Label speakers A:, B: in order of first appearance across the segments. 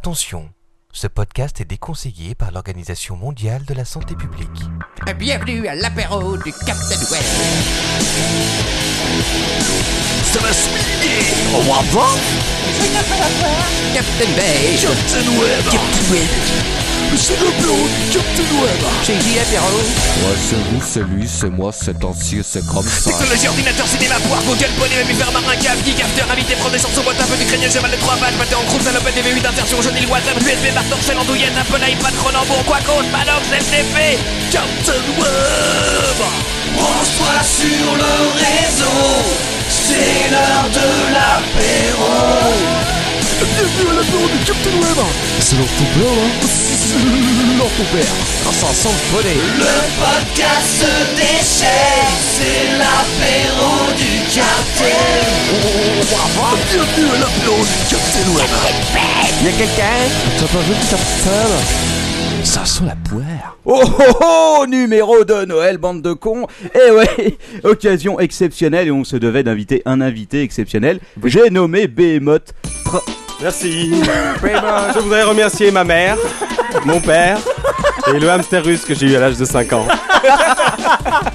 A: Attention, ce podcast est déconseillé par l'Organisation mondiale de la santé publique.
B: Bienvenue à l'apéro du Captain Web.
C: Ça va se miner On va
B: Captain Beige.
C: Captain Web
B: Captain Web.
C: C'est le bureau du Captain Web
B: Chez J. Apéro.
D: Moi, c'est vous, c'est lui, c'est moi, c'est ancien, c'est comme ça.
C: Technologie, ordinateur, cinéma, poire, Google, bonnet, mammifère, marin, cave, geek, after, invité, prendre des chansons, boîte, un peu du crânien, cheval de 3 pattes, pâté en croupe, salopette, DV8, insertion, jaune, île, WhatsApp, USB, marteau, shell, andouillette, Apple, iPad, Cronenbourg, quoi contre, Manox, FTP, Captain Web Branche-toi sur le réseau, c'est l'heure de l'apéro Bienvenue à l'apéro du Captain Web C'est leur ton père, hein C'est leur ton père Ah, ça sent le bonnet
E: podcast déchet, c'est l'apéro du quartier.
C: Bienvenue à l'apéro du Captain Web
D: Ça sent la poire.
F: Oh oh oh Numéro de Noël, bande de cons Eh ouais Occasion exceptionnelle et on se devait d'inviter un invité exceptionnel. J'ai nommé Behemoth.
G: Merci. Je voudrais remercier ma mère, mon père et le hamster russe que j'ai eu à l'âge de 5 ans.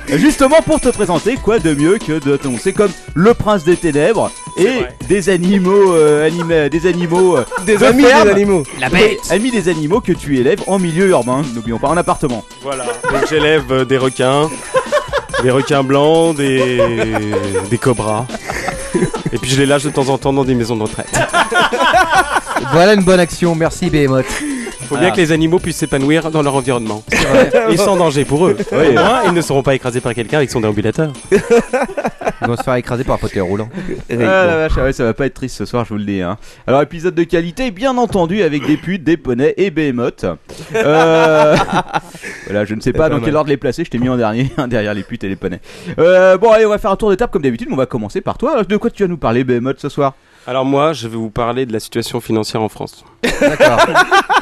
F: Justement pour te présenter, quoi de mieux que de t'annoncer comme le prince des ténèbres et
G: vrai.
F: des animaux, euh, anima- des animaux, euh,
G: Des
F: amis des
G: animaux.
C: La bête
F: amis des animaux que tu élèves en milieu urbain, n'oublions pas, en appartement.
G: Voilà. Donc j'élève euh, des requins, des requins blancs, des, des cobras. Et puis je les lâche de temps en temps dans des maisons de retraite.
H: Voilà une bonne action, merci Behemoth.
G: Faut bien que les animaux puissent s'épanouir dans leur environnement. Et sans danger pour eux. Au moins, ils ne seront pas écrasés par quelqu'un avec son déambulateur.
H: Ils vont se faire écraser par un fauteuil roulant.
F: Ah la vache, ah ouais, ça va pas être triste ce soir, je vous le dis. hein. Alors, épisode de qualité, bien entendu, avec des putes, des poneys et behemoth. Euh... voilà, je ne sais pas, dans quel ordre les placer, je t'ai mis en dernier, hein, derrière les putes et les poneys. Euh, bon, allez, on va faire un tour d'étape comme d'habitude, mais on va commencer par toi. Alors, de quoi tu vas nous parler, behemoth, ce soir
G: Alors moi, je vais vous parler de la situation financière en France.
H: D'accord.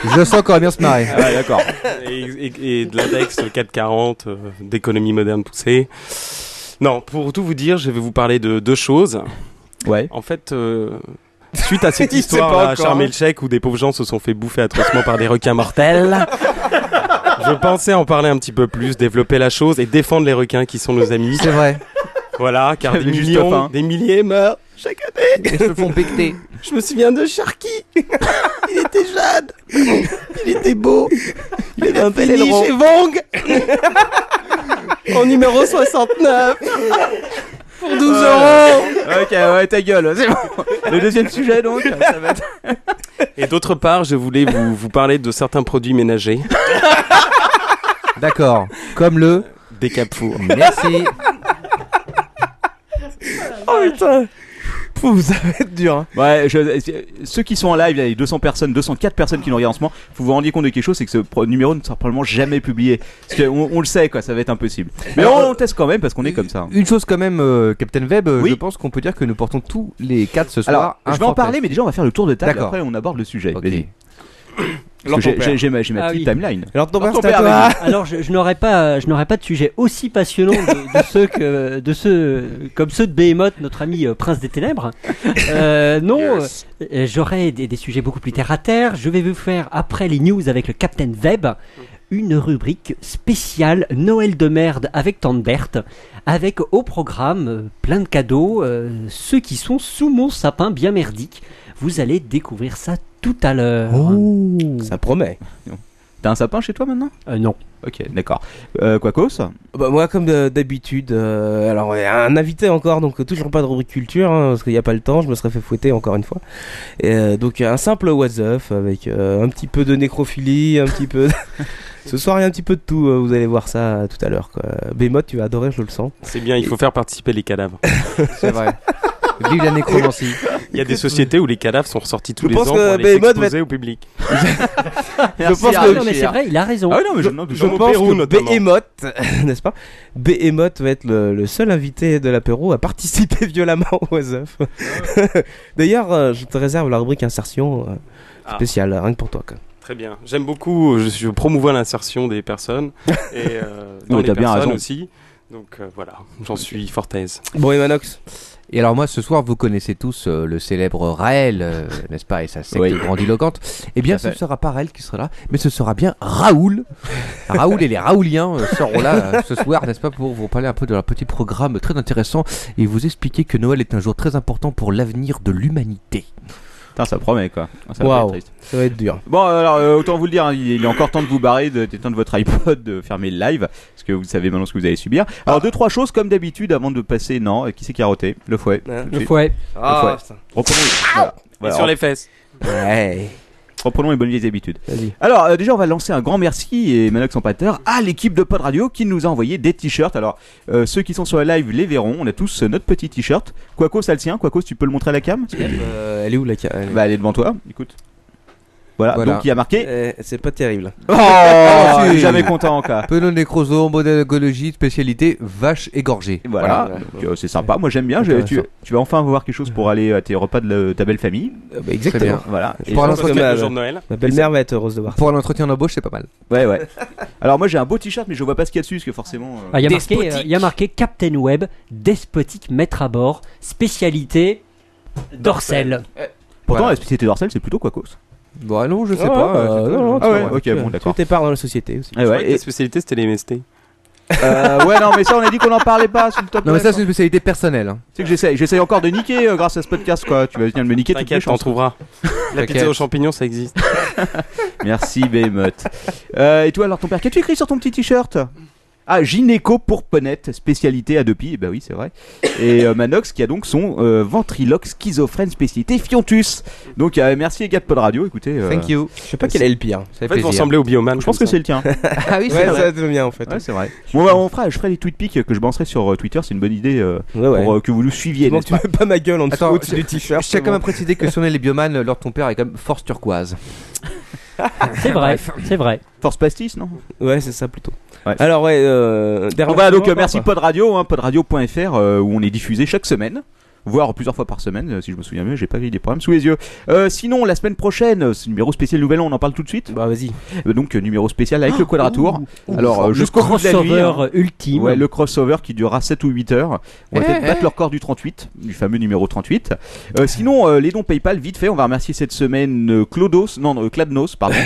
H: Je sens qu'on va bien se marrer.
F: Ah, ouais, d'accord.
G: et, et- et de l'index 440, euh, d'économie moderne poussée. Non, pour tout vous dire, je vais vous parler de deux choses.
F: Ouais.
G: En fait, euh, suite à cette
F: Il sait pas
G: histoire à
F: encore. hein.
G: Charmé le chèque où des pauvres gens se sont fait bouffer atrocement par des requins mortels, je pensais en parler un petit peu plus, développer la chose et défendre les requins qui sont nos amis.
H: C'est vrai.
G: Voilà, car des
F: J'avais juste
G: millions,
F: faim.
G: des milliers meurent chaque année.
H: Ils se font becter.
G: Je me souviens de Sharky. Il était jeune. Il était beau. Il avait un pénis chez Vong. En numéro 69. Pour 12 euros.
F: Ok, ouais, ta gueule, c'est bon. Le deuxième sujet, donc, ça va être.
G: Et d'autre part, je voulais vous, vous parler de certains produits ménagers.
H: D'accord. Comme le.
G: Des capfours.
H: Merci.
F: Ouais, je- ceux qui sont en live, il y a 200 personnes, 204 personnes qui nous regardent en ce moment. Faut vous rendiez compte de quelque chose, c'est que ce pro- numéro ne sera probablement jamais publié. Parce qu'on on le sait, quoi, ça va être impossible. Mais
G: euh,
F: on, on teste quand même parce qu'on est comme ça.
H: Une chose quand même, euh, Captain Web, euh,
F: Oui.
H: je pense qu'on peut dire que nous portons tous les quatre ce soir.
F: Alors,
H: un
F: je vais en
H: fantasme.
F: parler, mais déjà on va faire le tour de table.
H: D'accord.
F: Après, on aborde le sujet.
H: Ok.
F: Vas-y. Parce que j'ai- J'ai j'ai ma, j'ai ma
I: Ah
F: petite
I: oui.
F: timeline.
H: Alors ton
F: Alors, ton
H: père,
F: père,
H: c'est à toi.
I: Alors je, je n'aurais pas, euh, je n'aurais pas de sujet aussi passionnant de, de ceux que, de ceux comme ceux de Behemoth, notre ami euh, Prince des Ténèbres. Euh, non, euh, j'aurais des, des sujets beaucoup plus terre à terre. Je vais vous faire après les news avec le Captain Web une rubrique spéciale Noël de merde avec Tante Berthe, avec au programme euh, plein de cadeaux, euh, ceux qui sont sous mon sapin bien merdique. Vous allez découvrir ça tout à l'heure.
H: Oh.
F: Ça promet. T'as un sapin chez toi maintenant
I: Euh, non.
F: Ok, d'accord. Euh, Quacos
J: Bah moi comme de- d'habitude, euh, alors ouais, un invité encore, donc euh, toujours pas de rubrique culture, hein, parce qu'il n'y a pas le temps, je me serais fait fouetter encore une fois. Et, euh, donc un simple what's up avec euh, un petit peu de nécrophilie, un petit peu... de- Ce soir il y a un petit peu de tout, euh, vous allez voir ça euh, tout à l'heure. quoi. Behemoth tu vas adorer, je le sens.
G: C'est bien, il faut faire participer les cadavres.
H: C'est vrai. Vive la nécromancie.
G: Il y a des sociétés où les cadavres sont ressortis tous
J: Je
G: les
J: pense
G: ans
J: que
G: pour les
J: Behemoth
G: exposer au public.
F: Je
J: pense que-
I: ah Non, mais c'est vrai, il a raison.
F: Ah oui, non, mais je, non,
J: Je
G: Comme au
J: pense
G: Pérou,
J: que
G: notamment.
J: Behemoth, n'est-ce pas Behemoth va être le, le seul invité de l'apéro à participer violemment au what's up. D'ailleurs euh, je te réserve la rubrique insertion euh,
G: Ah.
J: spéciale, rien que pour toi quoi.
G: Très bien. J'aime beaucoup, euh, je, je promouvois l'insertion des personnes. Et euh,
F: Non,
G: dans
F: mais
G: les
F: t'as bien
G: personnes
F: raison.
G: aussi. Donc euh, voilà, j'en suis fort à aise.
J: Bon, et Manox
H: Et alors, moi, ce soir, vous connaissez tous euh, le célèbre Raël, euh, n'est-ce pas Et sa secte
F: Oui.
H: grandiloquente. Eh bien,
F: Tout
H: ce
F: à
H: ne
F: fait.
H: sera pas Raël qui sera là, mais ce sera bien Raoul. Raoul et les Raouliens euh, seront là euh, ce soir, n'est-ce pas, pour vous parler un peu de leur petit programme très intéressant et vous expliquer que Noël est un jour très important pour l'avenir de l'humanité.
F: Putain, ça promet quoi. Ah, Ça va
H: Waouh.
F: être triste.
J: Ça va être dur.
F: Bon, alors euh, autant vous le dire, hein, il il est encore temps de vous barrer, de- d'éteindre votre iPod, de fermer le live, parce que vous savez maintenant ce que vous allez subir. Alors deux trois choses comme d'habitude avant de passer. Non, euh, qui s'est carotté Le fouet.
J: Hein
F: Tout de
I: Le
F: suite.
I: fouet.
J: Ah,
F: Le fouet.
J: putain.
F: Reprenons. Voilà. Voilà,
G: sur les fesses.
J: Ouais.
F: Reprenons les bonnes vieilles habitudes.
J: Vas-y.
F: Alors euh, déjà on va lancer un grand merci et Manox en pâteur à l'équipe de Pod Radio qui nous a envoyé des t-shirts. Alors euh, ceux qui sont sur le live les verront, on a tous euh, notre petit t-shirt. Quaco ça le tient, Quaco tu peux le montrer à la cam
J: Euh, elle est où la ca- elle est-
F: Bah elle est devant toi, écoute. Voilà,
H: Voilà.
F: donc il y a marqué
J: Euh, C'est pas terrible.
F: Oh,
H: si.
F: jamais content quoi.
H: Penon nécrosome, modèle écologie, spécialité vache égorgée.
F: Et Voilà, Donc, euh, c'est sympa, moi j'aime bien, je- tu,
H: Intéressant.
F: tu vas enfin voir quelque chose pour aller à tes repas de la- ta belle famille.
J: Euh, bah,
H: Très
J: exactement.
H: bien.
F: Voilà. Et-
H: Pour un,
G: Parce que
H: entretien,
G: le
J: mal.
G: jour de
F: Eh
G: Noël.
J: Ma belle-mère va être heureuse de voir.
H: pour un entretien d'embauche, c'est pas mal.
F: Ouais ouais. Alors moi j'ai un beau t-shirt mais je vois pas ce qu'il y a dessus parce que forcément... euh,
I: Ah, Il y, a marqué, euh, il y a marqué Captain Web, despotique maître à bord, spécialité dorsale.
F: Pourtant
H: voilà.
F: la spécialité dorsale c'est plutôt Quacos.
H: Bon, non, je sais
J: Ah,
H: pas.
J: ouais,
H: euh,
J: bah,
H: c'est
J: non,
H: pas-
J: non,
H: c'est
F: Ah ouais,
H: vrai.
F: ok, bon
J: Tout
F: d'accord.
J: est part dans la société aussi.
F: Ah ouais,
G: Je croyais que
F: et-
G: la spécialité c'était les MST.
F: Euh, ouais, non, mais ça, on a dit qu'on n'en parlait pas sur le top.
H: Non, mais ça,
F: Lab.
H: c'est une spécialité personnelle. hein.
F: C'est que j'essaye, j'essaye encore de niquer euh, grâce à ce podcast, quoi. Tu vas venir me niquer toutes mes
G: T'inquiète, t'en
F: chances.
G: trouveras. La
H: T'inquiète.
G: pizza aux champignons, ça existe.
F: Merci, Behemoth. Euh, et toi, alors, ton père, qu'as-tu écrit sur ton petit t-shirt ah, gynéco pour ponette, spécialité à deux pieds, bah oui, c'est vrai. Et euh, Manox qui a donc son euh, ventriloque schizophrène spécialité Fiontus. Donc euh, merci les gars de Pod Radio, écoutez. euh,
H: Thank you.
J: Je sais pas quel est le hein. pire.
H: Ça fait
G: En fait, vous
H: plaisir.
G: ressemblez au bioman.
F: Je pense que c'est le tien.
H: Ah oui,
J: Ouais,
H: c'est
J: ça
H: vrai.
J: va être bien en fait.
F: Ouais, c'est vrai. Bon, bah, on fera, je ferai des tweet pics que je balancerai sur euh, Twitter, c'est une bonne idée euh,
J: Ouais, ouais.
F: pour euh, que vous nous suiviez.
J: Heureusement que
F: n'est-ce
J: tu mets pas ma gueule en dessous
H: Attends,
J: au-dessus
H: je-
J: du t-shirt.
H: Je tiens
J: c'est
H: quand
J: bon.
H: même à préciser que si on est les biomanes, l'or de ton père est quand même force turquoise.
I: C'est vrai, c'est vrai.
F: pas Force Pastis, non
J: Ouais, c'est ça plutôt.
F: Ouais.
J: Alors, ouais, euh,
F: Bon,
J: dernière
F: voilà, donc
J: question
F: euh, merci
J: encore,
F: Pod Radio, hein, podradio.fr, euh, où on est diffusé chaque semaine, voire plusieurs fois par semaine, euh, si je me souviens bien, j'ai pas eu des problèmes sous les yeux. Euh, sinon, la semaine prochaine, euh, c'est numéro spécial Nouvel An, on en parle tout de suite.
J: quoi. Bah, vas-y.
F: Euh, donc, euh, numéro spécial avec le Quadratour. Alors, euh,
I: oh, le
F: jusqu'au bout de la nuit.
I: crossover
F: hein.
I: ultime.
F: Ouais, le crossover qui durera 7 ou 8 heures. On va
H: Eh,
F: peut-être
H: eh.
F: battre le record du 38, du fameux numéro 38. Euh, sinon, euh, les dons PayPal, vite fait, on va remercier cette semaine euh, Clodos, non, euh, Cladnos, pardon,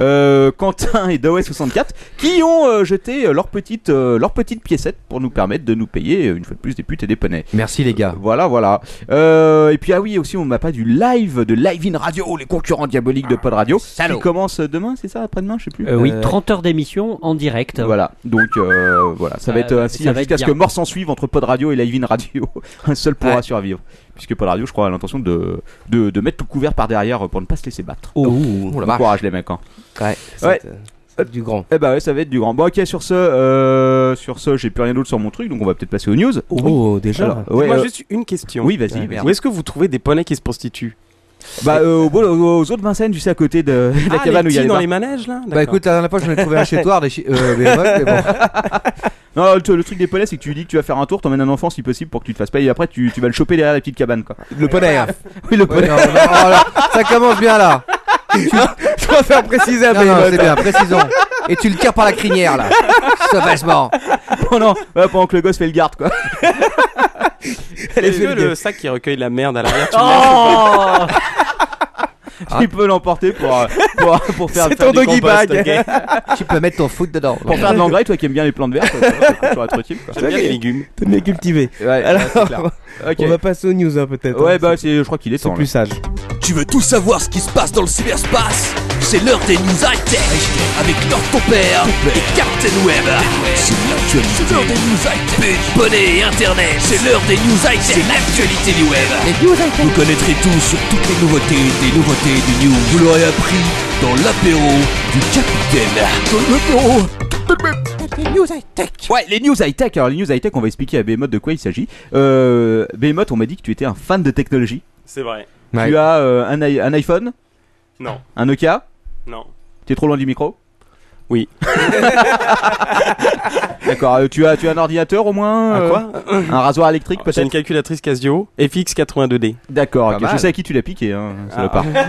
F: euh, Quentin et Daway64 qui ont euh, jeté euh, leur petite, euh, leur petite piécette pour nous permettre de nous payer euh, une fois de plus des putes et des poneys.
H: Merci les gars.
F: Voilà, voilà. Euh, et puis, ah oui, aussi, on m'a pas du live de Live in Radio, les concurrents diaboliques
H: Ah,
F: de Pod Radio.
B: salaud.
F: Qui commence demain, c'est ça Après-demain, je sais plus.
I: Euh, oui,
J: Euh,
I: 30 heures d'émission en direct.
F: Voilà, donc euh, voilà, ça va
I: Euh,
F: être ainsi
I: ça va
F: jusqu'à
I: être
F: ce que
I: bien.
F: mort s'en suive entre Pod Radio et Live in Radio. Un seul pourra
J: Ouais.
F: survivre. Puisque Pod Radio, je crois, a l'intention de, de, de mettre tout couvert par derrière euh, pour ne pas se laisser battre.
H: Oh la
F: Bon
H: vache.
F: courage, les mecs. Hein.
J: Ouais.
F: Ouais.
J: c'est, euh, c'est Du grand.
F: Eh bah ouais, ça va être du grand. Bon, ok, sur ce, euh, sur ce j'ai plus rien d'autre sur mon truc, donc on va peut-être passer aux news.
J: Oh, déjà.
F: Alors, ouais,
G: Moi,
F: euh,
G: juste une question.
F: oui, vas-y, merde.
G: Où est-ce que vous trouvez des poneys qui se prostituent
F: Bah, euh, au, bol- aux autres Vincennes, tu sais, à côté de de la
G: Ah,
F: cabane où
G: les
F: il y a les
G: petits dans
F: bars.
G: les manèges là
H: Bah écoute, la dernière fois j'en ai trouvé un chez toi, des chi- euh, mais ouais, mais bon.
F: Non, le, le truc des palais, c'est que tu dis que tu vas faire un tour, t'emmènes un enfant si possible pour que tu te fasses pas, et après tu, tu vas le choper derrière la petite cabane, quoi.
H: le poney. hein.
F: Oui, le
H: Ouais, non, non, oh là, ça commence bien là.
J: Je préfère préciser à
H: Non, non,
J: Behemoth.
H: c'est bien, précisons. Et tu le tires par la crinière là, sauvagement.
F: pendant, Oh ouais, pendant que le gosse fait le garde, quoi.
G: Les vieux, le sac qui recueille la merde à l'arrière. tu
F: Oh Il peut l'emporter pour, euh, pour, pour faire,
J: Ah. C'est
F: faire
J: ton
F: des
J: doggy
F: composts,
J: bag.
F: ok
H: Tu peux mettre ton foot dedans.
F: Pour faire de l'engrais, toi qui aimes bien les plantes vertes, ça, ça, ça, ça, tranquille quoi.
G: J'aime bien les légumes.
J: T'es bien cultivé.
F: Ouais, ouais, c'est
J: Alors,
F: clair. Ok.
J: on va passer aux news, hein, peut-être.
F: Ouais,
J: hein,
F: bah
J: c'est-
F: c'est- je crois qu'il est temps.
J: c'est
F: là.
J: plus sage.
E: Tu veux tout savoir ce qui se passe dans le cyberspace C'est l'heure des news high-tech avec Lord ton père et Captain Web. C'est l'actualité. C'est l'heure des news high-tech. Bonnet et Internet. C'est l'heure des news high-tech. C'est l'actualité du web. Vous connaîtrez tout sur toutes les nouveautés des nouveautés du news. Vous l'aurez appris dans l'apéro du Capitaine. Dans l'apéro
F: Ouais, les news high-tech. Alors, les news high-tech, on va expliquer à Behemoth de quoi il s'agit. Euh, Behemoth, on m'a dit que tu étais un fan de technologie.
G: C'est vrai.
F: Tu as euh, un, i- un iPhone,
G: Non,
F: un Nokia,
G: non.
F: t'es trop loin du micro.
G: Oui.
F: D'accord, euh, tu as, tu as un ordinateur au moins euh,
G: quoi
F: Un rasoir électrique
G: J'ai une
F: peut-être
G: calculatrice Casio FX82D.
F: D'accord,
G: Pas
F: ok, je
G: mal.
F: sais à qui tu l'as piqué, hein, salopard.
J: Ah.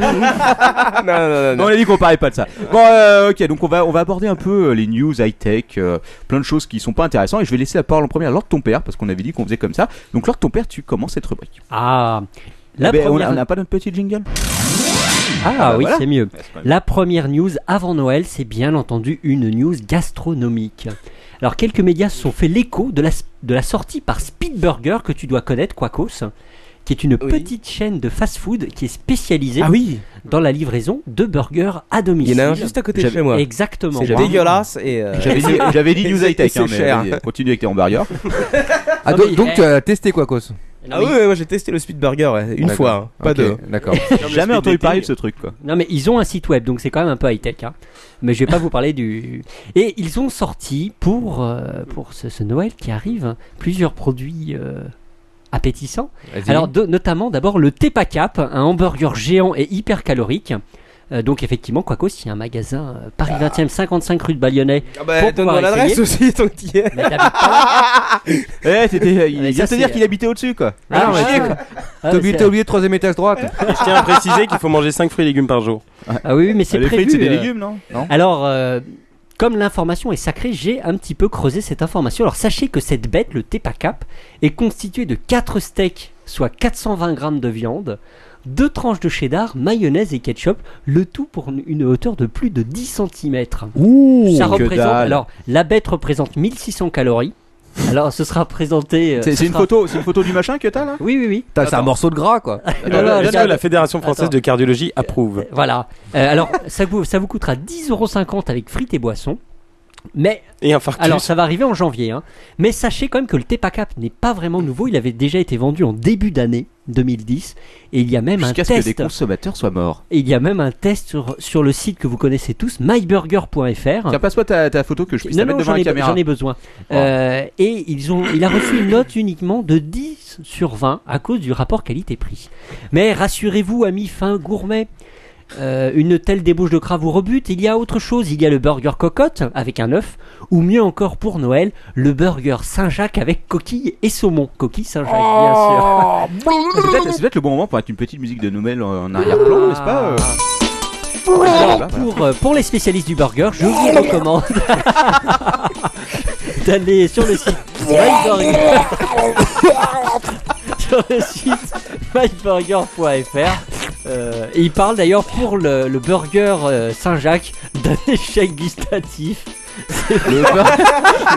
J: non, non, non,
F: Non, on a dit qu'on parlait pas de ça. Bon, euh, ok, donc on va, on va aborder un peu euh, les news high-tech, euh, plein de choses qui sont pas intéressantes. Et je vais laisser la parole en première à Lord ton père, parce qu'on avait dit qu'on faisait comme ça. Donc, Lord ton père, tu commences cette rubrique.
I: Ah, la
F: Eh ben, on a-
I: première-
F: on n'a pas notre petit jingle
I: Ah
J: bah
I: oui,
F: voilà.
I: c'est mieux. La première news avant Noël, c'est bien entendu une news gastronomique. Alors, quelques médias se sont fait l'écho de la, de la sortie par Speed Burger, que tu dois connaître, Quacos, qui est une petite chaîne de fast-food qui est spécialisée
J: Ah oui
I: dans la livraison de burgers à
J: Il
I: domicile.
J: y en a un juste à côté de
F: J'avais-
J: chez moi.
I: Exactement.
J: C'est dégueulasse et. euh,
F: J'avais dit, j'avais dit news
J: C'est-
F: high-tech,
J: c'est
F: hein, mais
J: cher.
F: vas-y, continue avec tes hamburgers.
H: Ah,
I: Non,
H: donc-
I: mais-
H: donc tu as testé quoi, Cos
I: Non,
J: Ah
I: mais-
J: ouais, ouais, moi j'ai testé le speed burger, ouais, une
H: D'accord.
J: fois, hein, pas
H: Ok,
J: deux.
H: D'accord.
F: Jamais entendu parler de ce truc, quoi.
I: Non mais ils ont un site web donc c'est quand même un peu high tech hein. Mais je vais pas vous parler du et ils ont sorti pour euh, pour ce, ce Noël qui arrive hein, plusieurs produits euh, appétissants.
H: Vas-y.
I: Alors de- notamment d'abord le Tepa Cap, un hamburger géant et hyper calorique. Euh, donc effectivement Quacos, il y a un magasin euh, Paris 20e 55 rue de Ballionnet.
J: Ah
I: Pour
J: bah,
I: pouvoir
J: donne-moi l'adresse Ah, aussi, tant que t'y es.
I: Mais t'avais pas-
F: Eh, t'étais, il
I: Mais
F: vient
J: Ah,
F: de te
I: ça,
F: dire
I: c'est-
F: qu'il habitait au-dessus, quoi.
I: Ah, ouais. Ah,
H: T'as oublié,
I: c'est-
H: t'as oublié le troisième étage droite.
G: Et je tiens à préciser qu'il faut manger 5 fruits et légumes par jour.
I: Ah oui oui, mais c'est
F: les
I: prévu.
F: frites, c'est des
I: euh,
F: légumes, non Non
I: Alors, euh, comme l'information est sacrée, j'ai un petit peu creusé cette information. Alors, sachez que cette bête, le tepacap, est constituée de 4 steaks, soit 420 grammes de viande, 2 tranches de cheddar, mayonnaise et ketchup, le tout pour une- une hauteur de plus de 10 cm.
F: Ouh,
I: Ça représente. Alors, la bête représente 1600 calories. Alors, ce sera présenté. euh,
F: C'est
I: ce
F: c'est une
I: sera-
F: photo, c'est une photo du machin que t'as là Euh,
I: Oui, oui, oui.
H: Putain, C'est un morceau de gras, quoi.
I: Non, non,
G: Est-ce que
I: regarde.
G: la Fédération Française
I: Attends.
G: de Cardiologie approuve
I: Voilà. Euh, alors, ça vous, ça vous coûtera 10,50€ avec frites et boissons. Mais
G: Et un farcus
I: Alors ça va arriver en janvier, hein. mais sachez quand même que le Tepacap n'est pas vraiment nouveau, il avait déjà été vendu en début d'année 2010, et il y a même un
F: Jusqu'à ce que des
I: test,
F: consommateurs soient morts.
I: et il y a même un test sur, sur le site que vous connaissez tous, myburger.fr.
F: Tiens, passe-moi ta, ta photo que je puisse la
I: Non,
F: mettre
I: non,
F: devant
I: j'en
F: la
I: ai,
F: caméra.
I: j'en ai besoin. Euh, et ils ont, il a reçu une note uniquement de 10 sur 20 à cause du rapport qualité-prix. Mais rassurez-vous, amis fins gourmets, euh, une telle débauche de crabe vous rebute. Il y a autre chose. Il y a le burger cocotte avec un œuf, ou mieux encore pour Noël, le burger Saint-Jacques avec coquille et saumon. Coquille Saint-Jacques, bien
F: Oh.
I: sûr.
F: C'est peut-être c'est peut-être le bon moment pour mettre une petite musique de Noël en arrière-plan, n'est-ce pas
I: Ah. Oh.
F: euh
I: Alors, pour, euh, pour les spécialistes du burger, je vous recommande d'aller sur le site myburger. sur le site myburger.fr. Euh, et il parle d'ailleurs pour le, le burger euh, Saint-Jacques d'un échec gustatif.
F: Le bur-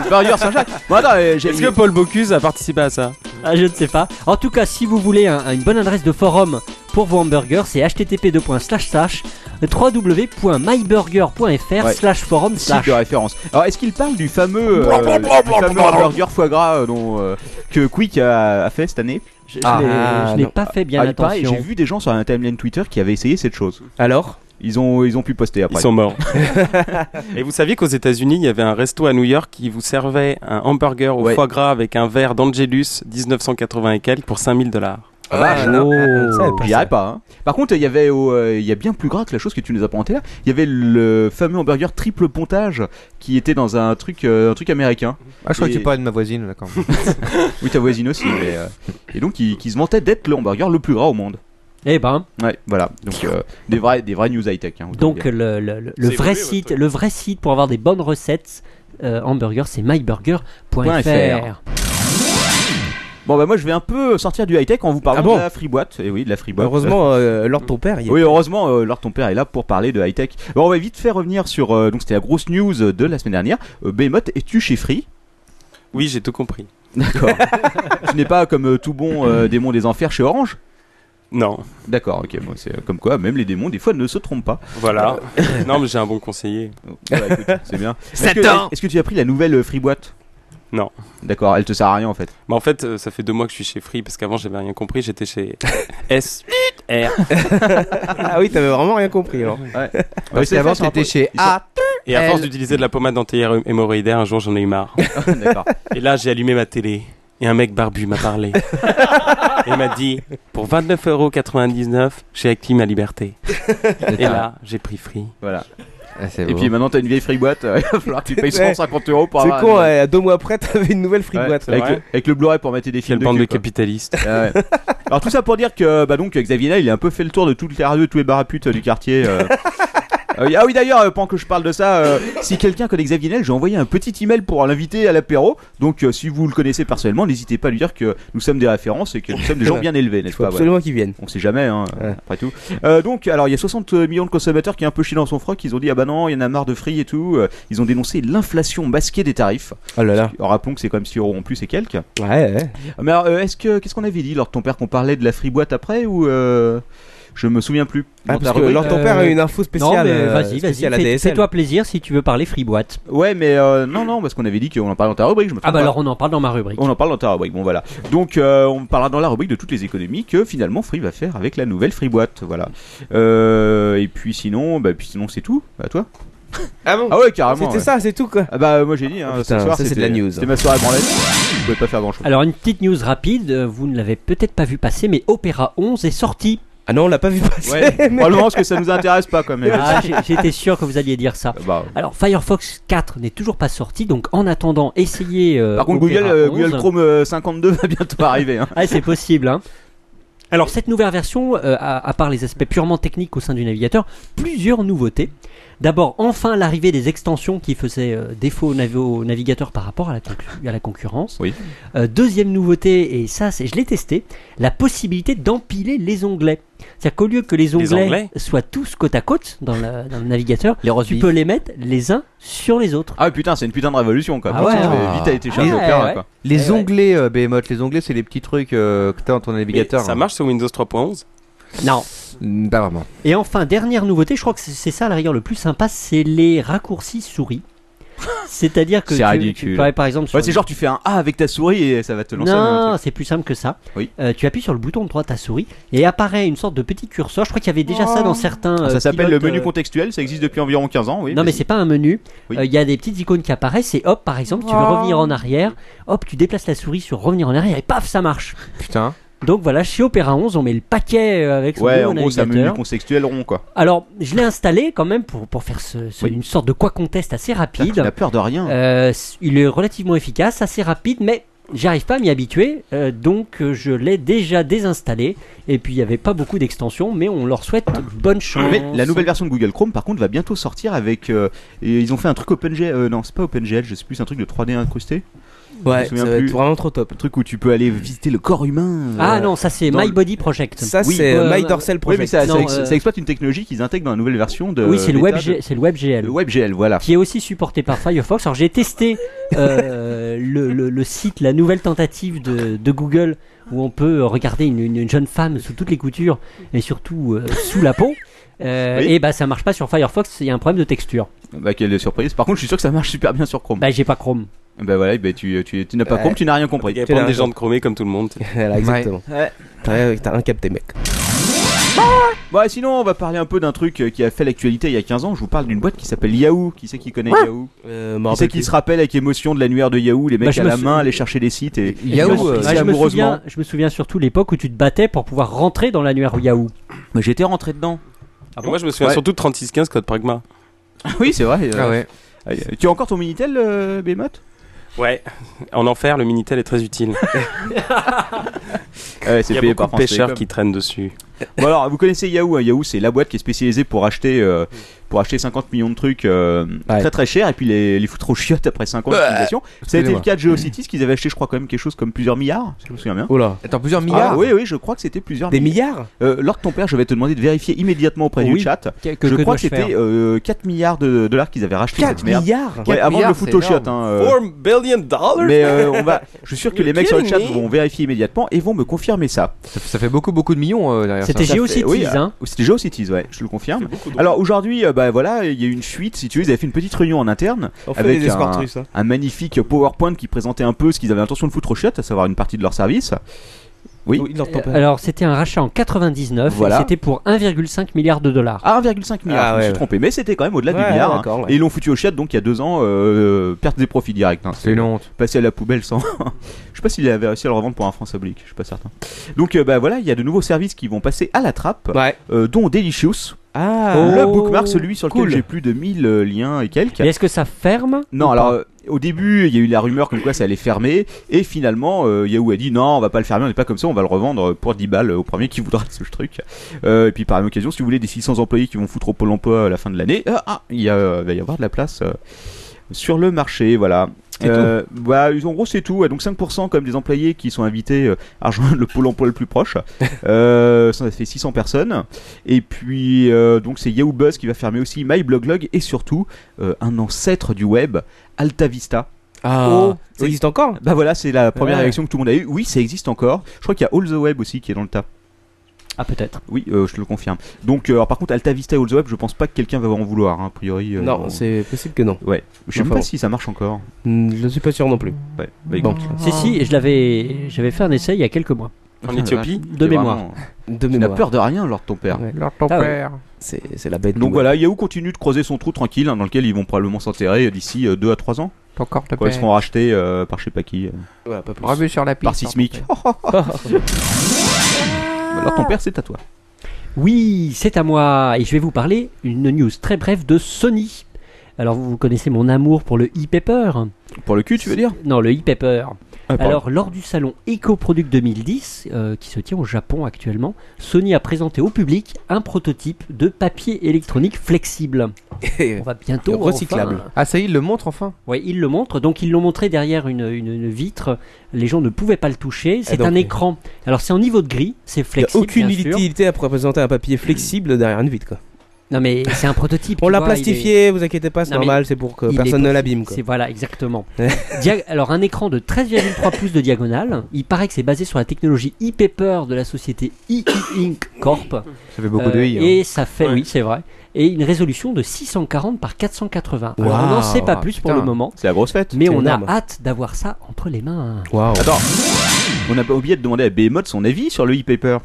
F: le burger Saint-Jacques. Bon, attends, euh, j'ai-
G: Est-ce que Paul Bocuse a participé à ça
I: Ah, je ne sais pas. En tout cas, si vous voulez un- une bonne adresse de forum pour vos hamburgers, c'est http euh,
F: Ouais.
I: www.myburger.fr/forum/
F: site de référence. Alors, est-ce qu'il parle du fameux, euh, du fameux hamburger foie gras euh, dont, euh, que Quick a, a fait cette année
I: Je, je
J: Ah,
I: l'ai- je l'ai
J: non.
I: pas fait bien
F: Ah, il paraît,
I: attention.
F: J'ai vu des gens sur un timeline Twitter qui avaient essayé cette chose.
J: Alors
F: Ils ont, ils ont pu poster
G: Ils
F: après.
G: sont morts. Et vous saviez qu'aux États-Unis, il y avait un resto à New York qui vous servait un hamburger au
F: Ouais.
G: foie gras avec un verre d'Angelus 1980 et quelques pour 5000 dollars.
F: Ah, vache.
J: ça,
I: Oh.
J: elle
F: Je
J: passe.
F: dirais pas. hein. Par contre, il y avait, au, euh, il y a bien plus gras que la chose que tu nous as présentée là. Il y avait le fameux hamburger triple pontage qui était dans un truc, euh, un truc américain.
H: Ah, je crois que
F: Et-
H: tu parlais de ma voisine, d'accord.
F: Oui, ta voisine aussi. mais, euh, et donc, qui, qui se vantait d'être le hamburger le plus gras au monde.
I: Eh ben,
F: Ouais, voilà. Donc, euh, des vrais, des vrais news hein, high tech.
I: donc
J: euh,
I: le, le, le- le
G: C'est
I: vrai
G: évolué, votre
I: site,
G: truc.
I: le vrai site pour avoir des bonnes recettes euh, hamburgers, c'est myburger.fr.
F: bon, bah moi, je vais un peu sortir du high tech en vous parlant
J: Ah bon
F: de la free boîte. Et oui, de la free boîte.
J: Heureusement, euh, Lord ton père, il y a-
F: Oui, heureusement, euh, Lord ton père est là pour parler de high-tech. Bon, on va vite faire revenir sur. euh, donc, c'était la grosse news euh, de la semaine dernière. Euh, Behemoth, es-tu chez Free
G: Oui, j'ai tout compris.
F: D'accord. tu n'es pas comme euh, tout bon euh, démon des enfers chez Orange
G: Non,
F: D'accord, ok. Bon, c'est euh, comme quoi, même les démons, des fois, ne se trompent pas.
G: voilà. non, mais j'ai un bon conseiller.
F: Voilà, écoute, c'est bien. Est-ce que, est-ce que tu as pris la nouvelle euh, Free boîte
G: Non.
F: D'accord, elle te sert à rien en fait.
G: Mais en fait, euh, ça fait deux mois que je suis chez Free parce qu'avant, j'avais rien compris. J'étais chez S. R.
J: Ah oui, t'avais vraiment rien compris. alors.
H: Parce
F: Ah c'est
H: qu'avant,
F: fait, c'est un
H: t'étais
F: peu-
H: chez
F: ils sont-
H: A.
G: Et à force d'utiliser de la pommade anti-hémorroïdaire, un jour, j'en ai eu marre.
F: Ah, D'accord.
G: Et là, j'ai allumé ma télé. et un mec barbu m'a parlé. et m'a dit pour 29,99€ chez Acti ma liberté. et là, j'ai pris Free.
F: Ah, Voilà.
H: c'est
F: Et puis maintenant, t'as une vieille friboîte, il va falloir que tu payes
G: Ouais.
F: 150 euros pour
J: C'est
F: avoir.
J: con,
F: une-
J: Ah, ouais, deux mois après, t'avais une nouvelle
F: Ouais,
J: friboîte.
F: avec, le, avec le Blu-ray pour mettre des films.
G: Quelle bande
F: cul,
G: de
F: quoi.
G: capitalistes.
F: Ah ouais. Alors tout ça pour dire que bah donc Xavier là, il a un peu fait le tour de toutes les radios, de tous les baraputes euh, du quartier. euh. Euh, ah oui d'ailleurs, euh, pendant que je parle de ça, euh, si quelqu'un connaît Xavier Nel, j'ai envoyé un petit email pour l'inviter à l'apéro. Donc euh, si vous le connaissez personnellement, n'hésitez pas à lui dire que nous sommes des références et que nous sommes des gens bien élevés, n'est-ce
J: faut
F: pas
J: absolument
F: voilà.
J: qu'ils viennent.
F: On sait jamais, hein, après tout. Euh, donc alors il y a 60 millions de consommateurs qui ont un peu chié dans son froc, ils ont dit ah bah non, il y en a masque marre de Free et tout. Euh, Ils ont dénoncé l'inflation masquée des tarifs.
J: Oh là là.
F: Alors, rappelons que c'est quand même 6 euros en plus et quelques.
J: Ouais, Ah, ouais.
F: Mais alors, euh, est-ce que qu'est-ce qu'on avait dit lors de ton père qu'on parlait de la friboîte après ou euh, je me souviens plus.
J: Ah,
F: Dans ta
J: parce que
F: rubrique.
J: lors de ton père a une info
I: Non,
J: spéciale.
I: mais
J: euh,
I: vas-y, vas-y,
J: spéciale
I: fais-
J: ADSL.
I: fais-toi plaisir si tu veux parler friboîte.
F: Ouais, mais euh, non, non, parce qu'on avait dit qu'on en parlait dans ta rubrique. Je me
I: Ah bah
F: trompe
I: alors on en parle dans ma rubrique.
F: pas. on en parle dans ta rubrique. Bon voilà. Donc euh, on parlera dans la rubrique de toutes les économies que finalement Free va faire avec la nouvelle friboîte. Voilà. Euh, et puis sinon, bah puis sinon c'est tout. À toi.
J: Ah bon
F: Ah ouais carrément.
J: C'était
F: ouais.
J: ça, c'est tout quoi.
F: Ah bah euh, moi j'ai dit. Hein,
J: Ah, putain,
F: ce soir,
J: ça, c'est de
F: c'était-
J: la news.
F: C'était ma soirée branlette. Je pouvais pas faire grand chose.
I: Alors une petite news rapide, euh, vous ne l'avez peut-être pas vu passer, mais Opéra 11 est sorti.
J: Ah non, on l'a pas vu passer.
F: Ouais. Probablement parce que ça nous intéresse pas quand même.
I: Ah, j'ai- J'étais sûr que vous alliez dire ça.
F: Bah,
I: Alors Firefox 4 n'est toujours pas sorti, donc en attendant, essayez. euh,
F: Par contre,
I: Opera
F: Google, euh,
I: 11.
F: Google Chrome euh, 52 va bientôt arriver. Hein.
I: Ah, c'est possible. Hein. Alors, cette nouvelle version, euh, à, à part les aspects purement techniques au sein du navigateur, plusieurs nouveautés. D'abord, enfin l'arrivée des extensions qui faisaient euh, défaut au, nav- au navigateur par rapport à la, conclu- à la concurrence.
F: Oui.
I: Euh, deuxième nouveauté, et ça, c'est, je l'ai testé, la possibilité d'empiler les onglets. C'est-à-dire qu'au lieu que les onglets,
G: onglets
I: soient tous côte à côte dans, la- dans le navigateur,
H: Les
I: tu
H: rosebifs.
I: peux les mettre les uns sur les autres.
F: Ah ouais, putain, c'est une putain de révolution quoi.
I: Ah
F: Putain,
I: ouais,
F: ça
H: ouais.
F: fait vite a été chargé
I: Ah
F: au
I: ouais,
F: cœur,
I: ouais.
F: quoi.
H: Les
I: Eh ouais.
H: onglets, euh, Behemoth, les onglets, c'est les petits trucs euh, que t'as dans ton
G: Mais
H: navigateur.
F: hein.
G: ça marche sur Windows 3.11
I: Non.
H: Mm, Pas vraiment.
I: Et enfin, dernière nouveauté, je crois que c'est- c'est ça à la rigueur le plus sympa, c'est les raccourcis souris. C'est-à-dire que
F: C'est
I: tu-
F: ridicule.
I: tu peux aller, par exemple sur
F: Ouais, c'est genre tu fais un A avec ta souris et ça va te lancer. un
I: non,
F: truc.
I: c'est plus simple que ça.
F: Oui.
I: Euh, tu appuies sur le bouton de droite à souris et apparaît une sorte de petit curseur. Je crois qu'il y avait déjà ça dans certains.
F: Ah,
I: euh,
F: ça s'appelle le
I: pilotes,
F: menu
I: euh,
F: contextuel, ça existe depuis environ 15 ans, oui.
I: non mais c'est pas un menu. Euh,
F: Oui.
I: Il y a des petites icônes qui apparaissent et hop par exemple tu veux revenir en arrière, hop tu déplaces la souris sur revenir en arrière et paf ça marche.
H: Putain.
I: Donc voilà chez Opera 11 on met le paquet euh, avec son
F: Ouais,
I: nouveau
F: en gros, c'est un menu
I: navigateur.
F: contextuel rond quoi.
I: Alors je l'ai installé quand même pour, pour faire ce, ce-
F: Oui.
I: une sorte de quoi conteste assez
F: Putain,
I: rapide.
F: Tu n'as peur de rien.
I: Euh, c- il est relativement efficace, assez rapide, mais j'arrive pas à m'y habituer. euh, donc euh, je l'ai déjà désinstallé. Et puis il n'y avait pas beaucoup d'extensions, mais on leur souhaite bonne chance.
F: Ah, Mais la nouvelle version de Google Chrome, par contre, va bientôt sortir avec. euh, et ils ont fait un truc OpenGL. euh, non, c'est pas OpenGL, je sais plus, c'est un truc de 3D incrusté. Je
J: Ouais,
F: me
J: ça
F: souviens
J: va être
F: plus.
J: vraiment trop top.
F: Un truc où tu peux aller visiter le corps humain. euh,
I: Ah non, ça c'est
F: dans
I: My
F: le-
I: Body Project.
J: Ça,
F: Oui,
J: c'est
I: euh,
J: My Dorsal
F: Oui,
J: Project.
F: mais ça, ça
I: Non,
F: ex-
I: euh,
F: ça exploite une technologie qu'ils intègrent dans la nouvelle version de.
I: oui, c'est le,
F: bêta
I: WebG-
F: de-
I: c'est le WebGL.
F: euh, le WebGL, voilà.
I: Qui est aussi supporté par Firefox. Alors j'ai testé euh, le, le- le site, la nouvelle tentative de, de Google où on peut regarder une, une- une jeune femme sous toutes les coutures et surtout euh, sous la peau. Euh,
F: Oui.
I: Et bah ça marche pas sur Firefox, il y a un problème de texture.
F: Bah, quelle surprise. Par contre, je suis sûr que ça marche super bien sur Chrome.
I: Bah Euh, j'ai pas Chrome.
F: Bah voilà, bah, tu, tu, tu n'as pas
J: Ouais.
F: compris, tu n'as rien
G: Il y
F: compris.
G: a
J: Tu
G: plein
J: l'as
G: des
J: raison.
G: gens de chromé comme tout le monde.
J: Voilà, exactement.
F: Ouais.
J: T'as rien- T'as rien capté, mec.
F: Bon, et Bah, sinon, on va parler un peu d'un truc euh, qui a fait l'actualité il y a 15 ans. Je vous parle d'une boîte qui s'appelle Yahoo. Qui c'est qui connaît Yahoo
J: Euh,
F: Qui c'est qui se rappelle avec émotion de l'annuaire de Yahoo Les mecs
I: Bah, je
F: à
I: me
F: la
I: sou-
F: main, aller chercher les sites et.
H: Yahoo,
F: et-
H: euh,
F: et-
I: Ah, je, me
F: amoureusement.
I: souviens, je me souviens surtout l'époque où tu te battais pour pouvoir rentrer dans l'annuaire Yahoo.
F: Mais j'étais rentré dedans.
G: Et Moi, je me souviens
F: Ah Ouais.
G: surtout de 3615 Code Pragma.
F: oui, c'est vrai. euh,
H: Ah ouais.
F: euh, Tu as encore ton Minitel, euh, Behemoth
G: Ouais, en enfer, le Minitel est très utile.
F: Ouais,
G: Il
F: c'est
G: y a
F: payé
G: beaucoup
F: par
G: de
F: France
G: pêcheurs
F: Télécom.
G: qui traînent dessus.
F: Bon alors, vous connaissez Yahoo. hein. Yahoo, c'est la boîte qui est spécialisée pour acheter, euh, pour acheter 50 millions de trucs euh,
J: Ouais.
F: très très chers et puis les, les foutre aux chiottes après 50 utilisations. Ça a été le
H: Excusez-moi.
F: cas de GeoCities, qu'ils avaient acheté, je crois, quand même quelque chose comme plusieurs milliards, si je me souviens bien.
J: Oula.
H: Attends, plusieurs
F: Ah,
H: milliards
F: oui, oui, je crois que c'était plusieurs
J: Des
F: milliards.
J: milliards
F: Euh, Lord, ton père, je vais te demander de vérifier immédiatement auprès du
I: Oui.
F: chat.
I: Que, que-
F: je
I: que
F: crois que
I: dois-je
F: c'était
I: faire
F: euh, 4 milliards de dollars qu'ils avaient racheté
J: 4
F: cette merde.
J: milliards
F: Ouais,
H: Quatre
F: avant de le
H: milliards,
F: foutre
H: c'est
F: aux chiottes.
H: énorme.
F: hein, euh.
G: 4 billion dollars
F: Mais euh, on va, je suis sûr que
G: You're
F: les mecs sur le
G: kidding
F: chat
G: me.
F: vont vérifier immédiatement et vont me confirmer ça.
H: Ça, ça fait beaucoup, beaucoup de millions euh, derrière
I: C'était
H: ça.
I: GeoCities,
F: oui, euh,
I: hein.
F: C'était GeoCities, ouais, je le confirme. Alors aujourd'hui, euh, bah voilà, il y a eu une fuite. Si tu veux, ils avaient fait une petite réunion en interne
J: On fait
F: avec
J: des escortes
F: un,
J: russes. hein.
F: un magnifique PowerPoint qui présentait un peu ce qu'ils avaient l'intention de foutre aux chiottes, à savoir une partie de leur service. Oui.
J: Il l'entend pas.
I: Alors, c'était un rachat en 99 et
F: euh, Voilà.
I: c'était pour 1,5 milliard de dollars.
F: Ah, 1,5 milliard,
I: Ah,
F: je me suis
I: ouais,
F: trompé, mais c'était quand même au-delà
I: Ouais,
F: du milliard.
I: ouais,
F: hein.
I: d'accord, ouais.
F: Et ils l'ont foutu au chat, donc il y a deux ans, euh, perte des profits directs. hein. C'est une honte. Passé à la poubelle sans. je sais pas s'il avait réussi à le revendre pour un franc sablique, je suis pas certain. Donc euh, bah voilà, il y a de nouveaux services qui vont passer à la trappe, euh, dont Delicious.
J: Ah.
F: le
J: Oh.
F: bookmark, celui sur lequel
J: Cool.
F: j'ai plus de 1000 euh, liens et quelques.
I: est-ce que ça ferme
F: Non,
I: ou
F: alors
I: pas
F: euh, au début, il y a eu la rumeur comme quoi ça allait fermer, et finalement, euh, Yahoo a dit non, on va pas le fermer, on n'est pas comme ça, on va le revendre pour 10 balles au premier qui voudra ce truc. Euh, et puis par la même occasion, si vous voulez des 600 employés qui vont foutre au Pôle emploi à la fin de l'année, ah, ah, il y a, euh, va y avoir de la place euh, sur le marché, voilà.
J: C'est
F: Euh, bah, ils- en gros, c'est tout. ouais. Donc 5% comme des employés qui sont invités euh, à rejoindre le pôle emploi le plus proche. Euh, ça fait 600 personnes. Et puis euh, donc c'est Yahoo Buzz qui va fermer aussi MyBlogLog et surtout euh, un ancêtre du web, AltaVista.
J: Ah, ça existe encore
F: Bah voilà, c'est la première
J: Ouais.
F: réaction que tout le monde a eue. Oui, ça existe encore. Je crois qu'il y a All the Web aussi qui est dans le tas.
I: Ah peut-être.
F: Oui, euh, je te le confirme. Donc euh, alors, par contre, AltaVista et All the Web, je pense pas que quelqu'un va en vouloir. hein, a priori. euh,
J: Non,
F: on-
J: c'est possible que non.
F: Ouais. Je sais
J: Enfin,
F: même pas
J: bon.
F: si ça marche encore.
J: Hmm, Je ne suis pas sûr non plus.
F: Ouais. bah
J: Bon.
I: Si, si, je l'avais, j'avais fait un essai il y a quelques mois. De mémoire.
J: De
F: Tu
J: mémoire.
F: n'as peur de rien, Lord ton père.
J: Lord
I: ton Ah ouais. père.
J: C'est c'est la bête.
F: Donc
J: du
F: voilà, Yahoo continue de creuser son trou tranquille, hein, dans lequel ils vont probablement s'enterrer euh, d'ici 2 à 3 ans.
K: Encore
F: Quand ils seront rachetés euh, par je sais pas qui. euh,
J: Ouais, pas plus.
K: Revu sur la piste.
F: par Sismic. Alors ton père, c'est à toi.
I: Oui, c'est à moi et je vais vous parler une news très brève de Sony. Alors vous vous connaissez mon amour pour le e-paper.
F: Pour le cul, tu veux dire
I: Non, le e-paper.
F: Ah, pardon.
I: Alors lors du salon EcoProduct 2010 euh, qui se tient au Japon actuellement, Sony a présenté au public un prototype de papier électronique flexible. On va bientôt enfin,
K: Ah ça y est, il le montre enfin.
I: Ouais, ils le montrent. Donc ils l'ont montré derrière une, une- une vitre. Les gens ne pouvaient pas le toucher. C'est
J: donc,
I: un
J: euh,
I: écran. Alors c'est en niveau de gris. C'est
J: Il n'y a
I: flexible.
J: aucune
I: bien sûr.
J: utilité à présenter un papier flexible derrière une vitre quoi.
I: Non mais c'est un prototype.
J: On
I: tu
J: l'a
I: vois,
J: plastifié,
I: il est-
J: vous inquiétez pas, c'est
I: Non, mais
J: normal, c'est pour que
I: il est
J: personne ne
I: possible.
J: l'abîme, quoi.
I: C'est voilà, exactement. Dia- Alors un écran de 13,3 pouces de diagonale. Il paraît que c'est basé sur la technologie e-paper de la société EE Inc Corp. Ça
H: fait beaucoup de i, hein.
I: Et ça fait, oui, c'est vrai. Et une résolution de 640 par 480. Alors, on n'en sait pas
F: Waouh.
I: plus pour
F: Putain.
I: le moment.
F: C'est la grosse fête.
I: Mais
F: C'est
I: on
F: énorme.
I: a hâte d'avoir ça entre les mains.
F: Attends, on n'a pas oublié de demander à Behemoth son avis sur le e-paper.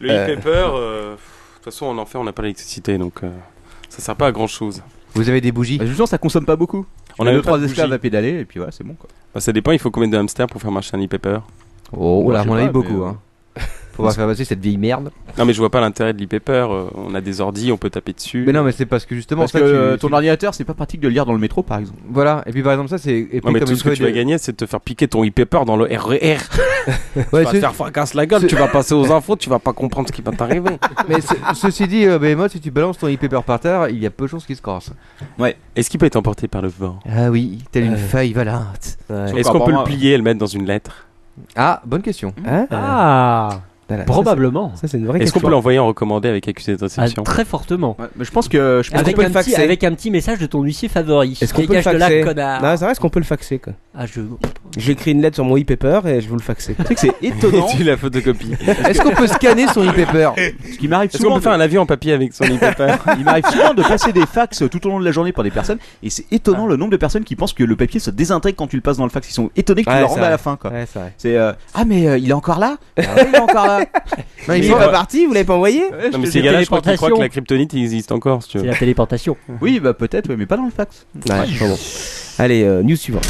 G: Le
F: Euh,
G: e-paper, euh, de toute façon, en enfer, on n'a pas l'électricité, donc euh, ça sert pas à grand chose.
F: Bah, Vous avez des bougies Justement, ça consomme pas beaucoup. On a
G: même
F: deux,
G: pas
F: trois
G: de
F: esclaves
G: bougies.
F: à pédaler, et puis voilà, c'est bon quoi.
G: Bah, ça dépend, il faut combien de hamsters pour faire marcher un e-paper
H: Oh, là, à mon avis, beaucoup.
G: hein.
H: Hein. Pour faire passer cette vieille merde.
G: Non, mais je vois pas l'intérêt de l'e-paper. euh, on a des ordi, on peut taper dessus.
H: Mais non, mais c'est parce que justement,
F: Parce
H: ça,
F: que
H: tu-
F: euh, ton
H: tu-
F: ordinateur, c'est pas pratique de le lire dans le métro par exemple.
H: Voilà, et puis par exemple, ça c'est. et puis
G: Non, mais
H: comme
G: tout
H: une
G: ce que
H: fois
G: tu vas
H: de-
G: gagner, c'est de te faire piquer ton e-paper dans le RER.
H: Ouais,
G: tu vas te
H: c'est-
G: faire fracasse la gueule,
H: c'est-
G: tu vas passer aux infos, tu vas pas comprendre ce qui va t'arriver.
H: Mais ce- ceci dit, euh, Behemoth, si tu balances ton e-paper par terre, il y a peu de chances qu'il se casse.
F: Ouais.
G: Est-ce qu'il peut être emporté par le vent
H: Ah oui, telle une
G: Euh.
H: feuille valente.
G: Est-ce qu'on peut le plier et le mettre dans une lettre
H: Ah, bonne question. Euh,
I: Ah Probablement.
J: Ça, c'est une vraie
G: Est-ce qu'on peut l'envoyer en recommandé avec accusé de
I: Ah,
G: réception
I: très fortement.
F: mais je pense que je
I: avec, un petit, avec un petit message de ton huissier favori.
J: Est-ce qu'on peut le
I: Dégage de là,
J: faxer
I: connard.
J: Non, c'est vrai, est-ce qu'on peut le faxer quoi
I: Ah, je...
J: J'écris une lettre sur mon e-paper et je vous le faxer. Tu
F: sais que c'est étonnant.
G: tu la photocopie.
H: Est-ce qu'on peut scanner son e-paper
F: Ce qui m'arrive
G: Est-ce qu'on
F: souvent.
G: peut faire un avion en papier avec son e-paper
F: Il m'arrive souvent de passer des fax tout au long de la journée par des personnes, et c'est étonnant le nombre de personnes qui pensent que le papier se désintègre quand tu le passes dans le fax. Ils sont étonnés que tu
J: Ouais,
F: le
J: c'est
F: rendes à
J: vrai.
F: la fin. quoi.
J: Ouais, c'est vrai.
F: C'est euh, ah mais euh, il est encore là. Ah oui, il est encore là.
J: il
F: Mais
J: est
F: il est
J: pas
F: pas-
J: parti, vous l'avez pas envoyé
G: Non, mais ces gars-là, je crois qu'ils croient que la kryptonite existe encore, si tu veux.
I: C'est la téléportation.
F: Oui, bah peut-être, ouais, mais pas dans le fax.
J: Ouais, enfin bon. Allez, euh, news suivante.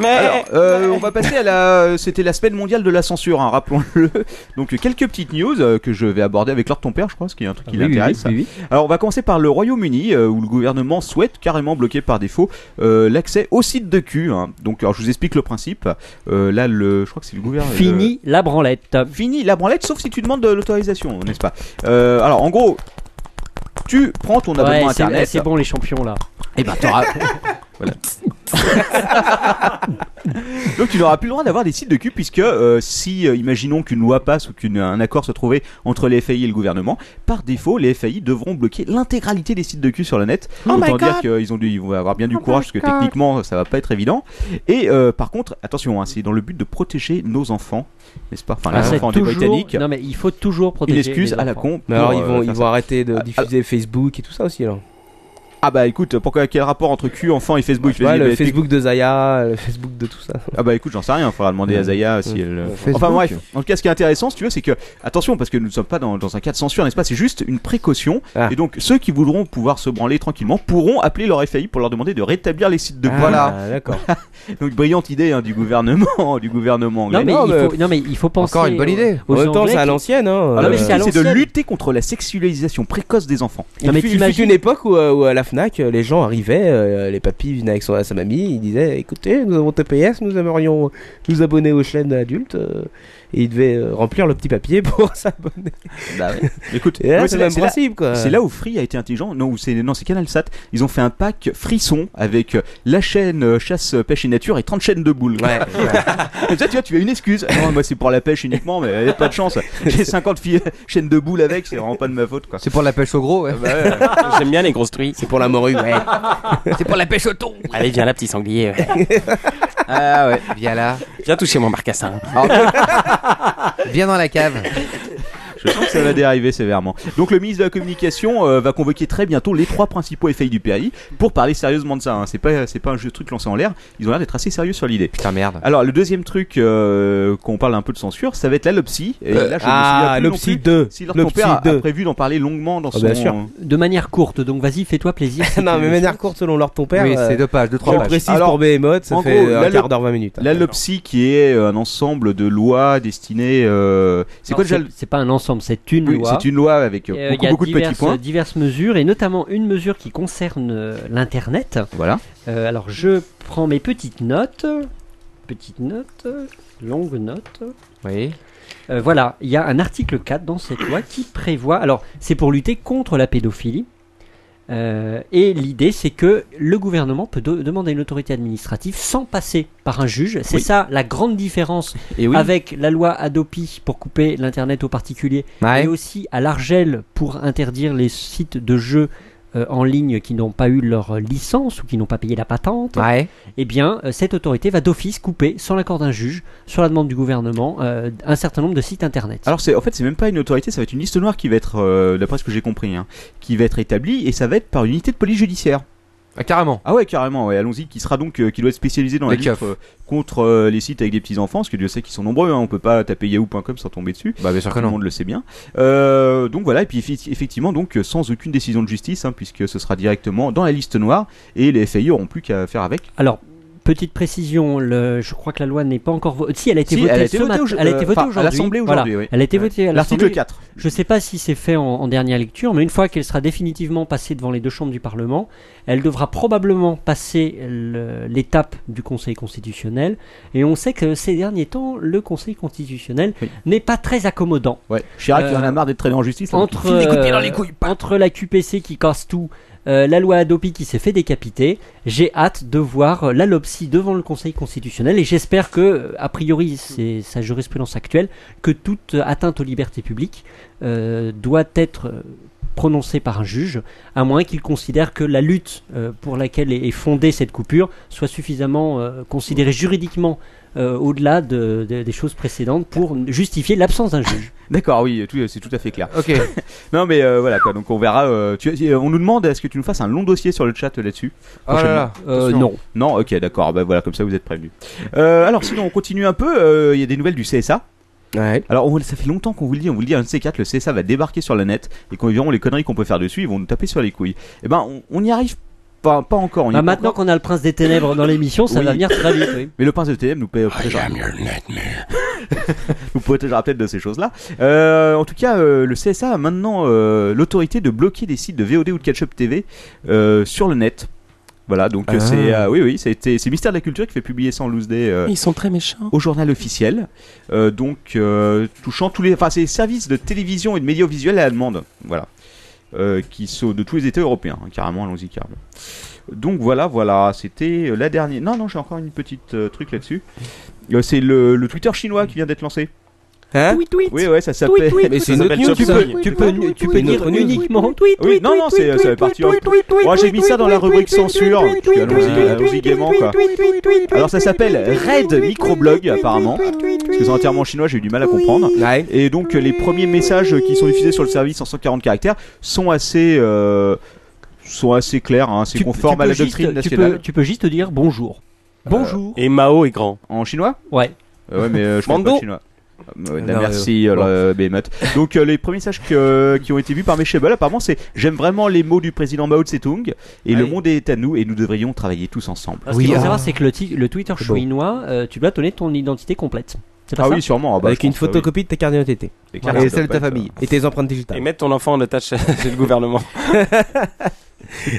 F: Alors, euh, on va passer à la. C'était la semaine mondiale de la censure, hein, rappelons-le. Donc, quelques petites news euh, que je vais aborder avec l'ordre de ton père, je crois, ce qui est un truc qui
I: Ah oui,
F: l'intéresse.
I: oui, oui,
F: Alors, on va commencer par le Royaume-Uni, euh, où le gouvernement souhaite carrément bloquer par défaut euh, l'accès au site de cul. hein. Donc, alors, je vous explique le principe. Euh, là, le, je crois que c'est le
J: Ah,
F: gouvernement.
I: Fini la branlette.
F: Fini la branlette, sauf si tu demandes de l'autorisation, n'est-ce pas Euh, Alors, en gros, tu prends ton abonnement
I: Ouais, c'est-
F: internet.
I: C'est bon les champions là.
F: Et ben t'auras. voilà. Donc tu n'auras plus le droit d'avoir des sites de cul puisque euh, si euh, imaginons qu'une loi passe ou qu'un accord soit trouvé entre les FAI et le gouvernement, par défaut les FAI devront bloquer l'intégralité des sites de cul sur le net.
J: Oh my
F: Autant dire
J: God. Oh
F: qu'ils ont dû- ils vont avoir bien du courage parce que techniquement ça va pas être évident. Et euh, par contre attention, hein, c'est dans le but de protéger nos enfants, n'est-ce pas Enfin
I: Ah,
F: les
I: c'est
F: enfants des
I: toujours-
F: Britanniques.
I: Non mais il faut toujours protéger.
F: Une excuse
I: les
F: à la
I: enfants.
F: con.
J: Mais alors,
F: pour,
J: ils
F: euh,
J: vont,
F: faire
J: ils
F: ça.
J: vont arrêter de diffuser Facebook et tout ça aussi alors.
F: Ah bah écoute, pourquoi quel rapport entre cul, enfant et Facebook
J: Tu vois,
F: Vas-y,
J: le
F: bah, explique-
J: Facebook de Zaya, le Facebook de tout ça.
F: Ah bah écoute, j'en sais rien, faudra demander à Zaya si elle. euh, Enfin
J: Facebook. euh.
F: bref, en tout cas, ce qui est intéressant, si tu veux, c'est que attention, parce que nous ne sommes pas dans, dans un cas de censure, n'est-ce pas C'est juste une précaution.
J: Ah.
F: Et donc, ceux qui voudront pouvoir se branler tranquillement pourront appeler leur FAI pour leur demander de rétablir les sites de
J: Ah.
F: voilà.
J: D'accord.
F: donc brillante idée hein, du gouvernement, du gouvernement anglais.
I: Non mais, il faut, non mais il faut penser. aux- aux Anglais qui-
J: hein.
F: Ah,
I: Non mais
J: Euh,
F: l'objectif,
I: c'est à
F: c'est de
I: l'ancienne.
F: lutter contre la sexualisation précoce des enfants.
J: Il, fut, il fut une époque où, euh, où à la Fnac, euh, les gens arrivaient, euh, les papis venaient avec son- sa mamie, ils disaient "Écoutez, nous avons TPS, nous aimerions nous abonner aux chaînes adultes." euh, et ils devaient euh, remplir le petit papier pour s'abonner.
F: Bah ouais. Écoute,
J: Et là,
F: ouais,
J: c'est le même principe, quoi.
F: c'est là où Free a été intelligent. Non, où c'est non, c'est CanalSat. Ils ont fait un pack frisson avec euh, la chaîne euh, chasse, euh, pêche et nature et 30 chaînes de boules. Comme ça, tu vois, tu as une excuse. Non, moi, c'est pour la pêche uniquement, mais euh, pas de chance. J'ai 50 filles- chaînes de boules avec, c'est vraiment pas de ma faute, quoi.
H: C'est pour la pêche au gros, ouais.
G: J'aime bien les grosses truies.
J: C'est pour la morue, ouais.
G: C'est pour la pêche au thon. Allez, viens là, petit sanglier.
H: ah ouais, viens là.
G: Viens toucher mon marcassin.
H: Viens dans la cave.
F: Je sens que ça va dériver sévèrement. Donc le ministre de la Communication euh, va convoquer très bientôt les trois principaux FAI du pays pour parler sérieusement de ça. hein. C'est pas c'est pas un jeu de truc lancé en l'air. Ils ont l'air d'être assez sérieux sur l'idée.
H: Putain merde.
F: Alors le deuxième truc euh, qu'on parle un peu de censure, ça va être la Lopsy. Et
J: Euh,
F: là, je
J: ah,
F: me souviens plus non
J: Lopsy
F: plus
J: 2.
F: Si leur
J: Lopsy
F: père a
J: 2.
F: prévu d'en parler longuement dans son.
I: De manière courte, donc vas-y, fais-toi plaisir.
J: non, mais manière courte selon leur ton père.
I: Oui,
J: euh,
I: c'est deux pages, deux, trois
J: je
I: pages.
J: précise
I: Alors,
J: pour Behemoth, ça
F: en
J: fait
F: gros,
J: euh,
F: la
J: un quart
F: lop-
J: d'heure, 20 minutes.
F: La Lopsy qui est euh, un ensemble de lois destinées. euh, c'est
I: Non,
F: quoi déjà
I: c'est- C'est pas un ensemble, c'est une
F: Oui,
I: loi.
F: c'est une loi avec, euh,
I: Et, euh,
F: beaucoup,
I: il y a
F: beaucoup de petits
I: diverses-
F: points.
I: Diverses mesures et notamment une mesure qui concerne euh, l'internet.
F: Voilà.
I: Euh, alors je prends mes petites notes, petites notes, longues notes.
H: Oui.
I: Euh, voilà, il y a un article 4 dans cette loi qui prévoit. Alors, c'est pour lutter contre la pédophilie. Euh, et l'idée, c'est que le gouvernement peut de- demander à une autorité administrative sans passer par un juge. C'est
H: Oui.
I: ça la grande différence
H: Et oui.
I: avec la loi Adopi pour couper l'internet aux particuliers
H: Ah Ouais.
I: et aussi à l'Argel pour interdire les sites de jeux euh, en ligne qui n'ont pas eu leur licence ou qui n'ont pas payé la patente. Eh bien, euh, cette autorité va d'office couper, sans l'accord d'un juge, sur la demande du gouvernement, euh, un certain nombre de sites internet.
F: Alors c'est en fait c'est même pas une autorité, ça va être une liste noire qui va être euh, d'après ce que j'ai compris hein, qui va être établie et ça va être par une unité de police judiciaire.
H: Ah carrément.
F: Ah ouais carrément ouais, allons-y qui sera donc euh, qui doit être spécialisé dans
H: Les
F: la lutte
H: keufs.
F: euh, contre euh, les sites avec des petits enfants parce que Dieu sait qu'ils sont nombreux hein, on peut pas taper yahoo.com sans tomber dessus.
H: Bah bien sûr que
F: Tout
H: non.
F: le monde le sait bien. Euh, donc voilà et puis effi- effectivement donc euh, sans aucune décision de justice hein, puisque ce sera directement dans la liste noire et les FAI auront plus qu'à faire avec.
I: Alors, petite précision, le- je crois que la loi n'est pas encore votée. Si, elle a été
F: Si,
I: votée
F: elle a été
I: ce
F: votée
I: matin.
F: au-
I: Elle a été
F: euh,
I: votée
F: enfin, à
I: aujourd'hui.
F: l'Assemblée
I: Voilà.
F: aujourd'hui, oui.
I: Elle a été
F: Ouais.
I: votée à
F: L'article
I: l'Assemblée.
F: 4.
I: Je ne sais pas si c'est fait en, en dernière lecture, mais une fois qu'elle sera définitivement passée devant les deux chambres du Parlement, elle devra probablement passer le- l'étape du Conseil constitutionnel. Et on sait que ces derniers temps, le Conseil constitutionnel n'est pas très accommodant.
F: Ouais. Chirac il en a marre d'être traîné en justice. là, donc il
I: Euh, Entre,
F: file des coups de pied dans
I: euh,
F: les couilles.
I: entre la QPC qui casse tout, euh, la loi Adopi qui s'est fait décapiter, j'ai hâte de voir euh, la LOPSI devant le Conseil constitutionnel et j'espère que, euh, a priori, c'est sa jurisprudence actuelle, que toute euh, atteinte aux libertés publiques euh, doit être euh, prononcée par un juge, à moins qu'il considère que la lutte euh, pour laquelle est est fondée cette coupure soit suffisamment euh, considérée juridiquement euh, au-delà de- de- des choses précédentes pour justifier l'absence d'un juge.
F: D'accord, oui, tout- euh, c'est tout à fait clair.
H: Ok.
F: non, mais euh, voilà quoi. Donc on verra. euh, tu- euh, on nous demande est-ce que tu nous fasses un long dossier sur le chat euh, là-dessus
H: Oh là là,
F: prochainement
H: euh,
I: non.
F: Non, ok, d'accord. Bah voilà, comme ça vous êtes prévenus. Euh, alors sinon, on continue un peu. euh, Il y a des nouvelles du CSA.
J: Ouais.
F: Alors on- ça fait longtemps qu'on vous le dit, on vous le dit, un de ces quatre, le CSA va débarquer sur le net et qu'on verront les conneries qu'on peut faire dessus, ils vont nous taper sur les couilles. Et ben on, on y arrive pas, pas encore. On y
I: Bah,
F: est pas
I: maintenant qu'on a le prince des ténèbres dans l'émission, ça
F: Oui.
I: va venir très vite. Oui.
F: Mais le prince de TM nous paye
I: Oh,
F: Vous protégera peut-être de ces choses-là. Euh, en tout cas, euh, le CSA a maintenant euh, l'autorité de bloquer des sites de VOD ou de Catch-up TV euh, sur le net. Voilà, donc euh,
G: Ah.
F: c'est euh, oui oui, ça a été- c'est Mystère de la Culture qui fait publier ça en loose day. euh,
G: Ils sont très méchants.
F: au journal officiel, Euh, donc euh, touchant tous les, enfin c'est les services de télévision et de médias visuels à la demande, voilà, Euh, qui sont de tous les États européens, hein, carrément, allons-y carrément. Donc voilà, voilà, c'était euh, la dernière. Non, non, j'ai encore une petite euh, truc là-dessus. Euh, c'est le, le Twitter chinois qui vient d'être lancé.
J: Hein
I: Tweet, tweet.
F: Oui, ouais, ça s'appelle.
I: Tweet, tweet. Mais c'est une autre news,
F: Tu
I: ça.
F: peux,
I: Tweet,
F: tu
I: tweet,
F: peux,
I: tweet,
F: tu peux
I: tweet,
F: dire
I: tweet, tweet,
F: uniquement.
I: tweet,
F: Oui,
I: tweet,
F: non, non,
I: tweet,
F: c'est,
I: tweet,
F: ça fait
I: tweet,
F: partie.
I: tweet, tweet, tweet,
F: Moi, j'ai mis ça dans la
I: tweet,
F: rubrique
I: tweet, tweet,
F: censure.
I: tweet,
F: Puis
I: tweet,
F: Allons-y,
I: tweet,
F: allons-y
I: tweet,
F: gaiement, quoi. Alors ça s'appelle Red Microblog apparemment, parce que c'est entièrement chinois, j'ai eu du mal à comprendre. Et donc euh, les premiers messages qui sont diffusés sur le service en 140 caractères sont assez euh, sont assez claires, hein, c'est
I: Tu-
F: conforme
I: tu
F: à la
I: peux juste-
F: doctrine
I: tu
F: nationale. Euh,
I: peux, tu peux juste dire bonjour. Bonjour.
G: Et Mao est grand.
F: En chinois
I: Ouais.
F: Euh, ouais, mais euh, je parle
I: Mando.
F: pas chinois. Euh, ouais,
G: Ah,
F: bah,
G: non,
F: merci
G: euh,
F: euh,
G: bon.
F: euh, Behemoth. Donc euh, les premiers messages que- qui ont été vus par Meshable apparemment c'est j'aime vraiment les mots du président Mao Tse-tung et le monde est à nous et nous devrions travailler tous ensemble.
I: Ce qu'il faut savoir, c'est que le, ti- le Twitter chinois, euh, tu dois donner ton identité complète. C'est pas
F: Ah
I: ça
F: oui, sûrement. Ah bah,
J: Avec
F: je
J: une
F: pense, ah oui.
J: photocopie de ta carte d'identité.
F: Et
H: Ah,
J: Voilà.
F: carte de passe,
J: Et tes empreintes digitales.
G: Et mettre ton enfant en otage chez chez le gouvernement.
J: C'est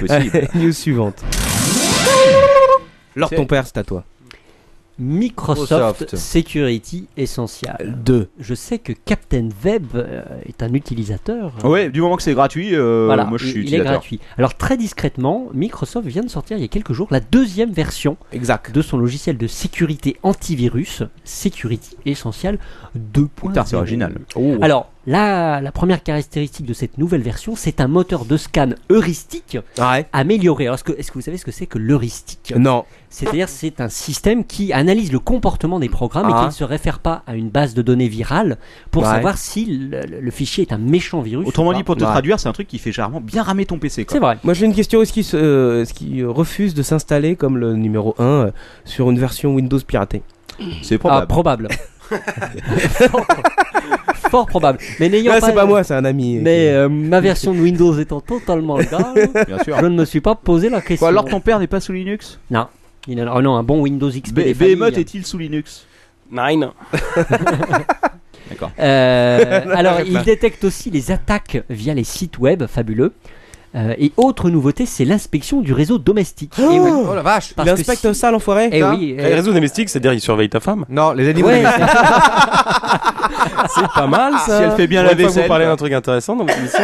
J: possible. News suivante. Lors
I: C'est-
J: ton père, c'est à toi.
I: Microsoft,
J: Microsoft.
I: Security Essential.
J: 2.
I: Je sais que Captain Web euh, est un utilisateur.
F: Ah Ouais, du moment que c'est gratuit, euh,
I: Voilà,
F: moi je suis
I: il- il est
F: utilisateur.
I: gratuit. Alors très discrètement, Microsoft vient de sortir il y a quelques jours la deuxième version de son logiciel de sécurité antivirus, Security Essential 2.0.
F: Putain, c'est original. Oh.
I: Alors, la, la première caractéristique de cette nouvelle version, c'est un moteur de scan heuristique
J: Ah
I: amélioré. Alors, est-ce que, est-ce que vous savez ce que c'est que l'heuristique
J: Non.
I: C'est-à-dire, c'est un système qui analyse le comportement des programmes et
J: Ah.
I: qui ne se réfère pas à une base de données virale pour
F: Ouais. Bah.
I: savoir si le, le- le fichier est un méchant virus.
F: Autrement
I: ou
F: dit,
I: pas.
F: pour te traduire, c'est un truc qui fait généralement bien ramer ton PC. quoi.
J: Moi j'ai une question, est-ce qu'ils se- euh, est-ce qu'ils refusent de s'installer comme le numéro 1 euh, sur une version Windows piratée
F: C'est
I: Ah, probable. fort, fort probable. Mais n'ayant
J: Là,
I: pas.
J: c'est pas moi, c'est un ami.
I: Mais euh, ma version de Windows étant totalement grave,
F: Bien sûr.
I: je ne me suis pas posé la question.
F: Quoi, alors ton père n'est pas sous Linux
I: Non. Il a- oh non, un bon Windows XP.
F: Bé-
I: des
F: Behemoth
I: familles. hein.
F: est-il sous Linux
G: Nine.
F: D'accord.
I: Euh, alors, il détecte aussi les attaques via les sites web fabuleux. Euh, et autre nouveauté, c'est l'inspection du réseau domestique. Eh oui.
J: Oh la vache,
I: Parce
J: il
I: que
J: inspecte
I: si-
J: ça l'enfoiré
I: Eh oui,
G: Les réseaux domestiques, c'est-à-dire ils surveillent ta femme
H: Non, les
I: animaux Ouais. domestiques.
G: c'est Ah, pas mal ça.
I: Si elle fait bien
G: Pour
I: la
G: une fois que
I: vaisselle,
G: Vous parlez
I: quoi.
G: d'un truc intéressant dans votre émission.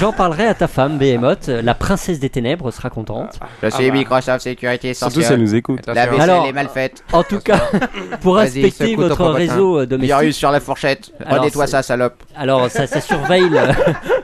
I: J'en parlerai à ta femme, Behemoth. La princesse des ténèbres sera contente.
C: Ah,
K: Je
E: Ah bah.
K: suis Microsoft Sécurité
G: Surtout
K: Essentielle.
G: si elle nous écoute.
K: La vaisselle
I: Alors,
K: est mal faite.
E: euh,
I: En tout cas, pour
K: Vas-y,
I: inspecter
K: secoue ton
I: votre
K: popotin.
I: réseau euh, domestique.
K: Virus sur la fourchette.
I: Alors,
K: Redétois
I: c'est-
K: ça, salope.
I: Alors, ça, ça surveille. le-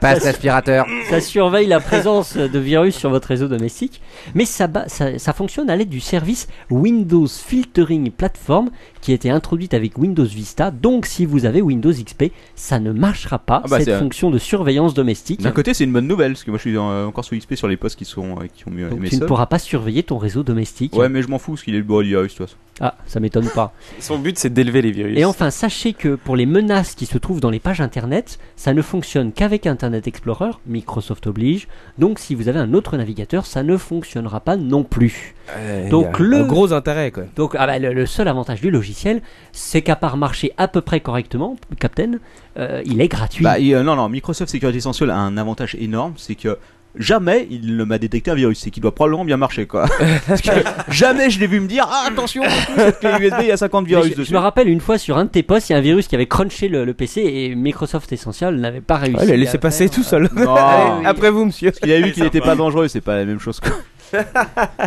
K: Passe
I: ça-
K: l'aspirateur.
I: Ça surveille la présence de virus sur votre réseau domestique, mais ça, ba- ça, ça fonctionne à l'aide du service Windows Filtering Platform qui a été introduite avec Windows Vista. Donc, si vous avez Windows XP, ça ne marchera pas
F: Ah bah, c'est
I: cette
F: un-
I: fonction de surveillance domestique.
F: D'un côté, c'est une bonne nouvelle, parce que moi je suis euh, encore sous XP sur les postes qui, sont, euh, qui ont mieux
I: Donc,
F: aimé
I: tu ne
F: ça.
I: pourras pas surveiller ton réseau domestique.
F: Ouais, mais je m'en fous, parce qu'il est le bon virus, de toute façon.
I: Ah, ça m'étonne pas.
G: Son but c'est d'élever les virus.
I: Et enfin, sachez que pour les menaces qui se trouvent dans les pages internet, ça ne fonctionne qu'avec Internet Explorer, Microsoft oblige. Donc si vous avez un autre navigateur, ça ne fonctionnera pas non plus.
J: Euh,
I: donc
J: il y a
I: le
J: un gros intérêt quoi.
I: donc ah bah, le, le seul avantage du logiciel, c'est qu'à part marcher à peu près correctement, Captain, euh, il est gratuit.
F: Bah, et, euh, non, non, Microsoft Security Essential a un avantage énorme, c'est que jamais il ne m'a détecté un virus, c'est qu'il doit probablement bien marcher, quoi. Parce que jamais je l'ai vu me dire, ah, attention, cette clé USB, il y a 50
I: Mais
F: virus
I: je, je
F: dessus.
I: me rappelle une fois sur un de tes posts, il y a un virus qui avait crunché le, le PC et Microsoft Essential n'avait pas réussi.
J: Ouais, il a
I: à
J: laissé
I: le
J: passer
I: faire.
J: tout seul.
F: Non.
J: Allez, Après vous monsieur.
F: Ah, Parce qu'il a vu qu'il n'était pas dangereux, c'est pas la même chose, quoi.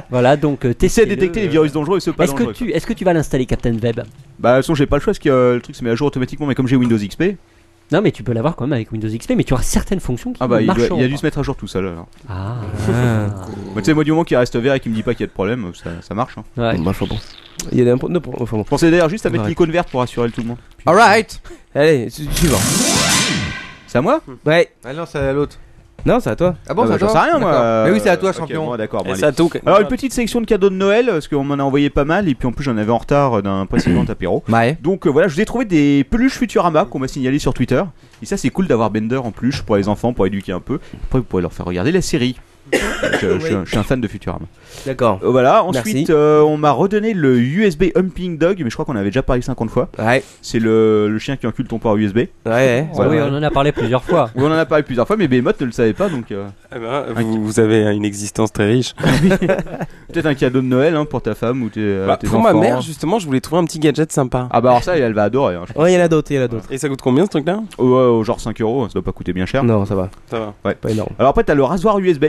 I: Voilà, donc euh,
F: T'essaies
I: testez-le,
F: de détecter les
I: euh,
F: virus dangereux et ceux pas
I: Est-ce que
F: dangereux.
I: tu est-ce que tu vas l'installer Captain Web
F: Bah, de toute façon, j'ai pas le choix, parce que euh, le truc se met à jour automatiquement, mais comme j'ai Windows XP,
I: Non, mais tu peux l'avoir quand même avec Windows XP, mais tu auras certaines fonctions qui
F: ah bah, il, doit-
I: marcheront
F: il a
I: pas.
F: dû se mettre à jour tout seul, alors.
I: Ah.
F: Bah, tu sais, moi, du moment qu'il reste vert et qu'il me dit pas qu'il y a de problème, ça, ça marche. hein.
I: Ouais.
J: Il y a des impôts- non, pour- enfin bon.
F: Je pensais d'ailleurs juste à mettre
J: Ouais.
F: l'icône verte pour assurer le tout le monde.
J: Alright Allez, su- suivant.
F: C'est à moi
J: Ouais.
H: Ah non, c'est à l'autre.
J: Non, c'est à toi.
H: Ah bon,
F: Ah
H: c'est
F: bah,
H: à
F: j'en
H: toi
F: sais rien, moi.
H: D'accord. Mais oui, c'est à toi,
F: Ok,
H: champion.
F: bon, d'accord. bon,
G: Et
F: allez.
G: ça, euh, tout-
F: Alors une petite section de cadeaux de Noël euh, parce qu'on m'en a envoyé pas mal et puis en plus j'en avais en retard euh, d'un précédent apéro.
H: Ouais.
F: Donc euh, voilà, je vous ai trouvé des peluches Futurama qu'on m'a signalé sur Twitter. Et ça c'est cool d'avoir Bender en peluche pour les enfants, pour éduquer un peu. Après vous pourrez leur faire regarder la série. Donc, euh, je, je suis un- je suis un fan de Futurama.
J: D'accord.
F: Euh, Voilà,
J: Merci.
F: ensuite euh, on m'a redonné le USB Humping Dog, mais je crois qu'on avait déjà parlé 50 fois.
J: Ouais.
F: C'est le, le chien qui encule ton port USB.
J: Ouais, ouais.
I: Ah oui, on en a parlé plusieurs fois.
F: On en a parlé plusieurs fois, mais Behemoth ne le savait pas, donc euh,
G: Eh ben, vous, vous avez une existence très riche.
F: peut-être un cadeau de Noël hein, pour ta femme ou tes, euh,
G: Bah,
F: tes
G: pour
F: enfants.
G: ma mère, justement, je voulais trouver un petit gadget sympa.
F: Ah bah alors ça, elle va adorer. hein, je
J: Ouais, il y en a d'autres, il y en a d'autres.
G: Et ça coûte combien ce truc-là
F: pense. Ouais, ouais, genre 5 euros, hein, ça doit pas coûter bien cher.
J: Non, ça va.
G: Ça va.
J: Pas énorme.
F: Alors après, t'as le rasoir USB.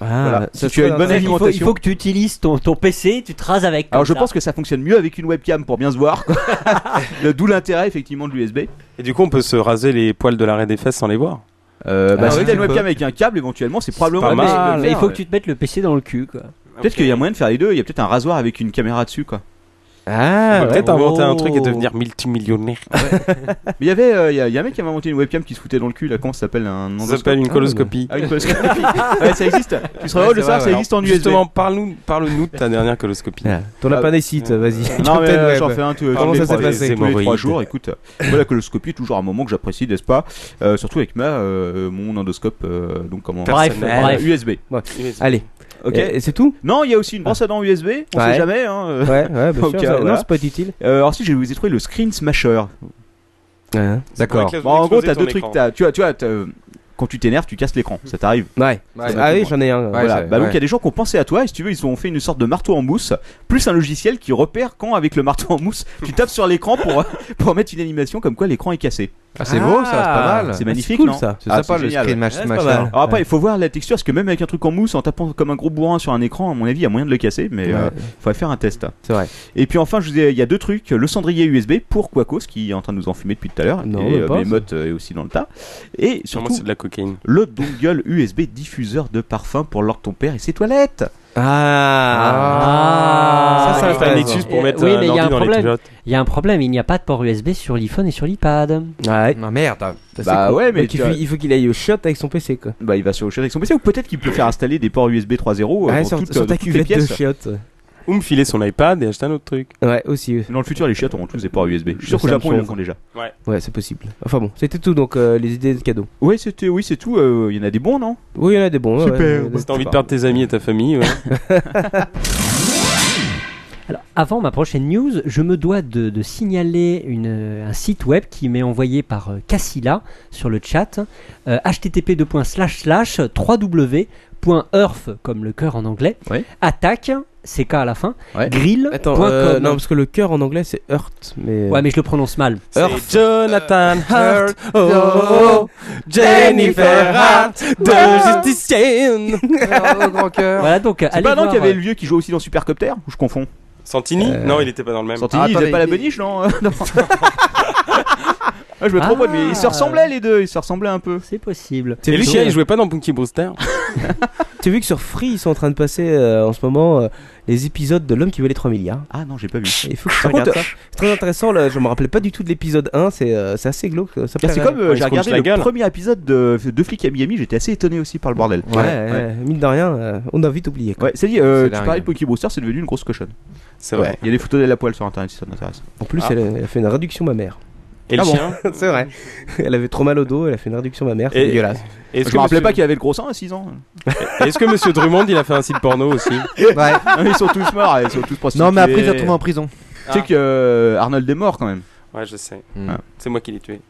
G: Ah,
F: Voilà. Si tu as une bonne
I: Il faut, il
F: alimentation.
I: faut que tu utilises ton, ton PC, tu te rases avec.
F: Alors je
G: Ah.
F: pense que ça fonctionne mieux avec une webcam pour bien se voir. quoi. Le- D'où l'intérêt effectivement de l'USB.
G: Et du coup, on peut se raser les poils de l'arrêt des fesses sans les voir.
F: Euh, bah,
H: Ah
F: si
H: oui,
F: t'as
H: tu
F: une
H: peux.
F: webcam avec un câble, éventuellement, c'est probablement
G: pas
F: la
G: mal.
F: meilleure chose de
I: mais il
F: faire,
I: faut
F: ouais.
I: que tu te mettes le PC dans le cul, quoi.
F: Peut-être qu'il y a moyen de faire les deux. Il y a peut-être un rasoir avec une caméra dessus, quoi.
J: Ah,
G: On va
J: ouais.
G: peut-être inventer un truc et
J: Oh.
G: devenir multimillionnaire.
F: Mais il y avait, euh, il y, a- il y a un mec qui avait inventé une webcam qui se foutait dans le cul là. Comment ça s'appelle un endoscope
G: s'appelle une coloscopie.
F: Ah, une coloscopie. ouais, ça existe. Tu serais
G: Ouais,
F: heureux de
G: c'est
F: savoir ça
G: vrai, ouais.
F: existe en USB.
G: Justement, parle-nous, parle-nous de ta dernière coloscopie.
J: T'en as pas des sites, vas-y.
F: Non, mais Ah.
J: Captain
F: euh,
J: Web.
F: j'en fais un tous, tous
J: Comment
F: les,
J: ça s'est
F: trois,
J: passé
F: tous les trois jours. Écoute, euh, moi, la coloscopie est toujours un moment que j'apprécie, n'est-ce pas Euh, Surtout avec ma, euh, mon endoscope, euh, donc comment
J: Bref, Personnel. bref.
F: USB.
J: Ouais. Allez.
F: Ok.
J: Et- et c'est tout
F: Non, il y a aussi une brosse à dents USB. On
J: Ouais.
F: sait jamais. Hein, euh,
J: Ouais, ouais, bien sûr,
F: au cas,
J: ça- non,
F: voilà.
J: c'est pas utile.
F: Euh, alors si j'ai vous ai trouvé le Screen Smasher.
J: D'accord.
F: D'accord.
J: C'est pour
F: Bon, en gros,
J: exploser
F: t'as
J: ton
F: deux trucs.
J: écran.
F: t'as- tu vois, tu vois, t'as- euh, quand tu t'énerves, tu casses l'écran. Ça t'arrive.
J: Ouais.
F: Ça
J: Ouais.
F: m'arrive
J: Ah oui,
F: moi.
J: j'en ai un. Ouais,
F: Voilà.
J: c'est-
F: Bah donc
J: ouais.
F: il y a des gens qui ont pensé à toi. Et si tu veux, ils ont fait une sorte de marteau en mousse, plus un logiciel qui repère quand avec le marteau en mousse, tu tapes sur l'écran pour pour mettre une animation comme quoi l'écran est cassé.
H: Ah, c'est beau, ça, c'est pas mal.
F: C'est
H: Ah,
F: magnifique,
H: c'est cool,
F: non
H: ça. C'est
F: Ah,
H: sympa, le
F: génial,
H: screen
F: ouais.
H: mash- Ouais, c'est pas mal.
J: Ah,
F: Alors Ah, après,
H: Ouais.
F: il faut voir la texture, parce que même avec un truc en mousse, en tapant comme un gros bourrin sur un écran, à mon avis, il y a moyen de le casser, mais
H: Ouais.
F: euh, faudrait faire un test.
J: C'est vrai.
F: Et puis enfin, je vous ai- il y a deux trucs le cendrier USB pour Quacos qui est en train de nous enfumer depuis tout à l'heure.
J: Non,
F: et euh,
J: bah, pas,
F: mes mottes est aussi dans le tas. Et surtout,
G: c'est de la cocaïne.
F: Le dongle USB diffuseur de parfum pour Lord ton père et ses toilettes.
J: Ah.
G: Ça, c'est un
I: raison.
G: excuse pour
I: Et-
G: mettre,
I: oui,
G: euh,
I: mais il y a
G: l'ordi
I: un
G: dans les
I: problème.
G: culottes.
I: Il y a un problème, il n'y a pas de port USB sur l'iPhone et sur l'iPad.
J: Ouais.
H: Non, Ah, merde.
F: Bah ouais, mais
J: Donc, il faut- il faut qu'il aille au shot avec son PC quoi.
F: Bah il va sur le shot avec son PC ou peut-être qu'il peut faire installer des ports USB 3.0 euh,
J: Ouais,
F: pour
J: sur-
F: toutes,
J: sur
F: euh,
J: ta
F: toutes les
J: cuvette de
F: pièces.
J: chiottes.
G: Ou me filer son iPad et acheter un autre truc.
J: Ouais, aussi.
F: Dans le futur, les chiottes auront tous des ports USB. Je suis sûr
J: Le
F: qu'au Japon, ils
J: Samsung.
F: le font déjà.
G: Ouais.
J: Ouais, c'est possible. Enfin bon, c'était tout donc euh, les idées de cadeaux.
F: Ouais, c'était, oui, c'est tout. euh, Il y en a des bons, non
J: Oui, il y en a des bons. ouais, ouais, ouais,
G: Si t'as
J: ouais.
G: envie de perdre tes amis et ta famille, ouais.
I: Alors, avant ma prochaine news, je me dois de, de signaler une, euh, un site web qui m'est envoyé par euh, Cassila sur le chat euh, http www.earth comme le cœur en anglais attaque ck à la fin grill.com
J: Attends, euh, non, parce que le cœur en anglais c'est hurt, mais. euh,
I: Ouais, mais je le prononce mal.
J: Earth.
G: Jonathan
J: Hurt,
G: Euh, oh,
J: oh,
G: Jennifer Hart,
J: de justicienne.
H: Oh, grand cœur.
I: Voilà donc
F: C'est
I: allez
F: pas non
I: voir,
F: qu'il y avait
I: euh,
F: le vieux qui joue aussi dans Supercopter ou je confonds
G: Santini Non, il était pas dans le même.
F: Santini, il faisait pas la boniche, non Euh, non. Ah, je me trompe, mais ils se ressemblaient les deux, ils se ressemblaient un peu.
I: C'est possible.
G: Et le chien, il jouait pas dans Punky Brewster
J: T'as vu que sur Free, ils sont en train de passer euh, en ce moment euh, les épisodes de l'homme qui veut les 3 milliards.
F: Ah non, j'ai pas vu.
J: Il faut que tu
F: Par
J: regardes
F: contre,
J: ça. C'est très intéressant, là, je me rappelais pas du tout de l'épisode 1, c'est euh, c'est assez glauque. Ça
F: C'est comme euh, j'ai regardé le premier épisode de, de Flic à Miami, j'étais assez étonné aussi par le bordel.
J: Ouais, ouais, mine de rien, euh, on a vite oublié. quoi.
F: Ouais, c'est dit, euh,
J: C'est
F: tu
J: dingue.
F: parlais de Pocky Brewster, c'est devenu une grosse cochonne.
G: C'est vrai.
F: Ouais, Il y a des photos d'elle à poil sur internet si ça t'intéresse.
J: En plus,
F: Ah.
J: elle, a- elle a fait une réduction mammaire.
G: Et le chien
J: C'est vrai. Elle avait trop mal au dos, elle a fait une réduction mammaire, c'est
G: Et-
J: dégueulasse.
G: et est-ce
F: Je
G: que
F: me rappelais
G: monsieur-
F: pas qu'il avait le gros sein à 6 ans.
G: Est-ce que Monsieur Drummond, il a fait un site porno aussi
H: Ouais.
F: ils sont tous morts, ils sont tous prostitués.
H: Non, mais après, ils se retrouvent en prison.
F: Tu sais que euh, Arnold est mort quand même.
G: Ouais, je sais.
H: Hmm.
G: Ah. C'est moi qui l'ai tué.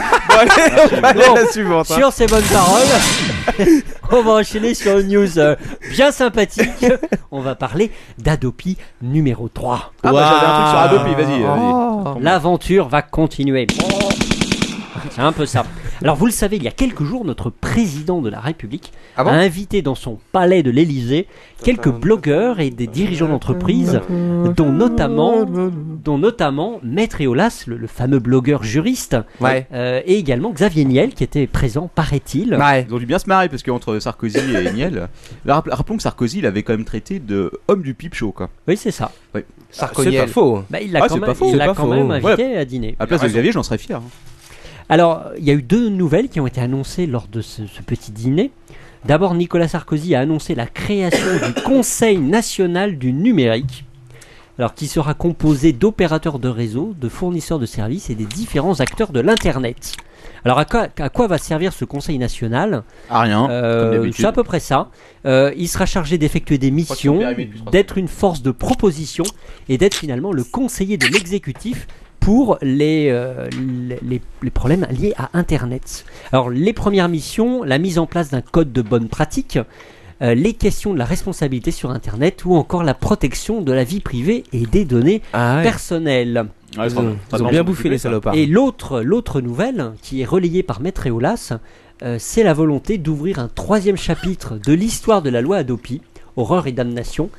I: Bon, Sur ces bonnes paroles, on va enchaîner sur une news euh, bien sympathique. On va parler d'Adopi numéro 3.
F: Ah, bah, j'avais un truc sur Adopi, vas-y, vas-y.
I: Oh. L'aventure va continuer. C'est un peu ça. Alors vous le savez, il y a quelques jours, notre président de la République
H: bon
I: a invité dans son palais de l'Élysée quelques blogueurs et des dirigeants d'entreprise, dont notamment, dont notamment Maître Eolas, le, le fameux blogueur juriste,
H: Ouais.
I: euh, et également Xavier Niel qui était présent, paraît-il.
H: Ah.
F: Ils ont dû bien se marrer parce qu'entre Sarkozy et Niel, là, rapp- rappelons que Sarkozy il avait quand même traité de homme du pipe show quoi.
I: Oui, c'est ça.
F: Oui.
J: Sarkozy. C'est pas faux.
I: Bah, il l'a
F: Ah,
I: quand
F: c'est
I: même-
F: pas faux.
I: il
F: C'est
I: l'a
F: pas
I: quand
F: faux.
I: même invité
F: Ouais. Ah.
I: à dîner.
F: À la place de
I: Raison.
F: Xavier, j'en serais fier. hein.
I: Alors, il y a eu deux nouvelles qui ont été annoncées lors de ce, ce petit dîner. D'abord, Nicolas Sarkozy a annoncé la création du Conseil national du numérique, alors qui sera composé d'opérateurs de réseau, de fournisseurs de services et des différents acteurs de l'Internet. Alors, à quoi, à quoi va servir ce Conseil national
F: À rien.
I: Euh,
F: comme d'habitude.
I: c'est à peu près ça. Euh, il sera chargé d'effectuer des missions,
F: qu'il est arrivé depuis trois
I: d'être une force de proposition et d'être finalement le conseiller de l'exécutif pour les, euh, les, les- les problèmes liés à Internet. Alors les premières missions, la mise en place d'un code de bonne pratique, euh, les questions de la responsabilité sur Internet ou encore la protection de la vie privée et des données
J: Ah ouais.
I: personnelles.
J: Ouais, ça- Ils ont- ça ils ont bien demande bouffé, les ça. salopards.
I: Et l'autre, l'autre nouvelle, qui est relayée par Maître Eolas, euh, c'est la volonté d'ouvrir un troisième chapitre de l'histoire de la loi Adopi, horreur et damnation.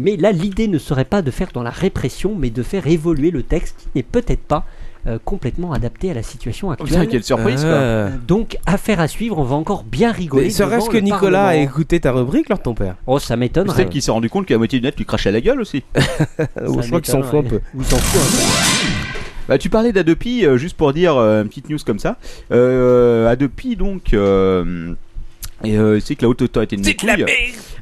I: Mais là, l'idée ne serait pas de faire dans la répression, mais de faire évoluer le texte qui n'est peut-être pas euh, complètement adapté à la situation
F: Oh,
I: actuelle.
J: putain, quelle surprise, quoi. Euh.
I: Donc, affaire à suivre, on va encore bien rigoler.
J: Mais serait-ce
I: devant
J: que
I: le
J: Nicolas a
I: Parlement.
J: écouté ta rubrique lors de ton père
I: Oh, ça m'étonne.
F: Peut-être qu'il s'est rendu compte qu'à la moitié du net, tu crachais à la gueule aussi.
J: je crois qu'il s'en fout un peu.
I: Il s'en fout
F: Bah, tu parlais d'Adopi, euh, juste pour dire euh, une petite news comme ça. Euh, Adopi, donc. euh, et euh, c'est que la haute autorité de Netouille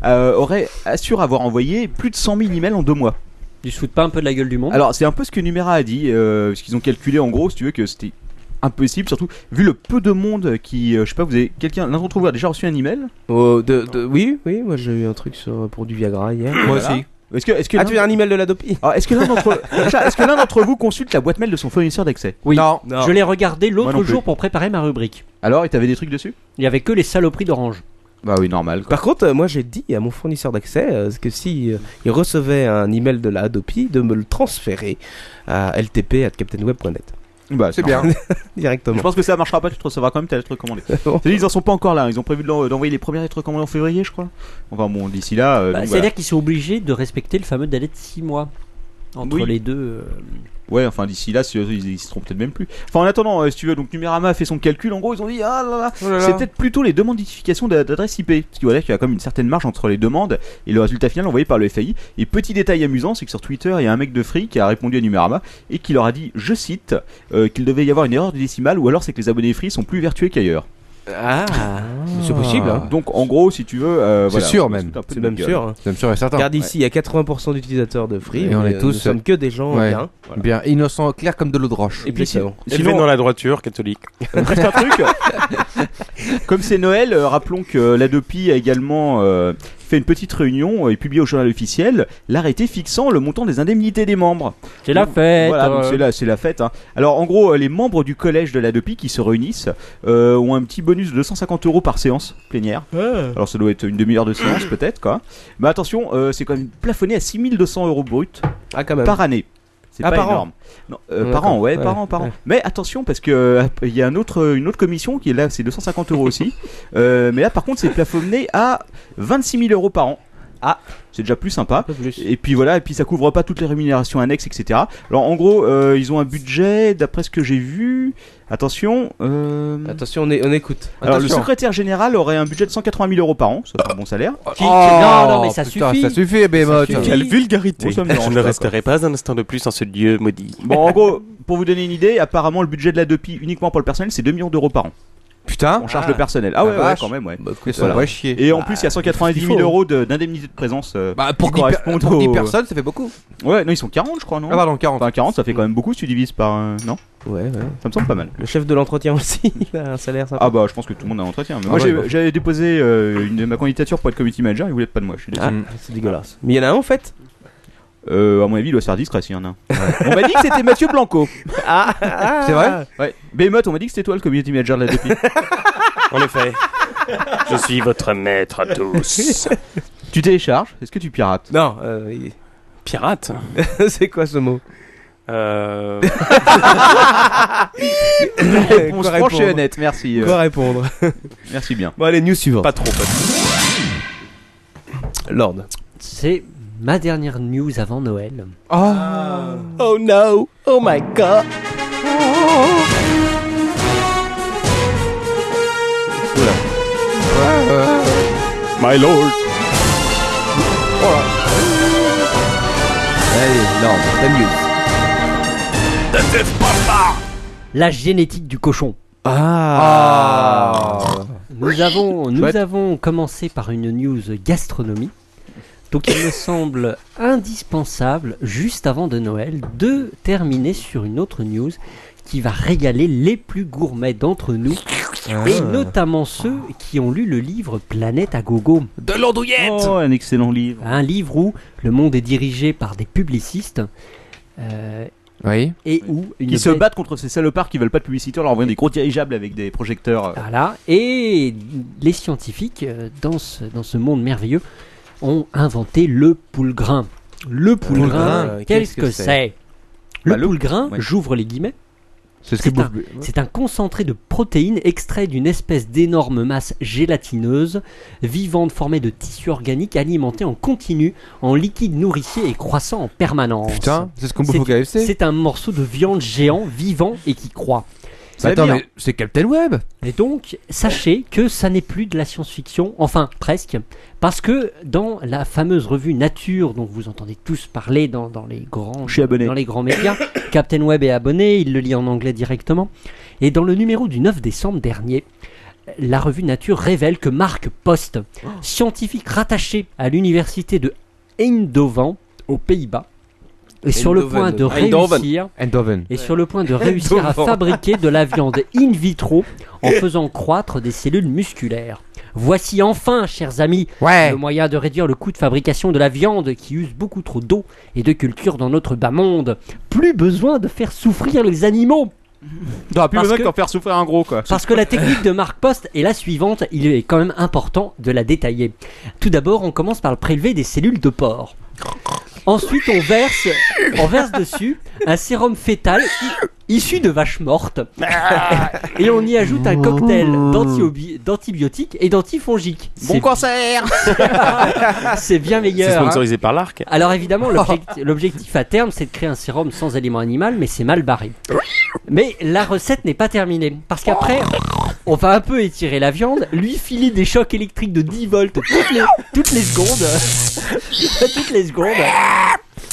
F: euh, aurait assure avoir envoyé plus de 100 000 emails en deux mois.
I: Ils se foutent pas un peu de la gueule du monde
F: Alors c'est un peu ce que Numera a dit, euh, parce qu'ils ont calculé en gros, si tu veux, que c'était impossible, surtout vu le peu de monde qui, euh, je sais pas, vous avez quelqu'un, l'un d'entre vous a déjà reçu un email
J: Oh, de, de- oui, oui, moi j'ai eu un truc sur, pour du Viagra hier. Voilà.
F: Est-ce que, est-ce que
J: Ah, tu as un email de la Dopi
F: Ah, Est-ce que l'un d'entre Chat, est-ce que l'un d'entre vous consulte la boîte mail de son fournisseur d'accès
I: Oui. Non.
F: Non.
I: Je l'ai regardé
F: Moi
I: l'autre
F: non plus.
I: jour pour préparer ma rubrique.
F: Alors, et t'avais des trucs dessus
I: Il y avait que les saloperies d'orange.
F: Bah oui, normal.
J: Par contre, euh, moi j'ai dit à mon fournisseur d'accès euh, que si euh, il recevait un email de la Adopi, de me le transférer à ltp@captainweb.net.
F: Bah c'est bien.
J: Directement.
F: Je pense que ça marchera pas, tu te recevras quand même ta lettre commandée. C'est-à-dire, ils en sont pas encore là, ils ont prévu de l'en- euh, d'envoyer les premières lettres commandées en février, je crois. Enfin bon, d'ici là. euh,
I: Bah,
F: donc,
I: C'est-à-dire
F: voilà.
I: qu'ils sont obligés de respecter le fameux délai de 6 mois entre
F: Oui.
I: les deux. euh,
F: Ouais, enfin d'ici là, si- ils, ils se trompent peut-être même plus. Enfin, en attendant, euh, si tu veux, donc Numérama a fait son calcul. En gros, ils ont dit ah là là,
L: Oh là.
F: c'est peut-être plutôt les demandes d'identification d'a- d'adresse IP, parce qu'il voilà, qu'il y a comme une certaine marge entre les demandes et le résultat final envoyé par le FAI. Et petit détail amusant, c'est que sur Twitter, il y a un mec de Free qui a répondu à Numérama et qui leur a dit, je cite, euh, qu'il devait y avoir une erreur de décimale ou alors c'est que les abonnés Free sont plus vertueux qu'ailleurs.
J: Ah,
F: c'est possible, hein. Donc, en gros, si tu veux, euh,
J: C'est
F: voilà,
J: sûr,
F: on se
J: même.
F: fout un peu
J: C'est
F: de
J: même
F: notre
J: sûr.
F: gueule.
J: C'est même sûr et certain. Regarde ici, il y a 80% d'utilisateurs de Free,
H: Et on
J: mais,
H: est
J: euh,
H: tous.
J: nous sommes que des gens
H: Ouais.
J: bien.
H: Bien, innocents, clairs comme de l'eau de roche.
J: Et puis, Sinon-
G: Élevé dans la droiture catholique.
F: Juste un truc. Comme c'est Noël, euh, rappelons que euh, l'Adopi a également euh, fait une petite réunion euh, et publié au journal officiel l'arrêté fixant le montant des indemnités des membres.
I: C'est la
F: Donc,
I: fête,
F: Voilà, donc
I: euh.
F: c'est la, c'est la fête. hein. Alors en gros, euh, les membres du collège de l'Adopi qui se réunissent euh, ont un petit bonus de 250 euros par séance plénière.
J: euh,
L: Ah.
F: Alors ça doit être une demi-heure de séance peut-être quoi. Mais attention, euh, c'est quand même plafonné à 6200 euros brut par année. C'est
J: bah
F: pas
J: Ah, par an.
F: énorme. Non, euh,
J: Ouais,
F: par an,
J: d'accord.
F: ouais, par
J: Ouais,
F: an, par an.
J: ouais.
F: Mais attention, parce que euh, il y a un autre, une autre commission qui est là, c'est 250 euros aussi. Euh, mais là, par contre, c'est plafonné à 26 000 euros par an. Ah, c'est déjà plus sympa. Et puis voilà, et puis ça couvre pas toutes les rémunérations annexes, etc. Alors en gros, euh, ils ont un budget, d'après ce que j'ai vu. Attention. euh,
J: Attention, on, est- on écoute.
F: Alors le
J: Attention.
F: secrétaire général aurait un budget de 180 000 euros par an, c'est un bon salaire. Euh,
G: non, non, mais ça suffit.
H: Ça suffit, Behemoth.
G: Quelle vulgarité
F: Moi, ça me
G: Je
F: dérange
G: ne
F: pas,
G: resterai pas un instant de plus en ce lieu maudit.
F: Bon, en gros, pour vous donner une idée, apparemment le budget de la DEPI uniquement pour le personnel, c'est 2 millions d'euros par an.
H: Putain
F: On charge le personnel.
H: La
F: Ah ouais, ouais,
H: vache.
F: quand même, ouais.
H: Bah, écoute, ça va chier.
F: Et en
H: Bah,
F: plus, il y a
H: c'est
F: 190
H: ce
F: 000
H: qu'il faut.
F: euros de- d'indemnité de présence. euh,
H: Bah, pour
F: qui
H: 10 per-
F: correspondent
H: pour 10
F: au-
H: personnes, ça fait beaucoup.
F: Ouais, non, ils sont 40, je crois, non
H: Ah, pardon, 40.
F: Enfin, 40, ça fait quand même beaucoup si tu divises par. euh, non
J: Ouais, ouais.
F: Ça me semble pas mal.
J: Le chef de l'entretien aussi, il a un salaire sympa.
F: Ah bah, je pense que tout le monde a un entretien. Mais
J: Ah
F: moi,
J: ouais,
F: j'ai-
J: bah.
F: j'avais déposé euh, une, ma candidature pour être community manager, ils voulaient pas de moi, je suis déçu.
J: Ah, c'est dégueulasse. Mais il y en a un en fait
F: Euh, à mon avis, il doit se faire discret s'il y en a un. On m'a dit que c'était Mathieu Blanco.
J: Ah,
F: C'est vrai Ouais. Behemoth, on m'a dit que c'était toi le community manager de la DEPI.
G: En effet. Je suis votre maître à tous.
F: tu télécharges Est-ce que tu pirates
J: Non. euh, il-
G: Pirate
J: c'est quoi ce mot
G: Euh.
F: Réponse franche et
J: Quoi répondre
F: honnête, merci. euh.
J: Quoi répondre
F: Merci bien.
J: Bon, allez, news suivante.
G: Pas trop, pas trop.
J: Lord.
I: C'est ma dernière news avant Noël.
J: Oh. oh no. Oh my god.
G: My lord.
H: Allez, non, ta news.
I: La génétique du cochon.
J: Ah.
I: Nous avons, nous
J: Chouette.
I: avons commencé par une news gastronomie. Donc il me semble indispensable, juste avant de Noël, de terminer sur une autre news qui va régaler les plus gourmets d'entre nous,
F: Ah.
I: et notamment ceux qui ont lu le livre Planète à gogo.
C: De l'andouillette
F: Oh, un excellent livre.
I: Un livre où le monde est dirigé par des publicistes. euh,
H: Oui.
I: Et où une
F: Qui se
I: bête-
F: battent contre ces salopards qui veulent pas de publicité en leur envoyant des gros dirigeables avec des projecteurs.
I: Voilà. Et les scientifiques, euh, dans ce, dans ce monde merveilleux, ont inventé le poulgrain. Le poulgrain,
H: poulgrain,
I: qu'est-ce que c'est Le poulgrain,
H: ouais.
I: j'ouvre les guillemets,
H: C'est ce que
I: C'est un,
H: bouffe- ouais.
I: c'est un concentré de protéines extrait d'une espèce d'énorme masse gélatineuse, vivante formée de tissus organiques alimentés en continu, en liquide nourricier et croissant en permanence.
H: Putain, c'est ce qu'on bouffe au KFC.
I: C'est un morceau de viande géant, vivant et qui croît.
H: Mais attends, mais c'est Captain Web
I: Et donc, sachez que ça n'est plus de la science-fiction, enfin presque, parce que dans la fameuse revue Nature, dont vous entendez tous parler dans, dans les grands,
F: Je suis abonné.
I: dans les grands médias, Captain Web est abonné, il le lit en anglais directement. Et dans le numéro du 9 décembre dernier, la revue Nature révèle que Marc Post, scientifique rattaché à l'université de Eindhoven aux Pays-Bas, est sur le point de réussir
H: Eindhoven.
I: est sur le point de réussir à
H: Devant.
I: fabriquer de la viande in vitro en faisant croître des cellules musculaires. Voici enfin, chers amis,
M: Eh.
I: le moyen de réduire le coût de fabrication de la viande qui use beaucoup trop d'eau et de culture dans notre bas monde. Plus besoin de faire souffrir les animaux.
M: Non, plus
I: Parce
M: besoin
I: que-
M: d'en faire souffrir un gros quoi.
I: parce que la technique de Marc Post est la suivante, il est quand même important de la détailler. Tout d'abord, on commence par le prélever des cellules de porc. Ensuite, on verse, on verse dessus un sérum fétal i- issu de vaches mortes.
K: Ah.
I: Et on y ajoute un cocktail d'antiobi- d'antibiotiques et d'antifongiques.
K: Bon
I: C'est-
K: cancer
I: C'est bien meilleur.
G: C'est
I: hein.
G: sponsorisé par l'Arc.
I: Alors évidemment, l'objecti- l'objectif à terme, c'est de créer un sérum sans aliment animal, mais c'est mal barré. Mais la recette n'est pas terminée, parce qu'après, on va un peu étirer la viande, lui filer des chocs électriques de 10 volts toutes les, toutes les secondes. toutes les secondes.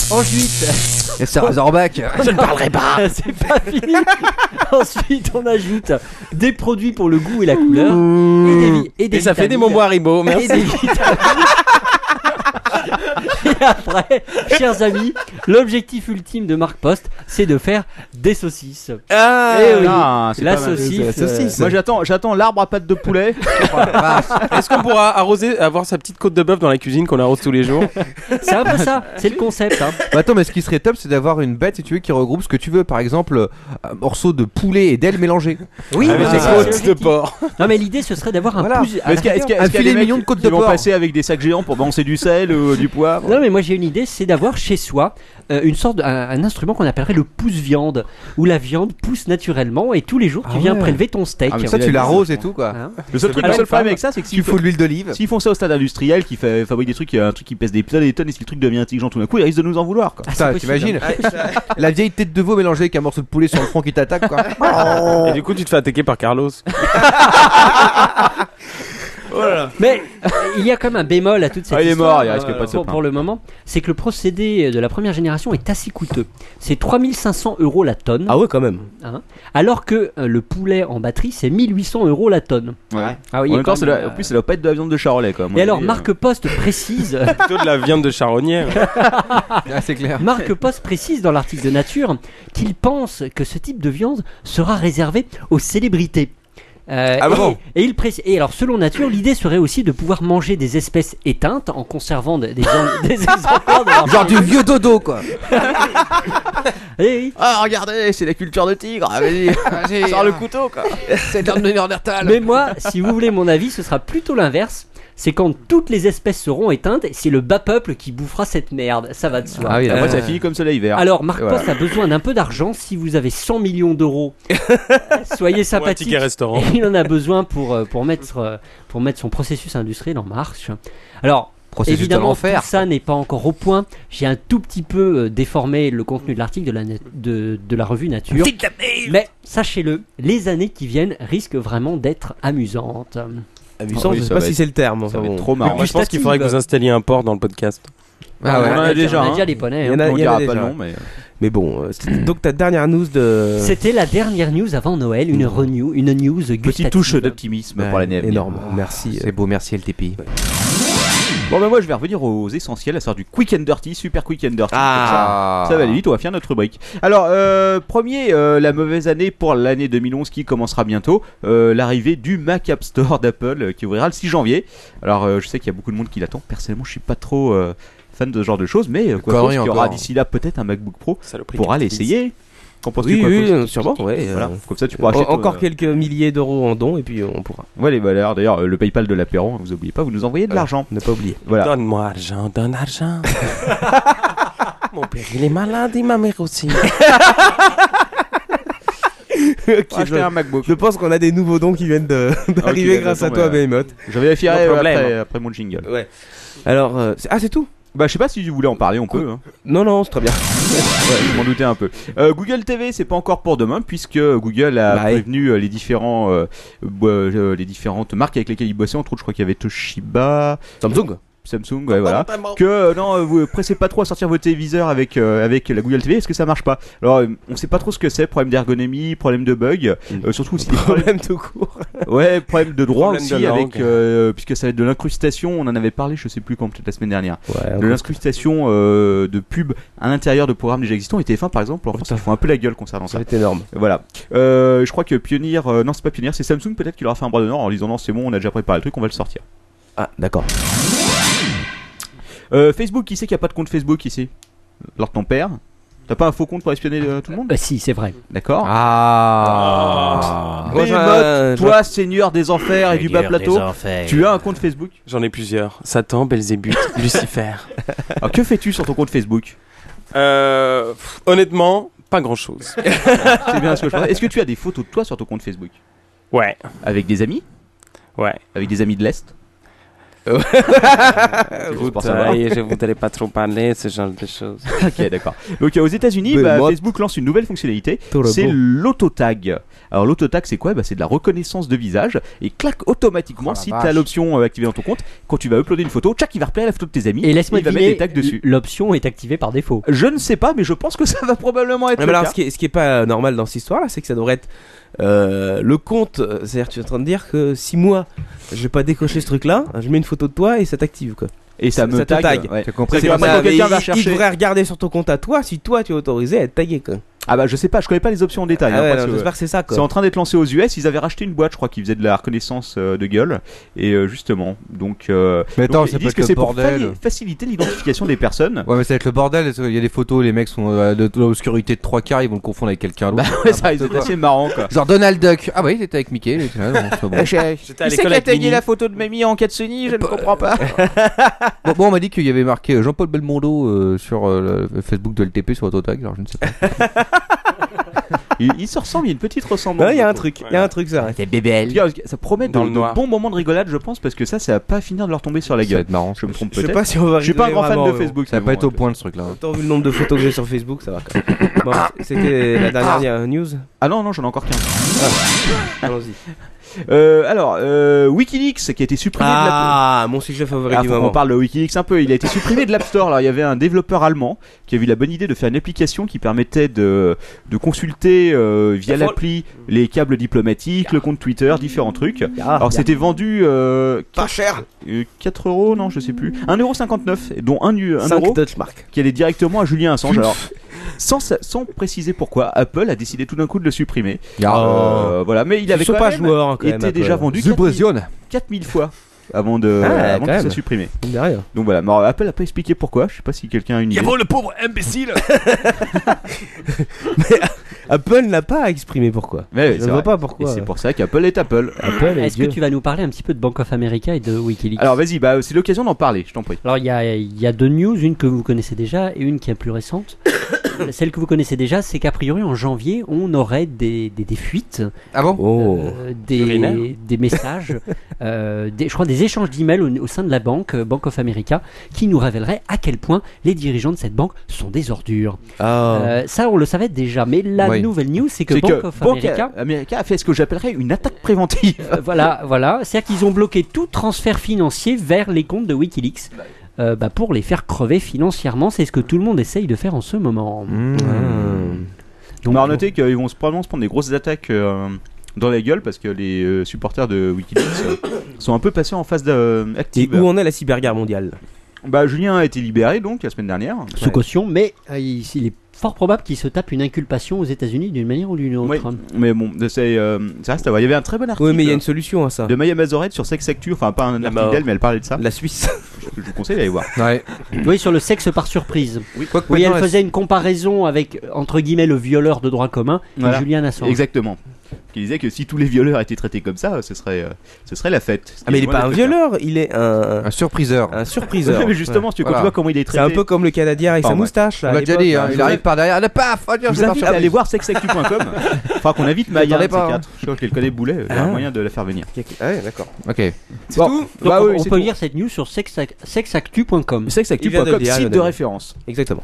I: Ensuite...
H: Et c'est un Razorback.
I: Je ne parlerai pas. C'est pas fini. Ensuite, on ajoute des produits pour le goût et la couleur. Et, des vi-
C: Et ça fait des
I: vitamines.
C: bonbons Haribo,
I: Et
C: merci.
I: des vitamines. Et après, chers amis, l'objectif ultime de Marc Post, c'est de faire des saucisses.
F: Ah,
I: Eh oui,
F: non, c'est
I: la,
F: pas mal.
I: saucisse,
F: C'est la saucisse. euh, Moi,
I: j'attends, j'attends l'arbre à pâte de poulet.
G: Est-ce qu'on pourra arroser, avoir sa petite côte de bœuf dans la cuisine qu'on arrose tous les jours
I: C'est un peu ça, c'est le concept. hein.
H: Bah attends, mais ce qui serait top, c'est d'avoir une bête, si tu veux, qui regroupe ce que tu veux. Par exemple, euh, un morceau de poulet et d'aile mélangé.
I: Oui,
G: Ah,
F: Ah,
H: Avec
I: mais
H: des
I: c'est
H: côtes
I: logique.
H: de porc.
I: Non, mais l'idée, ce serait d'avoir un plus- à
F: Mais Est-ce qu'il y a- est-ce qu'il y a-
I: l'arrière,
F: est-ce qu'il y a des mecs
I: côtes
F: qui vont passer avec des sacs géants pour balancer du sel ou du poivre
I: Non mais moi j'ai une idée, c'est d'avoir chez soi euh, une sorte de- un, un instrument qu'on appellerait le pouce viande, où la viande pousse naturellement et tous les jours tu
H: Ah
I: viens
H: ouais.
I: prélever ton steak. Hein
H: Ah, mais ça, tu l'arroses et tout, quoi.
F: Le seul, truc, le seul problème avec ça, c'est que s'ils font- S'ils font ça au stade industriel, qui fait fabrique des trucs, il y a un truc qui pèse des tonnes et des tonnes, et si le truc devient intelligent tout d'un coup, ils risquent de nous en vouloir.
I: Ah,
F: Quoi.
H: Putain, t'imagines
I: hein.
H: La vieille tête de veau mélangée avec un morceau de poulet sur le front qui t'attaque, quoi.
I: Oh.
G: Et du coup, tu te fais attaquer par Carlos.
I: Mais euh, il y a quand même un bémol à toute cette
F: Ah, il est
I: histoire, euh,
F: mort, il risque pas de se
I: pour,
F: plaindre.
I: pour le moment, c'est que le procédé de la première génération est assez coûteux. C'est 3500 euros la tonne.
J: Ah ouais, quand même.
I: Hein, alors que euh, le poulet en batterie c'est 1800 euros la tonne.
F: Ouais.
I: Ah oui, il y
F: en,
I: a
F: même temps,
I: quand
F: ça
I: même,
F: doit- en
I: euh,
F: plus, ça doit pas être de la viande de Charolais. Quoi, à mon
I: Et alors
F: avis,
I: Marc Poste précise
G: Plutôt de la viande de charognère.
H: Ah, c'est clair.
I: Marc Post précise dans l'article de Nature qu'il pense que ce type de viande sera réservé aux célébrités. Euh,
G: Ah
I: et,
G: bon
I: et il précise. Et alors, selon Nature, l'idée serait aussi de pouvoir manger des espèces éteintes en conservant des, des, des exemplaires de leur-
H: Genre du vieux dodo, quoi.
I: Eh
F: Ah, regardez, c'est la culture de tigre. ah, Vas-y,
B: Vas-y,
F: sors le
B: ah.
F: couteau. Quoi.
I: Euh.
B: C'est l'homme de Néandertal.
I: Mais moi, si vous voulez mon avis, ce sera plutôt l'inverse. C'est quand toutes les espèces seront éteintes, c'est le bas peuple qui bouffera cette merde. Ça va de soi.
F: Ah oui, après,
I: Euh,
F: ça finit comme soleil vert.
I: Alors, Marc
F: Et voilà.
I: Post a besoin d'un peu d'argent. Si vous avez 100 millions d'euros, soyez sympathique.
G: ticket restaurant.
I: Et Il en a besoin pour, euh, pour, mettre, euh, pour mettre son processus industriel en marche. Alors.
H: Processus de
I: Évidemment, tout
H: l'enfer.
I: ça n'est pas encore au point. J'ai un tout petit peu euh, déformé le contenu de l'article de la, na- de, de la revue Nature.
C: C'est de la
I: Mais sachez-le, les années qui viennent risquent vraiment d'être amusantes.
F: Ah,
J: Amusant, je sais pas si c'est le terme. enfin bon.
G: Moi, je pense qu'il faudrait que vous installiez un porc dans le podcast.
J: Ah ouais.
I: On en a déjà, On a hein. déjà les
J: Il
I: poneys,
J: y en
I: hein.
J: a,
I: On
J: il y en a
I: dira pas
J: déjà.
I: le nom, mais-
J: Mais bon, euh, c'était donc ta dernière news de.
I: C'était la dernière news avant Noël, une renew, une news gustative.
F: d'optimisme pour l'année à venir.
J: Énorme, merci.
H: C'est beau, merci LTP.
F: Bon, bah, moi, je vais revenir aux essentiels, à savoir du quick and dirty, super quick and dirty.
H: Ah.
F: Comme Ça, ça va aller vite, on va finir notre rubrique. Alors, euh, premier, euh, la mauvaise année pour l'année 2011 qui commencera bientôt, euh, l'arrivée du Mac App Store d'Apple euh, qui ouvrira le 6 janvier. Alors, euh, je sais qu'il y a beaucoup de monde qui l'attend. Personnellement, je suis pas trop euh, fan de ce genre de choses, mais euh, quoi
H: Connerie
F: qu'il y aura
H: encore.
F: d'ici là peut-être un MacBook Pro pourra l'essayer. Qu'en penses-tu
J: Oui,
F: quoi,
J: oui,
F: Coach
J: euh, sûrement, ouais.
F: Voilà,
J: euh,
F: comme ça, tu pourras
J: en-
F: acheter ton-
J: Encore quelques milliers d'euros en dons et puis euh, on pourra.
F: Ouais, les valeurs. D'ailleurs, euh, le PayPal de l'apéro, hein, vous oubliez pas, vous nous envoyez de l'argent.
J: Euh, Ne pas oublier. Ah,
F: Voilà.
G: Donne-moi argent, donne argent. Mon père, il est malade et ma mère aussi.
J: Ok,
F: Pour acheter
J: je-
F: un MacBook.
J: Je pense qu'on a des nouveaux dons Ah, qui viennent de- d'arriver
F: Ok,
J: grâce à
F: attends,
J: toi,
F: mais, euh,
J: Behemoth.
F: Je vérifierai
J: Sans
F: euh,
J: problème.
F: après, après mon jingle.
J: Ouais. Alors, euh, c'est- ah, c'est tout
F: Bah, je sais pas si vous voulez en parler, on peut. hein.
J: Non, non, c'est très bien.
F: ouais, je m'en doutais un peu. Euh, Google TV, c'est pas encore pour demain, puisque Google
J: Bah,
F: a prévenu euh, les, différents, euh, bo- euh, les différentes marques avec lesquelles il bossait. Entre autres, je crois qu'il y avait Toshiba.
J: Samsung
F: Samsung, ouais, voilà. Que euh, non, euh, vous pressez pas trop à sortir vos téléviseurs avec, euh, avec la Google TV parce que ça marche pas. Alors, euh, on sait pas trop ce que c'est problème d'ergonomie, problème de bug, euh, surtout si problème
J: Mm. de cours.
F: Ouais, problème de droit
J: Problème de
F: aussi,
J: langue.
F: avec, euh, puisque ça va être de l'incrustation, on en avait parlé, je sais plus quand, peut-être la semaine dernière. de
J: encore.
F: l'incrustation euh, de pub à l'intérieur de programmes déjà existants. Et TF1, par exemple, en France, ils font un peu la gueule concernant ça.
J: C'est énorme.
F: Voilà. Euh, je crois que Pioneer, euh, non, c'est pas Pioneer, c'est Samsung peut-être qui leur a fait un bras d'honneur en disant non, c'est bon, on a déjà préparé le truc, on va le sortir.
J: Ah, d'accord.
F: Euh, Facebook, qui sait qu'il n'y a pas de compte Facebook ici Lors de ton père T'as pas un faux compte pour espionner euh, tout le monde
I: Bah si, c'est vrai.
F: D'accord.
G: Ah.
F: Behemoth, toi, seigneur des enfers et du bas plateau, tu as un compte Facebook
G: J'en ai plusieurs. Satan, Belzébuth, Lucifer.
F: Alors, que fais-tu sur ton compte Facebook
G: Euh, pff, honnêtement, pas grand-chose.
F: C'est bien ce que je pensais. Est-ce que tu as des photos de toi sur ton compte Facebook
G: Ouais.
F: Avec des amis
G: Ouais.
F: Avec des amis de l'Est
G: vous
F: pour savoir.
G: taillez, je voudrais pas trop parler, ce genre de choses.
F: ok, d'accord. Donc euh, aux États-Unis,
G: Mais
F: bah,
G: moi-
F: Facebook lance une nouvelle fonctionnalité.
G: Tout le
F: C'est
G: beau.
F: l'autotag. Alors l'autotag, c'est quoi Bah, C'est de la reconnaissance de visage et claque automatiquement
G: Oh, la
F: si
G: vache.
F: tu as l'option euh, activée dans ton compte. Quand tu vas uploader une photo, tchac, il va repérer la photo de tes amis
I: Et laisse-moi
F: il va
I: deviner,
F: mettre des tags dessus.
I: L'option est activée par défaut.
F: Je ne sais pas, mais je pense que ça va probablement être
J: Mais
F: le
J: Eh ben alors,
F: cas.
J: ce qui, est, ce qui est pas euh, normal dans cette histoire-là, c'est que ça devrait être euh, le compte. euh, C'est-à-dire, tu es en train de dire que si moi, je vais pas décocher ce truc-là, hein, je mets une photo de toi et ça t'active quoi.
F: Et ça me
J: te
F: tag,
J: tague.
F: ouais.
J: C'est
F: compris.
J: pas
F: Parce que
J: ça,
F: quand quelqu'un
J: mais
F: va
J: il-
F: chercher-
J: Il devrait regarder sur ton compte à toi si toi tu es autorisé à être tagué quoi.
F: Ah bah je sais pas, je connais pas les options en détail.
J: Ah
F: hein,
J: ouais,
F: parce
J: non, j'espère que c'est ça, quoi.
F: C'est en train d'être lancé aux US. Ils avaient racheté une boîte, je crois, qui faisait de la reconnaissance euh, de gueule. Et euh, justement, donc. euh,
H: Mais attends,
F: donc,
H: ça
F: ils
H: peut
F: disent
H: être
F: que
H: le
F: c'est pour
H: bordel.
F: fa- faciliter l'identification des personnes.
H: Ouais, mais ça va être le bordel. Il y a des photos, les mecs sont euh, de de l'obscurité de trois quarts, ils vont le confondre avec quelqu'un d'autre.
F: ouais, ça risque d'être assez marrant, quoi.
H: Genre Donald Duck. Ah oui, il était avec Mickey. il était là, non, c'est pas bon.
F: Eh, chérie,
G: à
F: il sait
G: l'école
F: qui a
G: avec
F: tagué
G: Minnie.
F: la photo de Mamie en Katsuni Je ne comprends pas.
H: Bon, bon, on m'a dit qu'il y avait marqué euh, Jean-Paul Belmondo euh, sur euh, le Facebook de LTP sur Autotag, alors je ne sais pas.
F: il, il se ressemble, il y a une petite ressemblance.
J: Ouais, il y a un truc, il y a un truc, ça.
F: C'est bébé. Ça promet de,
J: Dans le
F: de
J: noir.
F: bons moments de rigolade, je pense, parce que ça, ça va pas finir de leur tomber sur la
H: Ça
F: gueule.
H: va être marrant.
F: Je me trompe
J: Je sais
F: peut-être.
J: pas si on va
F: Je suis pas un
J: rigoler
F: grand fan
J: vraiment,
F: de
J: mais bon.
F: Facebook.
H: Ça
F: mais
H: va pas
F: bon,
H: être au
F: ouais.
H: point de ce truc là.
J: Tant vu le nombre de photos que j'ai sur Facebook, ça va quand même. Bon, C'était la dernière euh, news.
F: Ah non, non, j'en ai encore 15.
J: Allons-y.
F: Euh, alors, euh, Wikileaks qui a été supprimé de la
J: Ah, mon sujet favori
F: Ah,
J: du
F: faut
J: moment.
F: qu'on parle de Wikileaks un peu. Il a été supprimé de l'App Store. Alors, il y avait un développeur allemand qui a eu la bonne idée de faire une application qui permettait de, de consulter euh, via l'appli les câbles diplomatiques, le compte Twitter, différents trucs. Alors, c'était vendu. euh,
J: Pas cher
F: euh, 4 euros, non, je sais plus. 1,59€, dont 1, eu- 1
J: Cinq
F: euro
J: Deutschmark.
F: qui allait directement à Julien Assange. Alors, sans, sa- sans préciser pourquoi, Apple a décidé tout d'un coup de le supprimer.
H: Ah.
F: Euh, voilà, mais il
J: Ils
F: avait
J: sont
F: quand
J: pas
F: même
J: joueurs, hein, quand
F: été
J: même, Apple.
F: déjà vendu
H: The
F: 4000,
H: Brazilian.
F: 4000 fois avant de,
J: Ah,
F: avant
J: quand
F: qu'il
J: même.
F: soit supprimé.
J: Derrière.
F: Donc voilà, mais alors, Apple a pas expliqué pourquoi. Je sais pas si quelqu'un a une idée.
E: Y'a bon le pauvre imbécile
J: Apple n'a pas à exprimer pourquoi.
F: Mais oui,
J: je
F: c'est
J: ne vois
F: vrai.
J: pas pourquoi.
F: Et c'est pour ça qu'Apple est Apple.
J: Apple est
I: Est-ce que
J: Dieu.
I: tu vas nous parler un petit peu de Bank of America et de Wikileaks
F: Alors vas-y, bah, c'est l'occasion d'en parler, je t'en prie.
I: Alors il y a, il y a deux news, une que vous connaissez déjà et une qui est plus récente. Celle que vous connaissez déjà, c'est qu'a priori en janvier, on aurait des, des, des fuites,
H: Ah bon
F: Oh.
I: euh, des,
G: Urinaires
I: des messages, euh, des, je crois des échanges d'emails au, au sein de la banque, euh, Bank of America, qui nous révéleraient à quel point les dirigeants de cette banque sont des ordures. Euh, ça, on le savait déjà, mais la
F: Ah. Oui.
I: nouvelle news, c'est que
F: C'est
I: Bank
F: que
I: of
F: Bank
I: America
F: America a fait ce que j'appellerais une attaque préventive.
I: Euh, voilà, voilà. C'est-à-dire qu'ils ont bloqué tout transfert financier vers les comptes de Wikileaks. euh, bah, pour les faire crever financièrement, c'est ce que tout le monde essaye de faire en ce moment.
F: Donc, Mmh. on va noter qu'ils vont se- probablement se prendre des grosses attaques euh, dans la gueule parce que les euh, supporters de Wikileaks euh, sont un peu passés en phase d'active.
J: Et où en est la cyberguerre mondiale
F: Bah Julien a été libéré donc la semaine dernière.
I: Sous caution, mais euh, il, il est fort probable qu'il se tape une inculpation aux États-Unis d'une manière ou d'une autre.
F: Mais bon, c'est, euh, ça reste à voir. Il y avait un très bon article.
J: Oui, mais il y a une solution à ça.
F: De Maya Mazoret sur Sex Actu, enfin pas un article
J: mort.
F: d'elle, mais elle parlait de ça.
J: La Suisse.
F: Je vous conseille d'aller voir.
I: Oui, sur le sexe par surprise.
F: Oui,
I: Oui, elle faisait une comparaison avec, entre guillemets, le violeur de droit commun, et
F: Voilà.
I: Julian Assange.
F: Exactement. qui disait que si tous les violeurs étaient traités comme ça, ce serait, euh, ce serait la fête.
J: Ah mais il est
F: Loin
J: pas un
F: d'être le cas.
J: violeur, il est un...
H: Un surpriseur.
J: Un surpriseur.
F: Mais justement, si tu- quand tu vois comment il est
J: C'est
F: traité-
J: un peu comme le Canadien avec
F: Enfin,
J: sa
F: ouais.
J: moustache. là,
F: On
J: à
F: l'a déjà
J: l'époque,
F: dit,
J: là.
F: hein, il arrive
H: par derrière, là, paf
F: Je vous invite à aller voir sexactu.com. Faudra qu'on invite Maya, un
H: Attendez
F: de ces
H: pas, hein.
F: quatre. Je crois que le connais Boulet, il y a
H: Hein
F: un moyen de la faire venir.
J: Ouais, d'accord.
H: Ok.
F: C'est Bon, tout
I: Donc,
F: bah
I: on,
F: oui,
I: on
F: c'est
I: peut
F: tout.
I: lire cette news sur sexac- sexactu.com.
F: Sexactu.com, site de référence.
J: Exactement.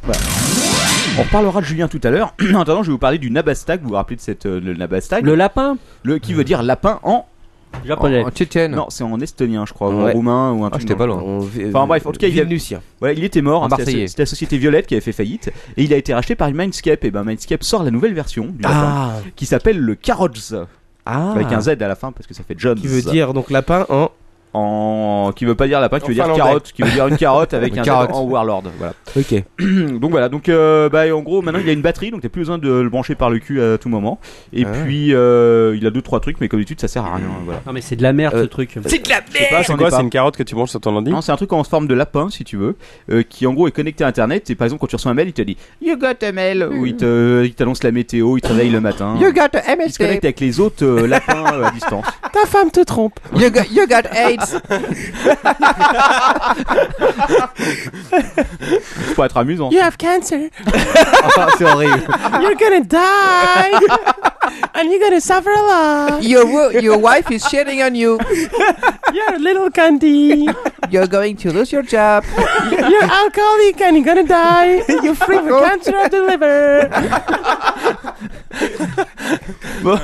F: On reparlera de Julien tout à l'heure. en attendant, je vais vous parler du Nabastag. Vous vous rappelez de cette, euh, le Nabastag
I: Le lapin
F: Le qui veut dire lapin en.
I: Japonais.
F: En, tchétchène. Non, c'est en estonien, je crois. ou
H: Ouais.
F: En roumain ou un truc.
H: j'étais
F: dans le
H: pas loin.
F: genre.
H: On vi-
F: Enfin bref, en tout cas, il, a-
H: Vilniusien.
F: voilà, il était mort.
H: En
F: hein, c'était la-
H: Marseillais.
F: C'était la société Violette qui avait fait faillite. Et il a été racheté par Mindscape. Et ben Mindscape sort la nouvelle version du lapin,
J: Ah.
F: qui s'appelle le Carrots. Avec un Z à la fin parce que ça fait John.
J: Qui veut dire donc lapin en.
F: En... Qui veut pas dire lapin, qui
J: En
F: veut dire
J: finlandais.
F: carotte, qui veut dire une carotte avec
J: Une
F: un
J: carotte.
F: Z en Warlord. Voilà.
J: Ok.
F: donc voilà, donc euh, bah, en gros maintenant il a une batterie donc t'as plus besoin de le brancher par le cul à tout moment. Et
J: Ah.
F: puis euh, il a deux trois trucs mais comme d'habitude ça sert à rien. hein, Voilà.
I: Non mais c'est de la
F: Euh,
I: merde ce truc.
F: C'est de la merde
G: C'est quoi, c'est une
F: carotte que tu manges sur ton lundi Non, c'est un truc en forme de lapin si tu veux, euh, qui en gros est connecté à internet et par exemple quand tu reçois un mail il te dit You got a mail ou il te- euh, il t'annonce la météo, il te réveille le matin.
L: You got a
F: Il se connecte avec les autres euh, lapins euh, à distance.
L: Ta femme te trompe. You got, you got AIDS.
F: Ça pourrait être amusant.
L: You have cancer.
F: Ah, c'est horrible.
L: You're gonna die. And you're gonna suffer a lot. Your, your wife is shitting on you. You're a little candy. You're going to lose your job. You're alcoholic and you're gonna die. You're free with cancer of the liver.
F: Bon.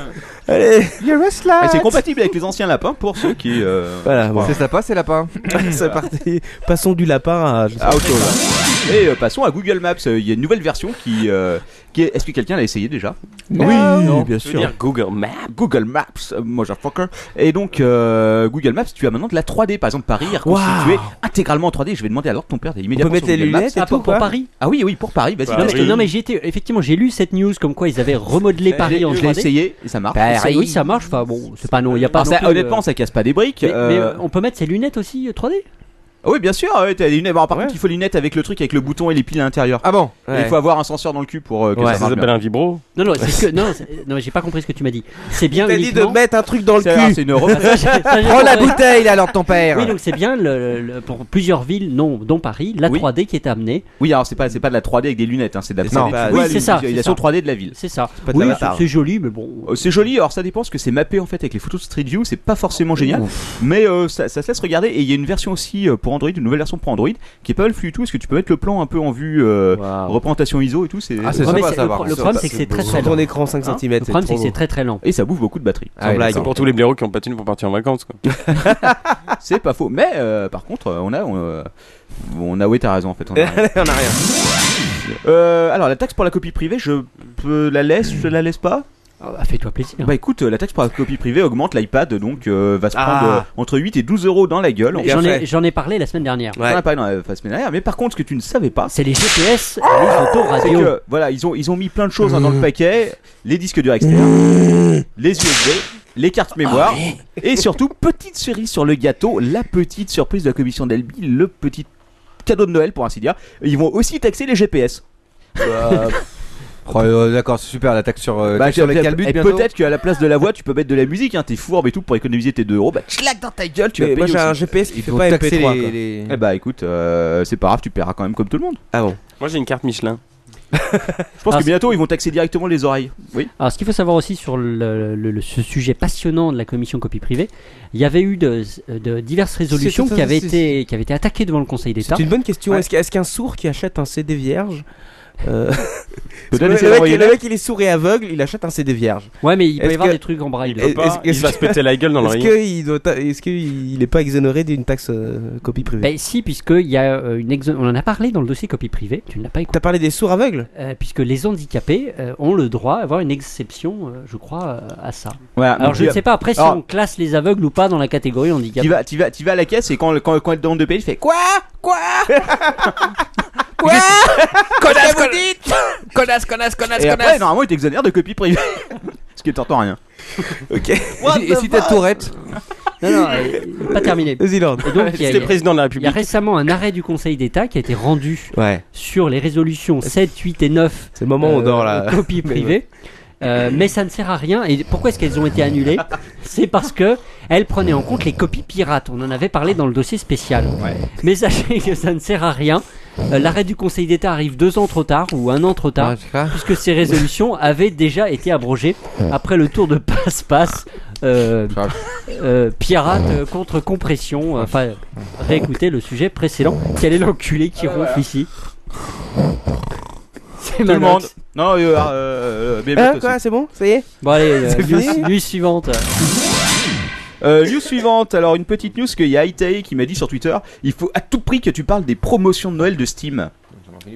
J: Allez.
L: You're a
F: Et
L: slut.
F: c'est compatible avec les anciens lapins pour ceux qui. euh,
J: Voilà, bon.
H: C'est sympa, ces lapins.
J: C'est parti. Passons du lapin à. je sais
F: Ah
J: pas.
F: ok voilà. Et euh, passons à Google Maps. Euh, Il y a une nouvelle version qui. euh, qui est... Est-ce que quelqu'un l'a essayé déjà
J: Oui,
L: Ah,
G: Non.
F: bien
G: Tu veux
F: sûr.
G: dire
F: Google Maps. Google Maps, euh, motherfucker. Et donc euh, Google Maps, tu as maintenant de la 3D. Par exemple, Paris est reconstitué intégralement en 3D. Je vais demander alors de ton père d'aller immédiatement. sur Google Maps.
I: Ah, pour, pour Paris
F: Ah oui, oui, pour Paris. Vas-y.
I: Non, mais, non, mais j'ai été- effectivement, j'ai lu cette news comme quoi ils avaient remodelé
F: Je
I: Paris
F: l'ai-
I: en 3D.
F: je l'ai essayé et ça marche.
I: Bah,
F: Paris.
I: oui, ça marche. Enfin bon, c'est pas non, il y a
F: Ah,
I: pas.
F: Alors,
I: non
F: ça,
I: plus,
F: honnêtement,
I: euh,
F: ça casse pas des briques.
I: Mais, mais,
F: euh,
I: euh, on peut mettre ses lunettes aussi euh, 3D
F: Ah Oui, bien sûr, ouais, t'as des lunettes. Bon, par contre, il faut les lunettes avec le truc, avec le bouton et les piles à l'intérieur. Ah bon
I: Ouais.
F: Il faut avoir un senseur dans le cul pour euh, que
G: Ouais.
F: ça
G: Ça s'appelle un vibro
I: Non, non, c'est que. Non, c'est- non, j'ai pas compris ce que tu m'as dit. C'est bien.
J: T'as dit de
I: uniquement- Ah,
J: mettre un truc dans le
F: C'est rare, c'est
J: cul.
F: une euro.
I: Ça, j'ai- ça, j'ai
J: Prends la
I: compris.
J: bouteille alors de ton père.
I: Oui, donc c'est bien le- le- pour plusieurs villes, non, dont Paris, la 3D qui est amenée.
F: Oui, alors c'est pas, c'est pas de la 3D avec des lunettes, hein, c'est de la
I: C'est
F: 3D.
I: pas-
F: tu vois,
I: Oui, c'est ça, c'est
F: L'utilisation
I: ça.
F: 3D de la ville.
I: C'est ça.
F: pas de
I: oui,
F: l'avatar.
I: c'est- c'est joli, mais bon.
F: Euh, C'est joli, alors ça dépend parce que c'est mappé en fait avec les photos de Street View, c'est pas forcément génial, mais euh, ça, ça se laisse regarder. Et il y a une version aussi euh, pour Android, une nouvelle version pour Android qui est pas mal flou et tout. Est-ce que tu peux mettre le plan un peu en vue euh, représentation ISO et tout
H: Ah, c'est Ouais, sympa, mais c'est- ça, le par pro-
I: le contre. problème, c'est que c'est très, très
J: Sur ton
I: lent.
J: écran 5
I: Hein
J: cm.
I: Le problème, c'est que c'est très très lent.
F: Et ça bouffe beaucoup de batterie.
J: Ah ouais,
G: C'est
J: d'accord.
G: pour tous les blaireaux qui ont pas de thune pour partir en vacances, quoi.
F: C'est pas faux, mais euh, par contre, euh, on a, on, euh, on a ouais, t'as raison en fait. On a rien. Euh, alors la taxe pour la copie privée, je peux la laisse, je la laisse pas.
I: Ah, Fais-toi plaisir.
F: Bah écoute, euh, la taxe pour la copie privée augmente, l'iPad donc euh, va se prendre
I: Ah.
F: euh, entre 8 et 12 euros dans la gueule.
I: J'en ai, j'en ai parlé la semaine dernière.
F: On en a parlé dans la la semaine dernière, mais par contre, ce que tu ne savais pas,
I: c'est les GPS, les photos
F: c'est
I: radio.
F: que voilà, ils ont ils ont mis plein de choses hein, dans le paquet, les disques durs externes, les USB, les cartes mémoire et surtout petite cerise sur le gâteau, la petite surprise de la commission d'Elbi, le petit cadeau de Noël pour ainsi dire. Ils vont aussi taxer les GPS.
H: Oh, euh, D'accord, c'est super, l'attaque sur, euh,
F: Bah,
H: taxe sur les
F: peut-être-
H: calbutes.
F: et
H: bientôt.
F: peut-être qu'à la place de la voix, tu peux mettre de la musique, hein, t'es fourbe et tout pour économiser tes 2 euros. Bah, tchlac dans ta gueule, tu
J: Mais
F: vas
J: moi,
F: payer.
J: j'ai un
F: aussi.
J: GPS qui Ils fait vont pas taxer MP3, les- quoi. les-
F: Eh bah écoute, euh, c'est pas grave, tu paieras quand même comme tout le monde.
J: Ah bon
G: Moi j'ai une carte Michelin.
F: Je pense que bientôt ils vont taxer directement les oreilles. Oui.
I: Alors, ce qu'il faut savoir aussi sur le, le- le- ce sujet passionnant de la commission copie privée, il y avait eu de, de diverses résolutions
J: C'est-
I: qui avaient,
J: c'est-
I: été, qui avaient été attaquées devant le Conseil d'État.
J: C'est une bonne question.
I: Ouais.
J: Est-ce qu'- est-ce qu'un sourd qui achète un CD vierge. euh,
F: Peut-être
J: le,
F: essayer
J: le mec,
F: d'envoyer
J: le
F: là.
J: mec, il est sourd et aveugle, il achète un CD vierge.
I: Ouais, mais il peut
J: Est-ce
I: y avoir
J: que-
I: des trucs en braille.
J: Est-ce- est-ce-
G: Il va
J: est-ce
G: se
J: que-
G: péter la gueule dans
J: Est-ce
G: l'oreille.
J: qu'il doit ta- est-ce qu'il est pas exonéré d'une taxe euh, copie privée
I: Ben si, puisqu'il y a euh, une exo- on en a parlé dans le dossier copie privée, tu ne l'as pas écouté. euh,
J: T'as parlé des sourds aveugles
I: Puisque les handicapés euh, ont le droit d'avoir une exception, euh, je crois, euh, à ça.
F: Voilà,
I: Alors
F: donc,
I: je
F: il
I: ne
F: y a-
I: sais pas après si
F: Alors-
I: on classe les aveugles ou pas dans la catégorie handicap.
F: Tu vas, tu vas, tu vas à la caisse et quand, quand, quand elle te demande de payer, tu fais quoi Quoi
L: Quoi Qu'est-ce
C: Connasse,
L: que vous
C: connasse, connasse, connasse, connasse,
F: Et après,
C: connasse.
F: normalement, ils t'exonèrent de copie privée. Ce qui t'entend rien.
J: Ok.
F: Et,
I: si- et si t'as Tourette Non, non, euh, pas terminé.
J: Vas-y, Lord.
I: Et donc, il y a-
G: C'était président de la République.
I: Il y a récemment un arrêt du Conseil d'État qui a été rendu
J: Ouais.
I: sur les résolutions 7, 8 et 9.
J: C'est le moment où on dort, là.
I: Euh, Copie privée. Euh, mais ça ne sert à rien. Et pourquoi est-ce qu'elles ont été annulées C'est parce que elles prenaient en compte les copies pirates. On en avait parlé dans le dossier spécial. Mais sachez que ça ne sert à rien. Euh, L'arrêt du Conseil d'État arrive deux ans trop tard ou un an trop tard, puisque ces résolutions avaient déjà été abrogées après le tour de passe-passe euh, euh, pirate euh, contre compression. Enfin, réécoutez le sujet précédent. Quel est l'enculé qui ronfle ici C'est
F: Tout le monde.
I: Manox.
F: Non, euh, euh, euh, BMF
J: Hein,
F: aussi.
J: quoi, c'est bon Ça y est
I: Bon allez, euh,
F: C'est
I: news-
F: fini
I: news suivante.
F: Euh, news suivante, alors une petite news qu'il y a Itae qui m'a dit sur Twitter, il faut à tout prix que tu parles des promotions de Noël de Steam.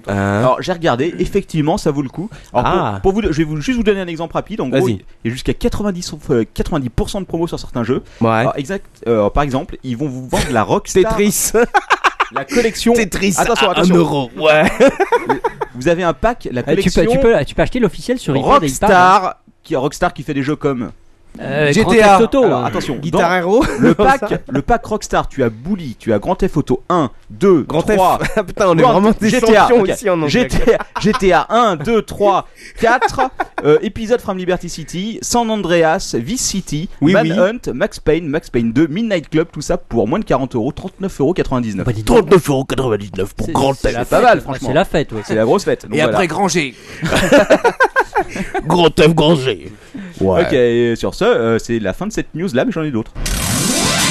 J: Euh,
F: Alors j'ai regardé, effectivement ça vaut le coup. Alors,
J: Ah.
F: pour, pour vous, je vais vous, juste vous donner un exemple rapide. En gros,
J: Vas-y.
F: il y a jusqu'à 90, euh, 90% de promos sur certains jeux.
J: Ah,
F: Alors, exact, euh, par exemple, ils vont vous vendre la Rockstar.
J: Tetris.
F: la collection.
J: Tetris
F: Attention,
J: à un
F: attention.
J: euro,
F: Ouais. vous avez un pack, la
I: Ah, tu,
F: collection.
I: peux, tu, peux, tu peux acheter l'officiel sur iPad et iPad, hein.
F: Rockstar, qui, Rockstar qui fait des jeux comme
I: Euh, GTA. Grand Theft Auto,
F: Alors,
I: hein.
F: attention,
I: Guitar
F: dans
I: Hero.
F: Le
I: Comme ça.
F: pack, le pack Rockstar, tu as Bully, tu as Grand Theft Auto 1, 2, Grand
J: Theft.
F: 3.
J: Putain, on est
F: Grand-
J: vraiment des
F: GTA,
J: champions
F: ok.
J: ici en anglais.
F: GTA,
J: Ah,
F: GTA 1, 2, 3, 4, euh, épisode from Liberty City, San Andreas, Vice City,
J: Oui, oui.
F: Manhunt, Max Payne, Max Payne 2, Midnight Club, tout ça pour moins de 40 euros, 39,99 euros.
J: 39,99€ pour Grand
F: c'est la
J: Theft.
F: pas mal, franchement.
J: C'est la fête, ouais.
F: C'est la grosse fête. donc
J: Et après,
F: voilà.
J: Grand G. Grand Theft, Grand G. Ouais.
F: Ok, et sur ce, euh, c'est la fin de cette news là, mais j'en ai d'autres.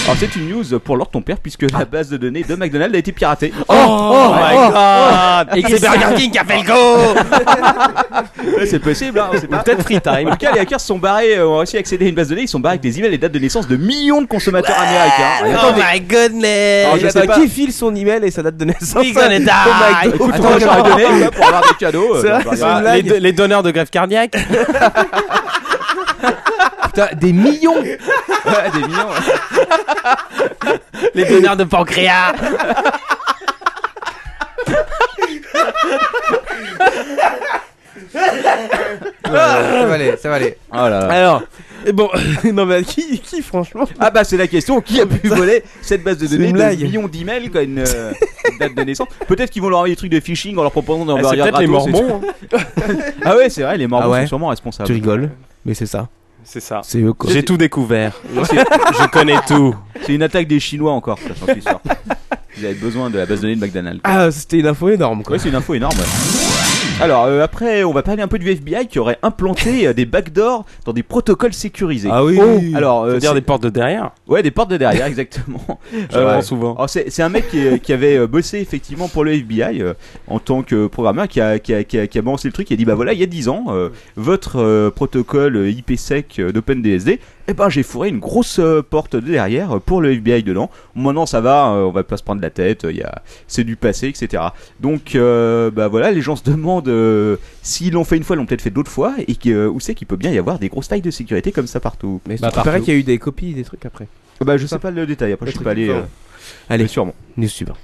F: Alors, c'est une news pour Lord ton père, puisque
J: Ah.
F: la base de données de McDonald's a été piratée.
C: Oh, oh my god
F: Et
C: C'est Burger King qui a fait le go
F: Ouais, c'est possible, hein, peut-être free time. En tout cas, les hackers se sont barrés, euh, ont réussi à accéder à une base de données, ils sont barrés avec des emails et dates de naissance de millions de consommateurs américains. Et
J: Oh
F: attendez.
J: my goodness!
F: Alors, je sais
J: Attends,
F: pas.
J: qui file son email et sa date de naissance?
F: Big Sonnet.
J: Oh my
F: Écoute,
J: God.
F: moi, j'aurais donné, là, pour avoir des cadeaux, euh,
J: C'est vrai,
F: bah,
J: c'est
F: bah,
J: une
G: Ah, les,
J: blague.
G: do- les donneurs de grève Ah, cardiaque
H: Putain, des millions
F: des millions
G: Les donneurs de pancréas
H: ça va aller, ça va aller.
F: Oh là là.
J: Alors, et bon, non mais qui, qui franchement
F: Ah bah c'est la question, qui a pu voler cette base de
J: Oh, C'est
F: données
J: une
F: de
J: blague.
F: millions d'emails quoi, une euh, date de naissance Peut-être qu'ils vont leur envoyer des trucs de phishing en leur proposant d'en
J: Ah,
F: envoyer
J: c'est peut-être
F: gratos
J: les
F: et
J: Mormons,
G: hein.
F: tout. ah ouais c'est vrai, les Mormons
J: Ah ouais
F: sont sûrement responsables.
J: Tu rigoles, mais c'est ça.
G: C'est ça.
J: C'est eux quoi.
G: J'ai tout découvert. Je connais tout.
F: C'est une attaque des Chinois encore, de toute façon, qui sort. Vous avez besoin de la base de données de McDonald's.
J: Ah, c'était une info énorme quoi.
F: Ouais, c'est une info énorme. ouais. Alors euh, après, on va parler un peu du FBI qui aurait implanté euh, des backdoors dans des protocoles sécurisés.
G: Ah oui.
F: Alors, euh,
G: C'est-à-dire
F: c'est-
G: des portes de derrière
F: Ouais, des portes de derrière, exactement. Euh,
G: Je le prends souvent.
J: Ah,
F: alors, Oh, c'est c'est un mec qui, est- qui avait euh, bossé effectivement pour le FBI euh, en tant que programmeur, qui a, qui, a, qui, a, qui a balancé le truc, qui a dit bah voilà, il y a 10 ans, euh, votre euh, protocole euh, IPsec euh, d'OpenDSD, eh ben j'ai fourré une grosse euh, porte de derrière euh, pour le FBI dedans. Maintenant ça va, euh, on va pas se prendre la tête, euh, il y a, c'est du passé, etc. Donc euh, bah voilà, les gens se demandent euh, s'ils l'ont fait une fois, ils l'ont peut-être fait d'autres fois, et que, euh, où c'est qu'il peut bien y avoir des grosses failles de sécurité comme ça partout.
J: Mais Bah, il paraît qu'il y a eu des copies, des trucs après.
F: Bah je sais pas le détail, après je suis pas allé. euh,
J: Allez,
F: sûrement.
J: News suivante.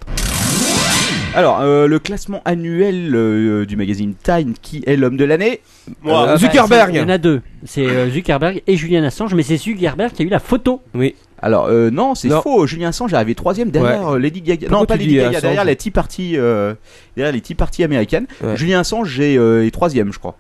F: Alors, euh, le classement annuel euh, du magazine Time, qui est l'homme de l'année
I: Euh,
F: Euh,
I: bah, c'est- Il y en a deux. C'est euh, Zuckerberg et Julian Assange, mais c'est Zuckerberg qui a eu la photo.
J: Oui.
F: Alors, euh, non, c'est
I: Non.
F: faux. Julien Assange est arrivé troisième derrière
J: Ouais.
F: euh, Lady Gaga.
J: Pourquoi
F: non, pas
J: tu
F: Lady
J: dis
F: Gaga,
J: Assange
F: derrière les Tea Party, euh, derrière les Tea Party américaines. Julien Assange est, euh, est troisième, je crois.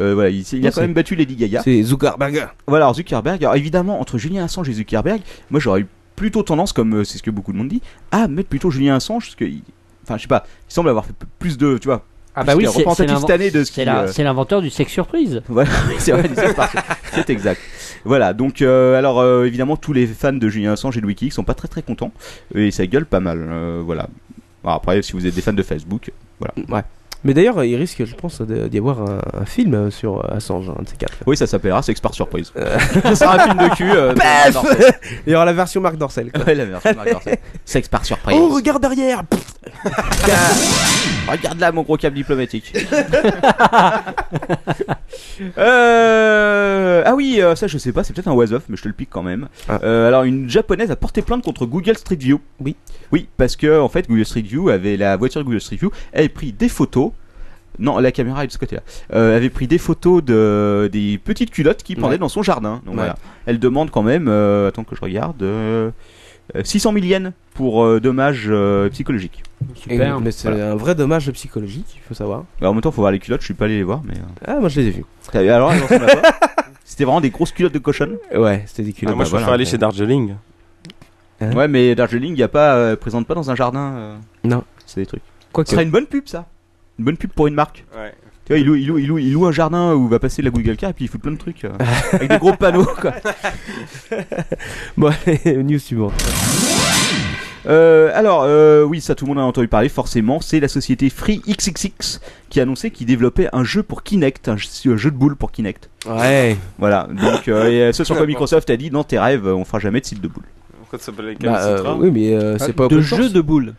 F: Euh, voilà, il, il
J: Non,
F: a quand
J: c'est-
F: même battu Lady Gaga.
J: C'est Zuckerberg.
F: Voilà, alors Zuckerberg. Alors, évidemment, entre Julien Assange et Zuckerberg, moi j'aurais eu plutôt tendance, comme euh, c'est ce que beaucoup de monde dit, à mettre plutôt Julien Assange, parce que, il- enfin, je sais pas, il semble avoir fait p- plus de, tu vois.
I: Ah bah
F: plus
I: oui,
F: de
I: c'est- c'est
F: représentatif
I: l'invent-
F: cette année de ce
I: c'est
F: qui,
I: la-
F: euh,
I: c'est l'inventeur du sex surprise.
F: Voilà, c'est vrai, les autres parties. c'est exact. Voilà, donc euh, alors euh, évidemment tous les fans de Julien Assange et de WikiLeaks sont pas très très contents et ça gueule pas mal. euh, voilà. Alors, après, si vous êtes des fans de Facebook, voilà.
J: Ouais. Mais d'ailleurs, il risque, je pense, de- d'y avoir un, un film euh, sur euh, Assange, un de ces quatre.
F: Oui, ça s'appellera Sex par surprise. Ça sera un film de cul. euh, de Marc Dorcel.
J: Paf Ah, Il y aura la version Marc Dorcel. quoi.
F: Ouais, la version de Marc Dorcel. Sex par surprise.
J: Oh, regarde derrière Pff,
F: Regarde là mon gros câble diplomatique. Euh, ah oui, euh, ça je sais pas, c'est peut-être un was-off, mais je te le pique quand même. Euh, alors une japonaise a porté plainte contre Google Street View.
J: Ah. Oui.
F: Oui, parce que en fait Google Street View avait la voiture Google Street View avait pris des photos. Non, la caméra est de ce côté-là. Euh, avait pris des photos de des petites culottes qui pendaient
J: Ouais.
F: dans son jardin. Donc
J: Ouais.
F: voilà. Elle demande quand même, euh, attends que je regarde, euh, euh, 600 000 yens. pour euh, dommage euh, psychologique.
J: Super. Mais c'est
F: Voilà.
J: un vrai dommage psychologique, il faut savoir.
F: Alors, en même temps, faut voir les culottes, je suis pas allé les voir, mais. euh,
J: Ah, moi je les ai vus.
F: T'as vu, alors, elles en sont là-bas C'était vraiment des grosses culottes de cochon
J: Ouais, c'était des culottes.
G: Ah, moi, je préfère aller chez Darjeeling.
F: ouais, mais Darjeeling, y a pas, euh, présente pas dans un jardin. euh,
J: Non.
F: C'est des trucs.
J: Quoi
F: Ce serait une bonne pub, ça. Une bonne pub pour une marque. Tu vois, il loue, il loue- il loue- il loue un jardin où va passer la Google Car et puis il fout plein de trucs. euh, avec des gros panneaux, quoi.
J: Bon, allez, news suivante.
F: Euh, alors, euh, oui, ça tout le monde en a entendu parler, forcément. C'est la société Free XXX qui a annoncé qu'il développait un jeu pour Kinect, un jeu un jeu de boule pour Kinect.
J: Ouais.
F: Voilà, donc euh, et, euh, ce sur quoi Microsoft a dit dans tes rêves, on fera jamais de site de boule.
G: Pourquoi ça s'appelle
F: Bah, euh,
J: oui, mais euh, c'est pas open source.
F: de boule.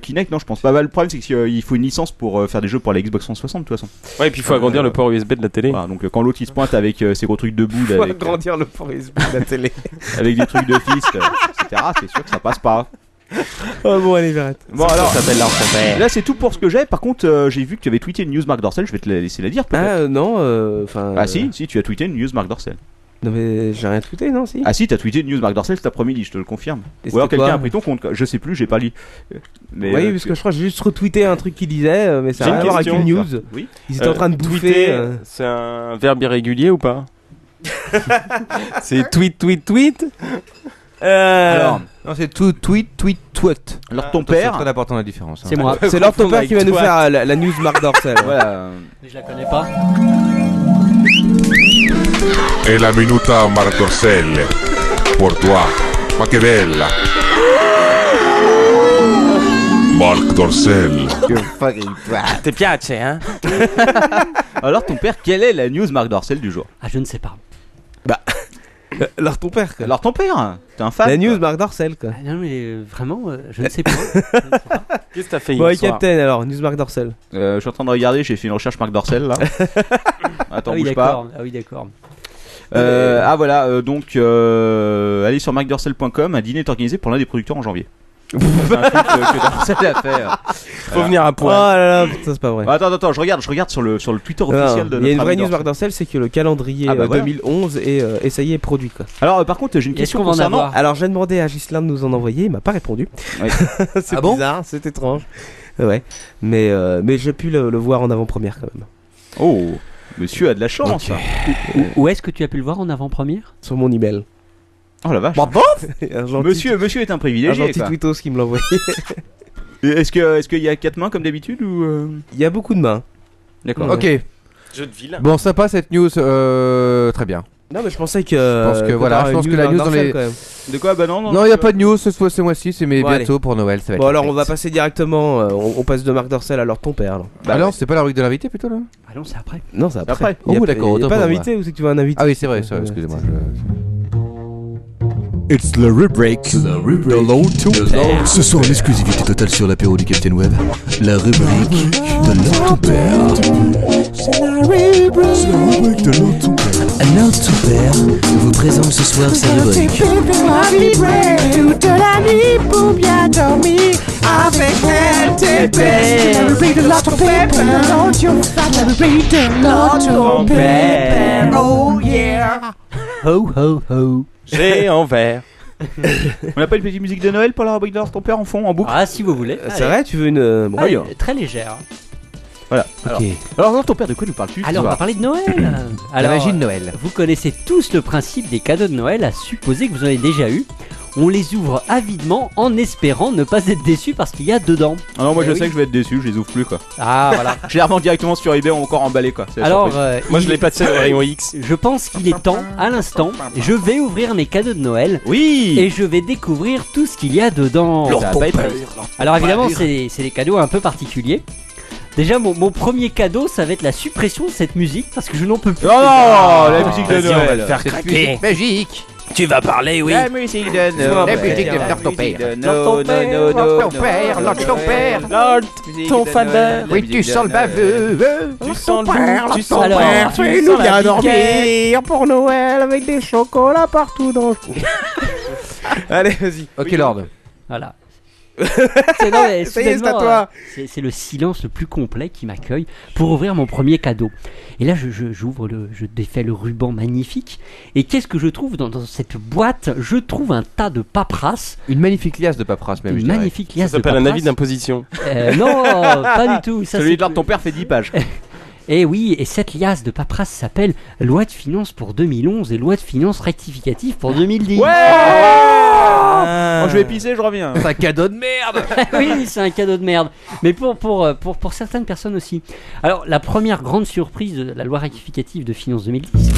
F: Kinect, non, je pense pas. Bah, le problème, c'est qu'il faut une licence pour euh, faire des jeux pour la Xbox 360 de toute façon.
G: Ouais, et puis il faut agrandir le port USB de la
J: Ah,
G: télé.
F: donc euh, quand l'autre il se pointe avec euh, ses gros trucs de boule, avec,
J: agrandir le port de la télé.
F: avec des trucs de fist, euh, etc., c'est sûr que ça passe pas.
J: Oh bon, allez, j'arrête.
F: Bon, alors,
J: père.
F: là c'est tout pour ce que j'ai. Par contre, euh, j'ai vu que tu avais tweeté une news Marc Dorcel, je vais te la laisser la dire peut-être.
J: Ah, euh, non, euh, enfin.
F: Ah si, si, tu as tweeté une news Marc Dorcel.
J: Non, mais j'ai rien tweeté, non, si
F: Ah si, t'as tweeté une news Marc Dorcel cet après-midi, je te le confirme.
J: Et
F: Ou alors
J: c'était
F: quelqu'un
J: quoi
F: a pris ton compte, quoi. je sais plus, j'ai pas lu. Euh, Mais,
J: oui,
F: euh,
J: parce
F: tu-
J: que je crois que j'ai juste retweeté un truc qu'il disait, euh, mais ça
G: J'ai
J: n'a rien à
G: une
J: voir avec
G: question.
J: une news.
G: Oui.
J: Ils étaient en
G: Euh,
J: train de bouffer.
G: tweeter,
J: euh,
G: C'est un verbe irrégulier ou pas C'est tweet, tweet, tweet Euh,
F: Alors,
H: non, c'est tout tweet, tweet, tweet.
F: Alors ton
H: Attention,
F: père-
H: C'est très important la différence. hein.
J: C'est moi.
G: Ah,
J: C'est Lord ton père qui va nous faire euh, la, la news Marc Dorcel.
F: voilà.
I: Je la connais pas.
N: È la minuta Martorselle pour toi. Ma che bella! Marc Dorcel.
G: Te piace, hein
F: Alors ton père, quelle est la news Marc Dorcel du jour
I: Ah, je ne sais pas.
F: Bah,
J: alors ton père quoi.
F: Alors ton père hein. T'es un fan
J: La news Marc Dorcel, quoi.
I: Ah, non, mais euh, vraiment, euh, je ne sais pas. Ah
G: Qu'est-ce que t'as fait
J: Bon, et Captain, alors, news Marc Dorcel.
F: Euh, Je suis en train de regarder, j'ai fait une recherche Marc Dorcel là. Attends,
I: ah, oui,
F: bouge pas.
I: d'accord. Ah oui, d'accord.
F: Euh, ah voilà, euh, donc euh, allez sur marcdorcel.com, un dîner est organisé pour l'un des producteurs en janvier. C'est un truc, euh, que Dorcel a fait. euh. Voilà.
J: venir à point. Oh là là, putain, c'est pas vrai.
F: Attends, attends, je regarde, je regarde sur le, sur le Twitter officiel
J: Non,
F: de
J: Ah, Il y a une
F: notre
J: vraie
F: ami
J: news
F: Dorcel.
J: Marc Dorcel, c'est que le calendrier
F: Ah bah
J: euh,
F: voilà.
J: 2011 est, euh, est ça y est, produit, quoi.
F: Alors, euh, par contre, j'ai une question concernant.
J: Alors, j'ai demandé à Gislain de nous en envoyer, il m'a pas répondu.
F: Ah
J: c'est bizarre, c'est étrange. Ouais, mais, euh, mais j'ai pu le, le voir en avant-première quand même.
F: Oh, monsieur a de la chance.
I: Où, où est-ce que tu as pu le voir en avant-première
J: Sur mon email.
F: Oh la vache.
J: Un Ah, gentil-
F: Monsieur, monsieur est un
J: un
F: privilégié.
J: gentil
F: quoi.
J: tweetos qui me l'a envoyé.
F: Et Est-ce que, est-ce qu'il y a quatre mains comme d'habitude ou euh,
J: Il y a beaucoup de mains.
F: D'accord.
H: Ok.
G: Jeu de vilain.
H: Bon, ça passe cette news. euh, très bien.
J: Non, mais je pensais que.
H: Je pense que, voilà, je pense que la news dans les.
F: De quoi Bah non, non.
H: Non, il n'y a pas de news ce ce mois-ci, c'est mais
J: euh, Bon,
H: bientôt
J: allez.
H: pour Noël. Ça va
J: Bon,
H: être
J: alors
H: la
J: on va
H: fête.
J: passer directement. euh, on, on passe de Marc Dorcel à leur ton père. alors.
H: Ah non, c'est pas la rubrique de l'invité plutôt là
I: Ah non, c'est après.
J: Non, c'est après.
H: Oh,
J: Il y a-
H: d'accord,
J: Il y a
H: autant
J: pas
H: pour moi.
J: d'invité ou c'est que tu veux un invité
H: Ah oui, c'est vrai, c'est vrai, excusez-moi.
O: It's the rubric. The rubric. The low to pair. Ce soir en exclusivité totale sur l'apéro du Captain Web. La rubrique de low to pair. C'est la rubrique de low to pair. Low to pair vous présente ce soir sa rubrique.
P: Toute la nuit pour bien dormir avec LTP. La rubrique de l'autre pépère, la rubrique de l'autre pépère. Oh yeah.
I: Ho, ho, ho.
G: J'ai en vert.
F: On n'a pas une petite musique de Noël pour la rubrique d'or ton père en fond, en boucle
I: Ah, si vous voulez.
J: C'est vrai, tu veux une. euh, bon,
I: Allez,
J: voyons.
I: Très légère.
F: Voilà. Alors, alors, non, ton père, de quoi nous parles-tu ce
I: Alors, on va
F: soir
I: parler de Noël. Alors,
H: magie de Noël.
I: Vous connaissez tous le principe des cadeaux de Noël, à supposer que vous en avez déjà eu. On les ouvre avidement en espérant ne pas être déçus parce qu'il y a dedans.
F: Ah non, moi
I: Eh
F: je
I: oui.
F: sais que je vais être déçu, je les ouvre plus quoi.
I: Ah, voilà.
F: Je les revends directement sur eBay, encore emballé quoi. C'est la
I: Alors,
F: surprise.
I: euh,
G: Moi,
I: il-
G: je l'ai placé au rayon X.
I: Je pense qu'il est temps, à l'instant, je vais ouvrir mes cadeaux de Noël.
F: Oui
I: Et je vais découvrir tout ce qu'il y a dedans.
F: Leur Ça va ton pas être- père.
I: Alors évidemment, c'est c'est des cadeaux un peu particuliers. Déjà, mon, mon premier cadeau, ça va être la suppression de cette musique parce que je n'en peux plus.
F: Oh non, la musique de
G: Vas-y, on va le
F: Noël.
C: Ah,
G: faire
F: Cette
G: craquer.
F: musique-
G: Magique Tu vas parler, oui.
K: La musique de
G: Ton
K: Noël, la
G: père.
K: musique de faire ton
F: musique
K: père.
F: de No, no, no, no,
K: Lord ton
F: no,
K: père,
F: no,
K: Lord
F: no,
K: ton
F: no,
K: père.
F: no,
K: Lord
F: ton faveur.
K: Oui, tu sens le
C: euh.
K: baveux.
P: Tu
K: sens père,
P: tu
K: sens
I: le-
P: père,
K: tu
P: fais
K: sens
P: nous
K: la
P: bien
K: biquette.
P: dormir pour Noël avec des chocolats partout dans le
J: Allez, vas-y.
H: Ok, Lord.
I: Voilà. C'est- non, mais
J: Ça y est, c'est à
I: soudainement,
J: toi.
I: euh, c'est- c'est le silence le plus complet qui m'accueille pour ouvrir mon premier cadeau. Et là, je- je- j'ouvre le, je défais le ruban magnifique. Et qu'est-ce que je trouve dans, dans cette boîte Je trouve un tas de paperasses.
H: Une magnifique liasse de paperasses,
G: Ben
H: même.
I: Une
H: je dirais.
I: magnifique liasse
G: Ça
I: de
G: s'appelle un avis
I: paperasses.
G: d'imposition.
I: Euh, non, pas du tout.
G: Celui
I: de ton
F: père fait 10 pages.
I: Et oui, et cette liasse de paperasse s'appelle Loi de finances pour 2011 et Loi de finances rectificative pour 2010.
F: Ouais
I: Euh,
F: Bon, je vais pisser, je reviens.
I: C'est un
H: cadeau de merde
I: Oui, c'est un cadeau de merde. Mais pour, pour, euh, pour, pour certaines personnes aussi. Alors, la première grande surprise de la loi rectificative de finances 2010,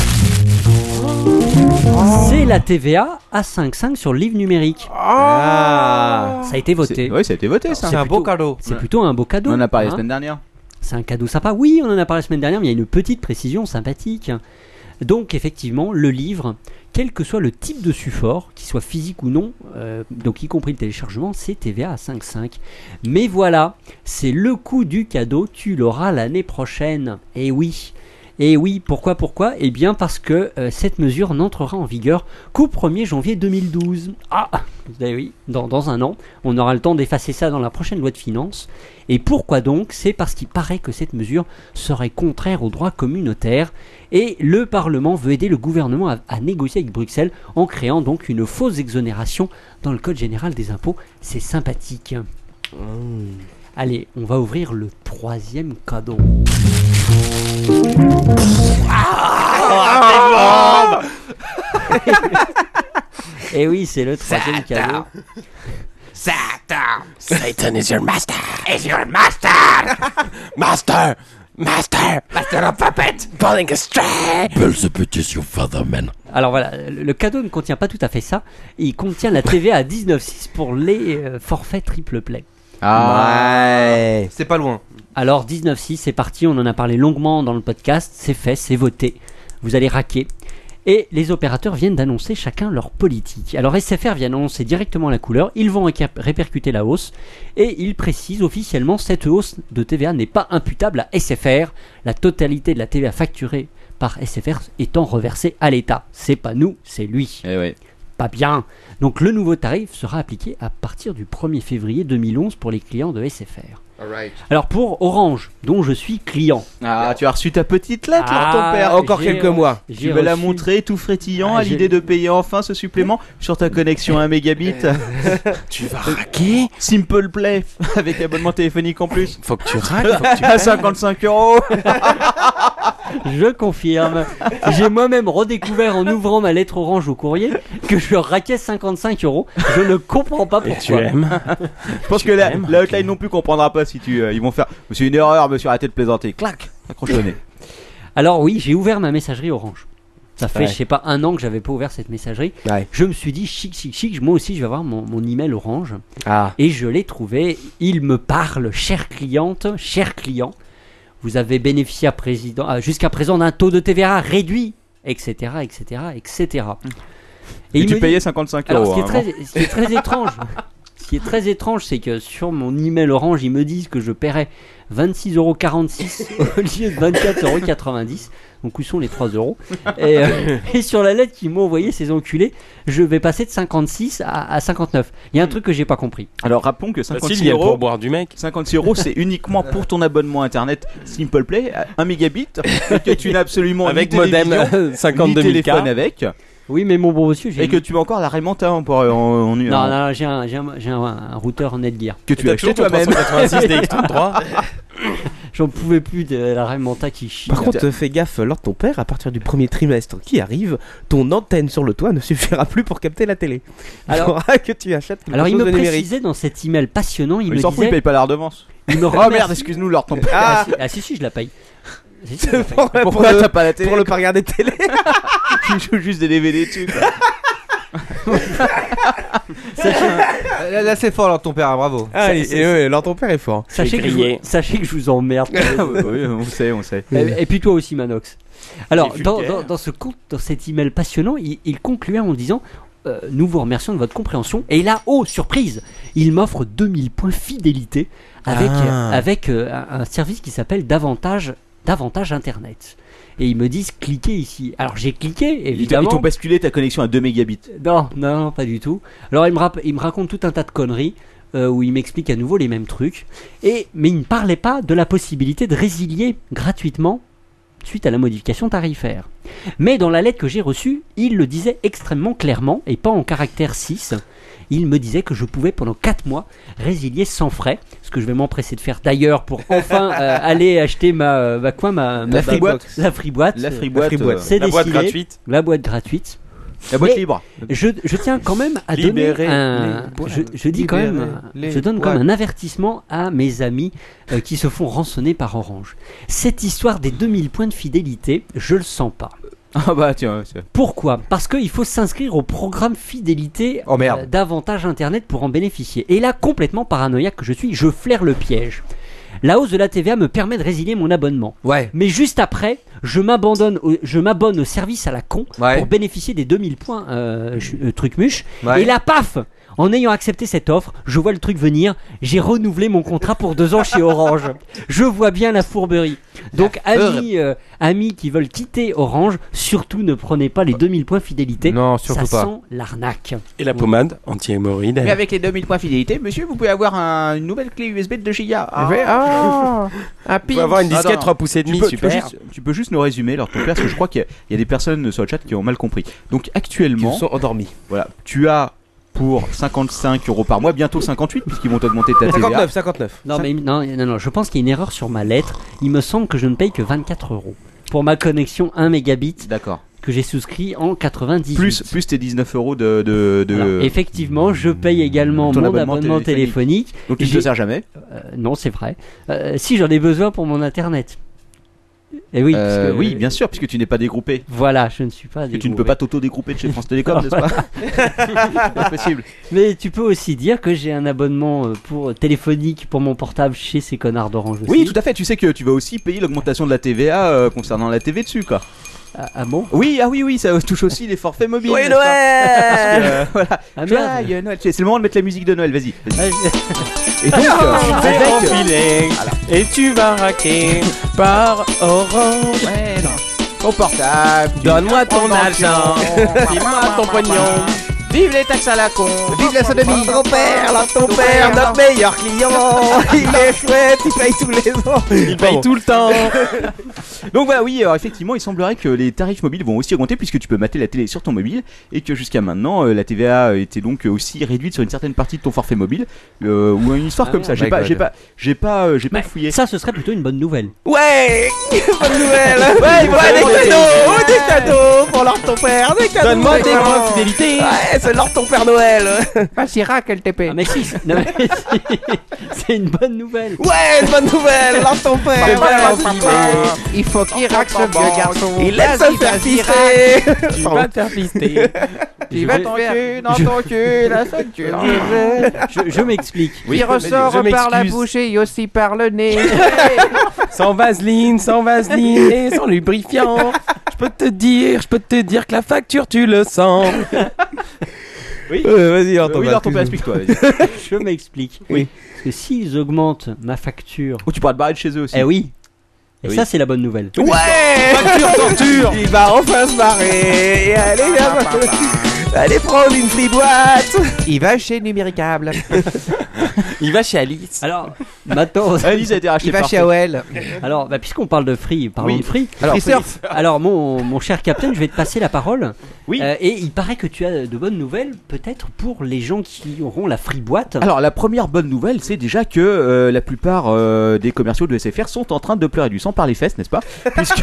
I: c'est la TVA à 5,5 sur le livre numérique. Ça a été voté.
F: Oui, ça a été voté, ça.
I: Ah. C'est un beau cadeau. C'est plutôt un beau cadeau.
F: On en a parlé
I: hein.
F: la semaine dernière.
I: C'est un cadeau sympa. Oui, on en a parlé la semaine dernière, mais il y a une petite précision sympathique. Donc, effectivement, le livre, quel que soit le type de support, qu'il soit physique ou non, euh, donc y compris le téléchargement, c'est TVA à 5,5. Mais voilà, c'est le coût du cadeau, tu l'auras l'année prochaine. Et oui. Et oui, pourquoi Pourquoi Eh bien parce que euh, cette mesure n'entrera en vigueur qu'au 1er janvier 2012. Ah Eh oui, dans, dans un an, on aura le temps d'effacer ça dans la prochaine loi de finances. Et pourquoi donc C'est parce qu'il paraît que cette mesure serait contraire au droit communautaire. Et le Parlement veut aider le gouvernement à, à négocier avec Bruxelles en créant donc une fausse exonération dans le Code général des impôts. C'est sympathique. Allez, on va ouvrir le troisième cadeau.
P: Ah,
I: Et Eh oui, c'est le troisième cadeau.
P: Satan!
G: Satan is your master.
P: Is your master!
G: Master! Master!
P: master of puppet! Falling astray!
E: Belzebut is your father, man.
I: Alors voilà, le le cadeau ne contient pas tout à fait ça. Il contient la TVA à 19,6 pour les euh, forfaits triple play.
J: Ouais.
H: C'est pas loin.
I: Alors 19,6, c'est parti, on en a parlé longuement dans le podcast, c'est fait, c'est voté. Vous allez raquer. Et les opérateurs viennent d'annoncer chacun leur politique. Alors SFR vient d'annoncer directement la couleur, ils vont récap- répercuter la hausse, et ils précisent officiellement cette hausse de TVA n'est pas imputable à SFR, la totalité de la TVA facturée par SFR étant reversée à l'État. C'est pas nous, c'est lui.
F: Eh
I: Pas bien. Donc le nouveau tarif sera appliqué à partir du 1er février 2011 pour les clients de SFR. Alors pour Orange, dont je suis client.
F: Ah, tu as reçu ta petite lettre,
I: Ah,
F: ton père.
I: Encore j'ai quelques reçu- mois.
F: Tu
I: j'ai
F: vas la
I: reçu-
F: montrer tout frétillant
I: Ah,
F: à
I: j'ai-
F: l'idée de payer enfin ce supplément sur ta connexion à 1 mégabit. tu vas raquer Simple Play, avec abonnement téléphonique en plus.
G: Faut que tu
I: raques, faut que tu
F: À
I: payes.
F: 55 euros
I: Je confirme. J'ai moi-même redécouvert en ouvrant ma lettre Orange au courrier que je raquais 55 euros. Je ne comprends pas pourquoi.
F: Je pense que la, la hotline non plus comprendra pas si tu. euh, ils vont faire. Monsieur, une erreur, monsieur, arrêtez de plaisanter. Clac Accroche le nez.
I: Alors oui, j'ai ouvert ma messagerie Orange. Ça fait,
F: Ouais.
I: je sais pas, un an que j'avais pas ouvert cette messagerie. Je me suis dit, chic, chic, chic, moi aussi je vais avoir mon, mon email Orange.
F: Ah.
I: Et je l'ai trouvé. Il me parle, chère cliente, cher client. Vous avez bénéficié à président, à- jusqu'à présent d'un taux de TVA réduit, etc., etc., etc.
F: Mmh. Et tu
I: me
F: payais 55
I: Alors,
F: euros,
I: ce qui est
F: hein,
I: très-
F: bon.
I: ce qui est très étrange, ce qui est très étrange, c'est que sur mon email Orange, ils me disent que je paierais 26,46€ au lieu de 24,90€. Donc où sont les 3 euros et, euh, et sur la lettre qu'ils m'ont envoyée, ces enculés, je vais passer de 56 à, à 59. Il y a un truc que j'ai pas compris.
F: Alors rappelons que 56 euros.
G: du mec.
F: 56 euros, c'est uniquement pour ton abonnement internet Simple Play, 1 mégabit, et que tu n'as absolument
G: Avec
F: ni
G: modem,
F: télévision,
G: 52
F: ni
G: 000 K.
F: téléphone avec.
I: Oui, mais mon bon monsieur, j'ai.
F: Et que tu as encore la Raymanta en, en, euh, en,
J: hein.
I: Non, non, non, j'ai un, j'ai un- j'ai un- un routeur Netgear.
F: Que tu as acheté toi-même. Ah,
I: J'en pouvais plus de la Raymanta qui chie.
J: Par contre, euh, fais gaffe, lors de ton père, à partir du premier trimestre qui arrive, ton antenne sur le toit ne suffira plus pour capter la télé.
I: Alors-
J: Alors, il faudra que tu achètes quelque
I: Alors il
J: chose
I: me
J: de numérique.
I: précisait dans cet email passionnant, il
J: Il
I: me
J: s'en fout,
I: disait...
J: il paye pas
F: la redevance.
I: Il me
J: Oh
I: remercie-
J: merde, excuse-nous, Lord, ton père.
I: Ah, si, ah, si, si, je la paye. Si, si, je la paye.
F: Pourquoi t'as pas la télé
J: Pour le pas regarder de télé
F: Tu joues juste des DVD dessus. quoi.
H: Là, là, c'est fort, alors ton père, bravo.
J: Ah, et, et ouais, alors ton père est fort.
I: Sachez que, je vous, sachez que je vous emmerde.
F: oui, on sait, on sait.
I: Et, et puis toi aussi, Manox. Alors,
F: Il est
I: dans,
F: vulgaire.
I: dans- dans ce compte, dans cet email passionnant, il, il concluait en disant euh, Nous vous remercions de votre compréhension. Et là, oh, surprise Il m'offre 2000 points fidélité avec,
J: Ah.
I: avec euh, un un service qui s'appelle Davantage, Davantage Internet. Et ils me disent Cliquez ici. Alors, j'ai cliqué,
F: Ils t'ont- ils
I: évidemment.
F: t'ont basculé ta connexion à 2 mégabits.
I: Non, non, non, pas du tout. Alors, il me, rap- il me raconte tout un tas de conneries. euh, où il m'explique à nouveau les mêmes trucs. Et, mais il ne parlait pas de la possibilité de résilier gratuitement suite à la modification tarifaire. Mais dans la lettre que j'ai reçue, il le disait extrêmement clairement, et pas en caractère 6. Il me disait que je pouvais pendant 4 mois résilier sans frais, ce que je vais m'empresser de faire d'ailleurs pour enfin euh, aller acheter ma, euh, bah, quoi, ma, ma-
F: La free
I: ma-
F: boîte.
I: La free boîte.
F: La free boîte, euh,
I: C'est
F: la boîte
I: décidé.
F: gratuite.
I: La boîte gratuite.
F: La boîte
I: Mais
F: libre.
I: Je, je tiens quand même à
F: Libérer
I: donner un.
F: les boîtes.
I: Je, je dis quand
F: Libérer
I: même.
F: les
I: Je donne
F: boîtes.
I: comme un avertissement à mes amis euh, qui se font rançonner par Orange. Cette histoire des 2000 points de fidélité, je le sens pas.
F: Ah bah tiens, c'est-
I: Pourquoi Parce qu'il faut s'inscrire au programme fidélité euh,
F: Oh, merde.
I: d'avantage internet pour en bénéficier. Et là, complètement paranoïaque que je suis, je flaire le piège. La hausse de la TVA me permet de résilier mon abonnement.
H: Ouais.
I: Mais juste après, je m'abandonne, au- je m'abonne au service à la con
H: Ouais.
I: pour bénéficier des 2000 points euh, ch- euh, truc muche.
H: Ouais.
I: Et là, paf En ayant accepté cette offre, je vois le truc venir. J'ai renouvelé mon contrat pour deux ans chez Orange. Je vois bien la fourberie. Donc,
H: fourbe.
I: amis, euh, amis qui veulent quitter Orange, surtout ne prenez pas les 2000 points fidélité. Non,
G: surtout
I: Ça
G: pas.
I: sent l'arnaque.
G: Et la pommade anti-hémorroïde.
B: Mais avec les 2000 points fidélité, monsieur, vous pouvez avoir un- une nouvelle clé USB de 2 gigas.
F: Ah.
G: un
B: pin. avoir une disquette trois pouces et
F: Tu
B: demi,
F: peux-
B: super.
F: Tu peux, juste, tu peux juste nous résumer, alors ton père, parce que je crois qu'il y, a- il y a des personnes sur le chat qui ont mal compris. Donc actuellement.
J: Qui sont endormis.
F: Voilà. Tu as pour 55 euros par mois, bientôt 58, puisqu'ils vont t'augmenter ta TVA.
J: 59.
I: Non, mais non, non, non, je pense qu'il y a une erreur sur ma lettre. Il me semble que je ne paye que 24 euros pour ma connexion 1 mégabit.
F: D'accord.
I: Que j'ai souscrit en 98.
F: Plus, plus tes 19 euros de. de, de-
I: Alors, effectivement, je paye également
F: Ton
I: mon
F: abonnement
I: abonnement,
F: téléphonique.
I: téléphonique.
F: Donc, tu ne te
I: J'ai-
F: sers jamais
I: Euh, Non, c'est vrai. Euh, si j'en ai besoin pour mon internet. Et oui, parce
F: Euh,
I: que-
F: oui, bien sûr, puisque tu n'es pas dégroupé.
I: Voilà, je ne suis pas.
F: Que tu ne peux pas t'auto-dégrouper de chez France Télécom, n'est-ce pas Pas possible.
I: Mais tu peux aussi dire que j'ai un abonnement euh, pour téléphonique pour mon portable chez ces connards d'Orange.
F: Oui,
I: aussi.
F: tout à fait. Tu sais que tu vas aussi payer l'augmentation de la TVA euh, concernant la TV dessus, quoi.
I: Ah, bon
F: Oui, ah oui, oui, ça touche aussi les forfaits mobiles.
P: Joyeux
F: n'est-ce pas
P: Noël
F: Parce que, euh, Voilà.
P: Ah, merde.
F: Joyeux Noël. C'est le moment de mettre la musique de Noël, vas-y. vas-y. Et donc, euh,
P: Je vais
F: avec-
P: enfiler
G: Et tu vas raquer
P: par orange. Ton portable. Donne-moi ton argent. Dis-moi ton pognon. Vive les taxes à la con. Vive la sodomie. Ton père, là, ton père, notre meilleur client. Il est chouette, il paye tous les ans.
F: Il paye tout
G: le temps.
F: Donc voilà, oui, alors effectivement, il semblerait que les tarifs mobiles vont aussi augmenter puisque tu peux mater la télé sur ton mobile et que jusqu'à maintenant, euh, la TVA était donc aussi réduite sur une certaine partie de ton forfait mobile euh, ou une histoire
I: Ah
F: comme
I: merde.
F: ça. J'ai
I: My
F: pas,
I: God.
F: j'ai pas, j'ai pas, euh, j'ai pas fouillé.
I: Ça, ce serait plutôt une bonne nouvelle.
P: Ouais, bonne nouvelle.
F: Ouais, il faut
P: ouais, des
F: vraiment des-
P: cadeaux, des cadeaux pour leur ton père, des cadeaux.
I: Donne-moi tes points de
P: fidélité. Ouais, c'est leur ton père Noël. Ah, Chirac, LTP.
I: Ah, mais si, c'est- non, mais si, c'est une bonne nouvelle.
P: Ouais, une bonne nouvelle, lance ton père.
I: Papa,
P: voilà,
I: lance ton
P: c'est
I: père.
P: bien. Il faut qu'il raque ce vieux garçon. Il aime
I: Vas-y,
P: se faire
I: vas-y,
P: fister.
I: raque. Tu vas te
P: faire fister.
I: Je
P: Tu vas
I: vais-
P: ton cul, dans
I: je-
P: ton cul, la ceinture.
I: Je, je m'explique.
P: Il ressort par la bouche et aussi par le nez.
G: Sans vaseline, sans vaseline et sans lubrifiant. Je peux te dire, je peux te dire que la facture tu le sens.
F: Oui.
J: vas-y,
F: Euh, oui, alors, ton père, explique-toi. vas-y.
I: je m'explique.
F: Oui.
I: Parce que s'ils augmentent ma facture.
F: Oh, tu pourras te barrer de chez eux aussi.
I: Eh oui. Et
F: Oui.
I: ça, c'est la bonne nouvelle.
P: Ouais
F: Facture torture.
P: Il va enfin se barrer Et Allez, viens Allez prendre une free boîte Il va chez Numéricable
G: Il va chez Alice.
I: Alors, maintenant.
F: Alice a été rachetée
P: Il va par chez Free. AOL.
I: Alors, bah, puisqu'on parle de Free, parlons
P: Oui.
I: de Free.
P: Alors, Free Surf.
I: Alors, mon, mon cher Captain, je vais te passer la parole. Euh,
F: Oui.
I: et il paraît que tu as de bonnes nouvelles, peut-être pour les gens qui auront la Free boîte.
F: Alors la première bonne nouvelle, c'est déjà que euh, la plupart euh, des commerciaux de SFR sont en train de pleurer du sang par les fesses, n'est-ce pas Puisque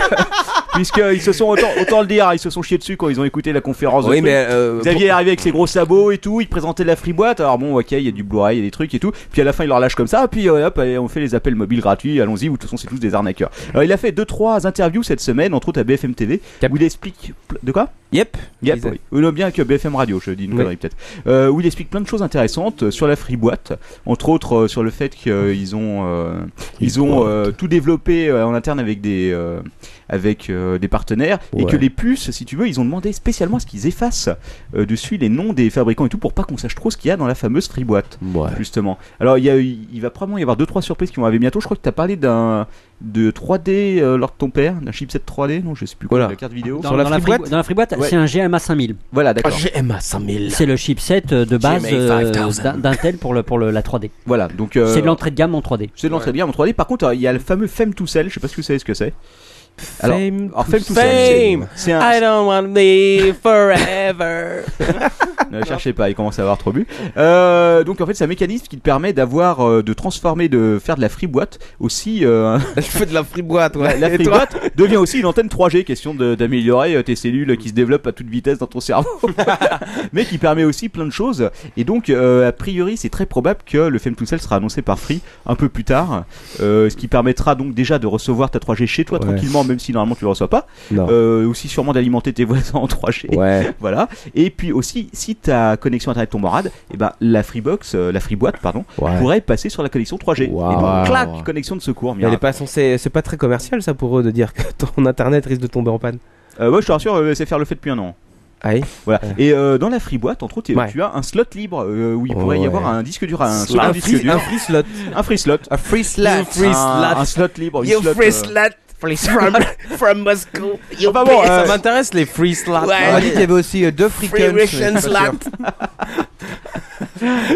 F: puisqu'ils se sont autant, autant le dire, hein, ils se sont chiés dessus quand ils ont écouté la conférence. de
J: Oui,
F: trucs.
J: mais, euh,
F: Xavier
J: pour-
F: est arrivé avec ses gros sabots et tout, il présentait la free boîte. Alors bon, ok, il y a du Blu-ray, il y a des trucs et tout. Puis à la fin, il leur lâche comme ça. Puis euh, hop, allez, on fait les appels mobiles gratuits. Allons-y, ou de toute façon, c'est tous des arnaqueurs. Alors, il a fait deux trois interviews cette semaine, entre autres à BFM TV, où il explique pl- de quoi
J: Yep.
F: Yep. Oui. Ou non, bien que BFM Radio, je dis une
J: Oui.
F: connerie peut-être. Euh, où il explique plein de choses intéressantes euh, sur la free boîte, entre autres euh, sur le fait qu'ils ont euh, ils ont euh, tout développé euh, en interne avec des euh, avec euh, des partenaires et
J: Ouais.
F: que les puces, si tu veux, ils ont demandé spécialement à ce qu'ils effacent euh, dessus les noms des fabricants et tout pour pas qu'on sache trop ce qu'il y a dans la fameuse free boîte. Justement. Exactement. Alors il, y a, eu- il va probablement y avoir 2-3 surprises qui vont arriver bientôt. Je crois que tu as parlé d'un de 3D euh, lors de ton père, d'un chipset 3D, non je sais plus quoi,
J: Voilà.
F: de la carte vidéo.
I: Dans, dans la free boîte, dans la free boîte,
F: Ouais.
I: c'est un GMA 5000.
F: Voilà, d'accord.
J: GMA 5000.
I: C'est le chipset euh, de base
F: GMA 5000.
I: euh, d'Intel pour, le, pour le- la 3D.
F: Voilà, donc. euh,
I: C'est de l'entrée de gamme en 3D.
F: C'est de l'entrée de gamme en 3D. Par contre, euh, il y a le fameux Femme to Sell. Je sais pas si vous savez ce que c'est. Alors,
J: Fame
F: alors,
J: to
F: Fame to Sell,
J: Fame.
F: c'est un.
J: I don't want to live forever.
F: Ne cherchez pas, il commence à avoir trop bu. Euh, donc en fait, c'est un mécanisme qui te permet d'avoir, euh, de transformer, de faire de la free boîte aussi. Euh,
J: Je fais de la friboîte, ouais.
F: la
J: Et
F: free
J: toi
F: boîte devient aussi une antenne 3G, question de- d'améliorer euh, tes cellules qui se développent à toute vitesse dans ton cerveau, mais qui permet aussi plein de choses. Et donc, euh, a priori, c'est très probable que le Femme to Cell sera annoncé par Free un peu plus tard, euh, ce qui permettra donc déjà de recevoir ta 3G chez toi
J: Ouais.
F: tranquillement, même si normalement tu le reçois pas.
J: Non.
F: Euh, aussi sûrement d'alimenter tes voisins en 3G.
J: Ouais.
F: voilà. Et puis aussi, si ta connexion internet tombe en rade, eh ben la Freebox, euh, la Freeboît, pardon,
J: Ouais.
F: pourrait passer sur la connexion 3G. Et donc, clac, connexion de secours.
J: Mais elle est
F: miracle.
J: pas censée. C'est pas très commercial ça pour eux de dire que ton internet risque de tomber en panne.
F: Euh, ouais, je te rassure, euh, c'est faire le fait depuis un an.
J: Ah oui
F: Voilà. Et euh, dans la free boîte, entre autres,
J: Ouais.
F: tu as un slot libre euh, où il pourrait y
J: Ouais.
F: avoir un disque dur, un,
J: Un
F: slot
J: free-
F: disque dur.
J: un free slot.
F: un free slot, un free
J: slot. You free
F: un,
J: slot.
F: slot libre, une
J: You
F: slot,
J: free
F: euh,
J: slot.
P: Free from, from Moscow. You
F: Enfin bon,
C: hein.
P: bitch.
F: euh,
G: Ça m'intéresse les free slots.
P: Ouais. On m'a dit qu'il y avait
H: aussi euh, deux
P: free Free cunts, mais je suis Russian pas sûr.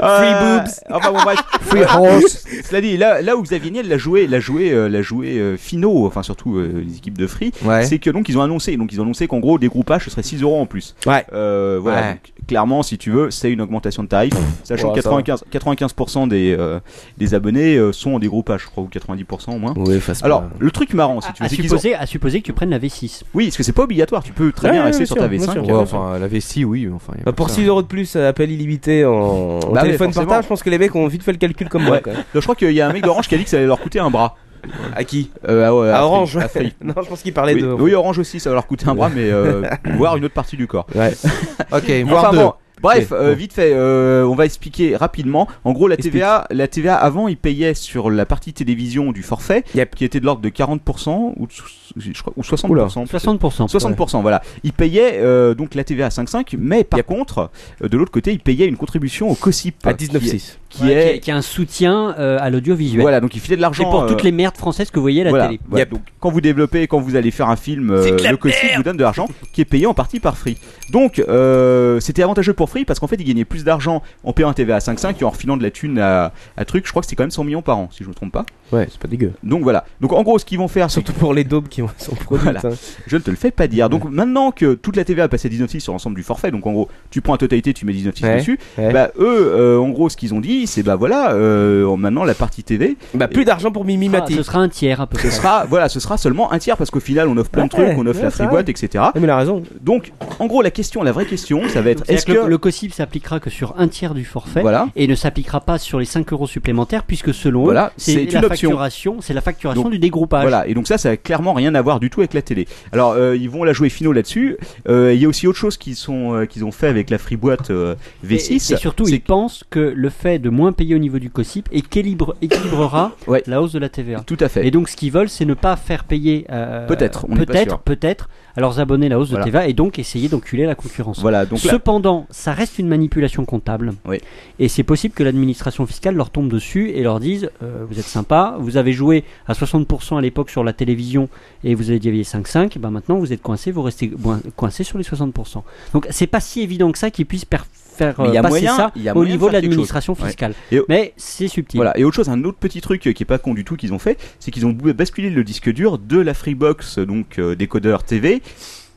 F: Euh, Enfin bon bref.
P: Free horse.
F: Cela dit, là, là où Xavier Niel l'a joué, l'a joué, euh, l'a joué euh, finaux, enfin surtout euh, les équipes de Free,
H: Ouais.
F: c'est que donc ils ont annoncé, donc ils ont annoncé qu'en gros des groupages ce serait 6 euros en plus. Euh,
J: Ouais.
F: voilà.
H: Ouais.
F: donc, clairement, si tu veux, c'est une augmentation de tarif, sachant
H: Ouais,
F: que
H: ça
F: 95, 95% des euh, des abonnés euh, sont en des groupages, je crois, ou 90% au moins. Alors le truc marrant,
J: Ah,
F: si tu veux,
I: À
F: c'est qu'ils ont-
I: supposer, à supposer que tu prennes la V6.
F: Oui, parce que c'est pas obligatoire, tu peux très
J: Ouais,
F: bien
J: ouais,
F: rester
J: bien
F: sur
J: sûr,
F: ta
J: bien
F: V5.
J: sûr.
F: euh,
J: Ouais,
H: Enfin, la vessie, oui. Enfin, y a
J: Bah,
H: pas
J: pour
H: ça.
J: 6 euros de plus, euh, appel illimité en, en
F: Bah oui,
J: téléphone
F: forcément.
J: portable, je pense que les mecs ont vite fait le calcul comme moi.
F: Ouais. Je crois qu'il y a un mec d'Orange qui a dit que ça allait leur coûter un bras.
J: À qui
F: euh, ouais,
J: À
F: Free-
J: Orange.
F: à Free.
J: Non, je pense qu'il parlait
F: oui,
J: de.
F: oui, Orange aussi, ça va leur coûter un bras, mais euh, voire une autre partie du corps.
J: Ouais.
H: Ok,
F: Enfin,
H: voire
F: bon,
H: deux.
F: Bref,
H: Ok,
F: euh,
H: bon.
F: vite fait, euh, on va expliquer rapidement. En gros, la TVA, la TVA avant, ils payaient sur la partie télévision du forfait, qui était de l'ordre de 40% ou, de so- je crois- ou 60%.
I: Oula.
F: peut-être.
I: 60%,
F: 60%, voilà. Ils payaient euh, donc la TVA à 5,5, mais par contre, euh, de l'autre côté, ils payaient une contribution au COSIP.
I: À
F: 19,6. Qui, est,
I: Ouais, qui, est, qui est un soutien euh, à l'audiovisuel.
F: Voilà, donc il filait de l'argent,
I: Et pour
F: euh,
I: toutes les merdes françaises que vous voyez à la
F: Voilà,
I: télé.
F: voilà. Donc, quand vous développez, quand vous allez faire un film, euh,
I: de la
F: le COSIP vous donne de l'argent qui est payé en partie par Free. Donc, euh, c'était avantageux pour Free parce qu'en fait, ils gagnaient plus d'argent en payant un TVA à 5,5 et en refilant de la thune à, à truc. Je crois que c'est quand même 100 millions par an, si je me trompe pas.
J: Ouais, c'est pas dégueu.
F: Donc voilà. Donc en gros, ce qu'ils vont faire, surtout
J: pour les daubes qui sont hein. produits.
F: Je ne te le fais pas dire. Donc maintenant que toute la TVA a passé 19,6 sur l'ensemble du forfait, donc en gros, tu prends la totalité, tu mets 19,6
J: Ouais,
F: dessus.
J: ouais.
F: Bah eux, euh, en gros, ce qu'ils ont dit, c'est bah voilà, euh, maintenant la partie TV.
J: Bah plus d'argent pour Mimi
I: Mati. ce sera un tiers à peu
F: Ce
I: près.
F: sera voilà, ce sera seulement un tiers parce qu'au final, on offre plein de
I: Ouais,
F: trucs, on offre
I: ouais,
F: la
I: c'est
F: free
I: vrai.
F: boîte, etc.
J: Ah, Mais il a raison.
F: Donc en gros, la question, la vraie question, ça va être
I: Est-ce
F: est-ce
I: que,
F: que
I: le, le COSIP s'appliquera que sur un tiers du forfait
F: Voilà.
I: et ne s'appliquera pas sur les 5 euros supplémentaires puisque selon
F: Voilà,
I: eux, c'est
F: c'est
I: la
F: une option.
I: facturation, c'est la facturation
F: Donc,
I: du dégroupage.
F: Voilà, et donc ça, ça a clairement rien à voir du tout avec la télé. Alors, euh, ils vont la jouer finaux là-dessus. Euh, Il y a aussi autre chose qu'ils sont, euh, qu'ils ont fait avec la free boîte euh, V6.
I: Et, et surtout, ils pensent que le fait de moins payer au niveau du COSIP équilibre, équilibrera la hausse de la TVA.
F: Tout à fait.
I: Et donc, ce qu'ils veulent, c'est ne pas faire payer. euh,
F: Peut-être, on n'est pas
I: peut-être,
F: sûr.
I: peut-être, à leurs abonnés la hausse
F: Voilà.
I: de TVA et donc essayer d'enculer la concurrence.
F: Voilà, donc là-
I: Cependant, ça reste une manipulation comptable. Et c'est possible que l'administration fiscale leur tombe dessus et leur dise euh, Vous êtes sympa, vous avez joué à 60% à l'époque sur la télévision et vous avez dévié 5,5, ben maintenant vous êtes coincé, vous restez boin- coincé sur les 60%. Donc c'est pas si évident que ça qu'ils puissent per- faire
F: Mais il y
I: euh,
F: a
I: passer
F: moyen-
I: ça
F: il y a
I: au
F: moyen de
I: niveau de
F: faire quelque
I: l'administration
F: chose. Ouais.
I: fiscale.
F: Et-
I: Mais c'est subtil.
F: Voilà. Et autre chose, un autre petit truc euh, qui est pas con du tout qu'ils ont fait, c'est qu'ils ont bou- basculé le disque dur de la Freebox, euh, donc euh, décodeur TV,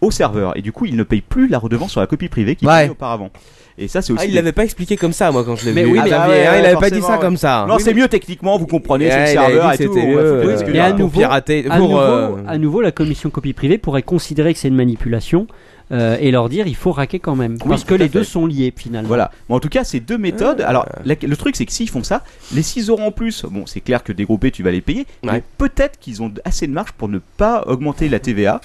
F: au serveur. Et du coup, ils ne payent plus la redevance sur la copie privée qu'ils payaient auparavant. Et ça, c'est aussi.
J: Ah, il l'avait pas expliqué comme ça, moi, quand je l'ai
F: Mais
J: vu.
F: oui,
J: Ah
F: mais-
J: bah
F: ouais,
J: hein, il
F: ouais,
J: avait pas dit
F: forcément,
J: ça comme
F: ouais.
J: ça.
F: Non, c'est mieux techniquement, vous comprenez,
J: Ouais,
F: c'est
J: il
F: le
J: avait
F: serveur
J: dit
F: et tout.
J: que Eh, bah, c'était
F: on va
J: mieux,
F: foutre le
J: euh,
F: disque
J: mais
F: dur.
J: à
I: à nouveau,
J: pirater,
I: à,
J: pour,
I: nouveau
J: euh,
I: à nouveau, la commission copie privée pourrait considérer que c'est une manipulation euh, et leur dire il faut raquer quand même. parce
F: Oui, tout
I: que
F: à
I: les deux
F: fait.
I: sont liés finalement.
F: Voilà. Mais en tout cas, ces deux méthodes. Alors, la- le truc, c'est que s'ils font ça, les 6 euros en plus, bon, c'est clair que dégroupé, tu vas les payer. Mais peut-être qu'ils ont assez de marge pour ne pas augmenter la TVA.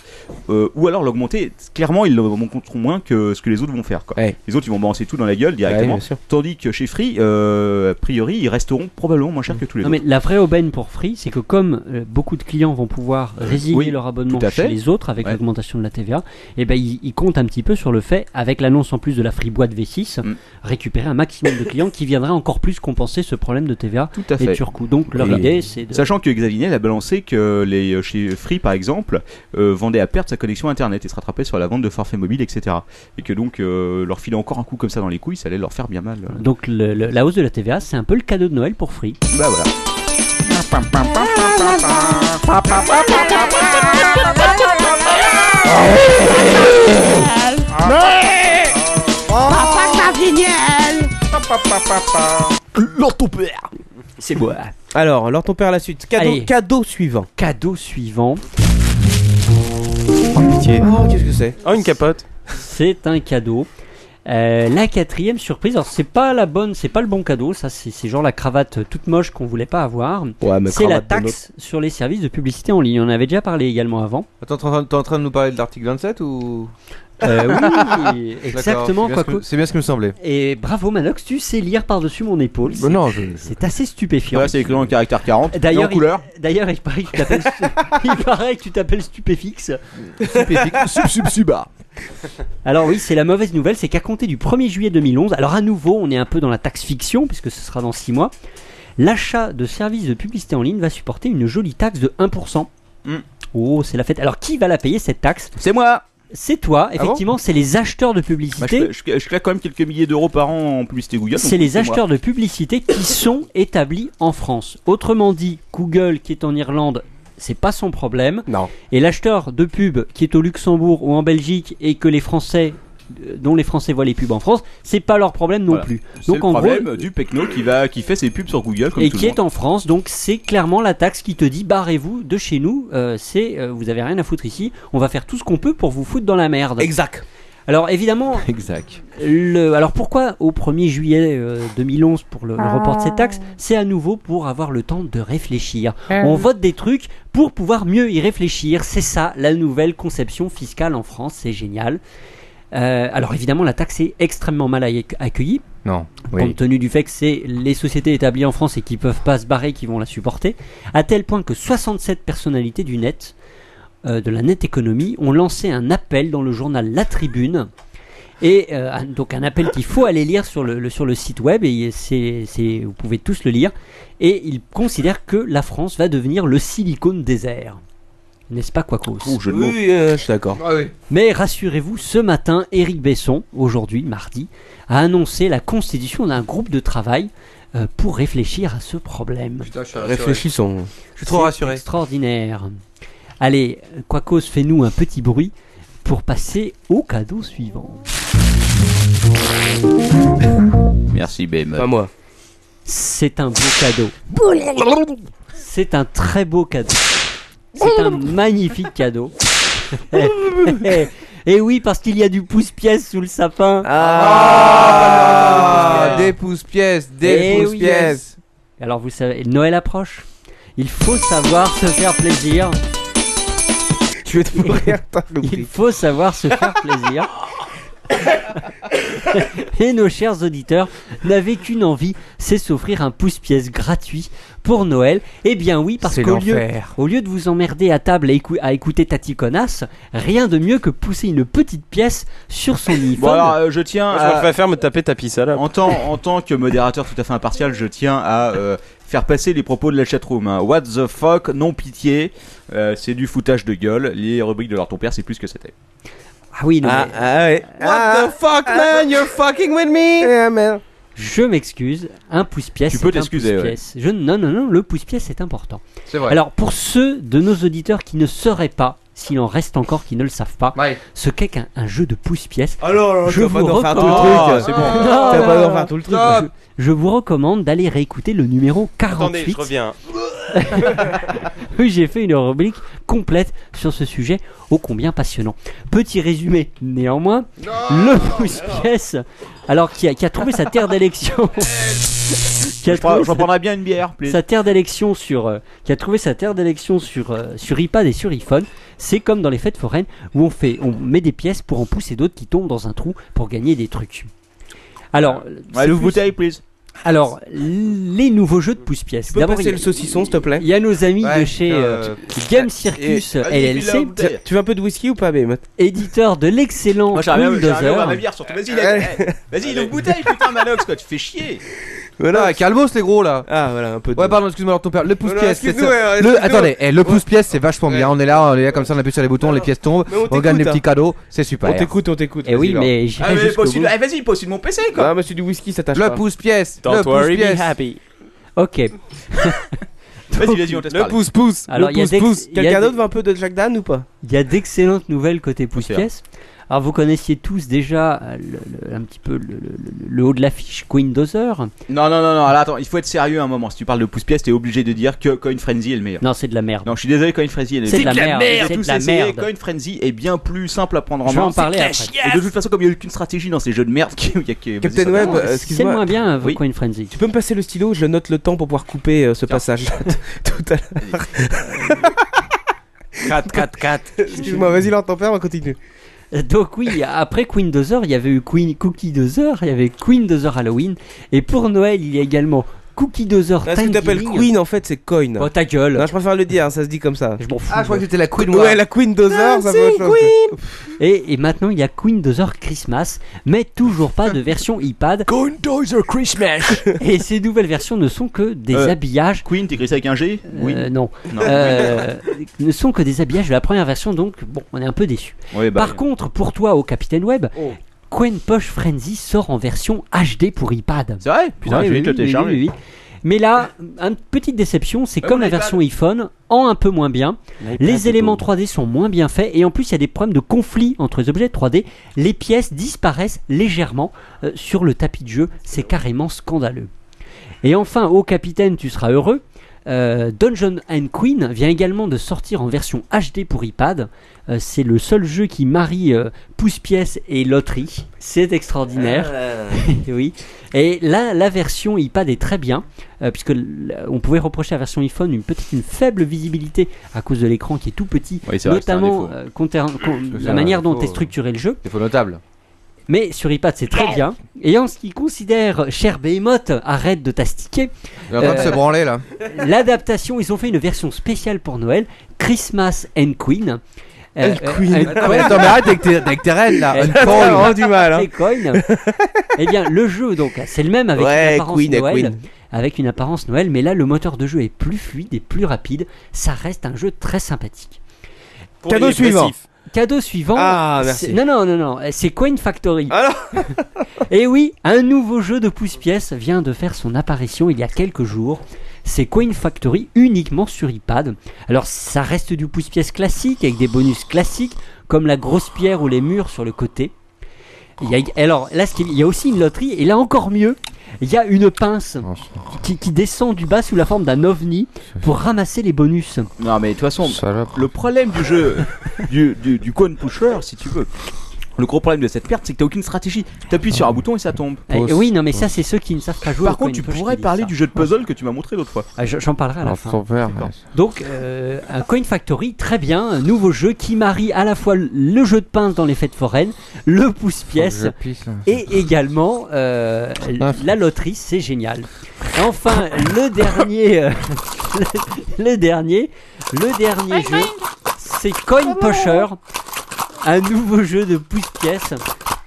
F: euh, ou alors l'augmenter. Clairement, ils rencontreront moins que ce que les autres vont faire. Quoi. Les autres, ils vont balancer tout dans la gueule
J: Ouais,
F: directement.
J: bien sûr.
F: Tandis que chez Free, euh, a priori, ils resteront probablement moins
J: Mm.
F: chers que tous les
I: Non,
F: autres.
I: mais la vraie aubaine pour Free, c'est que comme euh, beaucoup de clients vont pouvoir résigner
F: Euh, oui,
I: leur abonnement
F: tout à
I: chez
F: fait.
I: les autres avec l'augmentation de la TVA, et ben ils, ils compte un petit peu sur le fait, avec l'annonce en plus de la friboîte V6,
F: Mm.
I: récupérer un maximum de clients qui viendra encore plus compenser ce problème de TVA
F: Tout à fait.
I: et de surcoût. Donc leur
F: Et-
I: idée, c'est de...
F: Sachant que Xavier a balancé que les, euh, chez Free, par exemple, euh, vendait à perte sa connexion Internet et se rattrapait sur la vente de forfaits mobiles, etc. Et que donc, euh, leur filer encore un coup comme ça dans les couilles, ça allait leur faire bien mal.
I: Donc le- le- la hausse de la TVA, c'est un peu le cadeau de Noël pour Free.
F: Bah voilà.
P: Papa Savignel
J: Lord ton père
I: C'est moi.
J: Alors, Lord ton père, la suite. Cadeau,
I: Allez.
J: cadeau suivant.
I: Cadeau suivant.
J: Oh, qu'est-ce que c'est
I: Oh, une capote. C'est un cadeau. Euh, la quatrième surprise, alors c'est pas la bonne, c'est pas le bon cadeau, ça c'est c'est genre la cravate toute moche qu'on voulait pas avoir.
J: mais
I: c'est la
J: cravate de
I: taxe sur les services de publicité en ligne. On en avait déjà parlé également avant.
H: Attends, Bah, t'es en, train- t'es en train de nous parler de l'article 27 ou
I: Euh,
H: D'accord,
I: oui, exactement.
H: c'est bien ce
I: quoique-
H: que- C'est bien ce qui me semblait.
I: Et bravo Manox, tu sais lire par-dessus mon épaule. C'est- C'est assez stupéfiant.
F: Là, c'est écrit en caractère 40.
I: D'ailleurs,
F: et en
I: il-
F: couleur.
I: D'ailleurs, il paraît que tu t'appelles, il paraît que tu t'appelles Stupéfix.
F: Stupéfix. Sub, sub, suba.
I: Alors oui, c'est la mauvaise nouvelle, c'est qu'à compter du 1er juillet 2011, alors à nouveau, on est un peu dans la taxe fiction, puisque ce sera dans 6 mois, l'achat de services de publicité en ligne va supporter une jolie taxe de 1%.
F: Hmm.
I: Oh, c'est la fête. Alors qui va la payer cette taxe
F: C'est moi
I: C'est toi,
F: Ah bon
I: effectivement, c'est les acheteurs de
F: Bah,
I: publicité.
F: je, je- je claque quand même quelques milliers d'euros par an en publicité Google.
I: C'est les acheteurs de publicité qui sont établis en France. Autrement dit, Google qui est en Irlande, c'est pas son problème. Et l'acheteur de pub qui est au Luxembourg ou en Belgique et que les Français euh, dont les Français voient les pubs en France, c'est pas leur problème non plus.
F: Donc
I: Donc
F: le
I: en gros,
F: problème du Pecno qui va qui fait ses pubs sur Google comme
I: et
F: tout
I: qui
F: le
I: est en France, donc c'est clairement la taxe qui te dit barrez-vous de chez nous, euh, c'est euh, vous avez rien à foutre ici, on va faire tout ce qu'on peut pour vous foutre dans la merde.
J: Exact.
I: Alors évidemment,
H: Exact.
I: le, alors pourquoi au 1er juillet euh, 2011 pour le, le report de ces taxes C'est à nouveau pour avoir le temps de réfléchir.
C: Ah
I: On vote des trucs pour pouvoir mieux y réfléchir. C'est ça la nouvelle conception fiscale en France, c'est génial. Euh, alors évidemment, la taxe est extrêmement mal accueillie- accueillie.
H: Non.
I: Compte tenu du fait que c'est les sociétés établies en France et qui peuvent pas se barrer qui vont la supporter, à tel point que 67 personnalités du net, euh, de la net économie, ont lancé un appel dans le journal La Tribune. Et euh, un- donc un appel qu'il faut aller lire sur le, le- sur le site web et c'est c'est- vous pouvez tous le lire. Et ils considèrent que la France va devenir le silicone désert. N'est-ce pas Quacos
J: Oui, oui, euh, je suis d'accord.
I: mais rassurez-vous, ce matin, Éric Besson, aujourd'hui, mardi, a annoncé la constitution d'un groupe de travail euh, pour réfléchir à ce problème.
J: Réfléchissons.
H: Je suis trop rassuré.
I: Extraordinaire. Allez, Quacos, fais-nous un petit bruit pour passer au cadeau suivant.
F: monde. Merci BM. Pas
J: moi.
I: C'est un beau cadeau. C'est un très beau cadeau. C'est un magnifique cadeau. Et oui, parce qu'il y a du pouce-pièce sous le sapin.
H: Ah, des pouces-pièces, des
I: Eh oui,
H: pouces-pièces.
I: yes. Alors vous savez, Noël approche. Il faut savoir se faire plaisir.
J: Tu veux te mourir,
I: Il faut savoir se faire plaisir. Et nos chers auditeurs n'avaient qu'une envie, c'est s'offrir un pouce-pièce gratuit pour Noël. Eh bien oui, parce
H: C'est
I: qu'au lieu,
H: l'enfer.
I: au lieu de vous emmerder à table à, écou- à écouter Tati Connasse, rien de mieux que pousser une petite pièce sur son iPhone.
F: Bon alors euh, je tiens
G: Moi, Ah, je
F: à
G: préfère faire me taper tapis salope.
F: en tant en tant que modérateur tout à fait impartial, je tiens à euh, faire passer les propos de la chatroom. hein. What the fuck, non pitié, Euh, c'est du foutage de gueule. Les rubriques de leur ton père, c'est plus que c'était.
I: Ah oui, non,
F: Ah,
I: mais-
J: What
I: Ah.
J: the fuck, man? You're fucking with me?
I: Eh, Je m'excuse, un pouce-pièce.
F: Tu peux
I: est un
F: t'excuser,
I: pouce-pièce. Je... Non, non, non, le pouce-pièce est important.
H: C'est vrai.
I: Alors, pour ceux de nos auditeurs qui ne sauraient pas, s'il en reste encore qui ne le savent pas, ce qu'est qu'un un jeu de pouce-pièce,
J: Alors,
I: je vous
J: d'en faire tout
I: recommande-
F: Ah,
J: le truc.
I: Non,
J: T'as
I: non,
J: pas d'en
I: non.
J: faire tout le truc.
I: Je, je vous recommande d'aller réécouter le numéro 48.
G: Attendez, je reviens.
I: Oui, j'ai fait une rubrique complète sur ce sujet ô combien passionnant. Petit résumé néanmoins, le pouce-pièce, alors qui a, qui a trouvé sa terre d'élection. qui a
F: Je prends-
I: trouvé
F: j'en
I: sa-
F: prendrais bien une bière, please.
I: Sa terre d'élection sur, euh, qui a trouvé sa terre d'élection sur euh, sur iPad et sur iPhone, c'est comme dans les fêtes foraines où on fait, on met des pièces pour en pousser d'autres qui tombent dans un trou pour gagner des trucs. Alors,
F: Ouais,
I: c'est
F: l'ouvre
I: plus-
F: bouteille, please.
I: Alors, les nouveaux jeux de pouce-pièce.
J: peux passer
I: il y a-
J: le saucisson, s'il te plaît
I: Il y a nos amis
J: Ouais,
I: de chez
J: putain,
I: euh,
J: euh,
I: Game Circus
J: et- vas-y, file-la
I: LLC.
J: au bouteille. Tu veux un peu de whisky ou pas, Behemoth
I: Éditeur de l'excellent
J: Moi, j'aimerais bien-
I: Windozer.
J: j'aimerais bien ma
F: bière surtout. Vas-y, il a- eh, vas-y, il ouvre bouteille, putain, Malox, quoi, tu fais chier.
H: Voilà, calmos les gros là.
J: Ah voilà, un peu.
H: Ouais, pardon, excuse-moi alors ton père. Le pouce
F: non,
H: pièce, c'est
F: excuse-nous,
H: ça.
F: ouais,
H: Le,
F: excuse-nous.
H: attendez, eh, le pouce pièce, c'est vachement bien. On est là, on est là comme ça, on appuie sur les boutons, les pièces tombent,
F: Mais on
H: on gagne
F: t'écoute,
H: les petits
F: hein.
H: cadeaux, c'est super.
J: on t'écoute.
H: Eh oui, vas-y, mais alors. j'irai
F: Ah, mais
H: jusqu'au
F: pas au-dessus de-
H: bout.
F: eh, Vas-y, pas au-dessus de mon PC, quoi.
J: Ah, mais c'est du whisky, ça
H: hein,
J: tâche
F: Le
J: pas.
F: pouce-pièce,
J: Don't
F: le
J: worry,
F: pouce-pièce.
J: be happy.
I: Ok.
J: Vas-y, vas-y, on te laisse Le parler. pouce-pouce,
I: Alors,
J: le
I: il y a d'ex-
J: pouce-pouce.
I: il y a
J: Quelqu'un
I: des-
J: d'autre veut un peu de Jack Dan ou pas
I: Il y a d'excellentes nouvelles côté pouce-pièce. Alors, vous connaissiez tous déjà euh, le- le- un petit peu le, le- le- le haut de l'affiche Queen Dozer.
F: Non, non, non, non, alors, attends, il faut être sérieux un moment. Si tu parles de pouce-pièce, t'es obligé de dire que Coin Frenzy est le meilleur.
I: Non, c'est de la merde.
F: Non, je suis désolé, Coin Frenzy est le
I: C'est de la
F: meilleur.
I: merde,
F: J'ai
I: c'est
F: tous
I: de la
F: essayé,
I: merde.
F: Coin Frenzy est bien plus simple à prendre en main.
I: Je vais en parler après.
F: Et de toute façon, comme il n'y a aucune stratégie dans ces jeux de merde, qui- il y a que. vas-y, ça
J: Captain
F: va.
J: Web,
F: Ouais,
J: euh, excuse-moi.
F: c'est moins
I: bien,
J: oui.
I: Coin Frenzy.
J: Tu peux me passer le stylo Je note le temps pour pouvoir couper euh, ce passage tout à l'heure.
G: 4, 4, 4.
J: Excuse-moi, vas-y, Lord Tempère, on continue.
I: Donc oui, après Queen Dozer, il y avait eu Queen Cookie Dozer, il y avait Queen Dozer Halloween, et pour Noël, il y a également Cookie Dozer
J: Ah, Ce que t'appelles Queen, en fait, c'est Coin.
I: Oh ta gueule
J: Non, je préfère le dire, hein, ça se dit comme ça.
I: Je m'en fous.
J: Ah, je crois que
H: c'était la Queen
J: Ouais, la Queen Dozer, ça peut être chose.
I: et, et maintenant, il y a Queen Dozer Christmas, mais toujours pas de version iPad. Queen Dozer Christmas Et ces nouvelles versions ne sont que des
F: Euh, Ah,
I: habillages.
F: Queen, t'écris ça avec un G
I: Oui. non.
F: Non.
I: Euh, ne sont que des habillages de la première version, donc bon, on est un peu déçu.
F: Oui, bah,
I: Par
F: oui.
I: contre, pour toi, au Capitaine Web, Quen Poche Frenzy sort en version HD pour iPad.
F: C'est vrai Putain, je vais te le télécharger.
I: Mais là, une petite déception, c'est comme la version iPhone, en un peu moins bien. Les éléments 3D sont moins bien faits et en plus il y a des problèmes de conflit entre les objets 3D. Les pièces disparaissent légèrement euh, sur le tapis de jeu. C'est carrément scandaleux. Et enfin, ô capitaine, tu seras heureux. euh, Dungeon and Queen vient également de sortir en version HD pour iPad. Euh, c'est le seul jeu qui marie euh, pouce-pièce et loterie. C'est extraordinaire. oui. Et là, la version iPad est très bien, euh, puisque l- on pouvait reprocher à la version iPhone une petite, une faible visibilité à cause de l'écran qui est tout petit,
H: Oui, c'est vrai, c'est un
I: notamment
H: défaut.
I: euh, conter- con-
H: C'est
I: la
H: un
I: manière dont
H: défaut,
I: est
H: euh.
I: structuré le jeu.
H: Défaut notable.
I: Mais sur iPad, c'est très bien. Et en ce qui considère, cher Behemoth, arrête de t'astiquer.
H: Il est en train de se branler, là.
I: L'adaptation, ils ont fait une version spéciale pour Noël, Christmas and Queen. Euh,
H: And Queen. Attends, mais attends, mais arrête avec tes- avec tes rênes, là. And Coin. T'as vraiment du mal, hein.
I: Et Coin. Eh bien, le jeu, donc, c'est le même avec
J: Ouais,
I: une apparence
J: Queen and
I: Noël.
J: Queen.
I: Avec une apparence Noël, mais là, le moteur de jeu est plus fluide et plus rapide. Ça reste un jeu très sympathique.
J: Cadeau suivant.
I: Cadeau suivant.
J: Ah,
I: c'est-
J: merci.
I: Non, non, non, non. C'est Coin Factory.
F: Ah
I: Et oui, un nouveau jeu de pouce-pièce vient de faire son apparition il y a quelques jours. C'est Coin Factory uniquement sur iPad. Alors, ça reste du pouce-pièce classique avec des bonus classiques comme la grosse pierre ou les murs sur le côté. Il y a- alors là, ce qu'il- il y a aussi une loterie, et là encore mieux, il y a une pince qui, qui descend du bas sous la forme d'un ovni pour ramasser les bonus.
F: Non mais de toute façon, le problème du jeu, du, du, du cone pusher, si tu veux. Le gros problème de cette perte, c'est que t'as aucune stratégie. T'appuies sur un bouton et ça tombe.
I: Eh, oui, non, mais ça, c'est ceux qui ne savent pas jouer.
F: Par contre, tu pourrais parler du jeu de puzzle que tu m'as montré l'autre fois.
I: Ah, je- J'en parlerai à la fin. Donc, euh, un Coin Factory, très bien, un nouveau jeu qui marie à la fois le jeu de pince dans les fêtes foraines, le
H: Faut
I: pouce-pièce
H: que je pisse, là.
I: et également euh, la loterie, c'est génial. Et Enfin, le dernier, euh, le, le dernier, le dernier jeu, c'est Coin Pusher, un nouveau jeu de pouce-pièce.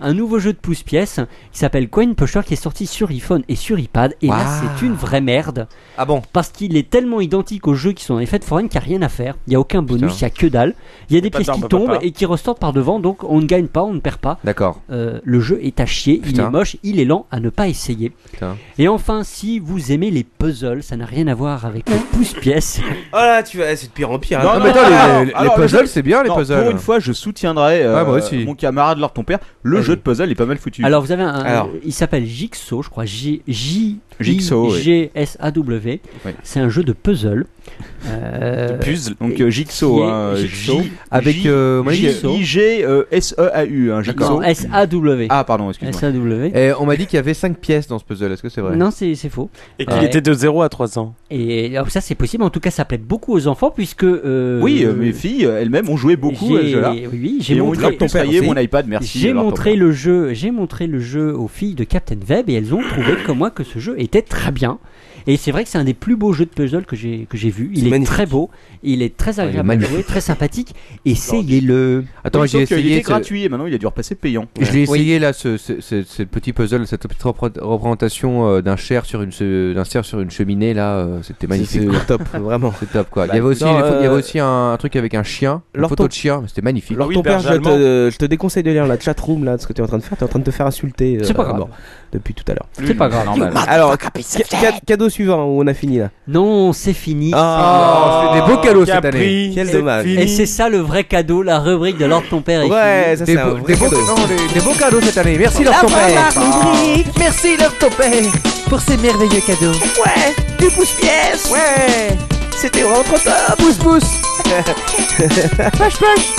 I: Un nouveau jeu de pouce-pièce qui s'appelle Coin Pusher qui est sorti sur iPhone et sur iPad. Et là,
H: Waouh.
I: c'est une vraie merde.
H: Ah bon
I: Parce qu'il est tellement identique aux jeux qui sont dans les fêtes foraines qu'il n'y a rien à faire. Il n'y a aucun bonus, il n'y a que dalle. Il y a des
H: pas
I: pièces
H: dedans,
I: qui
H: on peut pas
I: tombent
H: pas.
I: et qui ressortent par devant, donc on ne gagne pas, on ne perd pas.
H: D'accord.
I: Euh, le jeu est à chier, il
H: Putain.
I: est moche, il est lent à ne pas essayer.
H: Putain.
I: Et enfin, si vous aimez les puzzles, ça n'a rien à voir avec les pouces-pièces.
J: Oh là, tu vas, c'est de pire en pire.
F: Non,
J: hein.
F: non, non, non, non. Alors, le jeu- non, Pour une fois, je soutiendrai euh,
J: Ouais, moi aussi.
F: mon camarade, Lord ton père. Le
I: Allez.
F: jeu de puzzle est pas mal foutu.
I: Alors vous avez un, euh,
F: Alors.
I: il s'appelle Jigsaw, je crois J J
F: Jigsaw, oui.
I: G S A W. C'est un jeu de puzzle. Euh,
F: De puzzle. Donc,
I: et-
F: euh, Jigsaw,
I: qui est
F: hein,
I: Jigsaw.
F: J- Avec, euh, moi, J- euh, Jigsaw. I-G-S-E-A-U, hein, Jigsaw.
I: Non, S-A-W.
F: Ah, pardon,
I: E
F: excuse-moi.
I: S-A-W.
H: Eh, on m'a dit qu'il y avait 5 pièces dans ce puzzle, est-ce que c'est vrai
I: Non, c'est c'est faux.
H: Et qu'il était
G: de 0 à 3 ans.
I: Et alors, ça, c'est possible. En tout cas, ça plaît beaucoup aux enfants puisque. euh,
F: Oui, euh, mes filles euh, elles-mêmes ont joué beaucoup à ce
I: j'ai-
F: jeu-là.
I: oui, oui, j'ai
F: Et ont
I: montré
F: été conseillées mon iPad, merci.
I: J'ai
F: alors,
I: montré le jeu, j'ai montré le jeu aux filles de Captain Web et elles ont trouvé comme moi que ce jeu est était très bien. Et c'est vrai que c'est un des plus beaux jeux de puzzle que j'ai que j'ai vu. Il
H: C'est
I: est,
H: magnifique.
I: très beau, il est très agréable à
H: magnifique.
I: jouer, très sympathique. Essayez-le.
H: Attends, j'ai essayé.
F: était
H: ce-
F: gratuit et maintenant il a dû repasser payant.
H: Je l'ai essayé là, ce, ce- ce- ce petit puzzle, cette petite repré- représentation euh, d'un cerf sur une ce- d'un cerf sur une cheminée là, euh, c'était magnifique.
J: c'est
H: quoi.
J: top, vraiment.
H: C'est top quoi.
J: Bah,
H: il y avait aussi,
J: non,
H: les pho- il y avait
J: euh,
H: aussi un, un truc avec un chien, une
J: leur
H: photo
J: ton-
H: de chien, mais c'était magnifique.
J: Alors ton père, je te, je te déconseille de lire la chatroom là, de ce que tu es en train de faire. Tu es en train de te faire insulter. euh,
I: C'est pas grave.
J: à mort, depuis tout à l'heure.
I: C'est pas grave. Normal.
J: Alors, ca- ca- cadeau suivant où on a fini là.
I: Non, c'est fini.
H: Oh,
J: Ah, c'est des beaux cadeaux cette année. Quel dommage.
I: Et c'est ça le vrai cadeau, la rubrique de Lord ton père. est
J: Ouais,
I: finie.
J: ça, c'est Ah, Des un beaux- vrai des beaux- cadeau. non,
I: des,
H: beaux cadeaux cette année.
I: Merci
Q: La voilà, rubrique. Merci Love ton père pour ces merveilleux cadeaux. Ouais, du pouce pièce. Ouais, c'était vraiment trop
C: Ah,
Q: top. Pouce pouce. poche poche.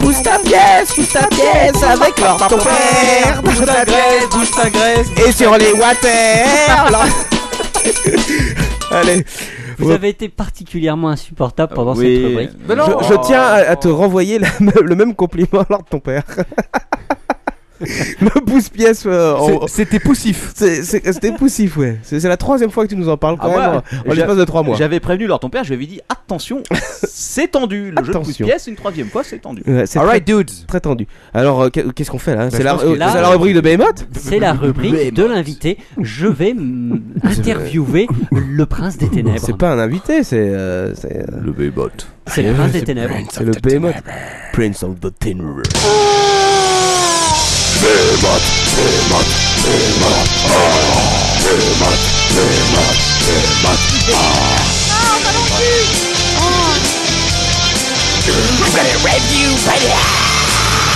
Q: Pousse ta pièce, pousse ta pièce avec leur ton père. Bouge ta graisse, bouge ta graisse.
J: Et sur les water. là. Allez.
I: Vous avez été particulièrement insupportable pendant
J: Oui.
I: cette rubrique.
J: Je, je tiens à, à te renvoyer la- le même compliment lors de ton père. le euh, pouce-pièce.
H: C'était poussif.
J: C'était poussif, ouais. C'est c'est la troisième fois que tu nous en parles quand
F: Ah,
J: même
F: moi,
J: en- en l'espace de trois mois.
F: J'avais prévenu lors ton père, je lui avais dit attention, c'est tendu. Le jeu de coup de
J: Attention.
F: pièce, une troisième fois, c'est tendu.
J: Ouais, c'est très, Très tendu. Alors, euh, qu'est- qu'est-ce qu'on fait là C'est
I: je
J: la,
I: pense que
J: euh,
I: là-
J: c'est la rubrique de Behemoth
I: C'est la rubrique de l'invité. Je vais mm, interviewer le prince des ténèbres.
J: C'est pas un invité, c'est. euh, c'est, euh,
H: Le Behemoth.
I: C'est le prince des ténèbres.
J: C'est le Behemoth. Prince of the Ténèbres.
P: I'm gonna rape you, buddy.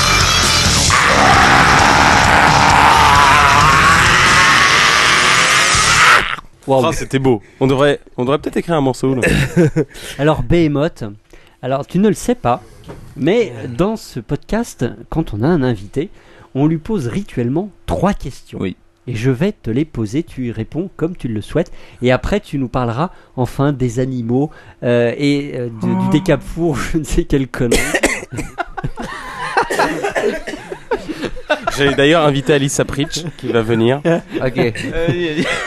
G: Ah, c'était beau. On devrait, on devrait peut-être écrire un morceau. Là.
I: Alors Behemoth, alors tu ne le sais pas, mais
J: Euh.
I: dans ce podcast, quand on a un invité, on lui pose rituellement trois questions. Et je vais te les poser, tu y réponds comme tu le souhaites. Et après, tu nous parleras enfin des animaux euh, et euh, de-
J: Oh.
I: du décapfour, je ne sais quel connerie.
G: J'ai d'ailleurs invité Alice Sapritch qui va venir.
H: Ok.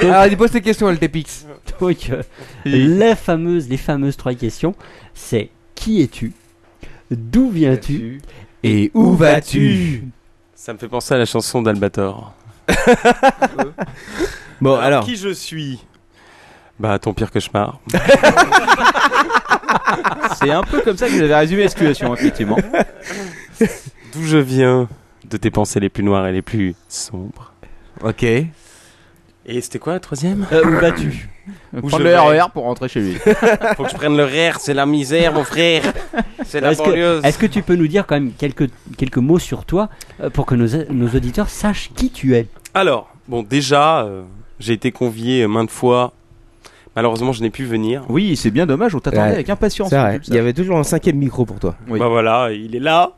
H: Alors, il pose tes questions, elle t'épique.
I: Donc, euh, la fameuse, les fameuses trois questions, c'est qui es-tu D'où viens-tu
H: Et
G: où vas-tu Ça me fait penser à la chanson d'Albator.
J: bon, alors.
G: Qui je suis Bah, ton pire cauchemar.
F: C'est un peu comme ça que j'avais résumé la situation, effectivement.
G: D'où je viens De tes pensées les plus noires et les plus sombres.
H: Ok.
G: Et c'était quoi la troisième
F: où vas-tu Prendre
G: je
F: le
G: vais.
F: RER pour rentrer chez lui.
G: Faut que je prenne le RER, c'est la misère, mon frère. C'est la
I: Est-ce que,
G: banlieue.
I: est-ce que tu peux nous dire quand même quelques, quelques mots sur toi euh, pour que nos, nos auditeurs sachent qui tu es
G: Alors, bon, déjà, euh, j'ai été convié euh, maintes fois. Malheureusement, je n'ai pu venir.
F: Oui, c'est bien dommage, on t'attendait
J: Ouais.
F: avec impatience.
J: C'est vrai.
F: tu
J: Il
F: le
J: y avait toujours un cinquième micro pour toi.
G: Bah voilà, il est là.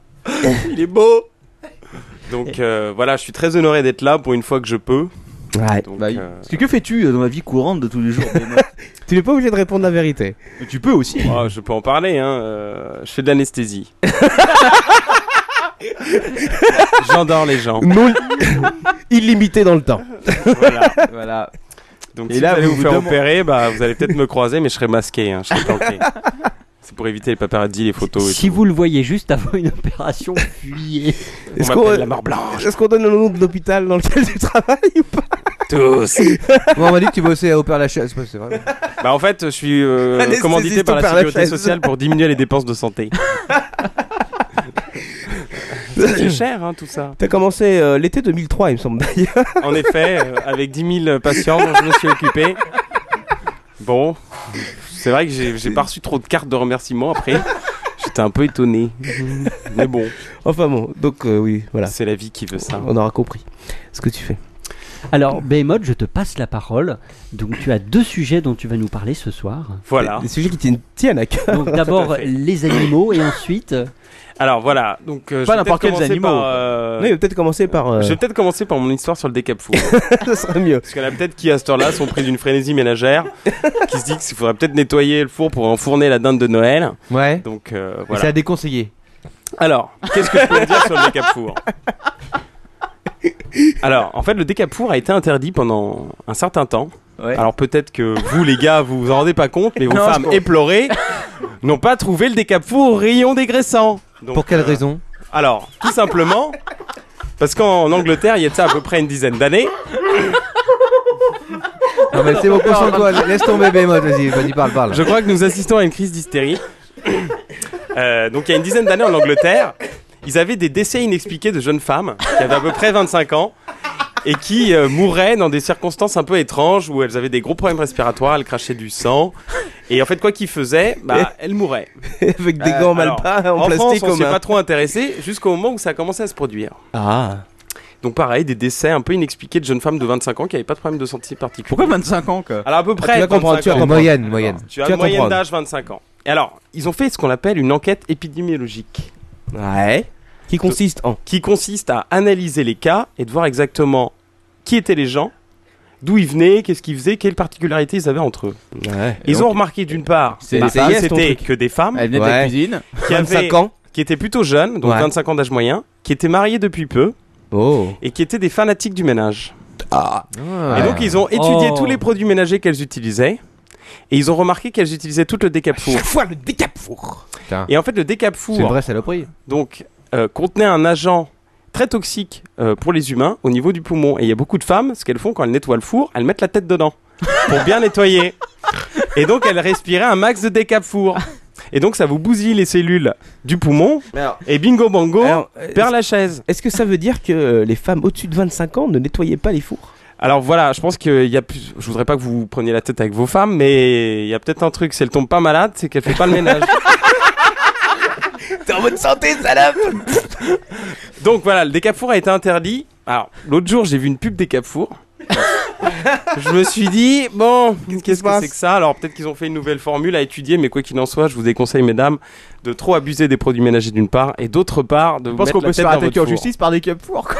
G: il est beau. Donc euh, voilà, je suis très honoré d'être là pour une fois que je peux.
J: Ouais.
G: Donc,
F: Bah,
G: euh,
F: Parce que que fais-tu euh, dans la vie courante de tous les jours Benoît
J: Tu n'es pas obligé de répondre la vérité.
F: Mais Tu peux aussi.
G: oh, je peux en parler. Hein. euh, je fais de l'anesthésie. J'endors les gens.
J: Non illimité dans le temps.
G: Voilà. Donc
J: Et
G: si
J: là,
G: vous allez
J: vous
G: vous
J: vous
G: faire
J: demandez-
G: opérer, bah, vous allez peut-être me croiser, mais je serai masqué. hein, je serai planqué. C'est pour éviter les paparazzis, les photos. Et
I: Si vous le voyez juste avant une opération, fuyez.
G: Est-ce On qu'on- m'appelle la mort blanche.
J: Est-ce qu'on donne le nom de l'hôpital dans lequel tu travailles
G: Tous.
H: Bon, on m'a dit que tu bossais à Opère la chaise. C'est vrai.
G: Bah en fait, je suis euh,
H: Anesthésiste
G: commandité par
H: au
G: la
H: Père
G: sécurité
H: Lachaise.
G: sociale pour diminuer les dépenses de santé. C'est cher, hein, tout ça.
J: T'as commencé euh, l'été 2003, il me semble d'ailleurs.
G: En effet, euh, avec 10 000 patients dont je me suis occupé. Bon, c'est vrai que j'ai j'ai pas reçu trop de cartes de remerciement après. J'étais un peu étonné. Mais bon,
J: Enfin bon, donc euh, oui, voilà.
G: c'est la vie qui veut ça.
J: On aura compris ce que tu fais.
I: Alors, Behemoth, je te passe la parole. Donc, tu as deux sujets dont tu vas nous parler ce soir.
G: Voilà.
J: Des sujets qui tiennent, tiennent à cœur.
I: Donc, d'abord les animaux et ensuite. euh,
G: Alors voilà, donc euh, je vais peut-être commencer par, euh,
J: Non, il va peut-être commencer par. euh,
G: Je vais peut-être commencer par mon histoire sur le décapfou.
J: Ça serait mieux.
G: Parce qu'il y en a peut-être qui, à cette heure-là, sont pris d'une frénésie ménagère, qui se dit qu'il faudrait peut-être nettoyer le four pour enfourner la dinde de Noël.
H: Ouais.
G: Donc, euh,
H: Et
G: voilà.
H: C'est à déconseiller.
G: Alors, qu'est-ce que je peux te dire sur le décapfour Alors, en fait, le décapour a été interdit pendant un certain temps.
F: Ouais.
G: Alors peut-être que vous, les gars, vous vous en rendez pas compte, mais vos
F: Non,
G: femmes
F: je-
G: éplorées n'ont pas trouvé le décapour au rayon dégraissant. Donc,
H: Pour quelle
G: euh,
H: raison
G: Alors, tout simplement, parce qu'en Angleterre, il y a de ça à peu près une dizaine d'années.
H: Non, mais c'est bon, concentre-toi, laisse tomber Behemoth, vas-y, vas-y, parle, parle.
G: Je crois que nous assistons à une crise d'hystérie. Euh, donc il y a une dizaine d'années en Angleterre, ils avaient des décès inexpliqués de jeunes femmes qui avaient à peu près 25 ans et qui euh, mouraient dans des circonstances un peu étranges où elles avaient des gros problèmes respiratoires, elles crachaient du sang. Et en fait, quoi qu'ils faisaient, bah, elles mouraient.
J: Avec des gants mal peints Euh, en
G: France,
J: plastique
G: on
J: aux
G: s'y est
J: mains.
G: pas trop intéressé jusqu'au moment où ça a commencé à se produire.
J: Ah.
G: Donc pareil, des décès un peu inexpliqués de jeunes femmes de 25 ans qui n'avaient pas de problème de santé particulier.
F: Pourquoi 25 ans quoi
G: Alors à peu près.
F: tu vas comprendre,
G: 25
F: tu vas
G: ans.
F: comprendre.
H: Moyenne, moyenne.
G: Tu as
F: Tu vas
G: une moyenne
F: comprendre.
G: d'âge 25 ans. Et alors, ils ont fait ce qu'on appelle une enquête épidémiologique.
J: Ouais. Qui consiste
G: en Qui consiste à analyser les cas et de voir exactement qui étaient les gens, d'où ils venaient, qu'est-ce qu'ils faisaient, quelles particularités ils avaient entre eux. Ils ont remarqué d'une part,
F: C'est-
G: bah,
F: c'est yes, ton
G: c'était
F: truc.
G: que des femmes
F: Elles venaient de la Ouais. cuisine.
G: qui avaient-
F: 25 ans.
G: qui étaient plutôt jeunes, donc
F: Ouais.
G: 25 ans d'âge moyen, qui étaient mariées depuis peu et qui étaient des fanatiques du ménage. Et
H: Ah.
G: donc ils ont étudié
E: Oh.
G: tous les produits ménagers qu'elles utilisaient et ils ont remarqué qu'elles utilisaient tout le décapfour. fois le décapfour. Et en fait le décapfour
H: C'est une vraie saloperie.
G: donc euh, contenait un agent très toxique euh, pour les humains au niveau du poumon. Et il y a beaucoup de femmes, ce qu'elles font quand elles nettoient le four, elles mettent la tête dedans pour bien nettoyer. Et donc elles respiraient un max de décapfour. Et donc ça vous bousille les cellules du poumon. et bingo bango, perd la chaise.
J: Est-ce que ça veut dire que euh, les femmes au-dessus de 25 ans ne nettoyaient pas les fours
G: Alors voilà, je pense que y a plus... je voudrais pas que vous preniez la tête avec vos femmes, mais il y a peut-être un truc, si elle tombe pas malade, c'est qu'elle fait pas le ménage.
E: T'es en bonne santé, salope
G: Donc voilà, le décapfour a été interdit. Alors, l'autre jour, j'ai vu une pub décapfour. je me suis dit, bon, qu'est-ce que c'est que ça Alors, peut-être qu'ils ont fait une nouvelle formule à étudier, mais quoi qu'il en soit, je vous déconseille, mesdames, de trop abuser des produits ménagers d'une part, et d'autre part, de
F: Je
G: vous
F: pense
G: mettre
F: qu'on
G: la
F: peut se
G: tête
F: faire
G: dans votre
F: attaquer en
G: four.
F: justice par des cups fours quoi.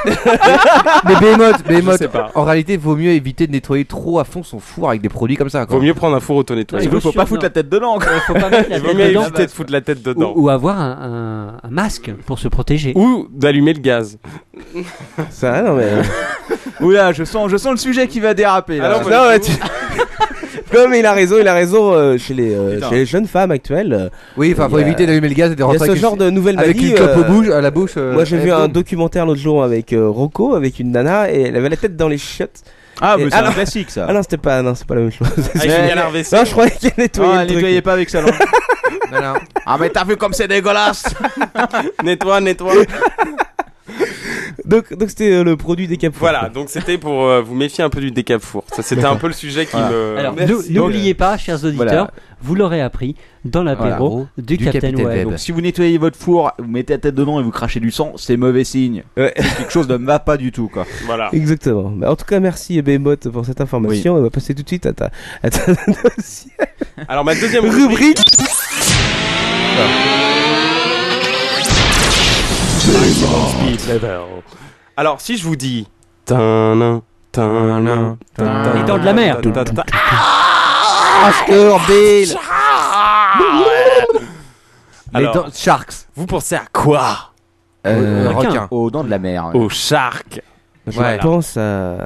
H: Mais Behemoth,
G: Je sais
H: Behemoth,
G: pas.
H: en réalité, il vaut mieux éviter de nettoyer trop à fond son four avec des produits comme ça.
G: Vaut mieux prendre un four
F: Bah,
G: auto-nettoyage.
H: Il vaut
F: pas foutre la tête dedans quoi.
I: Faut pas mettre la
G: Il vaut
I: tête
G: mieux
I: dedans.
G: éviter de foutre la tête dedans.
I: Ou, ou avoir un, un- un masque pour se protéger.
G: Ou d'allumer le gaz.
J: Ça, non mais.
F: Oula, je sens, je sens le sujet qui va déraper là.
J: Alors, Ah, non, ouais, tu- Non, mais il a raison, il a raison euh, chez, les, euh,
F: Putain.
J: chez les jeunes femmes actuelles. euh,
H: Oui, enfin,
J: il
H: faut
J: y a-
H: éviter d'allumer le gaz et de rentrer
J: Il y
H: avec
J: a ce
H: une-
J: genre de nouvelles
H: avec
J: manies,
H: une clope au
J: euh,
H: bouche- à la bouche, euh,
J: Moi j'ai vu
H: avec
J: un
H: boum.
J: documentaire l'autre jour avec euh, Rocco, avec une nana, et elle avait la tête dans les chiottes.
F: Ah,
J: Et-
F: mais c'est un
J: non.
F: classique ça.
J: Ah non, c'était pas, non, c'est pas la même chose.
F: une galère vaisselle.
J: Non, je croyais qu'elle nettoyait.
F: Ah,
J: le
F: elle
J: truc.
F: nettoyait pas avec sa langue. Ah, mais t'as vu comme c'est dégueulasse.
G: nettoie, nettoie.
J: Donc, donc c'était euh, le produit des capes.
G: Voilà, donc c'était pour euh, vous méfier un peu du décapfour. Ça, c'était un peu le sujet qui
J: Voilà.
G: me.
I: Alors, n'ou- n'oubliez pas, chers auditeurs,
G: Voilà.
I: vous l'aurez appris dans l'apéro
F: Voilà.
I: du, Captain, Web.
F: Donc, si vous nettoyez votre four, vous mettez la tête dedans et vous crachez du sang, c'est mauvais signe. C'est Quelque chose ne va pas du tout, quoi.
G: Voilà.
J: Exactement. Bah, en tout cas, merci Behemoth pour cette information. On va passer tout de suite à ta, à ta dossier.
G: Alors, ma deuxième
J: rubrique.
G: Ah. Alors, si je vous dis. Tadam, tadam, tadam,
I: Les dents de la mer.
G: tadam, tadam, tadam.
H: Ah, score, Bill
G: Alors,
H: dents- Sharks.
G: Vous pensez à quoi
H: Euh, Requin. requin.
F: Aux dents de la mer.
G: Au shark.
J: Je
G: Voilà.
J: pense à,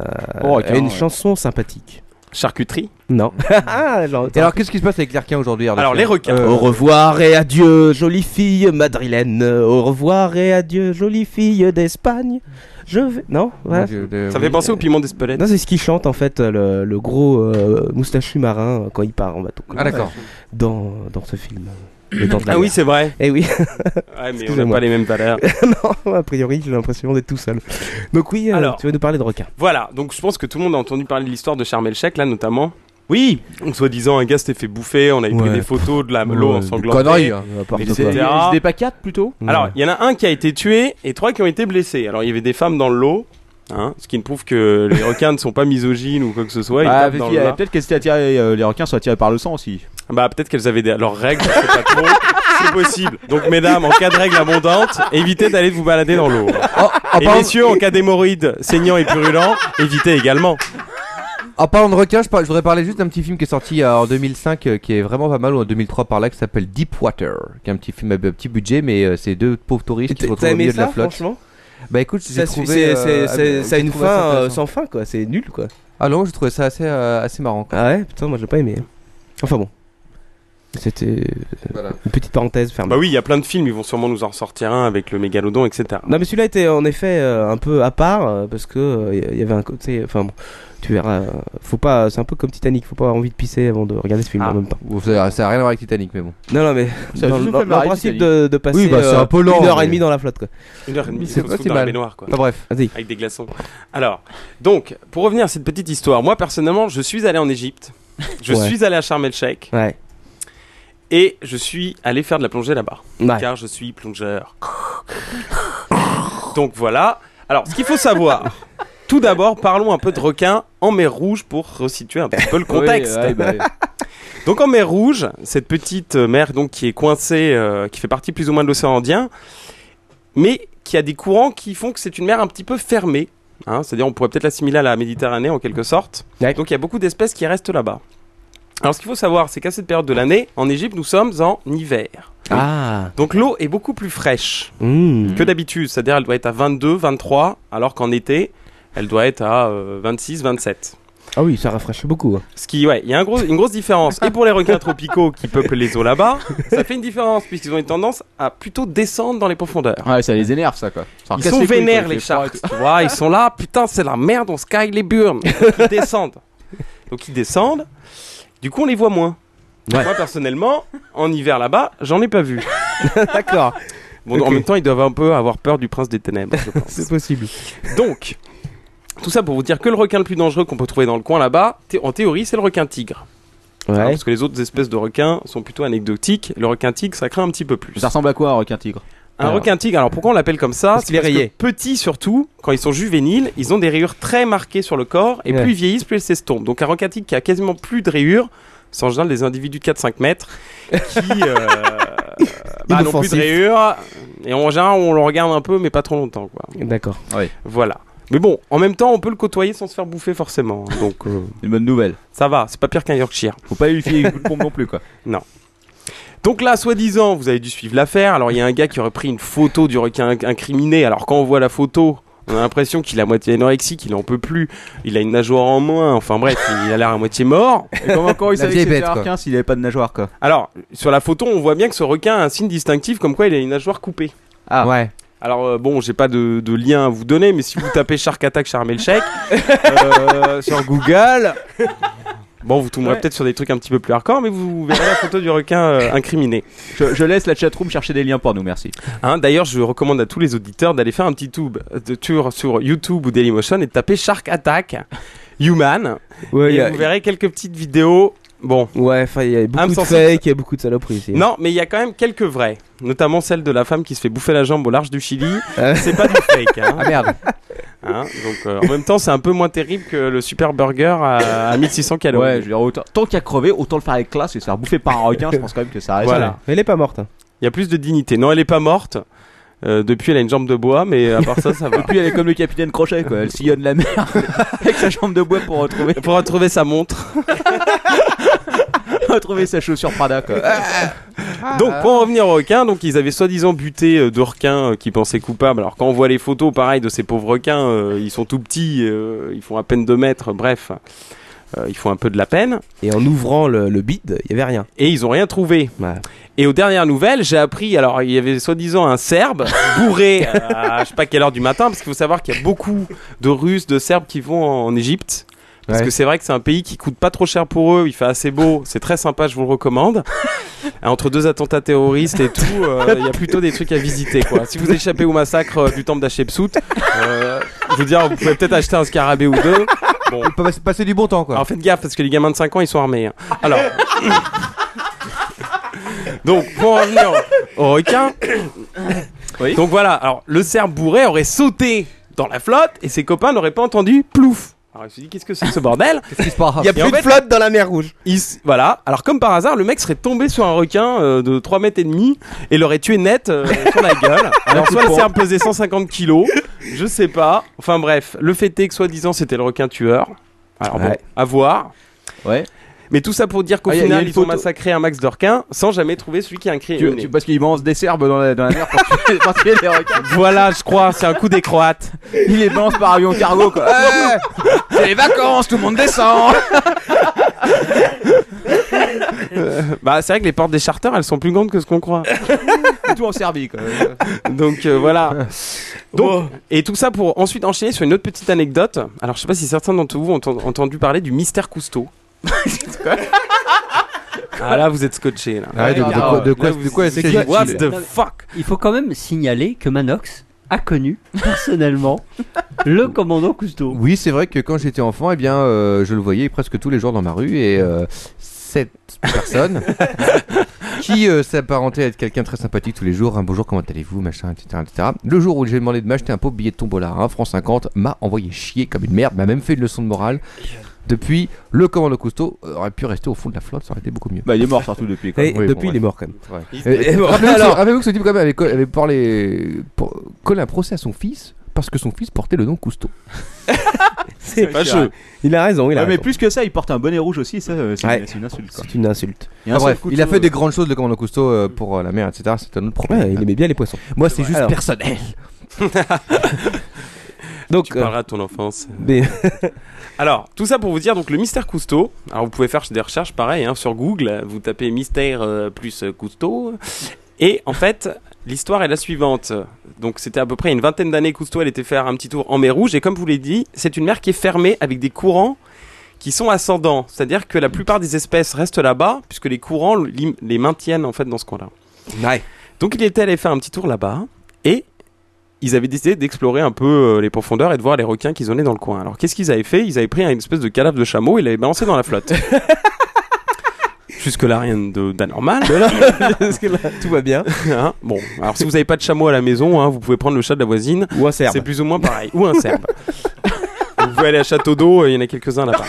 G: Oh, ok,
J: à une
G: ouais.
J: chanson sympathique.
G: Charcuterie
J: Non. Ah,
H: Et alors, qu'est-ce qui se passe avec les requins aujourd'hui Ardolphe
G: Alors, les requins.
J: Euh, au revoir et adieu, jolie fille madrilène. Au revoir et adieu, jolie fille d'Espagne. Je vais. Non voilà.
G: Ça fait penser au piment d'Espelette.
J: Non, c'est ce qu'il chante en fait, euh, le, le gros euh, moustachu marin euh, quand il part en bateau.
G: Ah, d'accord.
J: Dans, dans ce film. Les Dents de la
G: Ah oui,
J: Mer.
G: c'est vrai.
J: Eh oui.
G: Ouais, mais on n'a
J: Excusez-moi.
G: pas les mêmes valeurs.
J: non, a priori, j'ai l'impression d'être tout seul. Donc oui, euh,
G: Alors.
J: tu veux nous parler de requins.
G: Voilà, donc je pense que tout le monde a entendu parler de l'histoire de Charm el Sheikh, là, notamment. Oui Donc, soi-disant, un gars s'était fait bouffer, on avait pris
J: Ouais.
G: des photos de la
J: Ouais,
G: l'eau
J: des
G: ensanglantée.
J: conneries, hein, n'importe
G: etc.
J: quoi.
F: C'était des pacates plutôt
G: Alors, il y en a un qui a été tué et trois qui ont été blessés. Alors, il y avait des femmes dans le lot, hein, ce qui ne prouve que les requins ne sont pas misogynes ou quoi que ce soit. ils
J: Bah,
F: Ah,
G: tapent
F: parce
G: dans
F: qu'il y
G: le
F: a-
G: lard.
F: peut-être qu'elles étaient attirées, euh, les requins sont attirés par le sang aussi.
G: Bah, peut-être qu'elles avaient des- leurs règles, je sais pas trop. C'est possible. Donc, mesdames, en cas de règles abondantes, évitez d'aller vous balader dans l'eau.
J: Oh,
G: et
H: parlant-
G: messieurs, en cas d'hémorroïdes saignants et purulents, évitez également.
H: En parlant de requins, je, par- je voudrais parler juste d'un petit film qui est sorti euh, en 2005, euh, qui est vraiment pas mal, ou en 2003 par là, qui s'appelle Deep Water, qui est un petit film à b- petit budget, mais euh, c'est deux pauvres touristes qui se retrouvent au
J: aimé
H: milieu de la
J: ça,
H: flotte.
J: franchement
H: Bah écoute, j'ai
J: Ça
H: trouvé.
J: suffit, c'est-
H: euh,
J: c'est- c'est-
H: ah,
J: ça a
H: j'ai
J: une
H: trouvé
J: fin,
H: ça
J: euh,
H: intéressant.
J: sans fin, quoi. C'est nul, quoi.
H: Ah non, j'ai trouvé ça assez, euh, assez marrant.
J: Ah ouais, putain, moi je l'ai pas aimé. Enfin bon. C'était
H: Voilà.
J: une petite parenthèse fermée.
G: Bah oui, il y a plein de films, ils vont sûrement nous en sortir un avec le mégalodon, etc.
J: Non mais celui-là était en effet euh, un peu à part euh, parce que euh, il y avait un côté enfin bon, tu verras euh, faut pas c'est un peu comme Titanic faut pas avoir envie de pisser avant de regarder ce film en même temps.
H: Ça, ça a rien à voir avec Titanic, mais bon.
J: Non non mais
H: Ah. Ça a
J: dans-
H: juste
J: dans-
H: fait
J: dans le
H: marrer,
J: principe
H: Titanic.
J: de, de passer
H: Oui, bah, c'est
J: euh,
H: un peu lent,
J: une heure et
H: mais-
J: demie dans la flotte quoi.
G: Une heure et demie,
J: C'est
G: c'est
J: pas si
G: dans la
J: mal.
G: baignoire, quoi.
J: Bah, bref. Vas-y.
G: Avec des glaçons. Alors, donc, pour revenir à cette petite histoire, moi personnellement, je suis allé en Égypte. Je
J: Ouais.
G: suis allé à Sharm el Sheikh.
J: Ouais.
G: Et je suis allé faire de la plongée là-bas.
J: Ouais.
G: Car je suis plongeur. Donc voilà. Alors, ce qu'il faut savoir, tout d'abord, parlons un peu de requin en mer rouge pour resituer un petit peu le contexte.
F: Oui, ouais, bah oui.
G: Donc en mer Rouge, cette petite euh, mer donc qui est coincée, euh, qui fait partie plus ou moins de l'océan Indien, mais qui a des courants qui font que c'est une mer un petit peu fermée. hein, C'est-à-dire on pourrait peut-être l'assimiler à la Méditerranée en quelque sorte. Donc il y a beaucoup d'espèces qui restent là-bas. Alors ce qu'il faut savoir, c'est qu'à cette période de l'année, en Égypte, nous sommes en hiver.
J: Ah.
G: Donc l'eau est beaucoup plus fraîche
J: Mmh.
G: que d'habitude, c'est-à-dire elle doit être à 22, 23, alors qu'en été, elle doit être à euh, 26, 27.
J: Ah oui, ça rafraîchit beaucoup. hein.
G: Ce qui, ouais, il y a un gros- une grosse différence. Et pour les requins tropicaux qui peuplent les eaux là-bas, ça fait une différence puisqu'ils ont une tendance à plutôt descendre dans les profondeurs.
F: Ouais, ça les énerve, ça quoi. Ça leur
G: Ils
F: casse
G: sont
F: couilles, quoi,
G: vénères
F: il
G: les
F: fait froid et
G: sharks, tu vois, ils sont là, putain c'est la merde, on sky les burnes. Ils descendent. Donc ils descendent, du coup on les voit moins. Moi personnellement, en hiver là-bas, j'en ai pas vu.
J: D'accord.
G: Bon,
J: Ok.
G: en même temps, ils doivent un peu avoir peur du prince des ténèbres, je pense.
J: C'est possible.
G: Donc, tout ça pour vous dire que le requin le plus dangereux qu'on peut trouver dans le coin là-bas, thé- en théorie, c'est le requin tigre.
J: Ouais.
G: Hein, parce que les autres espèces de requins sont plutôt anecdotiques. Le requin tigre, ça craint un petit peu plus.
F: Ça ressemble à quoi un requin tigre
G: Un
F: Alors.
G: requin tigre, alors pourquoi on l'appelle comme ça
F: Parce qu'il est rayé.
G: Petit surtout, quand ils sont juvéniles, ils ont des rayures très marquées sur le corps et
J: Ouais.
G: plus ils vieillissent, plus elles s'estompent. Donc un requin tigre qui a quasiment plus de rayures, c'est en général des individus de 4-5 mètres qui euh, bah, n'ont plus de
J: Inoffensifs.
G: rayures et en général on le regarde un peu mais pas trop longtemps. Quoi.
J: D'accord.
G: Voilà. Mais bon, en même temps on peut le côtoyer sans se faire bouffer forcément. Donc, euh,
F: Une bonne nouvelle.
G: Ça va, c'est pas pire qu'un Yorkshire.
F: Faut pas lui filer une coups de pompe non plus quoi.
G: Non. Donc là, soi-disant, vous avez dû suivre l'affaire. Alors, il y a un gars qui aurait pris une photo du requin incriminé. Alors, quand on voit la photo, on a l'impression qu'il est à moitié anorexique, il en peut plus. Il a une nageoire en moins. Enfin, bref, il a l'air à moitié mort.
F: Et comment encore il savait que c'était un requin s'il avait pas de nageoire quoi
G: Alors, sur la photo, on voit bien que ce requin a un signe distinctif comme quoi il a une nageoire coupée.
F: Ah
J: ouais.
G: Alors euh, bon, j'ai pas de, de lien à vous donner, mais si vous tapez Shark Attack Charmel Shake euh, sur Google, bon, vous tomberez
F: Ouais.
G: peut-être sur des trucs un petit peu plus hardcore, mais vous verrez la photo du requin euh, incriminé.
F: Je, je laisse la chatroom chercher des liens pour nous, merci.
G: Hein, D'ailleurs, je recommande à tous les auditeurs d'aller faire un petit tube de tour sur YouTube ou Dailymotion et de taper Shark Attack Human.
J: Ouais,
G: et
J: y a-
G: vous verrez quelques petites vidéos. Bon.
J: Ouais, enfin il y a
G: Un
J: beaucoup de
G: sens-
J: fake, il y a beaucoup de saloperies ici.
G: Non, mais il y a quand même quelques vrais, notamment celle de la femme qui se fait bouffer la jambe au large du Chili. c'est pas du fake. Hein.
J: Euh. Ah, merde.
G: Hein, donc euh, en même temps, c'est un peu moins terrible que le super burger à, à 1600 calories.
F: Ouais, je veux dire, autant, tant qu'à crever, autant le faire avec classe et se faire bouffer par un requin, je pense quand même que ça reste.
G: Voilà.
J: Elle est pas morte. hein.
G: Il y a plus de dignité. Non, elle est pas morte. Euh, depuis, elle a une jambe de bois, mais à part ça, ça va.
F: Depuis, elle est comme le capitaine Crochet, quoi. Elle sillonne la mer avec sa chambre de bois pour retrouver.
G: Pour retrouver sa montre.
F: retrouver sa chaussure Prada, quoi.
G: Donc pour en revenir aux requins, donc ils avaient soi-disant buté euh, deux requins euh, qui pensaient coupables. Alors quand on voit les photos, pareil de ces pauvres requins, euh, ils sont tout petits, euh, ils font à peine 2 mètres. Bref, euh, ils font un peu de la peine.
J: Et en ouvrant le, le bide, il y avait rien.
G: et ils ont rien trouvé. Et aux dernières nouvelles, j'ai appris, alors il y avait soi-disant un Serbe bourré à je sais pas quelle heure du matin, parce qu'il faut savoir qu'il y a beaucoup de Russes, de Serbes qui vont en en Égypte. Parce
J: Ouais.
G: que c'est vrai que c'est un pays qui coûte pas trop cher pour eux, il fait assez beau, c'est très sympa, je vous le recommande. Entre deux attentats terroristes et tout, euh, il y a plutôt des trucs à visiter quoi. Si vous échappez au massacre euh, du temple d'Hatchepsout, euh, je veux dire, vous pouvez peut-être acheter un scarabée ou deux. Bon.
H: passer du bon temps quoi.
G: Alors faites gaffe parce que les gamins de 5 ans ils sont armés. hein. Alors. Donc pour en revenir au requin. Donc voilà, alors le cerf bourré aurait sauté dans la flotte et ses copains n'auraient pas entendu plouf. Alors il se dit qu'est-ce que c'est que ce bordel
J: Il y a
G: Et en
J: plus de
G: fait,
J: flotte dans la mer rouge.
G: il s- Voilà, alors comme par hasard, le mec serait tombé sur un requin euh, de 3 mètres et demi et l'aurait tué net euh, sur la gueule. Alors soit le cerf pesait 150 kilos, je sais pas. Enfin bref, le fait est que soi-disant c'était le requin tueur. Alors bon,
F: Ouais.
G: à voir.
F: Ouais.
G: Mais tout ça pour dire qu'au
F: Ah, y a- y a
G: final,
F: une
G: ils ont
F: photo.
G: massacré un max d'orquins sans jamais trouver celui qui a un cri.
F: Tu- tu- parce qu'il balance des serbes dans la, dans la mer pour tuer- pour tuer les requins.
G: Voilà, je crois, c'est un coup des Croates.
F: Il les balance par avion cargo quoi. Eh, c'est les vacances, tout le monde descend.
G: bah, c'est vrai que les portes des charters, elles sont plus grandes que ce qu'on croit.
F: tout en Serbie quoi.
G: Donc euh, voilà. Donc, Et tout ça pour ensuite enchaîner sur une autre petite anecdote. Alors je sais pas si certains d'entre vous ont ent- entendu parler du mystère Cousteau. ah là vous êtes scotché là.
H: Ah, de- de- de
G: Ah,
H: quoi- de
G: là,
H: quoi-
G: vous-
H: de quoi
G: c'est
H: est-ce qu'il-
G: What
H: il-
G: the fuck
I: Il faut quand même signaler que Manox a connu personnellement le commandant Cousteau.
H: Oui, c'est vrai que quand j'étais enfant, eh bien, euh, je le voyais presque tous les jours dans ma rue et euh, cette personne qui euh, s'apparentait à être quelqu'un de très sympathique tous les jours, un bonjour, comment allez-vous, machin, etc., etc. Le jour où j'ai demandé de m'acheter un pauvre billet de tombola à 1 franc 50, m'a envoyé chier comme une merde, m'a même fait une leçon de morale. Depuis, le commandant Cousteau aurait pu rester au fond de la flotte, ça aurait été beaucoup mieux.
F: Bah, il est mort surtout depuis,
H: Ah
F: quoi. Et depuis, il est mort, quand même. Il-
H: Euh,
F: il est mort.
H: rappelez-vous que-
F: Alors-
H: rappelez-vous que ce type quand même avait, co- avait parlé, pour, collé un procès à son fils parce que son fils portait le nom Cousteau.
F: C'est
H: fâcheux.
F: Il a raison,
H: il a
F: Mais
H: raison.
F: plus que ça, il porte un bonnet rouge aussi, ça euh, c'est
H: Ouais.
F: c'est une insulte quoi.
H: C'est une insulte.
F: Il y a un seul
H: Ah, bref,
F: couteau,
H: il a fait
F: euh,
H: des grandes choses, le commandant Cousteau, euh, pour euh, la mer, etc. C'est un autre problème. il aimait bien les poissons. Moi, c'est juste
J: Alors.
H: personnel.
G: Donc, tu parleras de ton enfance.
J: euh, Mais-
G: alors, tout ça pour vous dire, donc le mystère Cousteau. Alors, vous pouvez faire des recherches pareil hein, sur Google. Vous tapez mystère euh, plus euh, Cousteau. Et en fait, l'histoire est la suivante. Donc, c'était à peu près une vingtaine d'années. Cousteau, elle était faire un petit tour en mer Rouge. Et comme vous l'avez dit, c'est une mer qui est fermée avec des courants qui sont ascendants. C'est-à-dire que la plupart des espèces restent là-bas, puisque les courants l'im- les maintiennent en fait dans ce coin-là. Donc, il était allé faire un petit tour là-bas. Et ils avaient décidé d'explorer un peu euh, les profondeurs et de voir les requins qu'ils ont dans le coin. Alors qu'est-ce qu'ils avaient fait Ils avaient pris une espèce de cadavre de chameau et l'avaient balancé dans la flotte. Jusque-là, rien de- d'anormal.
J: tout va bien.
G: Hein bon, alors si vous n'avez pas de chameau à la maison, hein, vous pouvez prendre le chat de la voisine.
J: Ou un cerf.
G: C'est plus ou moins pareil. Ou un cerf. vous pouvez aller à Château d'eau, il y en a quelques-uns là-bas.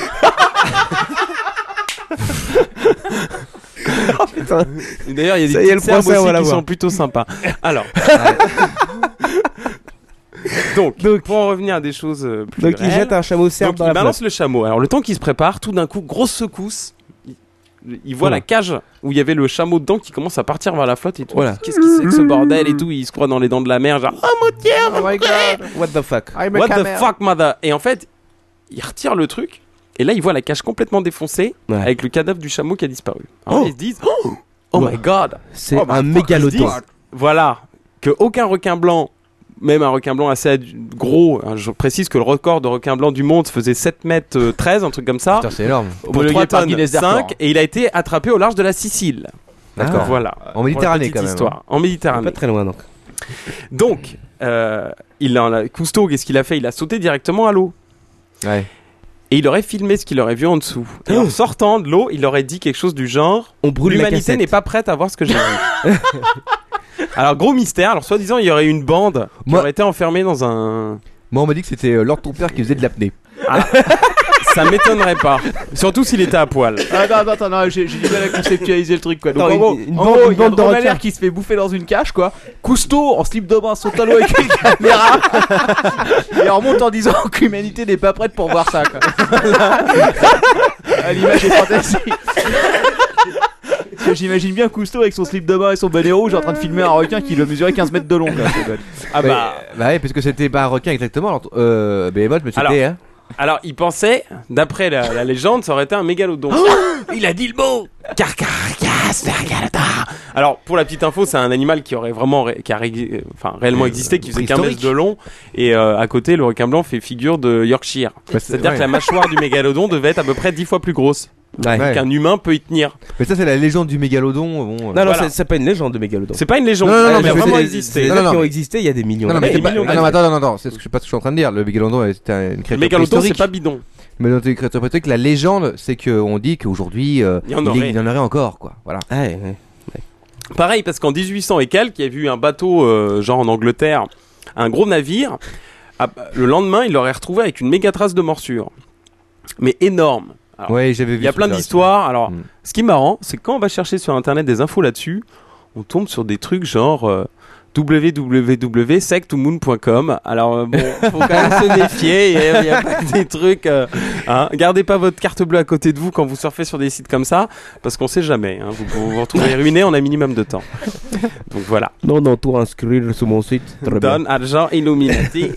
G: Et D'ailleurs, il y a des
J: Oh, Ça y
G: petites
J: est, le
G: serbes
J: procès, on va
G: aussi qui
J: l'avoir.
G: sont plutôt sympas. Alors. Donc, pour en revenir à des choses euh, plus
J: Donc, il
G: réelles.
J: jette un chameau serbe
G: Donc,
J: dans
G: il
J: la
G: balance
J: flotte.
G: le chameau. Alors, le temps qu'il se prépare, tout d'un coup, grosse secousse. Il, il voit
J: Voilà.
G: la cage où il y avait le chameau dedans qui commence à partir vers la flotte et tout.
J: Voilà.
G: Qu'est-ce que c'est que ce bordel et tout Il se croit dans les dents de la mer, genre Oh mon dieu
P: Oh my god
G: What the fuck
H: Ah,
P: I'm a
G: What the
P: camel.
G: fuck, mother Et en fait, il retire le truc et là, il voit la cage complètement défoncée
J: Ouais.
G: avec le cadavre du chameau qui a disparu. Alors, ils se disent Oh, oh my god
J: C'est
G: Oh my
J: un
G: fuck,
J: mégaloton.
G: ils se disent, Voilà, que aucun requin blanc, même un requin blanc assez adu- gros, hein, je précise que le record de requin blanc du monde faisait 7 mètres euh, 13, un truc comme ça.
H: Putain, c'est énorme.
G: Pour
H: Homologué
G: 3
H: par
G: tonnes
H: Guinness des
G: 5,
H: records.
G: et il a été attrapé au large de la Sicile.
H: D'accord.
G: Ah. Voilà.
H: En
G: Pour la
H: Méditerranée,
G: petite
H: quand même,
G: Histoire.
H: hein.
G: En Méditerranée.
J: Pas très loin donc.
G: Donc, euh, il en a, Cousteau, qu'est-ce qu'il a fait Il a sauté directement à l'eau.
H: Ouais.
G: Et il aurait filmé ce qu'il aurait vu en dessous. Et en sortant de l'eau, il aurait dit quelque chose du genre
J: On brûle la
G: L'humanité
J: cassette.
G: n'est pas prête à voir ce que j'ai vu. alors, gros mystère. Alors, soi-disant, il y aurait eu une bande qui aurait été enfermée dans un.
H: Moi, on m'a dit que c'était euh, Lord ton père qui faisait de l'apnée.
G: Ça m'étonnerait pas. Surtout s'il était à poil.
F: Ah, Attends, attends, attends, non, j'ai j'ai du mal à conceptualiser le truc quoi. Donc
G: Attends,
F: en gros,
G: une- une
F: en
G: bande-
F: gros,
G: une
F: il y a
G: bande de
F: un
G: requins.
F: galère qui se fait bouffer dans une cage quoi. Cousteau en slip de bain, son talon avec une caméra. et en remonte en disant que l'humanité n'est pas prête pour voir ça quoi. Ah, L'image est fantastique. Parce que J'imagine bien Cousteau avec son slip de bain et son bonnet rouge en train de filmer un requin qui doit mesurer 15 mètres de long. quoi, c'est bon.
G: Ah
H: Ouais, bah ouais, parce que c'était pas un requin exactement. Alors, euh, Behemoth, mais
G: Alors,
H: c'était. hein.
G: alors, il pensait, d'après la, la légende, ça aurait été un mégalodon. il a dit le mot Carcaracas vergalata Alors, pour la petite info, c'est un animal qui aurait vraiment, ré- qui a ré- euh, enfin, réellement
J: Euh,
G: existé, qui faisait 15 mètres
J: préhistorique.
G: de long, et euh, à côté, le requin blanc fait figure de Yorkshire.
H: Bah, c'est-
G: C'est-à-dire
H: ouais.
G: que la mâchoire du mégalodon devait être à peu près 10 fois plus grosse.
H: Ouais.
G: Qu'un humain peut y tenir.
H: Mais ça, c'est la légende du mégalodon. Bon, euh.
G: non, c'est-
J: pas une légende de mégalodon.
G: C'est pas une légende.
H: Non, non, non,
G: Elle
H: mais
G: a
H: c'est-
G: vraiment
H: c'est-
G: existé.
H: c'est-
G: Les
H: non,
G: gens
H: non.
G: qui ont
J: existé, il y a des millions.
H: Non, non, mais
G: Des
H: c'est pas-
G: millions
H: ah, non, mais attends, non, non, non, c'est ce que je sais pas ce que je suis en train de dire. Le mégalodon, euh, c'était un- une créature
G: mégalodon,
H: préhistorique.
G: c'est pas bidon.
H: Mais dans les créatures préhistoriques, la légende, c'est qu'on dit qu'aujourd'hui, euh,
G: Il y en
H: est-
G: aurait.
H: il y en aurait encore, quoi. Voilà.
G: Pareil, parce qu'en 1800 et quelques, il y a eu un bateau, euh, genre en Angleterre, un gros navire. Ah, Le lendemain, il l'aurait retrouvé avec une méga trace de morsure. Mais énorme. Alors,
H: Ouais, j'avais vu
G: Ah. Il y a
H: ce
G: plein
H: truc-là
G: d'histoires. Alors,
J: Mm.
G: ce qui est marrant, c'est que quand on va chercher sur internet des infos là-dessus, on tombe sur des trucs genre. euh, www.sectomoon.com. Alors, euh, bon, faut quand même se méfier. Il y, a pas des trucs. euh, hein. Gardez pas votre carte bleue à côté de vous quand vous surfez sur des sites comme ça, parce qu'on sait jamais. hein. Vous, vous vous retrouvez ruiné en un minimum de temps. Donc voilà.
J: Non, non, tout inscrire sur mon site. Très bien.
G: Don, argent, Illuminati.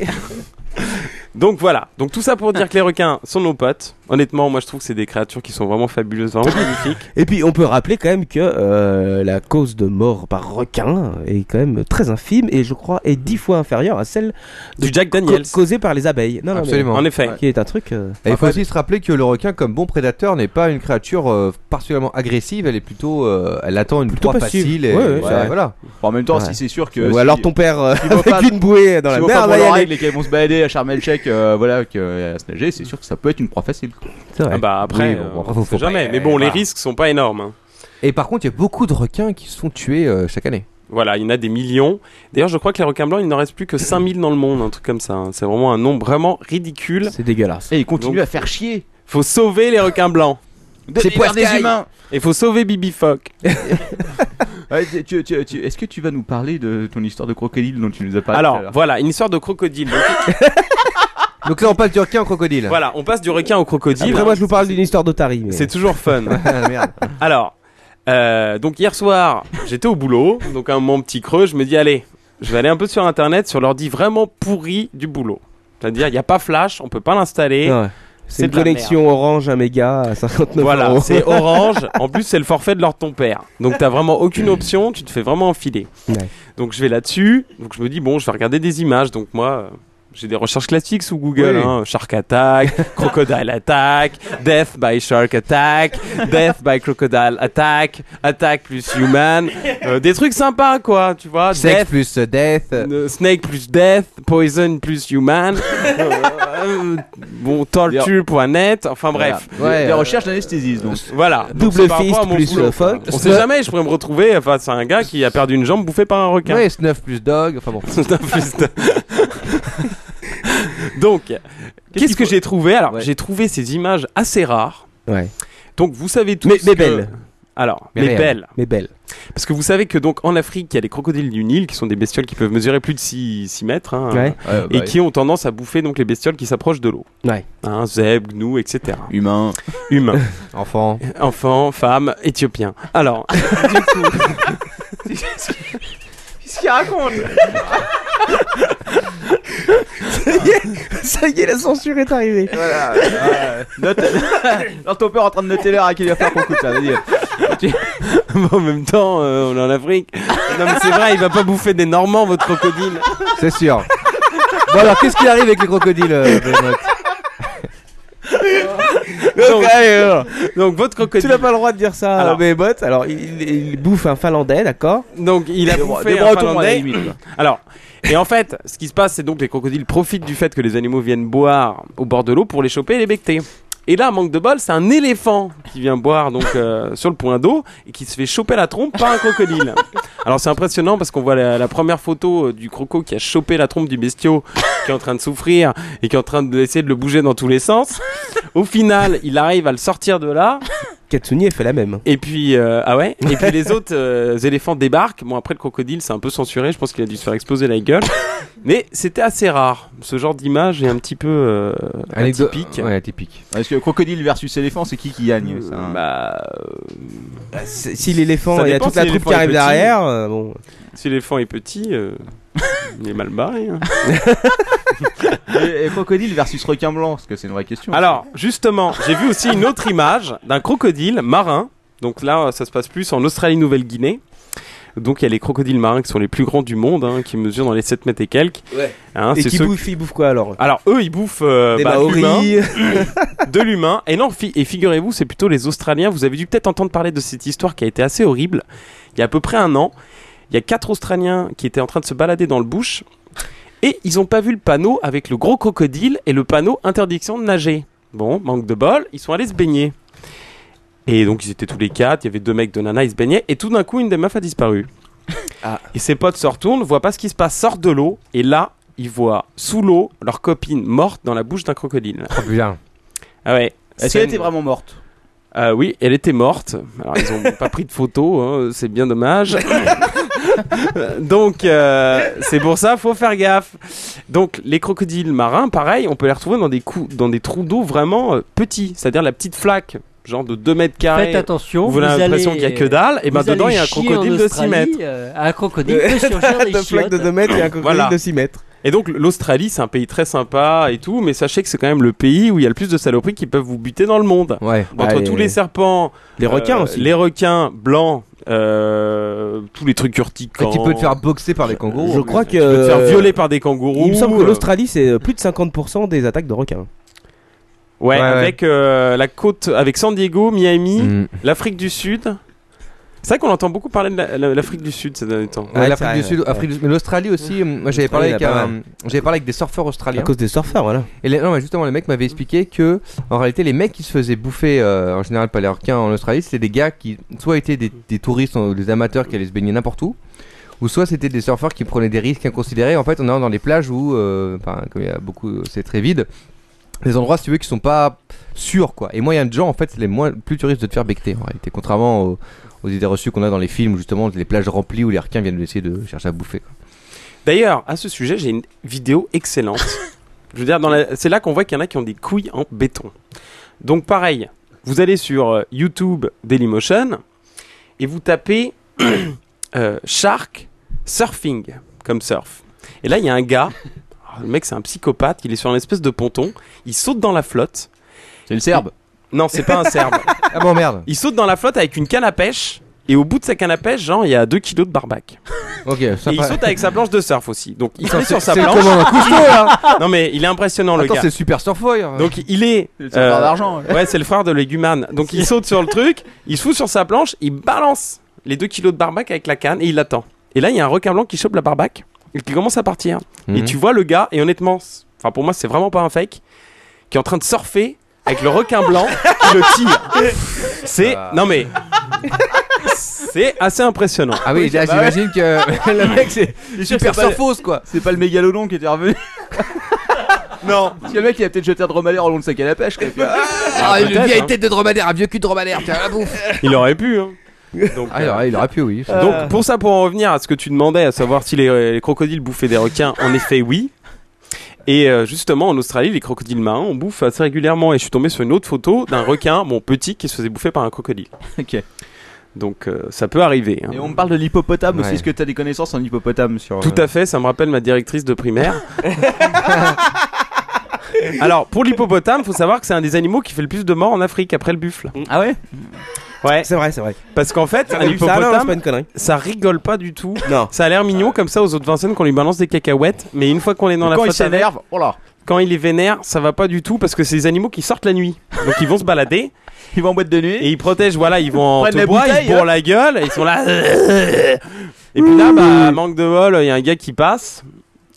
G: Donc voilà, donc tout ça pour dire que les requins sont nos potes. Honnêtement, moi je trouve que c'est des créatures qui sont vraiment fabuleuses, vraiment magnifiques.
J: Et puis on peut rappeler quand même que euh, la cause de mort par requin est quand même très infime et je crois est dix fois inférieure à celle
G: du Jack Daniels
J: causée par les abeilles. Non, non, mais-
H: Absolument. En effet.
J: Qui est un truc. euh,
H: Et il faut aussi se rappeler que le requin, comme bon prédateur, n'est pas une créature euh, particulièrement agressive. Elle est plutôt, euh, elle attend une proie
J: passive.
H: facile. Et, euh,
J: Ouais, ouais, c'est vrai.
H: voilà.
F: Bon, en même temps, si c'est sûr que.
H: Ou
F: si-
H: alors ton père euh,
F: s'il faut
H: avec
F: pas-
H: une bouée dans
F: si
H: la
F: on
H: mer.
F: va
H: va y
F: prendre
H: aller.
F: règle et qu'elles vont se balader à Sharm el Sheikh, euh, voilà, que, euh, à se nager, c'est sûr que ça peut être une proie facile.
H: C'est vrai.
G: Ah bah après,
H: Oui,
G: euh,
H: bon,
G: on
H: faut-
G: sait
H: faut pas-
G: jamais. Mais bon, les risques sont pas énormes. hein.
H: Et par contre, il y a beaucoup de requins qui se font tuer euh, chaque année.
G: Voilà, il y en a des millions. D'ailleurs, je crois que les requins blancs, il n'en reste plus que 5000 dans le monde, un truc comme ça. hein. C'est vraiment un nombre vraiment ridicule.
J: C'est dégueulasse.
G: Et ils
F: continuent à faire chier.
G: Faut sauver les requins blancs.
F: C'est poisson des humains.
G: Et faut sauver Bibi Fock.
F: Ouais, tu- tu- tu- tu- Est-ce que tu vas nous parler de ton histoire de crocodile dont tu nous as parlé
G: Alors,
F: tout à l'heure
G: voilà, une histoire de crocodile.
H: Donc là, on passe du requin au crocodile.
G: Voilà, on passe du requin au crocodile.
J: Après, moi, je vous parle d'une histoire d'Otari. mais- euh,
G: C'est toujours fun.
H: Ah,
G: Alors, euh, donc hier soir, j'étais au boulot, donc à un moment petit creux, je me dis allez, je vais aller un peu sur internet sur l'ordi vraiment pourri du boulot. C'est-à-dire, il n'y a pas flash, on peut pas l'installer.
J: Ouais. C'est une
G: de la merde.
J: connexion Orange à méga à 59 euros.
G: Voilà, c'est orange. En plus, c'est le forfait de l'ordre de ton père. Donc, t'as vraiment aucune option, tu te fais vraiment enfiler.
J: Ouais.
G: Donc, je vais là-dessus. Donc, je me dis, bon, je vais regarder des images. Donc, moi, euh, j'ai des recherches classiques sous Google
J: Oui.
G: hein. Shark Attack, Crocodile Attack, Death by Shark Attack, Death by Crocodile Attack, Attack plus Human. Euh, des trucs sympas, quoi, tu vois.
H: Sex
G: Death
H: plus euh, death.
G: euh, Snake plus Death, Poison plus Human, euh, euh, bon, Torture.net, enfin bref.
F: Voilà. Des- des recherches d'anesthésiste donc.
G: Voilà. Donc,
F: Double
G: c'est par rapport
F: fist
G: à mon
F: plus,
G: boulot. hein.
F: euh, fuck.
G: On sait jamais, je pourrais me retrouver face à un gars qui a perdu une jambe bouffée par un requin.
H: Ouais, snuff plus dog. Enfin bon.
G: snuff plus dog. Donc, qu'est-ce que j'ai trouvé Alors, j'ai trouvé ces images assez rares.
J: Ouais.
G: Donc, vous savez tous.
J: Mais- mais
G: que-
J: belles.
G: Alors,
J: Mais
G: mais,
J: réelles.
G: belles.
J: Mais belles.
G: Parce que vous savez que donc en Afrique, il y a les crocodiles du Nil qui sont des bestioles qui peuvent mesurer plus de 6, mètres hein,
J: Ouais.
G: euh,
J: Ouais,
G: et
J: bah,
G: qui ont tendance à bouffer donc les bestioles qui s'approchent de l'eau.
J: Ouais.
G: Hein, zèbres, gnous, etc.
F: Humains.
G: Humains.
H: Enfants.
G: Enfants, femmes, éthiopiens. Alors,
B: Qu'est-ce qu'il raconte
J: Ça y est, ça y est, la censure est arrivée.
F: Voilà, voilà. Note- Alors ton père est en train de noter l'heure à qui il va faire beaucoup de ça. Vas-y.
G: en même temps, euh, on est en Afrique. Non mais c'est vrai, il va pas bouffer des Normands votre crocodile.
H: C'est sûr. Bon alors, qu'est-ce qui arrive avec les crocodiles euh, Behemoth
G: donc, donc, votre crocodile.
J: Tu n'as pas le droit de dire ça,
G: Alors.
J: alors, mais bottes. Alors il, il bouffe un Finlandais, d'accord
G: Donc il a
J: Des Bre-
G: bouffé
J: des
G: un
J: Bretons, à la
G: Finlandais.
J: limite, quoi.
G: Alors, et en fait, ce qui se passe, c'est donc les crocodiles profitent du fait que les animaux viennent boire au bord de l'eau pour les choper et les becter. Et là, manque de bol, c'est un éléphant qui vient boire donc euh, sur le point d'eau et qui se fait choper la trompe par un crocodile. Alors c'est impressionnant parce qu'on voit la, la première photo euh, du croco qui a chopé la trompe du bestiau, qui est en train de souffrir et qui est en train de- d'essayer de le bouger dans tous les sens. Au final, il arrive à le sortir de là.
J: Katsuni, elle fait la même.
G: Et puis, euh, ah ouais Et puis les autres euh, éléphants débarquent. Bon, après, le crocodile, c'est un peu censuré. Je pense qu'il a dû se faire exploser la gueule. Mais c'était assez rare. Ce genre d'image est un petit peu euh,
H: Anecdo-
G: atypique.
H: Ouais, atypique.
F: Parce que crocodile versus éléphant, c'est qui qui gagne ça, hein
G: Bah.
J: Bah, Si l'éléphant, il y a toute la troupe qui arrive derrière. euh, bon.
G: Si l'éléphant est petit, euh, il est mal barré. hein.
F: Et, et crocodile versus requin blanc, parce que c'est une vraie question.
G: Alors, justement, j'ai vu aussi une autre image d'un crocodile marin. Donc là, ça se passe plus en Australie-Nouvelle-Guinée. Donc il y a les crocodiles marins qui sont les plus grands du monde, hein, qui mesurent dans les 7 mètres et quelques.
J: Ouais.
G: Hein,
J: et
G: c'est
J: qui
G: ceux-
J: bouffe, il bouffe quoi alors
G: Alors eux, ils bouffent euh,
J: Des
G: bah,
J: Maoris.
G: l'humain. de l'humain. Et non, fi- et figurez-vous, c'est plutôt les Australiens. Vous avez dû peut-être entendre parler de cette histoire qui a été assez horrible. Il y a à peu près un an, il y a quatre Australiens qui étaient en train de se balader dans le bush et ils n'ont pas vu le panneau avec le gros crocodile et le panneau interdiction de nager. Bon, manque de bol, ils sont allés se baigner. Et donc ils étaient tous les quatre, il y avait deux mecs, deux nanas, ils se baignaient, et tout d'un coup une des meufs a disparu. Et ses potes se retournent, voient pas ce qui se passe, sortent de l'eau, et là, ils voient sous l'eau leur copine morte dans la bouche d'un crocodile.
H: Oh putain.
G: Ah ouais.
F: Est-ce qu'elle était vraiment morte
G: Euh, Oui, elle était morte. Alors ils ont pas pris de photos, hein, c'est bien dommage. Donc, euh, c'est pour ça, faut faire gaffe. Donc, les crocodiles marins, pareil, on peut les retrouver dans des, cou- dans des trous d'eau vraiment euh, petits, c'est-à-dire la petite flaque, genre de 2 mètres carrés.
I: Faites attention.
G: Vous, avez l'impression qu'il n'y a que dalle, et ben
I: vous
G: dedans,
I: allez
G: il y a un
I: chier en
G: crocodile de 6
I: Australie,
G: mètres.
I: euh, un crocodile peut surgir des chiottes.
G: Voilà.
J: mètres.
G: Et donc l'Australie, c'est un pays très sympa et tout, mais sachez que c'est quand même le pays où il y a le plus de saloperies qui peuvent vous buter dans le monde. Entre
J: Bah,
G: tous
J: et-
G: les serpents,
J: Les requins aussi.
G: Euh, les requins blancs, euh, tous les trucs urticants.
J: Et Ah, tu peux te faire
H: boxer par des kangourous.
J: Je crois que.
G: Tu peux te faire violer par des kangourous.
J: Il me semble que
G: euh,
J: l'Australie, c'est euh, plus de 50% des attaques de requins.
G: Ouais,
J: Ouais, Mm. ouais.
G: avec euh, la côte, avec San Diego, Miami,
H: Mm.
G: l'Afrique du Sud. C'est vrai qu'on entend beaucoup parler de la- la- l'Afrique du Sud ces derniers temps.
H: Ouais, l'Afrique du Sud, Afrique du- mais l'Australie aussi. euh, Moi, j'avais parlé, avec
G: L'Australie,
H: un-
G: là-bas, ouais.
H: j'avais parlé avec des surfeurs australiens.
J: À cause des surfeurs, voilà.
H: Et les- non, mais justement, le mec m'avait expliqué que, en réalité, les mecs qui se faisaient bouffer, euh, en général, par les requins en Australie, c'était des gars qui, soit étaient des, des touristes ou des amateurs qui allaient se baigner n'importe où, ou soit c'était des surfeurs qui prenaient des risques inconsidérés. En fait, on est dans les plages où, euh, enfin, comme il y a beaucoup, c'est très vide. Des endroits, si tu veux, qui sont pas sûrs, quoi. Et moyen de gens, en fait, c'est les moins, plus tu risques de te faire becter, en réalité. Contrairement aux, aux idées reçues qu'on a dans les films, justement, les plages remplies où les requins viennent essayer de chercher à bouffer, quoi.
G: D'ailleurs, à ce sujet, j'ai une vidéo excellente. Je veux dire, dans la- c'est là qu'on voit qu'il y en a qui ont des couilles en béton. Donc, pareil, vous allez sur euh, YouTube Dailymotion et vous tapez euh, Shark Surfing comme surf. Et là, il y a un gars, alors, le mec, c'est un psychopathe, il est sur une espèce de ponton, il saute dans la flotte.
F: C'est le Serbe
G: Non, c'est pas un Serbe.
H: ah bon, merde.
G: Il saute dans la flotte avec une canne à pêche et au bout de sa canne à pêche, genre, il y a 2 kilos de barbac.
H: Ok,
G: Et il saute avec sa planche de surf aussi. Donc il
H: Putain,
G: est sur
H: c'est-
G: sa
H: c'est
G: planche.
H: comme un couteau, là.
G: Non mais il est impressionnant le
H: Attends,
G: gars.
H: c'est super surfoil. hein.
G: Donc il est. euh,
H: C'est le
F: Euh,
H: frère d'argent, ouais.
G: Ouais, c'est le frère de Léguman. Donc il saute sur le truc, il se fout sur sa planche, il balance les 2 kilos de barbac avec la canne et il l'attend. Et là, il y a un requin blanc qui chope la barbac et qui commence à partir. Et
E: Mhm.
G: tu vois le gars, et honnêtement, c'est- enfin pour moi, c'est vraiment pas un fake, qui est en train de surfer avec le requin blanc qui le tire. C'est.
H: Ah.
G: Non mais. C'est assez impressionnant.
H: Ah oui, là, j'imagine que le mec, c'est super
F: sans
H: surfausse, quoi.
F: C'est pas le mégalodon qui était revenu.
G: non.
F: Parce que le mec, il a peut-être jeté un dromadaire au long de sa canne à pêche. quoi, et puis, ah,
H: Ah, une
F: peut-être,
H: vieille
F: hein.
H: tête de dromadaire, un vieux cul de dromadaire, tiens, la bouffe.
G: Il aurait pu, hein. Donc,
H: Ah, il aurait- il aurait pu, oui.
G: Donc, pour ça, pour en revenir à ce que tu demandais, à savoir si les, les crocodiles bouffaient des requins, en effet, oui. Et euh, justement, en Australie, les crocodiles marins, on bouffe assez régulièrement. Et je suis tombé sur une autre photo d'un requin, bon petit, qui se faisait bouffer par un crocodile.
F: Ok.
G: Donc, euh, ça peut arriver. hein.
F: Et on me parle de l'hippopotame aussi.
G: Ouais.
F: Est-ce que t'as des connaissances en hippopotame sur. euh,
G: Tout à fait, ça me rappelle ma directrice de primaire. Alors, pour l'hippopotame, faut savoir que c'est un des animaux qui fait le plus de morts en Afrique après le buffle.
F: Ah ouais
G: Ouais.
J: Eh, C'est vrai, c'est vrai.
G: Parce qu'en fait,
J: J'avais
G: un
J: vu ça, non,
G: hippopotame,
J: c'est pas une connerie.
G: ça rigole pas du tout. Ça a l'air mignon comme ça aux autres Vincennes qu'on lui balance des cacahuètes, mais une fois qu'on est dans
F: Et
G: la
F: quand il
G: flotte avec,
F: s'énerve, oh là.
G: quand il est vénère, ça va pas du tout parce que c'est des animaux qui sortent la nuit. Donc ils vont se balader.
F: Ils vont en boîte de nuit.
G: Et ils protègent, voilà, ils vont en
F: Prennent la
G: te bois, ils
F: bouteille,
G: bourrent
F: hein.
G: la gueule, et ils sont là. Et puis là, bah, manque de vol, il y a un gars qui passe.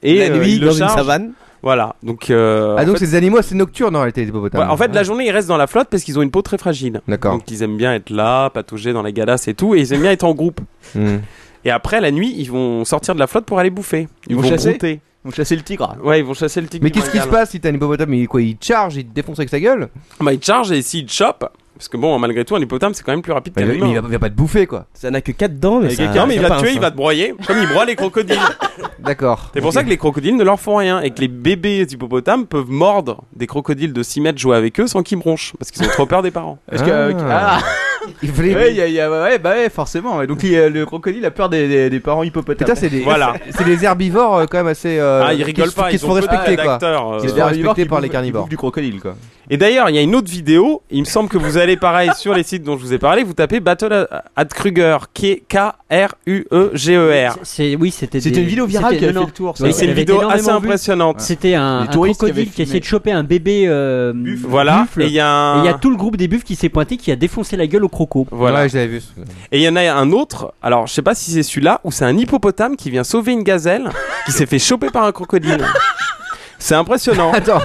G: Et euh,
H: La nuit,
G: il le
H: dans une
G: charge.
H: savane.
G: Voilà, donc. euh,
H: Ah,
G: en
H: donc,
G: fait-
H: c'est des animaux assez nocturnes en réalité, les
G: Ouais,
H: hippopotames.
G: en fait, la journée, ils restent dans la flotte parce qu'ils ont une peau très fragile.
H: D'accord.
G: Donc, ils aiment bien être là, patauger dans la galasse et tout, et ils aiment bien être en groupe.
H: Hmm.
G: Et après, la nuit, ils vont sortir de la flotte pour aller bouffer. Ils,
H: Ils vont chasser
G: brouter.
F: Ils vont chasser le tigre.
G: Ouais, ils vont chasser le tigre.
H: Mais
G: du
H: qu'est-ce qui se
G: Bengale.
H: passe si t'as un hippopotame Il quoi Il te charge, il te défonce avec sa gueule
G: Bah, ils te chargent et s'ils te chopent, parce que bon, malgré tout, un hippopotame, c'est quand même plus rapide
H: Mais il
G: qu'un
H: va-
G: humain.
H: mais il va- il va pas te bouffer, quoi.
J: Ça n'a que 4 dents, mais
G: Et
J: ça-
G: quelqu'un, mais il
J: ça
G: va te
J: pince,
G: tuer,
J: hein.
G: il va te broyer, comme il broie les crocodiles.
H: D'accord.
G: C'est pour ça que les crocodiles ne leur font rien et que les bébés hippopotames peuvent mordre des crocodiles de 6 mètres jouer avec eux sans qu'ils bronchent parce qu'ils ont trop peur des parents.
F: Parce que. euh, ah.
H: Il
F: Ouais, il y a- il y a- ouais, bah ouais, forcément. ouais. Donc il y a- le crocodile a peur des, des- des parents hippopotames.
H: Putain, c'est des, c'est des herbivores euh, quand même assez. euh,
G: Ah, ils rigolent
H: qui se-
G: pas,
H: Qui
G: ils
H: se font
G: ont peu de
H: respecter, quoi.
G: d'acteurs, euh,
H: Qui se
G: des
H: font
G: herbivores
H: respecter
G: qui
H: par
G: bouffent-
H: les
G: qui
H: carnivores.
F: Du crocodile, quoi.
G: Et d'ailleurs, il y a une autre vidéo, il me semble que vous allez pareil sur les sites dont je vous ai parlé, vous tapez Battle at Kruger, qui est E K-R-U-E-G-E-R.
I: oui, c'était
G: C'était
I: des-
G: une vidéo virale
I: c'était-
G: qui a fait
I: non,
G: le tour, ça.
I: mais
G: Et c'est une
I: elle avait
G: vidéo
I: énormément
G: assez
I: vu.
G: impressionnante.
I: C'était un,
G: Les
I: un
G: touristes qui avaient
I: crocodile qui,
G: filmé.
I: essayait de choper un bébé. euh, buffle.
G: Voilà, et il y a un-
I: Et il y a tout le groupe des buffles qui s'est pointé, qui a défoncé la gueule au croco.
G: Voilà.
H: Ouais, je l'avais vu.
G: Et il y en a un autre, alors je sais pas si c'est celui-là, ou c'est un hippopotame qui vient sauver une gazelle qui s'est fait choper par un crocodile. C'est impressionnant.
H: Attends,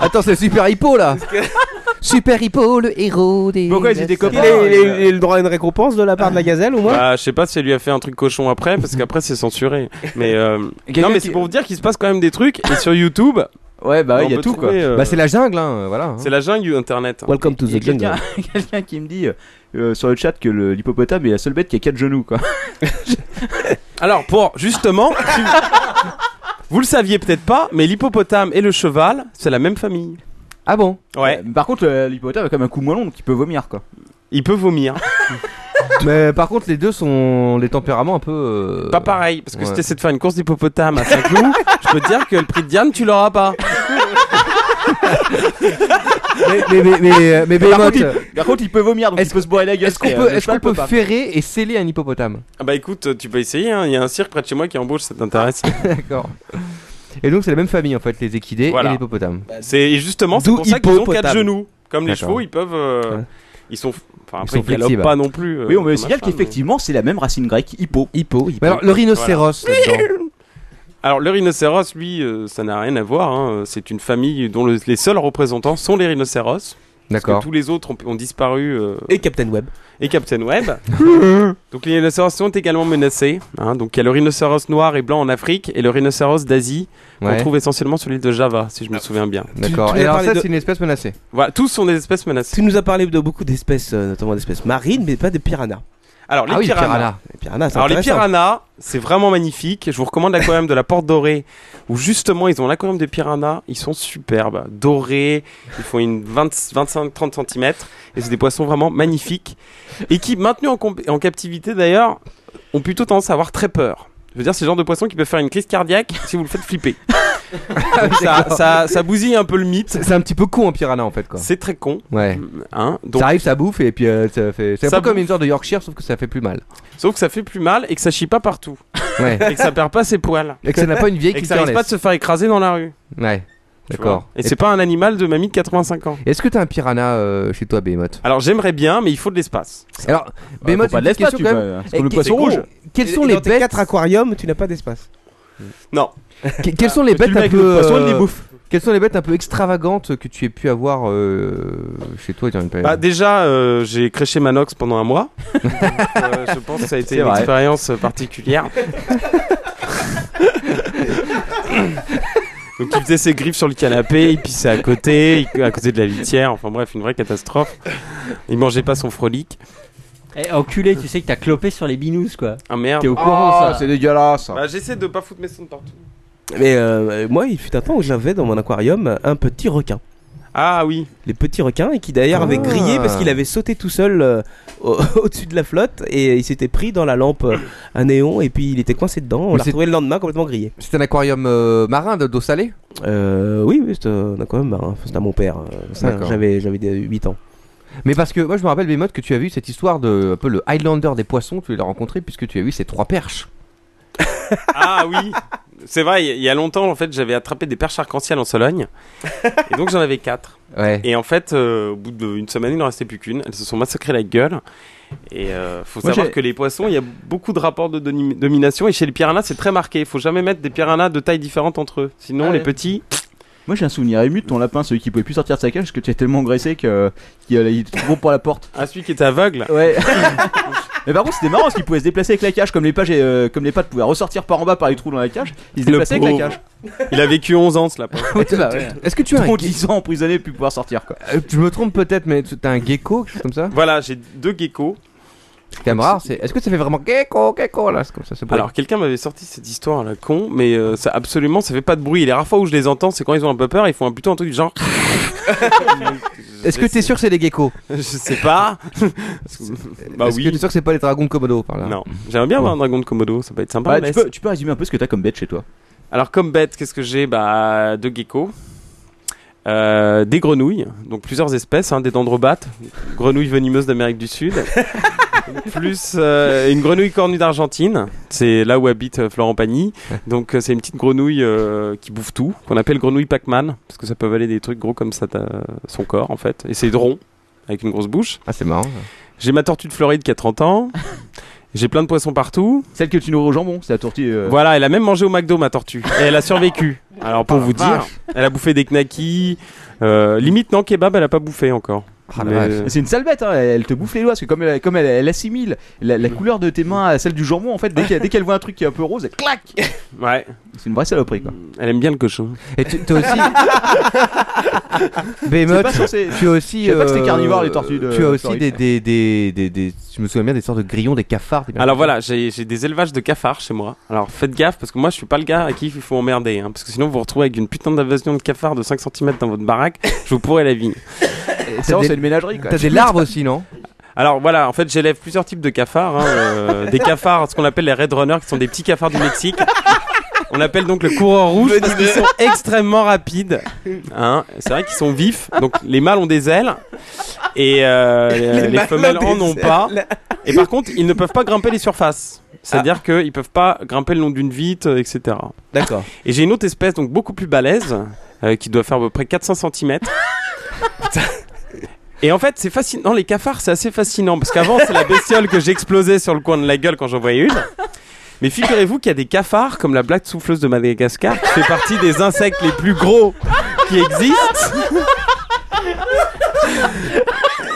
H: attends, c'est super hippo là. Super hippo, le héros des.
J: Pourquoi ils étaient copains Il a- il a le droit à une récompense de la part de la gazelle au moins
G: Bah, je sais pas si elle lui a fait un truc cochon après, parce qu'après c'est censuré. Mais euh, non, mais c'est pour vous dire qu'il se passe quand même des trucs. Et sur YouTube,
F: ouais, bah, il y a tout, quoi.
H: Bah, c'est la jungle, hein, voilà.
G: euh, C'est la jungle Internet.
J: Welcome to
F: Il y a quelqu'un quelqu'un qui me dit euh, euh, sur le chat que le- l'hippopotame est la seule bête qui a quatre genoux, quoi.
G: Alors, pour justement, tu- vous le saviez peut-être pas, mais l'hippopotame et le cheval, c'est la même famille.
F: Ah bon
G: Ouais.
F: Par contre, euh, l'hippopotame a quand même un cou moins long, donc il peut vomir quoi.
G: Il peut vomir.
H: Mais par contre, les deux sont les tempéraments un peu. euh,
G: Pas pareil, parce que
H: ouais.
G: si t'essaies de faire une course d'hippopotame à Saint-Cloud, je peux te dire que le prix de Diane, tu l'auras pas.
H: Mais mais mais mais, mais
G: Par
H: Behemoth,
G: contre, il-
H: euh,
F: Par contre, il peut vomir, donc il peut se bourrer la gueule.
H: Est-ce qu'on
G: Et,
H: peut,
G: euh,
H: est-ce qu'on
G: le cheval peut
H: peut
G: pas.
H: ferrer et sceller un hippopotame
G: Ah bah écoute, tu peux essayer, hein, il y a un cirque près de chez moi qui embauche, ça t'intéresse.
H: D'accord. Et donc c'est la même famille en fait, les équidés
G: Voilà.
H: et l'hippopotame.
G: C'est et justement c'est
H: D'où
G: pour ça qu'ils ont quatre
H: hippopotame.
G: genoux. Comme les
H: D'accord.
G: chevaux, ils peuvent. euh, Ils sont. Enfin, après, ils, galopent
F: flexibles.
G: pas non plus. euh,
F: oui, on me
G: comme
F: signale
G: un cheval,
F: qu'effectivement, c'est la même racine grecque, hippo.
H: Hippo,
F: hippo.
G: Voilà. Alors le rhinocéros, lui, euh, ça n'a rien à voir. hein. C'est une famille dont le- les seuls représentants sont les rhinocéros. Parce
H: D'accord.
G: que Tous les autres ont, ont disparu. euh,
J: Et Captain Web.
G: Et Captain Web. donc les rhinocéros sont également menacés. hein. Donc il y a le rhinocéros noir et blanc en Afrique et le rhinocéros d'Asie qu'on
H: Ouais.
G: trouve essentiellement sur l'île de Java, si je me souviens bien.
H: D'accord. Et alors ça, c'est une espèce menacée.
G: Voilà, tous sont des espèces menacées.
J: Tu nous as parlé de beaucoup d'espèces, euh, notamment d'espèces marines, mais pas des piranhas.
G: Alors
H: Ah
G: Ah les piranhas.
J: Les piranhas, c'est
G: Alors les
J: intéressant.
G: piranhas, c'est vraiment magnifique. Je vous recommande l'aquarium de la Porte Dorée, où justement ils ont l'aquarium des piranhas. Ils sont superbes, dorés. Ils font une 25-30 cm et c'est des poissons vraiment magnifiques et qui, maintenus en, comp- en captivité d'ailleurs, ont plutôt tendance à avoir très peur. Je veux dire, c'est le genre de poisson qui peut faire une crise cardiaque si vous le faites flipper. Donc, ça, ça, ça bousille un peu le mythe.
H: C'est un petit peu con un piranha en fait quoi.
G: C'est très con.
H: Ouais.
G: Hein, donc-
H: Ça arrive, ça bouffe et puis euh, ça fait. C'est un
G: Ça
H: peu comme
G: bouffe.
H: une sorte de Yorkshire sauf que ça fait plus mal.
G: Sauf que ça fait plus mal et que ça chie pas partout.
H: Ouais.
G: Et que ça perd pas ses poils.
H: Et que ça n'a pas une vieille
G: Et
H: qui
G: que ça risque pas
H: caresse.
G: de se faire écraser dans la rue.
H: Ouais.
G: Tu
H: D'accord.
G: vois. Et c'est pas un animal de mamie de 85 ans.
H: Est-ce que t'as un piranha euh, chez toi, Behemoth
G: Alors j'aimerais bien, mais il faut de l'espace.
H: Alors,
F: Bah,
H: Behemoth,
G: Bah, faut pas
H: une
G: de
H: petite
G: l'espace,
H: question
G: tu
H: quand
G: peux-
H: même.
G: parce que le
H: Eh,
G: poisson
H: quels-
G: rouge.
H: Quels
J: Et-
H: sont
J: et
H: les
J: dans tes
H: bêtes
J: quatre aquariums, tu n'as pas d'espace.
G: Non.
H: Que- quelles sont les
J: Parce
H: bêtes
J: que le
H: un
J: mec, le
H: peu
J: poisson, il
H: euh,
J: les bouffe.
H: Quelles sont les bêtes un peu extravagantes que tu aies pu avoir euh, chez toi durant une période
G: Bah, déjà, euh, j'ai créché Manox pendant un mois. Donc, euh, je pense que ça a été
H: C'est
G: une
H: vrai.
G: expérience euh, particulière. Donc il faisait ses griffes sur le canapé, il pissait à côté, il- à côté de la litière, enfin bref, une vraie catastrophe. Il mangeait pas son frolic.
I: Eh, enculé, tu sais que t'as clopé sur les binous quoi.
G: Ah merde.
I: T'es au courant
G: Ah,
I: ça.
G: c'est
F: dégueulasse.
G: Bah, j'essaie de pas foutre mes sons de partout.
J: Mais euh, moi, il fut un temps où j'avais dans mon aquarium un petit requin.
G: Ah oui.
J: Les petits requins, et qui d'ailleurs
G: Ah.
J: avait grillé parce qu'il avait sauté tout seul euh, au- au-dessus de la flotte et il s'était pris dans la lampe euh, à néon et puis il était coincé dedans. On
H: Mais
J: l'a
H: c'est-
J: retrouvé le lendemain complètement grillé.
H: C'était un aquarium euh, marin de- d'eau salée
J: Euh, oui, oui, c'était un aquarium marin. Enfin, C'était à mon père. euh, ça,
H: D'accord.
J: J'avais j'avais des- 8 ans.
H: Mais parce que moi je me rappelle, Behemoth, que tu as vu cette histoire de un peu le Highlander des poissons, tu l'as rencontré puisque tu as vu ces trois perches.
G: Ah oui C'est vrai, il y a longtemps, en fait, j'avais attrapé des perches arc-en-ciel en Sologne. Et donc, j'en avais quatre.
H: Ouais.
G: Et en fait, euh, au bout d'une semaine, il n'en restait plus qu'une. Elles se sont massacrées la gueule. Et euh, faut
F: Moi,
G: savoir
F: j'ai-
G: que les poissons, il y a beaucoup de rapports de doni- domination. Et chez les piranhas, c'est très marqué. faut jamais mettre des piranhas de taille différente entre eux. Sinon,
F: Ah
G: les petits.
F: Moi j'ai un souvenir ému de ton lapin, celui qui pouvait plus sortir de sa cage parce que tu es tellement engraissé que euh, qu'il allait- il était trop bon pour la porte.
G: Ah, celui qui était aveugle
F: Ouais. Mais par contre c'était marrant parce qu'il pouvait se déplacer avec la cage comme les pages et, euh, comme les pattes pouvaient ressortir par en bas par les trous dans la cage. Il se
G: Le
F: déplaçait avec la
G: pauvre.
F: cage.
G: Il a vécu 11 ans, ce lapin.
H: Est-ce que tu as un-
F: Trop 10 ans emprisonné et puis pouvoir sortir quoi.
H: Euh, je me trompe peut-être, mais tu- t'as un gecko, quelque chose comme ça
G: Voilà, j'ai deux geckos.
H: C'est quand même rare. c'est- Est-ce que ça fait vraiment gecko, gecko là c'est comme ça, ce bruit
G: Alors quelqu'un m'avait sorti cette histoire à la con, mais euh, ça absolument ça fait pas de bruit. Les rares fois où je les entends, c'est quand ils ont un peu peur, ils font un, plutôt un truc du genre.
H: Est-ce que t'es sûr que c'est des geckos
G: Je sais pas. bah
H: Est-ce
G: oui.
H: que t'es sûr que c'est pas les dragons de Komodo par là
G: Non, j'aimerais bien avoir un dragon de Komodo, ça peut être sympa.
H: Bah,
F: Ouais, tu, peux, tu peux résumer un peu ce que t'as comme bête chez toi.
G: Alors comme bête, qu'est-ce que j'ai Bah deux geckos. euh, des grenouilles, donc plusieurs espèces, hein, des dendrobates, grenouilles venimeuses d'Amérique du Sud, plus euh, une grenouille cornue d'Argentine, c'est là où habite euh, Florent Pagny, donc euh, c'est une petite grenouille euh, qui bouffe tout, qu'on appelle grenouille Pac-Man, parce que ça peut avaler des trucs gros comme ça, t'as- son corps en fait, et c'est rond, avec une grosse bouche.
H: Ah c'est marrant.
G: J'ai ma tortue de Floride qui a 30 ans, j'ai plein de poissons partout.
F: Celle que tu nourris au jambon, c'est la tortue. euh,
G: Voilà, elle a même mangé au McDo, ma tortue. Et elle a survécu. Ah, Alors, pour vous dire, elle a bouffé des knackis. euh, limite, non, kebab, elle a pas bouffé encore.
H: Ah, la
F: Mais-
H: vache.
F: C'est une sale bête, hein, elle te bouffe les doigts, parce que comme elle, comme elle, elle assimile la,
H: Mm.
F: la couleur de tes mains à celle du jambon, en fait, dès qu'elle dès qu'elle voit un truc qui est un peu rose, elle claque
G: Ouais.
F: C'est une vraie saloperie, quoi.
G: Elle aime bien le cochon.
H: Et toi aussi.
F: C'est
H: Behemoth,
F: pas censé-
H: tu as aussi.
F: Je savais pas que c'était
H: euh,
F: carnivore, les tortues de-
H: Tu as aussi
F: Floride.
H: des, des, des, des, des- Je me souviens bien des sortes de grillons, des cafards. des-
G: Alors voilà, j'ai j'ai des élevages de cafards chez moi. Alors faites gaffe parce que moi je suis pas le gars à qui il faut emmerder. hein, parce que sinon vous vous retrouvez avec une putain d'invasion de cafards de 5 cm dans votre baraque, je vous pourrais la vigne.
F: c'est vrai, des- c'est une ménagerie, quoi. t'as des
H: larves aussi, non
G: alors voilà, en fait j'élève plusieurs types de cafards. hein, euh, des cafards, ce qu'on appelle les Red Runners, qui sont des petits cafards du Mexique. On appelle donc le coureur rouge parce qu'ils sont extrêmement rapides. Hein, c'est vrai qu'ils sont vifs. Donc les mâles ont des ailes et euh, les,
E: mâles
G: femelles
E: ont
G: en
E: des
G: ont pas.
E: ailes. Ah.
G: Et par contre, ils ne peuvent pas grimper les surfaces. C'est-à-dire qu'ils peuvent pas grimper le long d'une vite, euh, etc.
J: D'accord.
G: Et j'ai une autre espèce donc beaucoup plus balèze euh, qui doit faire à peu près 400 cm. Et en fait, c'est fascinant. Les cafards, c'est assez fascinant parce qu'avant, c'est la bestiole que j'explosais sur le coin de la gueule quand j'en voyais une. Mais figurez-vous qu'il y a des cafards comme la blague souffleuse de Madagascar qui fait partie des insectes les plus gros qui existent.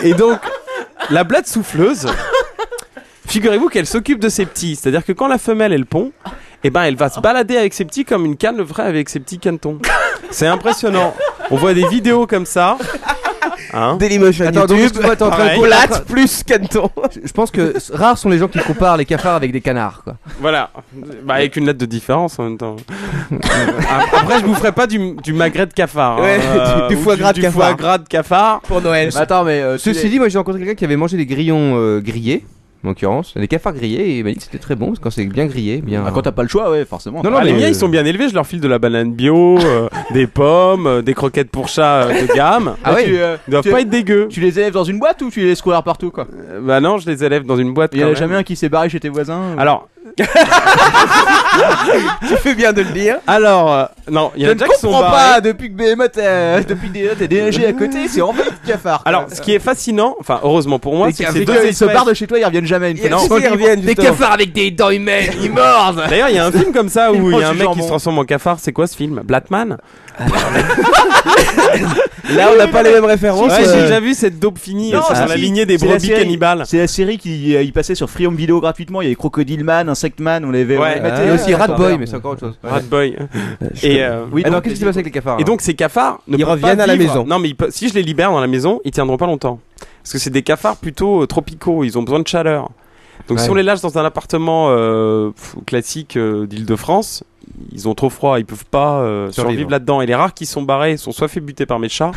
G: Et donc, la blatte souffleuse, figurez-vous qu'elle s'occupe de ses petits. C'est-à-dire que quand la femelle, elle pond, eh ben, elle va se balader avec ses petits comme une canne le vrai avec ses petits canetons. C'est impressionnant. On voit des vidéos comme ça. Hein
J: Dailymotion
H: Attends, donc,
J: YouTube,
H: excuse-moi, t'es en train de
G: Pareil.
H: coller-
G: Latte
J: plus caneton.
H: Je pense que s- rares sont les gens qui comparent les cafards avec des canards, quoi.
G: Voilà. Bah, avec une lettre de différence en même temps. Ap- Après, je vous ferai pas du, du magret de cafard. hein.
H: Ouais, du- du
G: ou
H: foie gras de
G: du foie
H: cafard.
G: gras de cafard.
J: Pour Noël.
F: Attends, mais. euh,
H: Ceci dit, moi j'ai rencontré quelqu'un qui avait mangé des grillons euh, grillés, en l'occurrence, des cafards grillés, et il m'a dit que c'était très bon, parce que quand c'est bien grillé,
G: Ah,
H: bien.
F: quand t'as pas le choix, ouais, forcément.
G: Non, non, Ah, les miens, ils sont bien élevés. Je leur file de la banane bio, euh, des pommes, euh, des croquettes pour chat euh, de gamme.
F: Ah ouais. Tu, euh,
G: Ils doivent
F: tu-
G: pas être dégueux.
F: Tu les élèves dans une boîte ou tu les laisses courir partout, quoi
G: Bah non, je les élève dans une boîte.
F: Il y en
G: quand
F: a
G: même.
F: jamais un qui s'est barré chez tes voisins ou-
G: Alors.
J: tu fais bien de le dire.
G: Alors, euh, non, il y en
F: Je
G: a
F: ne
G: déjà qui sont
F: comprends
G: barrés.
F: pas, depuis que Behemoth, euh, depuis que Behemoth est déménagé à côté, c'est envahi de cafards.
G: Alors, ce qui est fascinant, enfin, heureusement pour moi,
F: Les
G: c'est que
F: cafards,
G: ces
F: c'est
G: deux
F: que ils se
G: espèces-
F: barrent de chez toi, ils reviennent jamais.
G: Ils sont libres.
J: Des cafards avec des dents humaines, ils mordent.
G: D'ailleurs, il y a un film comme ça où
J: Ils
G: il y
J: mangent
G: a un
J: du
G: mec qui
J: jambon.
G: se transforme en cafard. C'est quoi ce film Blatman
J: Là, on n'a pas les mêmes références.
G: Ouais,
J: euh.
G: j'ai déjà vu cette dope finie euh, sur la lignée des brebis cannibales.
F: C'est la série qui euh, y passait sur Free Home Video gratuitement. Il y avait Crocodile Man, Insect Man, on l'avait.
G: Ouais.
H: Il y a aussi Rat Boy, mais c'est encore autre chose.
G: Ratboy.
H: je
G: Et
H: connais.
G: euh,
F: Ah,
H: Oui, Alors, donc, qu'est-ce qui se passe avec les cafards,
G: Et
H: alors
G: donc ces cafards ne
J: Ils
G: peuvent
J: reviennent
G: pas
J: à la
G: vivre.
J: maison.
G: Non, mais ils peuvent- si je les libère dans la maison, ils tiendront pas longtemps. Parce que c'est des cafards plutôt euh, tropicaux. Ils ont besoin de chaleur. Donc si
J: Ouais.
G: on les lâche dans un appartement euh, pff, classique euh, d'Île-de-France, ils ont trop froid, ils peuvent pas euh,
H: Survivre.
G: survivre là-dedans. Et les rares qui sont barrés sont soit fait buter par mes chats,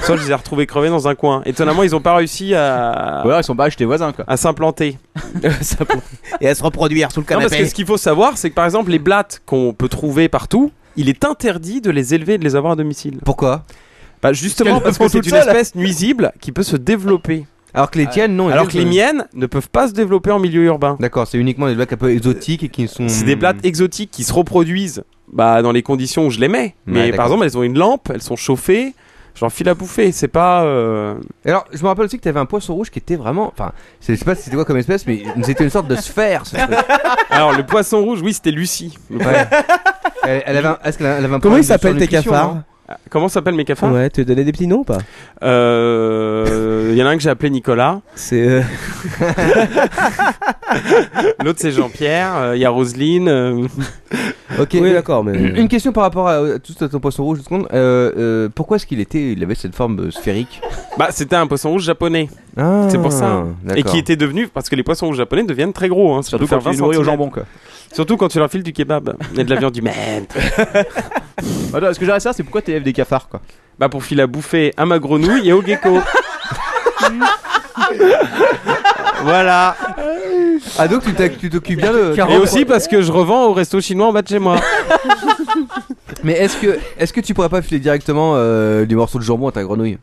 G: soit je les ai retrouvés crevés dans un coin. Étonnamment, ils ont pas réussi à.
F: Voilà, ils sont barrés chez tes voisins, quoi.
G: À s'implanter.
J: Et à se reproduire sous le
G: Non,
J: canapé.
G: parce que ce qu'il faut savoir, c'est que par exemple, les blattes qu'on peut trouver partout, il est interdit de les élever et de les avoir à domicile.
H: Pourquoi
G: Bah, justement,
H: Parce
G: parce
H: qu'elles sont
G: que c'est
H: toutes
G: une
H: seules.
G: espèce nuisible qui peut se développer.
H: Alors que les tiennes, non. elles
G: Ah, Alors
H: peuvent
G: que les
H: se-
G: miennes ne peuvent pas se développer en milieu urbain.
H: D'accord, c'est uniquement des blagues un peu exotiques et qui sont.
G: C'est des blattes exotiques qui se reproduisent bah, dans les conditions où je les mets. Mais
H: Ouais, d'accord.
G: par exemple, elles ont une lampe, elles sont chauffées, j'en file à bouffer. C'est pas. euh,
H: Alors, je me rappelle aussi que t'avais un poisson rouge qui était vraiment. Enfin, c'est- je sais pas si c'était quoi comme espèce, mais c'était une sorte de sphère. ce truc.
G: Alors, le poisson rouge, oui, c'était Lucie.
H: Ouais. Elle, elle avait un- Est-ce qu'elle avait un
G: Comment
H: problème
G: ils
H: de
G: s'appellent tes
H: surnutrition,
G: cafards
H: non
G: Comment s'appellent mes cafards
J: Ouais, tu donnais des petits noms ou pas
G: Euh, Il y en a un que j'ai appelé Nicolas.
J: C'est. euh,
G: L'autre, c'est Jean-Pierre. euh, Il y a Roselyne. euh.
H: Ok.
J: Oui, d'accord, mais-
H: Une question par rapport à euh, tout à ton poisson rouge, une seconde. Euh, euh, pourquoi est-ce qu'il était, il avait cette forme euh, sphérique
G: Bah, c'était un poisson rouge japonais.
H: Ah,
G: c'est pour ça.
H: d'accord.
G: Et qui était devenu. Parce que les poissons rouges japonais deviennent très gros. Hein,
F: Surtout quand tu les nourris au jambon, quoi.
G: Surtout quand tu leur files du kebab et de la viande humaine.
F: Attends, Ah, ce que j'arrête ça, c'est pourquoi t'élèves des cafards, quoi.
G: Bah, pour filer à bouffer à ma grenouille et au gecko. voilà.
H: Ah donc tu t'oc- tu t'occupes bien de.
G: Et aussi parce que je revends au resto chinois en bas de chez moi.
H: Mais est-ce que est-ce que tu pourrais pas filer directement euh, du morceau de jambon à ta grenouille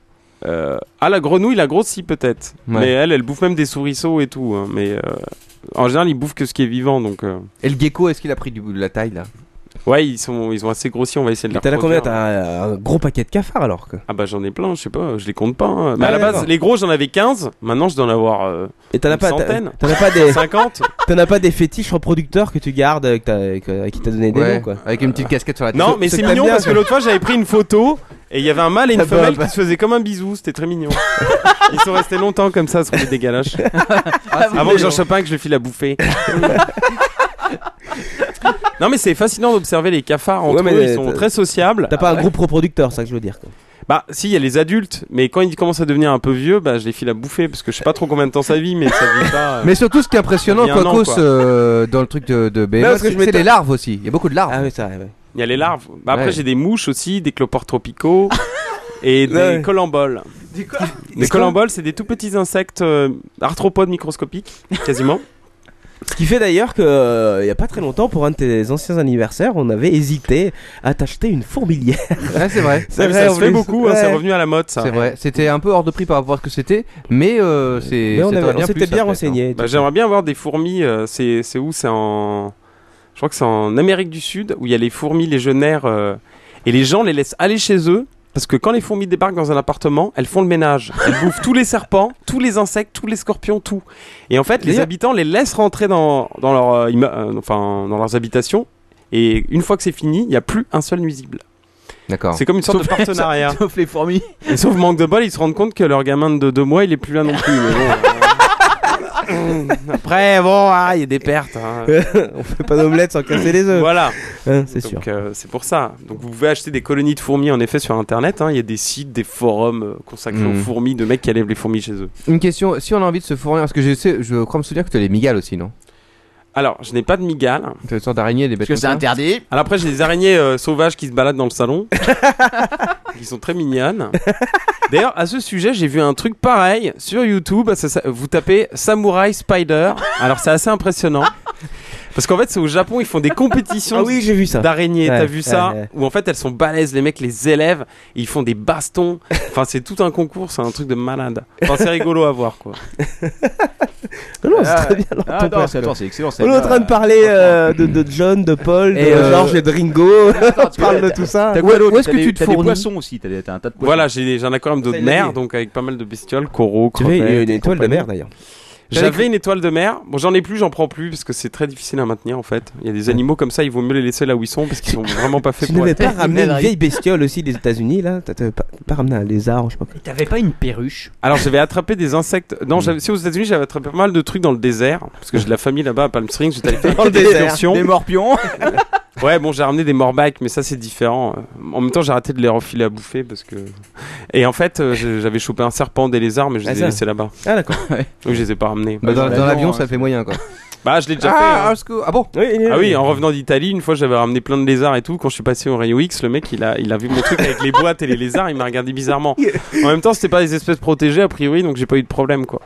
G: Ah, la grenouille, la grosse, si, peut-être.
H: Ouais.
G: Mais elle, elle bouffe même des souriceaux et tout. hein, Mais euh, en général, ils bouffent que ce qui est vivant. Donc, euh.
H: Et le gecko, est-ce qu'il a pris du, de la taille là
G: Ouais, ils sont, ils sont assez grossis. On va essayer de
J: Mais
G: les
J: t'en as combien
G: reproduire.
J: euh, T'as un gros paquet de cafards alors que.
G: Ah bah j'en ai plein, je sais pas, je les compte pas. hein. Mais
J: Ah,
G: à la base,
J: d'accord.
G: les gros j'en avais 15, maintenant je dois en avoir euh,
J: Et t'en as
G: une
J: pas, t'as-
G: centaine.
J: t'en as pas des,
G: 50
J: t'en as pas des fétiches reproducteurs que tu gardes, avec ta- avec, euh, à qui t'as donné des
H: Ouais,
J: noms quoi.
H: Avec une petite casquette sur la tête.
G: Non mais c'est mignon parce que l'autre fois j'avais pris une photo Et il y avait un mâle et une
E: Ah bah,
G: femelle
E: bah.
G: qui se faisaient comme un bisou, c'était très mignon. Ils sont restés longtemps comme ça, à se rouler des galoches.
H: Ah,
G: Avant
E: mignon.
G: que Jean Chopin que je le file à bouffer. non mais c'est fascinant d'observer les cafards entre
J: Ouais, mais
G: eux, ils
J: t'as-
G: sont très sociables.
J: T'as pas un groupe reproducteur, c'est ça que je veux dire. quoi.
G: Bah si, il y a les adultes, mais quand ils commencent à devenir un peu vieux, bah je les file à bouffer parce que je sais pas trop combien de temps ça vit, mais ça vit pas. euh,
H: Mais surtout, ce qui est impressionnant,
G: ça vit un an,
H: Quacos,
G: quoi.
H: euh, dans le truc de, de Behemoth,
G: parce que je
H: c'est
G: m'étonne-
H: les larves aussi. Il y a beaucoup de larves. Ah
J: oui, ça, ouais.
G: Il y a les larves. Bah, après
H: Ouais.
G: j'ai des mouches aussi, des cloportes tropicaux et des
H: Ouais.
G: colamboles. Des
H: quoi
G: Les colamboles, c'est des tout petits insectes euh, arthropodes microscopiques, quasiment.
J: Ce qui fait d'ailleurs que euh, il y a pas très longtemps, pour un de tes anciens anniversaires, on avait hésité à t'acheter une fourmilière.
H: Ouais, c'est vrai.
J: C'est Ouais, mais vrai, ça on se fait voulait- beaucoup, hein, c'est ouais. revenu
G: à la mode, ça.
H: C'est vrai. C'était un peu hors de prix par rapport à ce que c'était, mais euh, c'est.
J: Mais on
H: c'est
J: avait-
H: très
J: on s'était
H: plus,
J: bien
H: en fait,
J: renseigné.
H: hein.
G: Bah, J'aimerais bien avoir des fourmis. euh, c'est c'est où C'est en. Je crois que c'est en Amérique du Sud où il y a les fourmis légionnaires euh, et les gens les laissent aller chez eux parce que quand les fourmis débarquent dans un appartement, elles font le ménage. Elles bouffent tous les serpents, tous les insectes, tous les scorpions, tout. Et en fait, les
E: D'ailleurs-
G: habitants les laissent rentrer dans, dans, leur, euh, imma- euh, enfin, dans leurs habitations et une fois que c'est fini, il n'y a plus un seul nuisible.
H: hein. D'accord.
G: C'est comme une sorte
F: Sauf
G: de
F: les-
G: partenariat.
F: Sauf les fourmis.
G: Et sauf manque de bol, ils se rendent compte que leur gamin de deux mois, il est plus là non plus. mais bon, euh, Après, bon, ah, il y a des pertes. hein.
J: on fait pas d'omelette sans casser les œufs.
G: Voilà.
J: Hein, Euh, c'est
G: Donc,
J: sûr.
G: euh, c'est pour ça. Donc vous pouvez acheter des colonies de fourmis en effet sur internet. hein. Il y a des sites, des forums euh, consacrés
H: Mm.
J: Mmh.
G: aux fourmis, de mecs qui élèvent les fourmis chez eux.
H: Une question, si on a envie de se fournir, parce que je, sais, je crois me souvenir que tu as les migales aussi, non
G: Alors, je n'ai pas de migale.
H: Tu as une sorte d'araignée, des bêtes. comme ça.
G: Alors après, j'ai des araignées euh, sauvages qui se baladent dans le salon. qui sont très mignonnes. D'ailleurs, à ce sujet, j'ai vu un truc pareil sur YouTube. Ça, ça- vous tapez Samurai Spider. Alors, c'est assez impressionnant. Parce qu'en fait, c'est au Japon, ils font des compétitions
J: Ah oui, j'ai vu ça.
G: d'araignées.
J: Ouais,
G: T'as vu ça
J: ouais, ouais.
G: Où en fait, elles sont balèzes, les mecs les élèvent. et ils font des bastons. Enfin, c'est tout un concours, c'est un truc de malade. Enfin, c'est rigolo à voir, quoi.
J: Non, non, c'est très bien.
F: Ah,
J: l'entendre
F: non,
J: passer,
F: c'est-
J: alors.
F: attends, c'est excellent,
J: On est
F: celle-là.
J: en train de parler euh, de, de John, de Paul, de
F: Et, euh,
J: Georges et de Ringo. On parle de tout ça.
F: T'as quoi d'autre T'as des- T'as des poissons aussi, t'as des- t'as un tas de poissons.
G: Voilà, j'ai j'ai un aquarium de
F: Ça, il l'a
G: mer,
F: dit.
G: donc avec pas mal de bestioles, coraux,
J: Tu sais, il y a
G: crevettes
J: une
G: et
J: étoile de
G: compagnie.
J: mer, d'ailleurs.
G: J'avais une étoile de mer. Bon, j'en ai plus, j'en prends plus parce que c'est très difficile à maintenir en fait. Il y a des animaux comme ça, il vaut mieux les laisser là où ils sont parce qu'ils sont vraiment pas faits
J: Tu
G: pour
J: n'avais
G: être-
J: pas ramené une vieille bestiole aussi des États-Unis là T'as- T'avais pas, pas ramené un lézard, je sais pas. quoi.
I: T'avais pas une perruche
G: Alors, j'avais attrapé des insectes. Non, j'avais- si aux États-Unis, j'avais attrapé pas mal de trucs dans le désert parce que j'ai de la famille là-bas à Palm Springs. J'étais allé faire
F: Dans le
G: des
F: désert,
G: excursions.
F: des morpions.
G: Ouais, bon, j'ai ramené des morbacs, mais ça c'est différent. Euh, En même temps, j'ai arrêté de les refiler à bouffer parce que. Et en fait, euh, je- j'avais chopé un serpent, des lézards, mais je
H: Ah,
G: les ai
H: ça.
G: laissés là-bas.
J: Ah, d'accord.
G: Donc, je les ai pas ramenés.
H: Bah, dans dans l'avion, ça fait moyen, quoi.
G: Bah, je l'ai déjà
H: Ah,
G: fait. hein.
H: ah, parce que- ah bon
G: Ah oui, en revenant d'Italie, une fois j'avais ramené plein de lézards et tout. Quand je suis passé au Rayo X, le mec il a, il a vu mon truc avec les boîtes et les lézards, il m'a regardé bizarrement. En même temps, c'était pas des espèces protégées a priori, donc j'ai pas eu de problème quoi.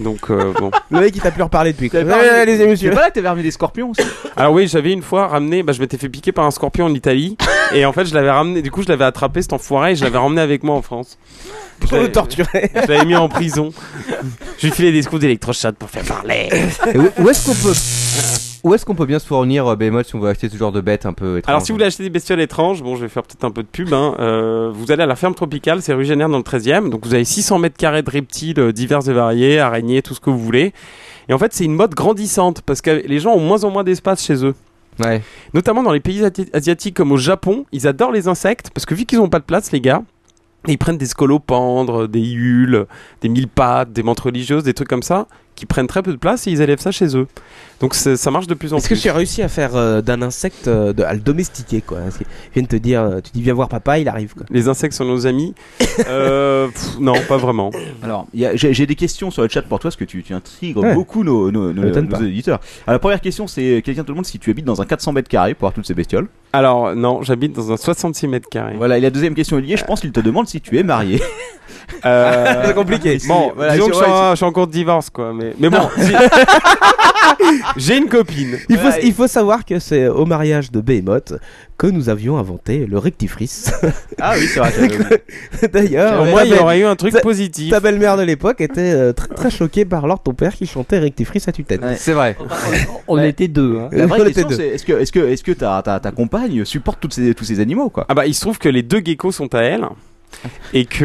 G: Donc euh, bon.
J: Le mec il t'a plus reparlé depuis. Ah, quoi.
G: pas ramené-
J: Ouais, les
F: C'est
J: émotions.
F: pas là que t'avais ramené des scorpions aussi.
G: Alors oui, j'avais une fois ramené, bah, je m'étais fait piquer par un scorpion en Italie et en fait je l'avais ramené, du coup je l'avais attrapé cet enfoiré et je l'avais ramené avec moi en France.
J: Pour
G: Je
J: le
G: l'avais-
J: torturer.
G: Je l'avais mis en prison. Je lui filais des coups d'électrochoc pour faire parler.
H: Et où où est-ce qu'on peut. Où est-ce qu'on peut bien se fournir euh, Behemoth si on veut acheter ce genre de bêtes un peu étranges
G: Alors si vous voulez acheter des bestioles étranges, bon je vais faire peut-être un peu de pub, hein, euh, vous allez à la ferme tropicale, c'est rue Génère dans le 13 e donc vous avez 600 mètres carrés de reptiles euh, divers et variés, araignées, tout ce que vous voulez. Et en fait c'est une mode grandissante parce que les gens ont moins en moins d'espace chez eux. Notamment dans les pays ati- asiatiques comme au Japon, ils adorent les insectes parce que vu qu'ils n'ont pas de place les gars, ils prennent des scolopendres, des hules, des mille pattes, des menthes religieuses, des trucs comme ça, qui prennent très peu de place et ils élèvent ça chez eux. Donc c'est- ça marche de plus en
J: Est-ce que
G: plus.
J: j'ai réussi à faire euh, d'un insecte euh, de, à le domestiquer quoi Parce que Je viens de te dire, euh, tu dis viens voir papa, il arrive quoi.
G: Les insectes sont nos amis. Euh, pff, non, pas vraiment.
F: Alors, il y a- j'ai j'ai des questions sur le chat pour toi parce que tu, tu intrigues
G: Ouais.
F: beaucoup nos, nos, nos-
G: Ça m'étonne
F: nos
G: pas.
F: auditeurs. Alors, la première question, c'est quelqu'un te demande si tu habites dans un 400 mètres carrés pour avoir toutes ces bestioles.
G: Alors, non, j'habite dans un 66 mètres carrés.
F: Voilà, et la deuxième question est liée, je pense qu'il te demande si tu es marié.
G: Euh,
F: C'est compliqué.
J: Ah,
G: Bon,
F: Si, voilà,
G: disons
F: si,
G: que je suis,
F: ouais,
G: en,
F: si.
G: je suis en cours de divorce, quoi. Mais, mais bon, si- j'ai une copine.
J: Il faut, il faut savoir que c'est au mariage de Behemoth que nous avions inventé le rectifrice.
F: Ah oui, c'est vrai, j'avais oublié.
J: D'ailleurs,
G: Au moins,
J: ta
G: il y
J: belle-
G: aurait eu un truc
J: ta-
G: positif.
J: Ta belle-mère de l'époque était euh, très, très choquée par l'ordre de ton père qui chantait rectifrice à tue-tête. Euh,
H: C'est vrai.
I: On était deux. hein.
F: La vraie
J: On était
F: question,
J: deux.
F: c'est est-ce que, est -ce que, est -ce que ta, ta, ta compagne supporte toutes ces, tous ces animaux quoi
G: Ah bah, il se trouve que les deux geckos sont à elle. Et que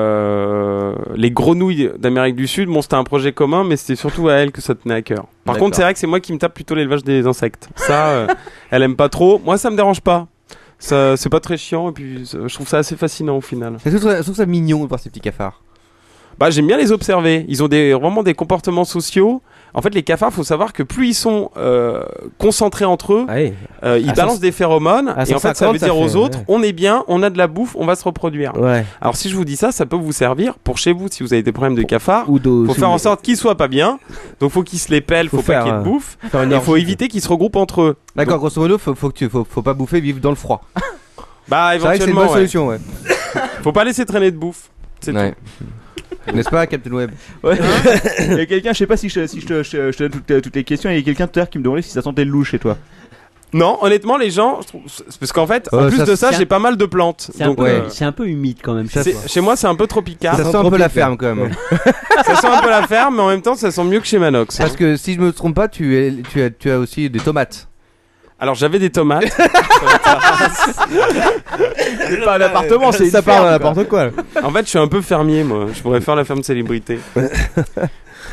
G: euh, les grenouilles d'Amérique du Sud, bon, c'était un projet commun, mais c'était surtout à elle que ça tenait à cœur. Par
F: D'accord.
G: contre, c'est vrai que c'est moi qui me tape plutôt l'élevage des insectes. Ça, euh, elle aime pas trop. Moi, ça me dérange pas. Ça, c'est pas très chiant et puis ça- je trouve ça assez fascinant au final.
H: Je trouve ça- je trouve ça mignon de voir ces petits cafards.
G: Bah, j'aime bien les observer. Ils ont des, vraiment des comportements sociaux. En fait, les cafards, faut savoir que plus ils sont euh, concentrés entre
J: Ah
G: eux, euh, ils
J: À
G: balancent
J: cent-
G: des phéromones.
J: à
G: Et en fait, ça
J: 150,
G: veut
J: ça
G: dire
J: fait,
G: aux autres,
J: ouais.
G: on est bien, on a de la bouffe, on va se reproduire. Alors, si je vous dis ça, ça peut vous servir pour chez vous si vous avez des problèmes de cafards.
J: Ou de-
G: faut
J: si
G: faire
J: vous-
G: en sorte qu'ils soient pas bien. Donc, faut qu'ils se les pèlent, faut, pas
H: faire,
G: qu'ils
H: euh,
G: bouffent.
H: faire une
G: Il faut
H: orgie.
G: éviter qu'ils se regroupent entre eux.
H: D'accord,
G: Donc-
H: grosso modo, faut, faut, que tu, faut, faut pas bouffer, vivre dans le froid.
G: Bah,
H: C'est vrai que c'est une
G: éventuellement.
H: bonne solution, ouais.
G: Faut pas laisser traîner de bouffe. C'est
H: Ouais. N'est-ce pas, Captain Web
F: Ouais. il y a quelqu'un, je sais pas si je, si je, te- je- je te donne toutes, euh, toutes les questions, il y a quelqu'un tout à l'heure qui me demandait si ça sentait le louche chez toi.
G: Non, honnêtement, les gens, je trouve- c'est parce qu'en fait, en
F: Euh,
G: plus
F: ça-
G: de ça,
F: c'est un-
G: j'ai pas mal de plantes.
I: C'est un,
G: Donc,
I: peu-
G: euh,
I: c'est un peu humide quand même.
G: c'est- chez moi, c'est un peu tropical.
H: Ça sent un peu la ferme quand même.
G: ça sent un peu la ferme, mais en même temps, ça sent mieux que chez Manox.
H: Parce que si je me trompe pas, tu, es- tu, as, tu as aussi des tomates.
G: Alors j'avais des tomates.
F: C'est pas un appartement, c'est une
H: euh,
F: ferme, quoi.
G: En fait, je suis un peu fermier, moi. Je pourrais faire la ferme célébrité.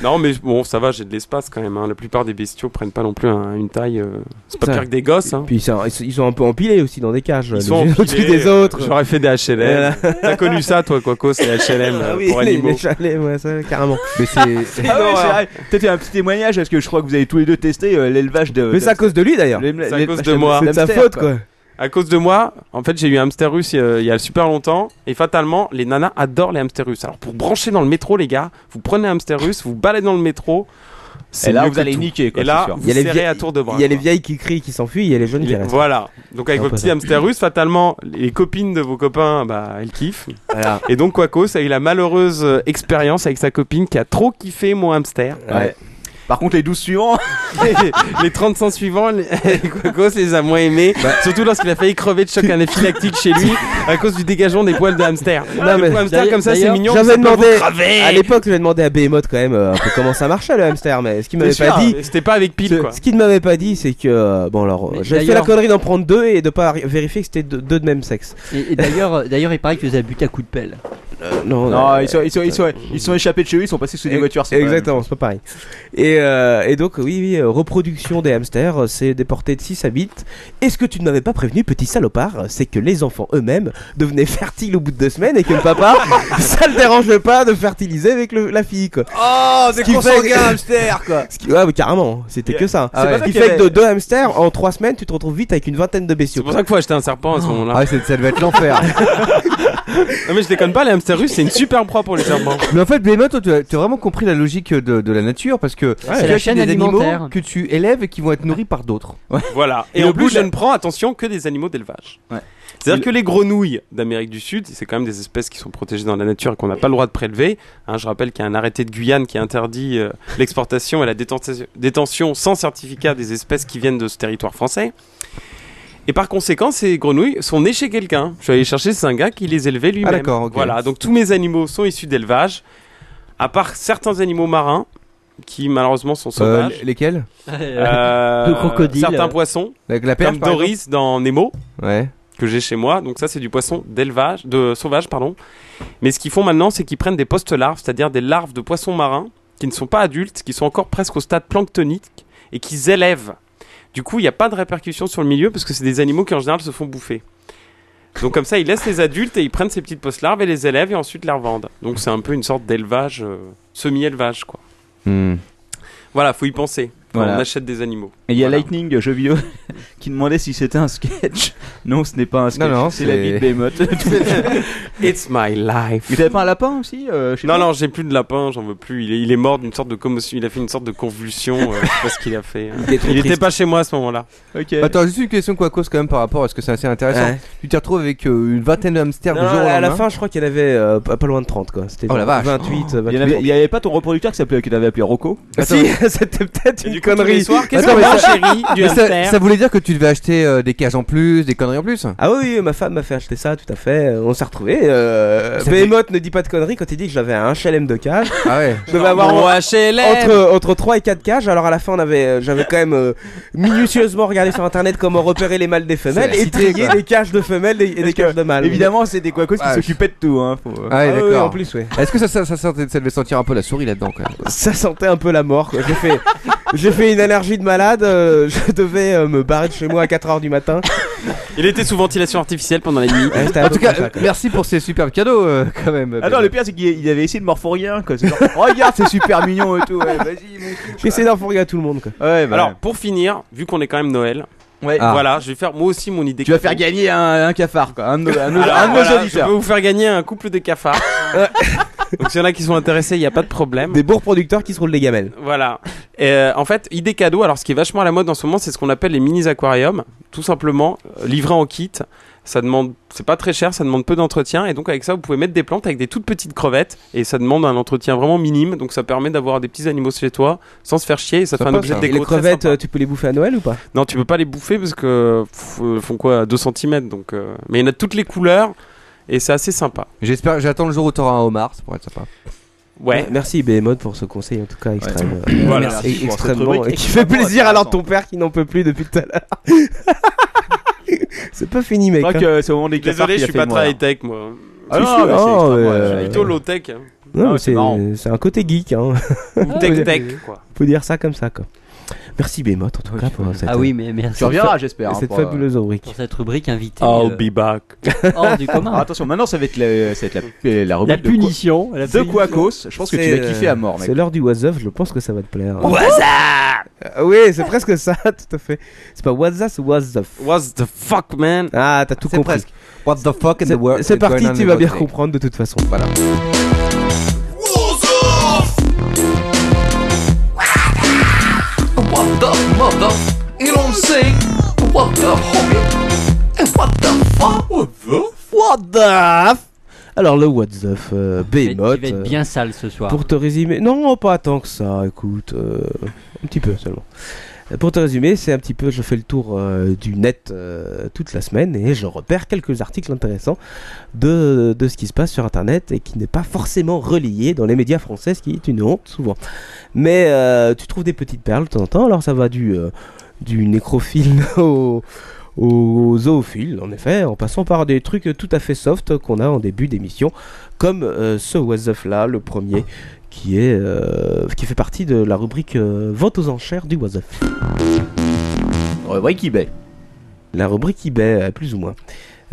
G: non, mais bon, ça va, j'ai de l'espace quand même. hein. La plupart des bestiaux prennent pas non plus un- une taille. euh, C'est pas
J: Ça.
G: pire que des gosses. hein.
J: Puis ça- ils sont- ils sont un peu empilés aussi dans des cages.
G: Ils
J: les
G: sont
J: uns
G: empilés,
J: au-dessus des
G: euh,
J: autres.
G: J'aurais fait des HLM. T'as connu ça, toi, Quaco, c'est HLM euh,
J: Ah oui,
G: pour
J: les-
G: animaux.
J: les chalets, ouais, ça, carrément.
H: Mais
F: Ah ouais, c'est vrai. Peut-être un petit témoignage parce que je crois que vous avez tous les deux testé euh, l'élevage de.
G: Mais c'est à cause
J: de lui d'ailleurs.
G: C'est à cause de moi. À cause de moi, en fait, j'ai eu un hamster russe euh, il y a super longtemps. Et fatalement, les nanas adorent les hamsters russes. Alors, pour brancher dans le métro, les gars, vous prenez un hamster russe, vous baladez dans le métro. c'est
J: Et là,
G: mieux
J: vous
G: que
J: allez
G: tout.
J: niquer, quoi,
G: Et là,
J: c'est sûr.
G: vous
J: Il y a les
G: serrez
J: vieilles-
G: à tour de bras.
J: il y a les
G: quoi.
J: vieilles qui crient, qui s'enfuient, il y a les jeunes qui
G: Les-
J: restent.
G: Voilà. Donc avec
J: C'est un
G: vos
J: peu
G: petits
J: ça.
G: hamsters russes, fatalement, les copines de vos copains, bah, elles kiffent. Et donc Quaco, ça a eu la malheureuse euh, expérience avec sa copine qui a trop kiffé mon hamster.
F: Ouais. Par contre, les 12 suivants,
J: Ah.
G: les 35 suivants, les- Quacos les a moins aimés.
J: Bah.
G: Surtout lorsqu'il a failli crever de choc anaphylactique chez lui à cause du dégagement des poils de hamster.
J: Non, mais
G: Le hamster comme ça, c'est mignon.
J: J'avais
G: ça peut
J: demandé.
G: vous crever.
J: À l'époque, j'avais demandé à Behemoth quand même euh, un peu comment ça marchait le hamster, mais ce qu'il m'avait
G: C'est
J: pas
G: sûr, hein,
J: dit.
G: mais C'était pas avec pile quoi.
J: Ce qu'il ne m'avait pas dit, c'est que euh, bon alors, euh, j'avais fait la
I: d'ailleurs-
J: connerie d'en prendre deux et de pas arri- vérifier que c'était deux, deux de même sexe.
I: Et, et d'ailleurs, euh, d'ailleurs, il paraît que tu les as butés à coups de pelle.
J: non,
F: Non, ils sont- ils sont- ils sont- ils sont échappés de chez eux, ils sont passés sous des voitures. c'est pas-
J: Exactement, c'est pas pareil. Et, euh, et donc, oui, oui, euh, reproduction des hamsters, euh, c'est des portées de 6 à 8. Et ce que tu ne m'avais pas prévenu, petit salopard, euh, c'est que les enfants eux-mêmes devenaient fertiles au bout de deux semaines et que le papa, ça le dérange pas de fertiliser avec le- la fille, quoi.
P: Oh,
J: c'est consanguin, hamster,
P: quoi.
J: Ce qui- Ouais, mais carrément, c'était que ça.
G: Ah ouais.
J: Ce qui
G: C'est pas
J: fait
G: vrai
J: que de deux hamsters, en 3 semaines, tu te retrouves vite avec une vingtaine de bestiaux.
G: C'est pour ça qu'il faut acheter un serpent à ce moment-là.
H: Ah, c'est- ça devait être l'enfer.
G: Non mais je déconne pas, les hamsters russes c'est une super proie pour les serpents.
H: Mais en fait, Behemoth, toi, tu as, tu as vraiment compris la logique de, de la nature parce que
G: C'est la
H: tu achètes
G: chaîne
H: des animaux
G: alimentaire.
H: que tu élèves et qui vont être nourris par d'autres.
G: Voilà. Et,
H: Et
G: en
H: au bout
G: plus,
H: de
G: je
H: la-
G: ne prends attention que des animaux d'élevage. C'est-à-dire que les grenouilles d'Amérique du Sud, c'est quand même des espèces qui sont protégées dans la nature et qu'on n'a pas le droit de prélever. Hein, je rappelle qu'il y a un arrêté de Guyane qui interdit euh, l'exportation et la détention, détention sans certificat des espèces qui viennent de ce territoire français. Et par conséquent, ces grenouilles sont nées chez quelqu'un. Je suis allé chercher, c'est un gars qui les élevait lui-même.
H: Ah, d'accord, ok.
G: Voilà, donc tous mes animaux sont issus d'élevage, à part certains animaux marins qui malheureusement sont
H: Euh,
G: sauvages.
H: lesquels
G: Euh, Certains poissons.
H: Avec la perche,
G: Comme
H: par exemple
G: Doris dans Nemo.
H: Ouais.
G: Que j'ai chez moi. Donc ça, c'est du poisson d'élevage, de sauvage, pardon. Mais ce qu'ils font maintenant, c'est qu'ils prennent des post-larves, c'est-à-dire des larves de poissons marins qui ne sont pas adultes, qui sont encore presque au stade planctonique et qu'ils élèvent. Du coup, il n'y a pas de répercussions sur le milieu parce que c'est des animaux qui en général se font bouffer. Donc comme ça, ils laissent les adultes et ils prennent ces petites post-larves et les élèvent et ensuite les revendent. Donc c'est un peu une sorte d'élevage, euh, semi-élevage quoi. Voilà, faut y penser quand
F: Voilà.
G: on achète des animaux.
F: Et il y a Lightning, euh, jeu vidéo, qui demandait si c'était un sketch. Non, ce n'est pas un sketch.
G: Non, non,
F: c'est la vie de
G: c'est-
F: Behemoth.
G: It's my life.
F: Mais t'avais pas un lapin aussi euh, chez
G: Non,
F: toi
G: non, j'ai plus de lapin, j'en veux plus. Il est, il est mort d'une sorte de commotion, il a fait une sorte de convulsion, euh, je sais pas ce qu'il a fait.
H: Il est trop
G: Il était
H: triste.
G: pas chez moi à ce moment-là.
H: Attends, juste une question quoi cause quand même par rapport à ce que c'est assez intéressant.
G: Ouais.
H: Tu te retrouves avec euh, une vingtaine de hamsters
J: Non,
H: du jour au
J: à la
H: lendemain.
J: fin, je crois qu'il y en avait euh, pas pas loin de 30, quoi. C'était
H: Oh la vache.
J: 28,
H: Oh.
J: 28.
F: Il y en avait- il y avait pas ton reproducteur qui s'appelait, qui t'avait appelé Rocco
J: Ah, si, c'était peut-être une connerie.
H: Attends, mais ça- mais
J: mais
H: ça- ça voulait dire que tu devais acheter euh, des cages en plus, des conneries en plus
J: Ah oui, oui, ma femme m'a fait acheter ça, tout à fait. euh, On s'est retrouvés. Euh,
H: Ça
J: Behemoth ne dit pas de conneries quand il dit que j'avais un HLM de cage.
H: Ah ouais.
J: Je devais avoir
H: Mon
J: en-
H: HLM.
J: Entre, entre 3 et 4 cages. Alors à la fin, on avait, euh, j'avais quand même euh, minutieusement regardé sur internet comment repérer les mâles des femelles
F: C'est la
J: et
F: cité,
J: trier
F: quoi.
J: des cages de femelles et des, cages de mâles.
F: Évidemment, c'est des quacos qui
J: Ah,
F: s'occupaient de tout. Hein, faut-
H: Ah ouais,
J: Ah
H: d'accord.
J: ouais, en plus, ouais.
H: Est-ce que ça, ça, ça, sentait- ça devait sentir un peu la souris là-dedans quand même
J: Ça sentait un peu la mort. quoi. J'ai fait, j'ai j'ai fait une allergie de malade. euh, je devais euh, me barrer de chez moi à 4h du matin.
G: Il était sous ventilation artificielle pendant la nuit.
J: Ouais, c'était un En peu tout cas, comme Bah, ça, quoi.
H: merci pour ces superbes cadeaux euh, quand même.
F: Ah non, le pire c'est qu'il il avait essayé de m'en refourguer un quoi. C'est genre, regarde, c'est super mignon et tout. Ouais, vas-y, mon cul.
J: J'essaie d'en fourguer à tout le monde quoi.
F: Ouais, bah
G: Alors,
F: ouais.
G: pour finir, vu qu'on est quand même Noël,
F: Ouais. Ah.
G: voilà, je vais faire moi aussi mon idée.
F: Tu vas faire gagner un, un cafard quoi, un de nos, un de nos-
G: Alors,
F: un de nos
G: voilà, Je
F: auditeurs.
G: peux vous faire gagner un couple de cafards. Donc s'il y en a qui sont intéressés, il n'y a pas de problème. Des
J: bourgs producteurs qui se roulent des gamelles.
G: Voilà. Et, euh, en fait, idée cadeau, alors ce qui est vachement à la mode en ce moment, c'est ce qu'on appelle les mini aquariums, tout simplement euh, livrés en kit. Ça demande, c'est pas très cher, ça demande peu d'entretien, et donc avec ça, vous pouvez mettre des plantes avec des toutes petites crevettes, et ça demande un entretien vraiment minime, donc ça permet d'avoir des petits animaux chez toi sans se faire chier, et ça, fait un objet de
J: Les
G: déco très
J: crevettes, euh, tu peux les bouffer à Noël ou pas
G: non, tu peux pas les bouffer parce que pff, euh, font quoi 2 cm donc euh, mais il y en a de toutes les couleurs et c'est assez sympa.
H: J'espère, j'attends le jour où t'auras un homard, ça pourrait être sympa.
G: Ouais.
J: Merci Behemoth pour ce conseil en tout cas extrême.
H: Ouais.
J: euh,
H: Voilà.
J: merci
H: Merci pour cette
J: extrêmement
H: rubrique
J: et qui fait
H: extrêmement
J: plaisir alors ton père qui n'en peut plus depuis tout à l'heure. c'est pas fini mec.
F: Je crois
J: hein.
F: que c'est au moment des cafards
G: Désolé,
F: qu'il
G: je
F: a
G: suis
F: fait
G: pas
F: le
G: très
F: mois.
G: high tech moi.
F: Ah non,
J: Si,
F: mais c'est
J: non,
F: extrêmement,
J: mais,
F: ouais,
J: euh,
G: plutôt low tech.
J: Non, mais c'est c'est un côté geek hein.
G: Ou tech tech quoi.
J: On peut dire ça comme ça quoi. Merci Behemoth en tout cas pour cette euh,
I: Ah oui, mais merci.
F: hein,
J: Cette
F: euh,
J: fabuleuse rubrique.
I: Pour cette rubrique invitée.
G: Oh,
J: I'll
I: euh,
J: be back.
I: Hors du commun.
F: Ah, attention, maintenant ça va être la, ça va être la, la rubrique de
I: punition,
F: quoi-
I: la
F: de
I: punition.
F: Quacos. Je pense que tu vas
J: C'est,
F: kiffer
J: euh,
F: à mort, mec.
J: C'est l'heure du WhatsApp, je pense que ça va te plaire. hein.
G: WhatsApp
J: Euh, Oui, c'est presque ça, tout à fait. C'est pas WhatsApp, c'est WhatsApp.
G: What the fuck, man
J: Ah, t'as tout
H: C'est
J: compris.
H: presque. What the fuck in the
J: C'est-
H: world
J: C'est
H: is going
J: parti,
H: on
J: tu
H: in
J: vas
H: the
J: bien
H: world?
J: comprendre de toute façon. Voilà.
E: What the mother You don't say What the homie And what the fuck What the
J: What the f- Alors le What's the f- euh, Behemoth.
I: Il va être
J: euh,
I: bien sale ce soir.
J: Pour te résumer, non, pas tant que ça, écoute, euh, un petit peu seulement. Euh, Pour te résumer, c'est un petit peu, je fais le tour euh, du net euh, toute la semaine et je repère quelques articles intéressants de, de ce qui se passe sur Internet et qui n'est pas forcément relayé dans les médias français, ce qui est une honte souvent. Mais euh, tu trouves des petites perles de temps en temps, alors ça va du, euh, du nécrophile au aux zoophiles, en effet, en passant par des trucs tout à fait soft qu'on a en début d'émission, comme euh, ce What's Up là, le premier, qui, est, euh, qui fait partie de la rubrique euh, Vente aux enchères du What's Up.
F: Rubrique eBay.
J: La rubrique eBay, euh, plus ou moins.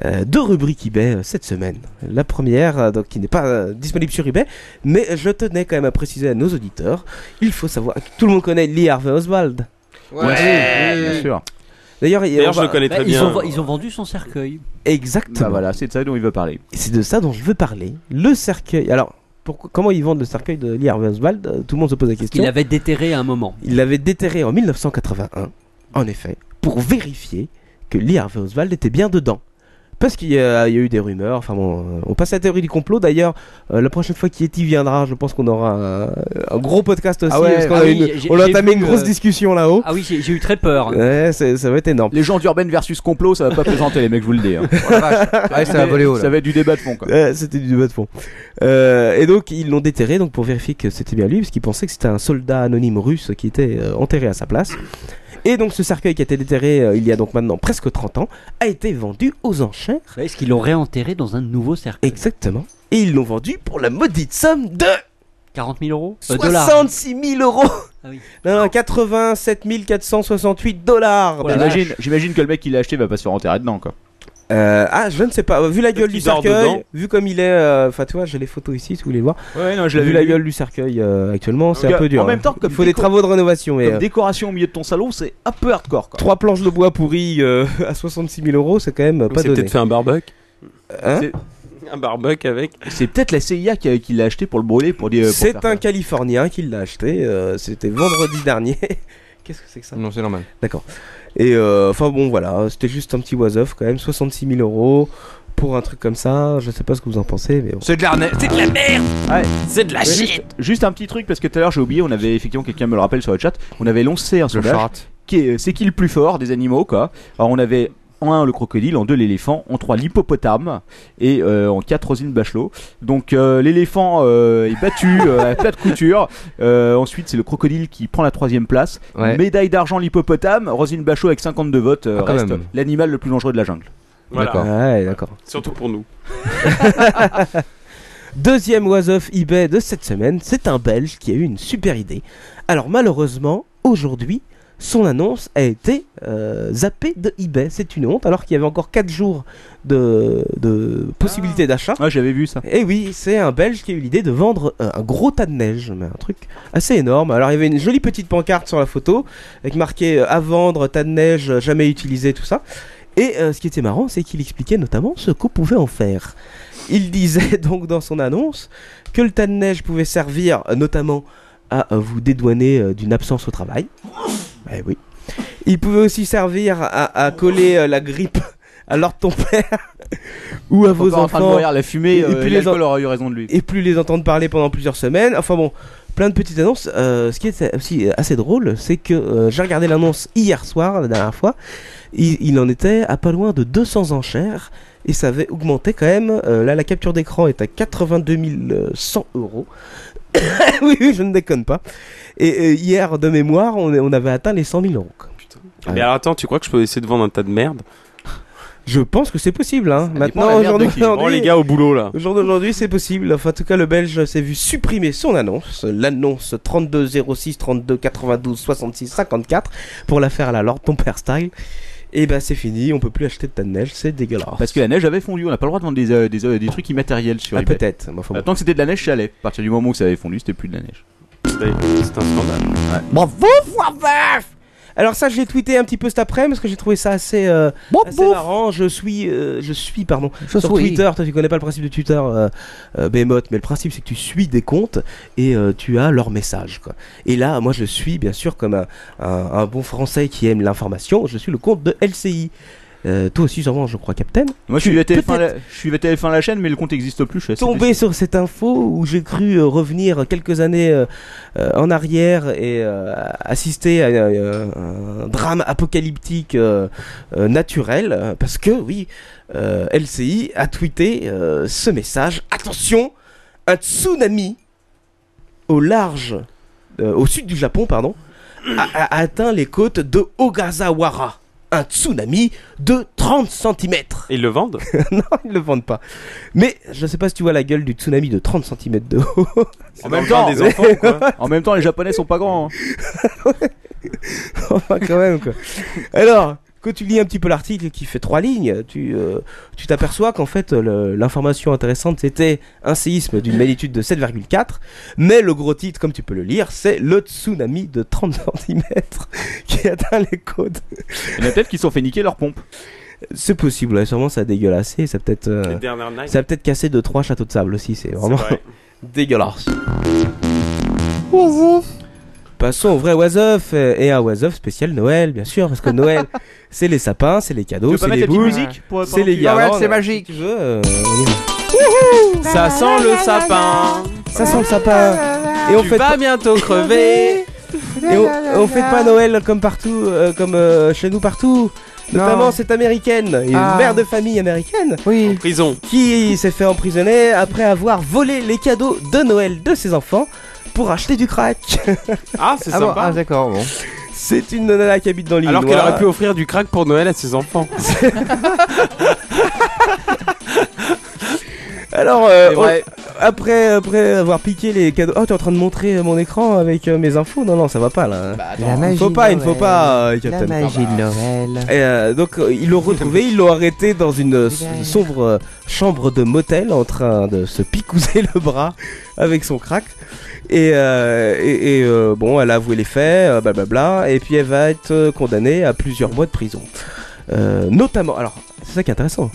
J: Euh, deux rubriques eBay euh, cette semaine. La première, euh, donc, qui n'est pas euh, disponible sur eBay, mais je tenais quand même à préciser à nos auditeurs, il faut savoir, tout le monde connaît Lee Harvey Oswald.
I: Ouais, Ouais, oui, oui.
F: bien sûr.
J: D'ailleurs, il-
F: D'ailleurs,
J: on
F: je
J: va-
F: le connais très
I: Bah, ils,
F: bien.
I: ont, ils ont vendu son cercueil.
J: Exactement.
F: Bah voilà, c'est de ça dont il veut parler.
J: Et C'est de ça dont je veux parler. Le cercueil. Alors, pourquoi, comment ils vendent le cercueil de Lee Harvey Oswald Euh, Tout le monde se pose la question.
I: Il avait déterré à un moment.
J: Il l'avait déterré en 1981, en effet, pour vérifier que Lee Harvey Oswald était bien dedans. Parce qu'il y, a il y a eu des rumeurs, enfin bon, euh, on passe à la théorie du complot. D'ailleurs, euh, la prochaine fois qu'Yeti viendra, je pense qu'on aura un, un gros podcast aussi.
I: Ah ouais,
J: parce qu'on
I: ah
J: a
I: oui,
J: une-
I: j'ai-
J: on a
I: j'ai
J: entamé
I: vu,
J: une grosse
I: euh,
J: discussion là-haut.
I: Ah oui, j'ai j'ai eu très peur.
J: Ouais, c'est- ça va être énorme.
F: Légende urbaine versus complot, ça va pas plaisanter, les mecs, je vous le dis. hein.
J: Ouais, ça va voler haut, là. Oh
F: Ça va être du débat de fond, quoi.
J: Ouais, Ah, c'était du débat de fond. Euh, et donc ils l'ont déterré donc pour vérifier que c'était bien lui parce qu'ils pensaient que c'était un soldat anonyme russe qui était euh, enterré à sa place. Et donc ce cercueil qui a été déterré euh, il y a donc maintenant presque 30 ans a été vendu aux enchères.
I: Est-ce qu'ils l'ont réenterré dans un nouveau cercueil
J: Exactement. Et ils l'ont vendu pour la maudite somme de
I: 40 000 euros Euh, dollars.
J: 66 000 euros.
I: Ah oui.
J: Non, non, 87 468 dollars.
F: Bah, J'imagine j'imagine que le mec qui l'a acheté va pas se faire enterrer dedans, quoi.
J: ah, je ne sais pas. Vu la gueule du
F: qu'il dort dedans.
J: cercueil, vu comme il est, euh, enfin tu vois, j'ai les photos ici, si vous voulez le voir.
F: Ouais, non, je
J: vu
F: l'avais
J: la
F: vu.
J: gueule du cercueil euh, actuellement, c'est
F: Donc,
J: un peu dur.
F: En même
J: hein.
F: temps, comme
J: il faut des
F: déco-
J: travaux de rénovation. Et,
F: Comme
J: euh,
F: décoration au milieu de ton salon, c'est un peu hardcore, quoi.
J: trois planches de bois pourries euh, à 66 000 euros, c'est quand même euh, pas
G: c'est
J: donné.
G: peut-être fait un barbecue.
J: Hein
F: C'est-
G: Un barbecue avec.
F: C'est peut-être la CIA qui, a- qui l'a acheté pour le brûler, pour dire. euh, pour faire
J: C'est
F: quoi.
J: un Californien qui l'a acheté. euh, C'était vendredi dernier. Qu'est-ce que c'est que ça
H: Non, c'est normal.
J: D'accord. Et euh, enfin bon, voilà, c'était juste un petit was off quand même, 66 000 euros pour un truc comme ça. Je sais pas ce que vous en pensez, mais bon.
H: C'est de l'arnaque.
G: C'est de la merde C'est de la
F: Ouais,
G: shit
F: juste, juste un petit truc parce que tout à l'heure j'ai oublié, on avait effectivement quelqu'un me le rappelle sur le chat, on avait lancé un sondage.
H: chat.
F: Qui est- c'est qui le plus fort des animaux quoi Alors on avait en un le crocodile, en deux l'éléphant, en trois l'hippopotame et euh, en quatre Rosine Bachelot. Donc euh, l'éléphant euh, est battu euh, à plat de couture. Euh, ensuite c'est le crocodile qui prend la troisième place.
H: Ouais.
F: Médaille d'argent l'hippopotame, Rosine Bachelot avec 52 votes euh,
H: Ah, quand
F: reste
H: même.
F: l'animal le plus dangereux de la jungle.
G: Voilà. D'accord.
J: Ah Ouais, d'accord.
G: Surtout pour nous.
J: Deuxième was off eBay de cette semaine, c'est un Belge qui a eu une super idée. Alors malheureusement, aujourd'hui, son annonce a été euh, zappée de eBay. C'est une honte, alors qu'il y avait encore 4 jours de, de possibilité d'achat.
F: Ah, j'avais vu ça.
J: Et Eh oui, c'est un Belge qui a eu l'idée de vendre euh, un gros tas de neige, mais un truc assez énorme. Alors, il y avait une jolie petite pancarte sur la photo, avec marqué euh, à vendre, tas de neige, euh, jamais utilisé, tout ça. Et euh, ce qui était marrant, c'est qu'il expliquait notamment ce qu'on pouvait en faire. Il disait donc dans son annonce que le tas de neige pouvait servir euh, notamment à euh, vous dédouaner euh, d'une absence au travail. Eh oui. Il pouvait aussi servir à, à coller euh, la grippe à l'ordre de ton père ou à
F: Ton
J: vos
F: père en train de
J: enfants.
F: mourir, la fumée, euh, l'alcool
J: en-
F: aurait eu raison de lui.
J: Et plus les entendre parler pendant plusieurs semaines. Enfin bon, plein de petites annonces. Euh, ce qui est aussi assez drôle, c'est que euh, j'ai regardé l'annonce hier soir, la dernière fois. Il, il en était à pas loin de 200 enchères. Et ça avait augmenté quand même. Euh, là, la capture d'écran est à 82 100 euros. oui, oui, je ne déconne pas. Et euh, hier, de mémoire, on, est- on avait atteint les 100 000 euros. quoi.
G: Mais alors attends, tu crois que je peux essayer de vendre un tas de merde
J: Je pense que c'est possible, hein.
G: dépend de
J: Maintenant,
G: la merde
J: aujourd'hui,
G: de qui. Bon, les gars, au boulot, là.
J: Au jour d'aujourd'hui, c'est possible. Enfin, en tout cas, le Belge s'est vu supprimer son annonce, l'annonce 32 06 32 92 66 54 pour la faire à la Lord Ton Père Style. Et bah, c'est fini, on peut plus acheter de tas de neige, c'est dégueulasse.
F: Parce que la neige avait fondu, on n'a pas le droit de vendre des, euh, des, euh, des trucs immatériels sur
J: Ah,
F: eBay.
J: peut-être, mais enfin bon.
F: Tant que c'était de la neige, ça allait. À partir du moment où ça avait fondu, c'était plus de la neige.
G: C'est un scandale.
J: Bravo, Foirbeuf alors ça, j'ai tweeté un petit peu cet après-midi parce que j'ai trouvé ça assez, euh, assez marrant. Je suis, euh, je suis, pardon,
H: Je
J: sur
H: suis.
J: Twitter. Toi, tu connais pas le principe de Twitter, euh, euh, Behemoth, mais le principe c'est que tu suis des comptes et euh, tu as leurs messages. Quoi. Et là, moi, je suis bien sûr comme un, un- un bon Français qui aime l'information. Je suis le compte de LCI. Euh, toi aussi, sûrement, je crois, Captain.
F: Moi, je suis à TF1,
J: peut-être
F: la... je suis à TF1 la chaîne, mais le compte n'existe plus. Je suis assez
J: tombé sur cette info où j'ai cru euh, revenir quelques années euh, euh, en arrière et euh, assister à euh, un drame apocalyptique euh, euh, naturel euh, parce que oui, euh, LCI a tweeté euh, ce message attention, un tsunami au large, euh, au sud du Japon, pardon, a, a- a atteint les côtes de Ogasawara. Un tsunami de 30 cm.
G: Ils le vendent
J: Non, ils le vendent pas. Mais je sais pas si tu vois la gueule du tsunami de 30 cm de haut.
F: En même temps, en même temps, les Japonais sont pas grands. hein.
J: Enfin, quand même, quoi. Alors, quand tu lis un petit peu l'article qui fait trois lignes, tu euh, tu t'aperçois qu'en fait, le- l'information intéressante, c'était un séisme d'une magnitude de 7,4. Mais le gros titre, comme tu peux le lire, c'est le tsunami de 30 cm qui atteint les côtes.
F: Il y en a peut-être qui se sont fait niquer leur pompe.
J: C'est possible, ouais, sûrement ça a dégueulassé, ça a peut-être euh,
G: Les dernières nights.
J: ça a peut-être cassé deux trois châteaux de sable aussi, c'est vraiment
G: vrai.
J: dégueulasse. Passons au vrai Wasoff et à Wasoff spécial Noël, bien sûr, parce que Noël, c'est les sapins, c'est les cadeaux,
B: Tu veux pas
J: c'est
B: mettre
J: les
B: la petite
J: boules,
B: musique pour-
J: c'est les
B: pendant que-
J: guirlandes.
B: Noël, c'est magique.
J: Si tu veux, euh, on y va. Ça sent le sapin. Ça sent le sapin. Et on fait pas bientôt crever. Et on, et on fête pas Noël comme partout, euh, comme euh, chez nous partout. Notamment
L: Non.
J: cette américaine, une
L: Ah.
J: mère de famille américaine.
L: Oui.
G: Prison.
J: Qui s'est fait emprisonner après avoir volé les cadeaux de Noël de ses enfants pour acheter du crack.
G: Ah, c'est sympa.
J: d'accord, bon. C'est une nana qui habite dans l'île.
G: Alors qu'elle aurait pu offrir du crack pour Noël à ses enfants.
J: Alors, euh,
G: C'est vrai.
J: on- après, après avoir piqué les cadeaux. Oh, t'es en train de montrer euh, mon écran avec euh, mes infos Non, non, ça va pas là.
L: Bah, attends. La magie
J: il faut pas, il ne faut
L: Noël.
J: pas, euh,
L: La
J: Captain.
L: magie de Noël.
J: Et, euh, donc, euh, ils l'ont retrouvé, ils l'ont arrêté dans une euh, s- sombre euh, chambre de motel en train de se picouser le bras avec son crack. Et, euh, et, et, euh, bon, elle a avoué les faits, euh, blablabla. Et puis, elle va être euh, condamnée à plusieurs mois de prison. Euh, notamment, alors, c'est ça qui est intéressant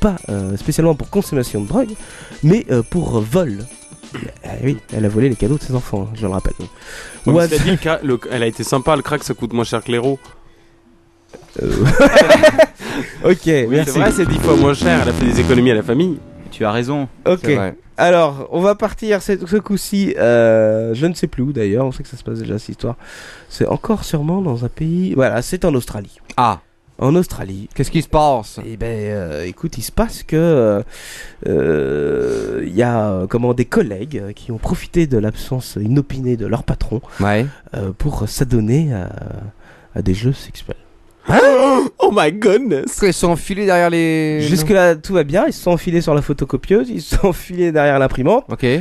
J: pas euh, spécialement pour consommation de drogue, mais euh, pour vol. Eh oui, elle a volé les cadeaux de ses enfants, hein, je le rappelle.
G: Ouais, mais
J: What-
G: cela dit, le cra- le- elle a été sympa, le crack ça coûte moins cher que l'héros.
J: Euh, ok,
G: C'est vrai, c'est 10 fois moins cher, elle a fait des économies à la famille.
F: Tu as raison.
J: Ok. Alors, on va partir ce, ce coup-ci. euh, je ne sais plus où d'ailleurs. On sait que ça se passe déjà cette histoire. C'est encore sûrement dans un pays. Voilà, c'est en Australie. Ah. En Australie. Qu'est-ce qui se passe Eh ben, euh, écoute, il se passe que euh, euh, il y a euh, comment des collègues euh, qui ont profité de l'absence inopinée de leur patron euh, pour s'adonner à, à des jeux sexuels.
G: oh my goodness
J: Ils sont enfilés derrière les... Jusque-là, tout va bien. Ils se sont enfilés sur la photocopieuse, ils se sont enfilés derrière l'imprimante. Ok. Euh,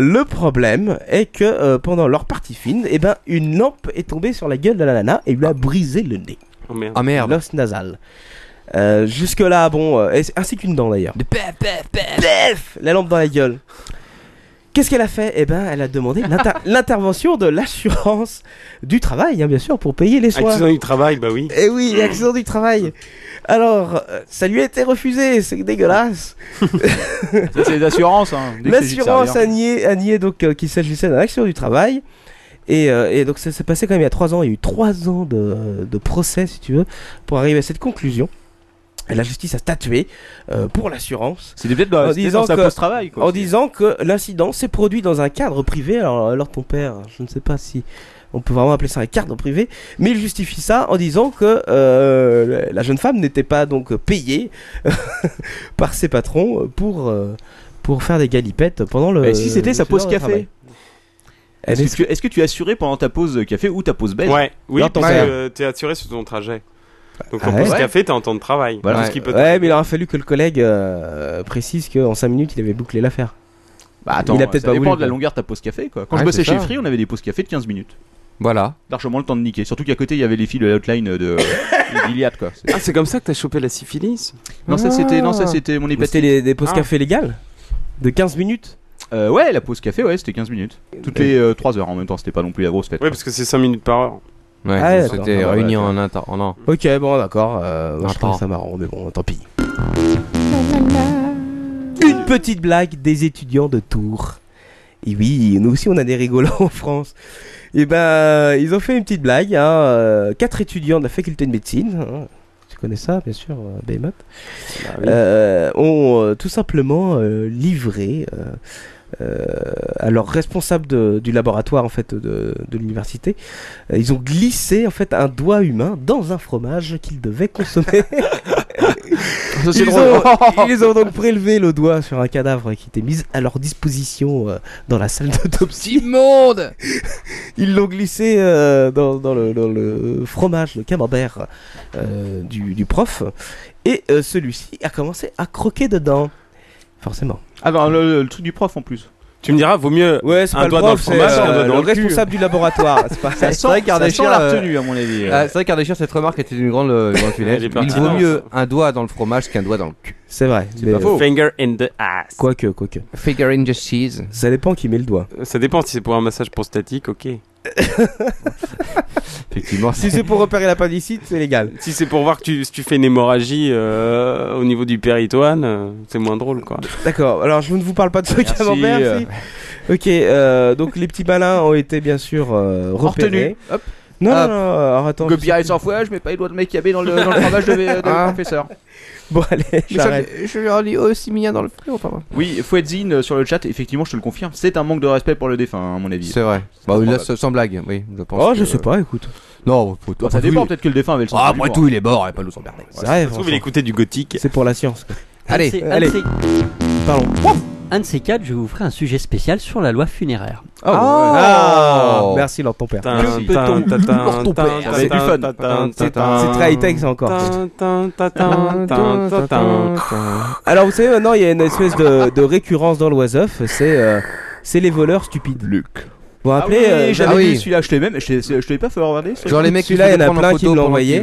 J: Le problème est que euh, pendant leur partie fine, eh ben, une lampe est tombée sur la gueule de la nana et lui a brisé le nez.
G: Oh
H: Ah
G: merde.
J: L'os nasal. Euh, Jusque-là, bon, euh, et- ainsi qu'une dent d'ailleurs. De pef, pef, pef, pef, la lampe dans la gueule. Qu'est-ce qu'elle a fait Eh ben, elle a demandé l'inter- l'intervention de l'assurance du travail, hein, bien sûr, pour payer les soins.
G: Accident du travail, bah oui.
J: Eh oui, accident du travail. Alors, euh, ça lui a été refusé, c'est dégueulasse.
F: Ça, c'est les assurances. Hein, dès que c'est juste
J: L'assurance a
F: servir.
J: nié, a nié donc euh, qu'il s'agissait d'un accident du travail. Et, euh, et donc ça s'est passé quand même il y a 3 ans. Il y a eu 3 ans de, de procès, si tu veux, pour arriver à cette conclusion. Et la justice a statué euh, pour l'assurance.
F: C'était peut-être dans-
J: En
F: c'était
J: disant
F: dans sa
J: que-
F: post-travail, quoi.
J: En disant que l'incident s'est produit dans un cadre privé. Alors, alors ton père, je ne sais pas si on peut vraiment appeler ça un cadre privé, mais il justifie ça en disant que euh, la jeune femme n'était pas donc payée par ses patrons pour, euh, pour faire des galipettes pendant le.
F: Et si c'était sa
J: le
F: pause
J: travail.
F: café Est-ce que, tu, est-ce que tu as assuré pendant ta pause café ou ta pause baisse
G: Ouais, oui,
F: Dans ton
G: parce
F: père.
G: que euh, t'es assuré sur ton trajet. Donc
J: Ah
G: en
J: ouais.
G: plus
J: Ouais.
G: café, t'es en temps de travail.
J: Voilà.
G: Tout
J: Ouais,
G: ce qui peut
J: ouais, mais il aura fallu que le collègue euh, précise qu'en 5 minutes il avait bouclé l'affaire.
F: Bah attends,
J: il
F: ça
J: a peut-être pas
F: dépend
J: voulu.
F: de la longueur de ta pause café quoi. Quand
J: Ouais,
F: je bossais
J: c'est
F: chez
J: ça.
F: Free, on avait des pauses café de 15 minutes.
H: Voilà.
F: Largement le temps de niquer. Surtout qu'à côté, il y avait les filles de l'outline de Iliad quoi.
G: Ah, c'est comme ça que t'as chopé la syphilis Ah.
F: Non, ça c'était non, ça c'était mon hépatite.
J: C'était les- des pauses
F: Ah.
J: café légales De 15 minutes
F: Euh, ouais, la pause café, ouais, c'était 15 minutes. Toutes les 3 heures en même temps, c'était pas non plus la grosse fête.
G: Ouais, parce que c'est 5 minutes par heure.
H: Ouais,
J: Ah ouais,
H: donc
J: d'accord.
H: c'était
J: Ah ouais,
H: réuni
J: d'accord.
H: en un temps. En un.
J: Ok, bon, d'accord. euh, moi, je trouve
H: Attends.
J: ça marrant, mais bon, tant pis. Une petite blague des étudiants de Tours. Et oui, nous aussi, on a des rigolos en France. Et ben, ils ont fait une petite blague. Hein, euh, quatre étudiants de la faculté de médecine. hein, tu connais ça, bien sûr, euh, Behemoth.
G: oui.
J: euh, ont euh, tout simplement euh, livré euh, euh, à leur responsable de- du laboratoire en fait de, de l'université. Euh, ils ont glissé en fait un doigt humain dans un fromage qu'ils devaient consommer.
F: c'est
J: ils,
F: drôle.
J: ont, ils ont donc prélevé le doigt sur un cadavre qui était mis à leur disposition euh, dans la salle d'autopsie.
H: Immonde
J: Ils l'ont glissé euh, dans, dans le, dans le fromage, le camembert euh, du, du prof. Et euh, celui-ci a commencé à croquer dedans. Forcément.
F: Ah non, le, le truc du prof en plus.
G: Tu me diras, vaut mieux
J: ouais, c'est
G: un
J: pas
G: doigt
J: le
G: dans le
J: prof, c'est
G: fromage qu'un doigt
J: euh,
G: dans
J: le
G: le cul.
J: responsable du laboratoire. C'est pas-
F: Ça sent-
J: c'est vrai qu'Ardèche,
F: ça sent la
J: euh,
F: retenue, à mon avis.
H: Ah, c'est vrai qu'Ardéchir, cette remarque était une grande, euh, grande finesse.
G: Elle est
H: Il vaut
G: pertinente.
H: mieux un doigt dans le fromage qu'un doigt dans le cul.
J: C'est vrai.
H: C'est pas faux.
G: Finger in the ass.
J: Quoique, quoique.
H: Figure in the cheese.
J: Ça dépend qui met le doigt.
G: Ça dépend si c'est pour un massage prostatique, ok.
H: Effectivement.
J: Si c'est pour repérer l'appendicite, c'est légal.
G: Si c'est pour voir que tu, si tu fais une hémorragie euh, au niveau du péritoine, euh, c'est moins drôle quoi.
J: D'accord, alors je ne vous parle pas de ce
G: Merci,
J: camembert.
G: euh.
J: si. Ok, euh, donc les petits malins ont été bien sûr euh, repérés.
F: Retenu. Hop.
J: Non,
F: Hop.
J: non, non, alors attends. je
F: Copyright sans fouet, je mets pas les doigts de mec qui avait dans le, dans le fromage de, de
J: Ah.
F: professeur.
J: sais- Bon, allez, j'arrête.
H: Je lui en lis aussi mien dans le frigo, papa.
F: Oui, Fouedzine euh, sur le chat, effectivement, je te le confirme, c'est un manque de respect pour le défunt, hein, à mon avis.
H: C'est vrai. Bah, là, sans sans blague, oui. Je pense
F: Oh, je
H: que-
F: sais
J: pas, écoute.
H: Non, faut-
F: Bah, ça
H: après tout,
F: dépend,
H: il-
F: peut-être que le défunt avait le sens
H: Ah,
F: de
H: après
F: l'humour.
H: tout, il est mort, il pas nous emmerder.
J: C'est vrai,
G: trouve, il écoutait du gothique.
J: C'est pour la science. quoi.
H: Allez,
I: Un de ces-
H: allez.
I: un de ces-
J: Pardon.
I: Un de ces quatre, je vous ferai un sujet spécial sur la loi funéraire.
J: Oh, ouais. Ah, merci, Lord ton père.
I: Tin,
J: Merci.
I: tin, tin, tin, tin,
J: Lord ton père.
I: tin,
J: C'est
I: tin,
J: du fun.
I: tin, tin,
J: C'est
I: tin,
J: c'est très high-tech, ça, encore.
G: Tin, tin, tin, tin, tin, tin, tin.
J: Alors vous savez maintenant il y a une espèce de, de récurrence dans l'Oiseuf, c'est euh, c'est les voleurs stupides.
F: Luc. Ah
J: Vous vous
G: Ah,
J: rappelez euh,
F: Eh, j'avais vu celui-là, je l'ai même, je l'ai- je l'ai pas fait regarder. ça.
J: Genre les mecs, celui-là, il y en a plein qui me l'ont envoyé.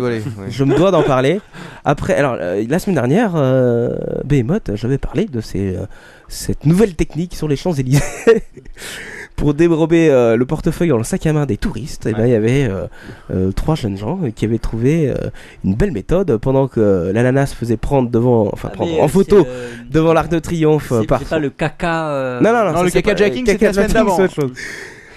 J: Je me dois d'en parler. Après, alors euh, la semaine dernière, euh, Behemoth, j'avais parlé de ces, euh, cette nouvelle technique sur les Champs Élysées pour dérober euh, le portefeuille dans le sac à main des touristes. Et ben, il y avait euh, euh, trois jeunes gens euh, qui avaient trouvé euh, une belle méthode pendant que euh, l'ananas se faisait prendre devant, enfin prendre
I: mais,
J: en
I: euh,
J: photo devant l'Arc de Triomphe. euh,
I: C'est
J: par
I: c'est pas le caca. euh,
J: non, non, non, ça, c'est pas- caca jacking, c'est autre chose.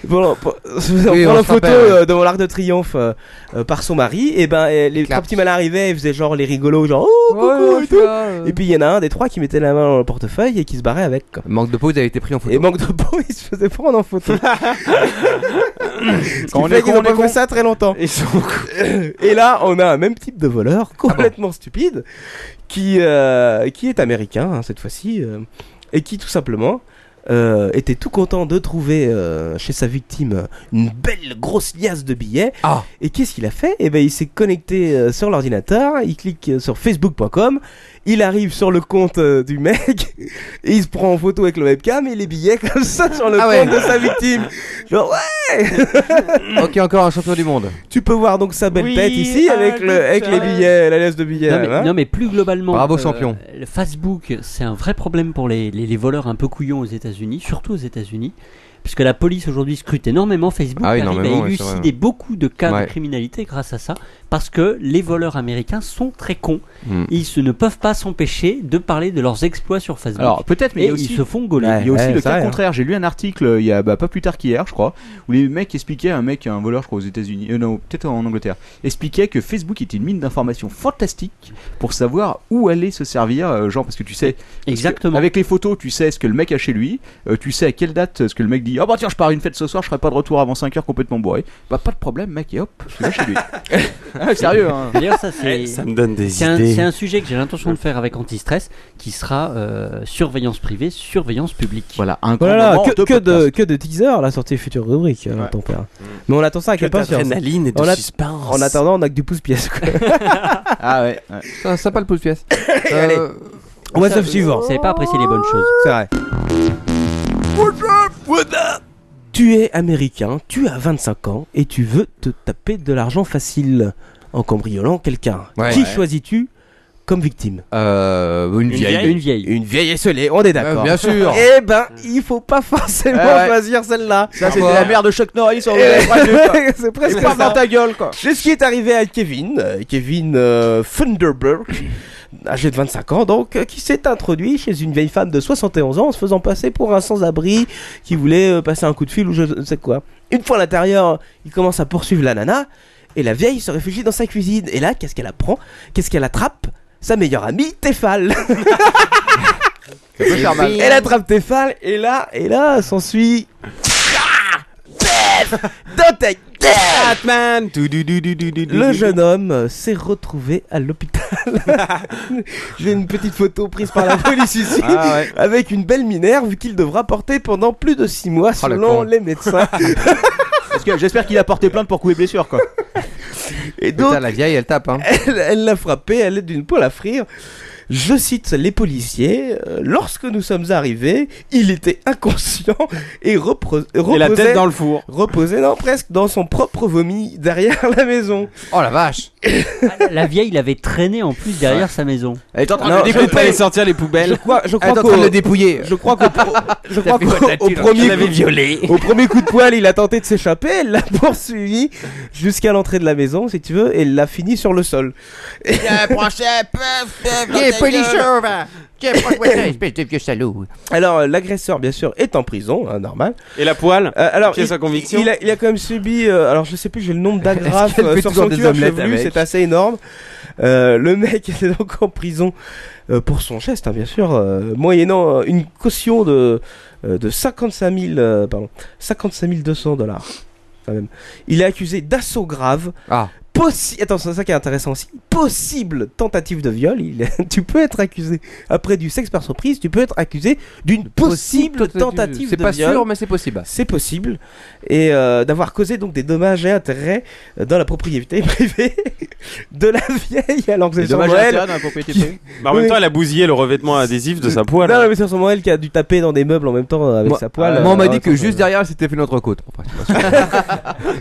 J: Bon, alors, pour- on
I: Oui,
J: prend
I: on
J: la
I: se
J: photo
I: rappelle.
J: euh, devant l'Arc de Triomphe euh, euh, par son mari, et ben euh, les trois petits malins arrivaient, ils faisaient genre les rigolos, genre oh coucou et tout. Et puis il y en a un des trois qui mettait la main dans le portefeuille et qui se barrait avec. quoi.
H: Manque de peau, il avait été pris en photo.
J: Et ben, manque de peau, il se faisait prendre en photo. Ce qui
H: Quand on
J: fait
H: est
J: qu'ils
H: con,
J: ont
H: on est
J: pas
H: con.
J: fait ça très longtemps. Et là, on a un même type de
H: Ah
J: voleur complètement stupide qui, euh, qui est américain hein, cette fois-ci euh, et qui tout simplement euh, était tout content de trouver euh, chez sa victime une belle grosse liasse de billets. Et qu'est-ce qu'il a fait Eh ben, il s'est connecté euh, sur l'ordinateur, il clique euh, sur facebook.com, il arrive sur le compte euh, du mec, et il se prend en photo avec le webcam et les billets comme ça sur le
H: Ah ouais.
J: compte de sa victime. Genre ouais
H: Ok, encore un champion du monde.
J: Tu peux voir donc sa belle
H: Oui,
J: tête ici avec, le, avec les billets, la laisse de billets. hein.
I: Non mais,
J: là-bas.
I: non, mais plus globalement.
J: Bravo,
I: euh,
J: champion.
I: Le Facebook, c'est un vrai problème pour les, les- les voleurs un peu couillons aux États-Unis, surtout aux États-Unis, puisque la police aujourd'hui scrute énormément Facebook,
H: Ah oui,
I: arrive à
H: énormément, ouais, c'est vrai.
I: élucider beaucoup de cas
H: Ouais.
I: de criminalité grâce à ça, parce que les voleurs américains sont très cons.
H: Hmm.
I: Ils se- ne peuvent pas s'empêcher de parler de leurs exploits sur Facebook.
F: Alors peut-être, mais
I: Et
F: il y a aussi,
I: ils se font gauler.
F: Il y a aussi le
I: hein.
F: cas
J: hein.
F: contraire. J'ai lu un article euh, il y a bah, pas plus tard qu'hier, je crois, où les mecs expliquaient un mec, un voleur, je crois aux États-Unis, euh, non, peut-être en Angleterre, expliquait que Facebook était une mine d'informations fantastique pour savoir où aller se servir, euh, genre parce que tu sais
I: exactement.
F: Avec les photos, tu sais ce que le mec a chez lui, euh, tu sais à quelle date euh, ce que le mec dit. Ah bah tiens, je pars à une fête ce soir, je serai pas de retour avant 5 heures complètement bourré. Bah pas de problème, mec. Et hop, je suis là chez lui. ah, sérieux. Hein.
I: D'ailleurs, ça, c'est.
F: Eh, ça me donne des
I: c'est un-
F: idées.
I: C'est un sujet que j'ai l'intention de faire avec Antistress, qui sera euh, surveillance privée, surveillance publique.
F: Voilà, un
J: Voilà, Oh que, que de, que de teasers la sortie future rubrique, euh, ton père. Mais on attend ça avec
G: Que
J: impatience.
G: d'adrénaline et de
J: On a-
G: suspense.
J: En attendant, on a que du pouce-pièce. quoi.
F: ah ouais.
H: Ça, ça pas le pouce-pièce.
J: Allez.
C: Euh,
J: What's
I: Ça,
J: up suivant
I: Vous savez pas apprécier les bonnes choses.
J: C'est vrai. Tu es américain, tu as 25 ans et tu veux te taper de l'argent facile en cambriolant quelqu'un.
H: Ouais.
J: Qui
H: Ouais.
J: choisis-tu comme victime
H: une, vieille.
J: Une vieille. Une vieille et esselée, on est d'accord.
H: Ouais, bien sûr.
J: Eh ben, il faut pas forcément
F: Ah ouais.
J: choisir celle-là.
H: Ah,
F: Ça c'était la merde de Chuck Norris. on
J: Eh,
F: l'avait prévu, quoi.
J: c'est presque
F: Et parle
J: ça.
F: dans ta gueule quoi.
J: C'est ce qui est arrivé à Kevin, euh, Kevin euh, Thunderberg, âgé de 25 ans donc, euh, qui s'est introduit chez une vieille femme de 71 ans en se faisant passer pour un sans-abri qui voulait euh, passer un coup de fil ou je ne sais quoi. Une fois à l'intérieur, il commence à poursuivre la nana et la vieille se réfugie dans sa cuisine. Et là, qu'est-ce qu'elle apprend Qu'est-ce qu'elle attrape Sa meilleure amie, Tefal
F: peut faire mal.
J: Elle attrape Tefal et là, et là, s'ensuit dans ta Batman Le jeune homme euh, s'est retrouvé à l'hôpital. J'ai une petite photo prise par la police ici,
F: Ah ouais.
J: avec une belle minerve qu'il devra porter pendant plus de 6 mois
F: Oh, le
J: selon
F: con.
J: les médecins.
F: Parce que j'espère qu'il a porté plainte pour coups et blessures quoi.
J: Et donc, la vieille, elle tape. hein. Elle, l'a frappé à l'aide d'une poêle à frire. Je cite les policiers. euh, Lorsque nous sommes arrivés, il était inconscient et, repro- reposait,
G: la tête dans le four.
J: Reposait non, presque dans son propre vomi derrière la maison.
H: Oh la vache
I: La vieille l'avait traîné en plus derrière sa maison.
J: Elle est en
I: train de le dépouiller.
G: sortir les poubelles.
J: Je crois, je
I: Elle
J: crois
I: est en train de
J: qu'au-
I: le dépouiller.
J: Je crois qu'au je
G: T'as
J: crois
G: fait
J: qu'au-
G: quoi,
J: au
G: t'as-tu,
J: premier
G: Je l'avais
J: coup-
G: violée.
J: Au premier coup de poil, il a tenté de s'échapper, elle l'a poursuivi jusqu'à l'entrée de la maison, si tu veux, et elle l'a fini sur le sol.
H: de vieux salaud
J: Alors, euh, l'agresseur, bien sûr, est en prison, hein, normal.
G: Et la poêle
J: Euh, alors,
G: Quelle est sa conviction
J: il a, il a quand même subi. euh, alors, je sais plus, j'ai le nombre
G: Est-ce
J: d'agrafes
G: qu'elle
J: euh,
G: fait
J: sur
G: toujours
J: son
G: des
J: cuir
G: omelettes
J: chevelu,
G: avec
J: c'est assez énorme. Euh, le mec était donc en prison euh, pour son geste, hein, bien sûr, euh, moyennant euh, une caution de, euh, de 55 000, euh, pardon, 55 200 dollars. Quand même. Il est accusé d'assaut grave. possi- Attends, c'est ça qui est intéressant aussi. Possible tentative de viol. Il... tu peux être accusé. Après du sexe par surprise, tu peux être accusé d'une possible tentative
H: C'est
J: de
H: pas
J: viol.
H: sûr, mais c'est possible.
J: C'est possible. Et euh, d'avoir causé donc des dommages et intérêts euh, dans la propriété privée de la vieille alors que
G: Des
J: c'est son
G: dommages et
J: Noël.
G: intérêts dans la propriété
J: qui-
G: privée. Bah, en même
J: Oui.
G: temps, elle a bousillé le revêtement adhésif de sa poêle. hein.
J: Non, mais c'est son Noël qui a dû taper dans des meubles en même temps euh, avec
H: Moi-
J: sa poêle.
H: Moi, on
J: euh,
H: m'a
J: en
H: dit que
J: même
H: juste
J: temps.
H: derrière, elle s'était fait une entrecôte. Enfin, c'est pas sûr.
J: euh,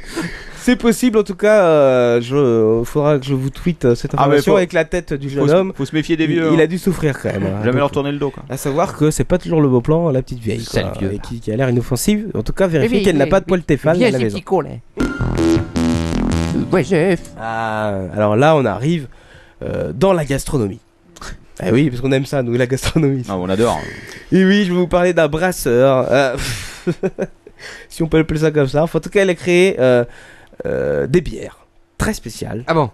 J: C'est possible en tout cas. euh, je faudra que je vous tweete euh, cette
F: Ah, mais
J: information
F: faut-
J: avec la tête du
F: faut
J: jeune
F: se-
J: homme.
F: faut se méfier des
J: Il-
F: vieux,
J: Il,
F: hein.
J: a dû souffrir quand même. hein,
F: Jamais leur
J: beaucoup.
F: tourner le dos, quoi.
J: À savoir que c'est pas toujours le beau plan la petite vieille.
H: Sale
J: quoi,
H: vieux.
J: et qui, qui a l'air inoffensive. En tout cas,
H: Oui,
J: vérifier
H: oui,
J: qu'elle n'a
H: oui,
J: pas de
H: oui.
J: poil Tefal à
H: Viens,
J: la
H: c'est
J: maison.
H: petit con, là. Ouais, chef.
J: Ah, alors là, on arrive euh, dans la gastronomie. Ah oui, parce qu'on aime ça, nous, la gastronomie.
F: Ah, on adore.
J: Et oui, je vais vous parler d'un brasseur. euh, si on peut appeler ça comme ça. Enfin, en tout cas, elle a créé euh, euh, des bières très spéciales. Ah bon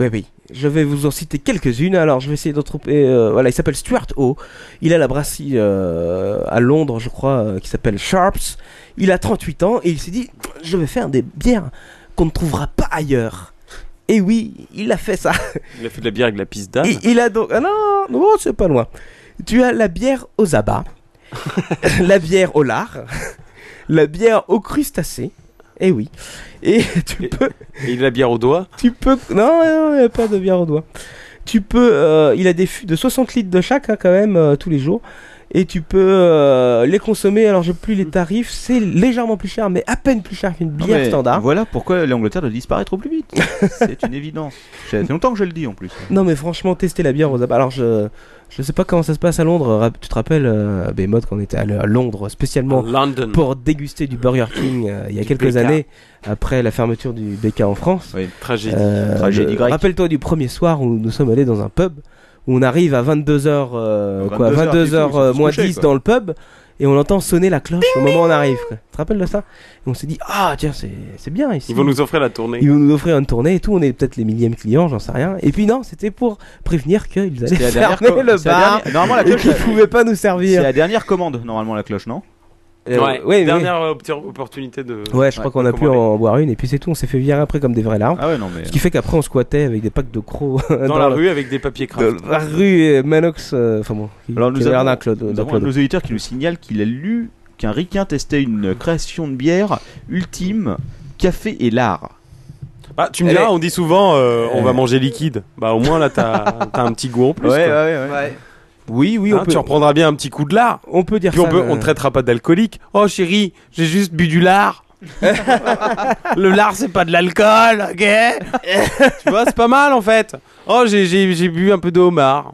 J: Oui, oui. Je vais vous en citer quelques-unes. Alors, je vais essayer d'en trouver. euh, voilà, il s'appelle Stuart O. Il a la brasserie euh, à Londres, je crois, euh, qui s'appelle Sharps. Il a 38 ans et il s'est dit Je vais faire des bières qu'on ne trouvera pas ailleurs. Et oui, il a fait ça.
G: Il a fait de la bière avec de la pisse d'âne.
J: Il, il a donc. Ah non, non, c'est pas loin. Tu as la bière aux abats. la bière au lard, la bière au crustacé. Eh oui. Et tu peux.
G: Et la bière au doigt
J: Tu peux. Non, non, il n'y a pas de bière au doigt. Tu peux. euh, il a des fûts de 60 litres de chaque, hein, quand même, euh, tous les jours. Et tu peux euh, les consommer. Alors, j'ai plus les tarifs. C'est légèrement plus cher, mais à peine plus cher qu'une
F: Non,
J: bière
F: mais
J: standard.
F: Voilà pourquoi l'Angleterre doit disparaître au plus vite. C'est une évidence. Ça fait longtemps que je le dis en plus.
J: Non, mais franchement, tester la bière aux abats. Alors, je. Je sais pas comment ça se passe à Londres. Rap- Tu te rappelles, euh, Behemoth, qu'on était allé à Londres
F: Ah
J: spécialement
G: À London.
J: pour déguster du Burger King euh, il y a
G: Du
J: quelques
G: BK.
J: années après la fermeture du BK en France.
G: Oui, tragédie.
J: Euh,
F: Tragédie
J: le-
F: grecque.
J: Rappelle-toi du premier soir où nous sommes allés dans un pub où on arrive à 22h quoi
F: 22 heures,
J: 22 heures,
F: du coup, ils sont
J: euh,
F: tous
J: moins
F: couchés,
J: 10
F: quoi.
J: dans le pub et on entend sonner la cloche au moment où on arrive. quoi. Tu te rappelles de ça Et on s'est dit ah tiens c'est c'est bien ici.
G: Ils vont nous offrir la tournée.
J: Ils vont nous offrir une tournée et tout. On est peut-être les millièmes clients, j'en sais rien. Et puis non, c'était pour prévenir qu'ils allaient
F: C'était la dernière
J: fermer
F: co-
J: le
F: c'est la
J: bar.
F: dernière- normalement, la
J: et
F: cloche,
J: qu'ils
F: elle-
J: pouvaient pas nous
F: C'est
J: servir.
F: la dernière commande, normalement, la cloche, non
J: Euh,
G: ouais,
J: ouais, mais-
G: dernière opti- opportunité de.
J: Ouais, je crois qu'on a pu en boire une et puis c'est tout. On s'est fait virer après comme des vrais larmes.
F: Ah ouais, non, mais-
J: Ce qui fait qu'après on squattait avec des packs de crocs
G: Dans, la rue avec des papiers craft.
J: Dans la Euh, rue et Manox. euh, Enfin bon. qui-
F: Alors
J: qui
F: nous
J: avait l'air
F: avons,
J: d'un Claude-
F: nous
J: d'un
F: avons un de
J: Claude.
F: nos auditeurs qui nous signale qu'il a lu qu'un ricain testait une création de bière ultime, café et l'art.
G: Ah, tu me
F: Elle
G: diras,
F: est-
G: on dit souvent euh, on va manger liquide. Bah, au moins là, t'as t'as un petit goût en plus.
F: Ouais,
G: quoi.
F: ouais, ouais, ouais.
G: Oui, oui,
J: on peut-
G: Tu reprendras bien un petit coup de lard.
J: On peut dire
G: Puis
J: ça,
G: on peut,
J: euh.
G: on te traitera pas d'alcoolique. Oh chérie, j'ai juste bu du lard. Le lard, c'est pas de l'alcool, ok Tu vois, c'est pas mal en fait. Oh, j'ai- j'ai j'ai bu un peu de homard.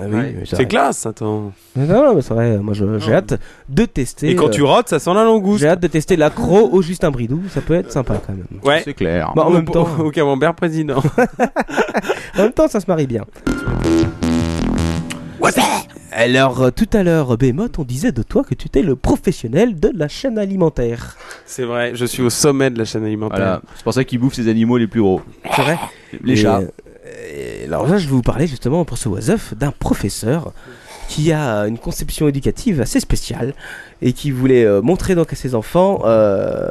J: Ah oui,
G: Ouais.
J: mais ça
G: c'est
J: reste.
G: classe, attends.
J: Non, non, mais c'est vrai. Moi, je- j'ai hâte de tester.
G: Ah. Et quand tu rotes, ça sent la langouste.
J: euh, J'ai hâte de tester l'accro au Justin Bridou. Ça peut être sympa quand même.
G: Ouais.
F: C'est clair.
J: Bah, en même temps-
G: Au camembert président.
J: En même temps, ça se marie bien. Alors, euh, tout à l'heure, Bémoth, on disait de toi que tu étais le professionnel de la chaîne alimentaire.
G: c'est vrai, je suis au sommet de la chaîne alimentaire.
F: Voilà. C'est pour ça qu'il bouffe ses animaux les plus gros.
J: C'est vrai
F: Les
J: Et,
F: chats.
J: euh, alors là, je vais vous parler justement pour ce Wasef d'un professeur qui a une conception éducative assez spéciale et qui voulait euh, montrer donc à ses enfants euh,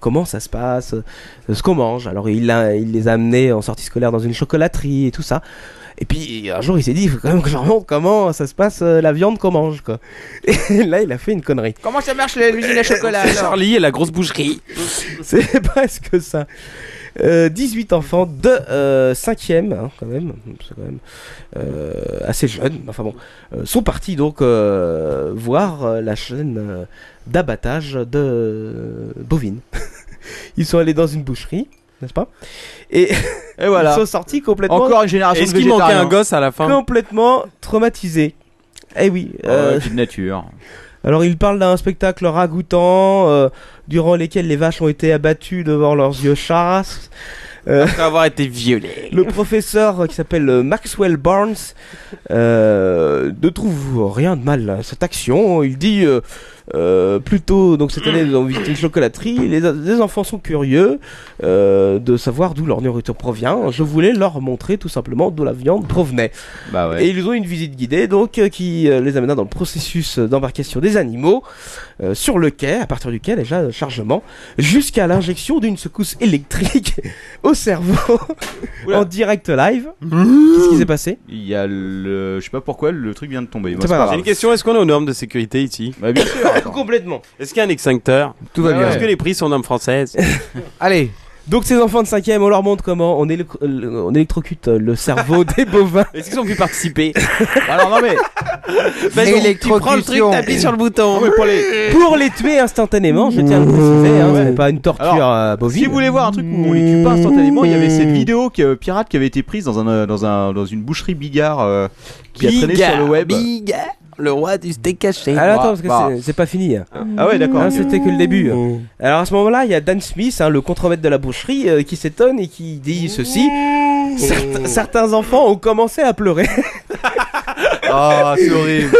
J: comment ça se passe, euh, ce qu'on mange. Alors il, a- il les a amenés en sortie scolaire dans une chocolaterie et tout ça. Et puis un jour il s'est dit, il faut quand même que je leur montre comment ça se passe euh, la viande qu'on mange. Quoi. Et là il a fait une connerie.
B: Comment ça marche la-
C: Euh,
B: l'usine à chocolat alors
G: Charlie et la grosse boucherie.
J: C'est presque ça. Euh, 18 enfants de 5e, quand même, c'est quand même euh, assez jeune, enfin bon, euh, sont partis donc euh, voir euh, la chaîne euh, d'abattage de euh, bovines. Ils sont allés dans une boucherie, n'est-ce pas Et,
F: euh, voilà.
J: ils sont sortis complètement.
F: Encore une génération
G: Est-ce de qu'il manquait végétariens. un gosse à la fin
J: Complètement traumatisés. Eh oui.
F: Ah
J: euh,
F: de nature.
J: alors il parle d'un spectacle ragoûtant euh, durant lesquels les vaches ont été abattues devant leurs yeux chasses. Euh,
G: Après avoir été violé.
J: le professeur euh, qui s'appelle euh, Maxwell Barnes euh, ne trouve rien de mal à cette action. Il dit euh, euh, plutôt, donc cette année, nous avons visité une chocolaterie. Les, les enfants sont curieux euh, de savoir d'où leur nourriture provient. Je voulais leur montrer tout simplement d'où la viande provenait.
F: Bah ouais.
J: Et ils ont une visite guidée donc euh, qui euh, les amena dans le processus euh, d'embarcation des animaux euh, sur le quai, à partir du quai déjà euh, chargement, jusqu'à l'injection d'une secousse électrique au cerveau en direct live. Qu'est-ce qui s'est passé
F: Il y a le. Je sais pas pourquoi le truc vient de tomber. Moi,
J: C'est pas grave.
G: J'ai une question est-ce qu'on est aux normes de sécurité ici
F: Bah, bien sûr.
J: Complètement.
G: Est-ce qu'il y a un extincteur
J: Tout va bien.
G: Est-ce que les prix sont normes françaises
J: Allez donc ces enfants de 5 on leur montre comment on, électro- le- on électrocute euh, le cerveau des bovins.
G: Est-ce qu'ils ont pu participer
F: Alors non mais
J: Vas-y,
G: tu prends le truc, t'appuies sur le bouton.
F: pour les
J: pour les tuer instantanément, je tiens à le préciser, hein, c'est pas une torture euh, bovine.
F: Si vous voulez voir un truc où on les tue pas instantanément, il y avait cette vidéo que, pirate qui avait été prise dans, un, euh, dans, un, dans une boucherie bigard euh, qui a traîné sur le web.
G: le roi du steak caché.
J: Alors attends,
F: Bah,
J: parce que
F: bah.
J: c'est- c'est pas fini. hein.
F: Ah ouais, d'accord.
J: Hein,
F: ok.
J: C'était que le début. Alors à ce moment-là, il y a Dan Smith, hein, le contremaître de la boucherie, euh, qui s'étonne et qui dit ceci. Certes- certains enfants ont commencé à pleurer.
F: Ah, c'est horrible.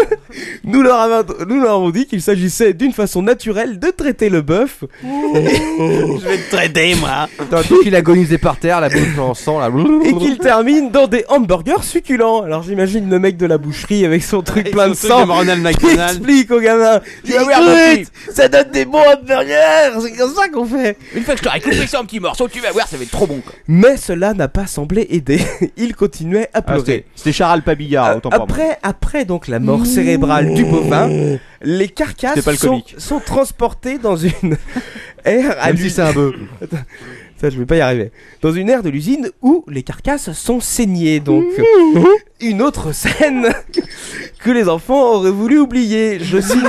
J: Nous leur, avons, nous leur avons dit qu'il s'agissait d'une façon naturelle de traiter le bœuf.
G: Je vais te traiter, moi.
J: qu'il agonisait par terre, la bouche en sang, là. Et qu'il termine dans des hamburgers succulents. Alors j'imagine le mec de la boucherie avec son truc plein de
G: son truc
J: sang.
G: de Ronald
J: qui
G: McDonald.
J: explique au gamin.
G: Tu vas voir, papy.
J: Écoute, ça donne des bons hamburgers. C'est comme ça qu'on fait.
L: Une fois que je t'aurai coupé ça en petits morceaux, tu vas voir, ça va être trop bon quoi.
J: Mais cela n'a pas semblé aider. Il continuait à
F: Ah,
J: pleurer.
F: c'était- C'était Charal Pabillard, autant pour moi.
J: Après, après donc la mort cérébrale du bovin, les carcasses
G: C'était pas le
J: sont,
G: comique.
J: sont transportées dans une aire à
G: Même si
J: l'u-
G: c'est un bœuf.
J: Attends, Ça, je vais pas y arriver. Dans une aire de l'usine où les carcasses sont saignées, donc. Une autre scène que les enfants auraient voulu oublier. Je cite.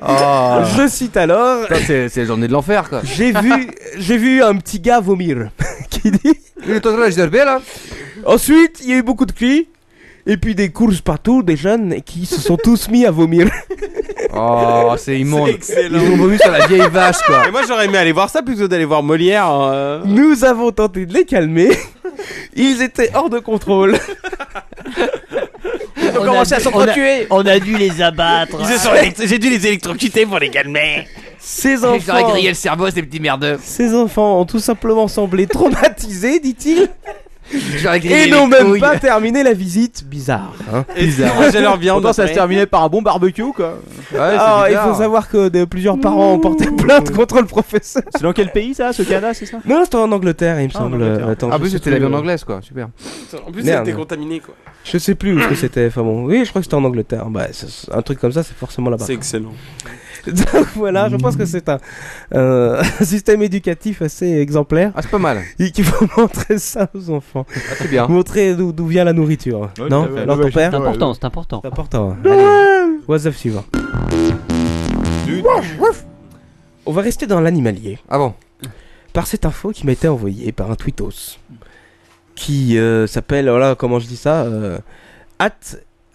G: Ah.
J: Je cite alors.
H: C'est c'est la journée de l'enfer, quoi.
J: J'ai vu, j'ai vu un petit gars vomir. Qui dit Ensuite, il y a eu beaucoup de cris. Et puis des courses partout, des jeunes qui se sont tous mis à vomir.
H: Oh, c'est immonde.
G: excellent.
H: Ils ont vomi sur la vieille vache, quoi.
G: Et moi j'aurais aimé aller voir ça plutôt que d'aller voir Molière. euh.
J: Nous avons tenté de les calmer. Ils étaient hors de contrôle.
C: Ils ont
J: On
C: commencé
J: a
C: à
J: dû- on a-
C: s'entretuer.
J: On a dû les abattre.
C: Ils se sont élect- J'ai dû les électrocuter pour les calmer.
J: Ces
H: J'aurais
J: enfants.
H: grillé le cerveau, ces petits merdeux.
J: Ces enfants ont tout simplement semblé traumatisés, dit-il.
H: J'aurais grillé
J: Et
H: les
J: n'ont même
H: couilles.
J: pas terminé la visite. Bizarre. hein.
F: Pourtant, ça se terminait par un bon barbecue, quoi.
J: Alors, Ah, il faut savoir que des- plusieurs parents ont porté plainte contre le professeur.
F: C'est dans quel pays ça, ce Canada, c'est ça
J: Non, c'était en Angleterre, il me
F: Ah, en
J: semble.
F: Angleterre.
J: Attends,
F: Ah,
J: je
F: bah,
J: sais
F: c'était
J: plus
F: l'avion
J: où.
F: d'anglaise,
H: quoi, super.
G: En plus, elle
J: Merde.
G: était contaminée quoi.
J: Je sais plus où ce que c'était. Enfin bon, oui, je crois que c'était en Angleterre. Bah, c'est- un truc comme ça, c'est forcément là-bas.
G: C'est excellent.
J: Donc voilà, je pense que c'est un, euh, un système éducatif assez exemplaire.
H: Ah, c'est pas mal.
J: Et qu'il faut montrer ça aux enfants.
H: c'est
F: Ah.
H: bien.
J: Montrer d'où d'où vient la nourriture.
H: Ouais,
J: non
H: tout à fait.
J: Alors
H: Ouais,
J: ton père
H: c'est important,
I: c'est important.
J: C'est important. hein.
H: Ouais.
J: Allez, What's up suivant On va rester dans l'animalier.
H: Ah bon
J: Par cette info qui m'a été envoyée par un tweetos qui euh, s'appelle, voilà comment je dis ça, euh, at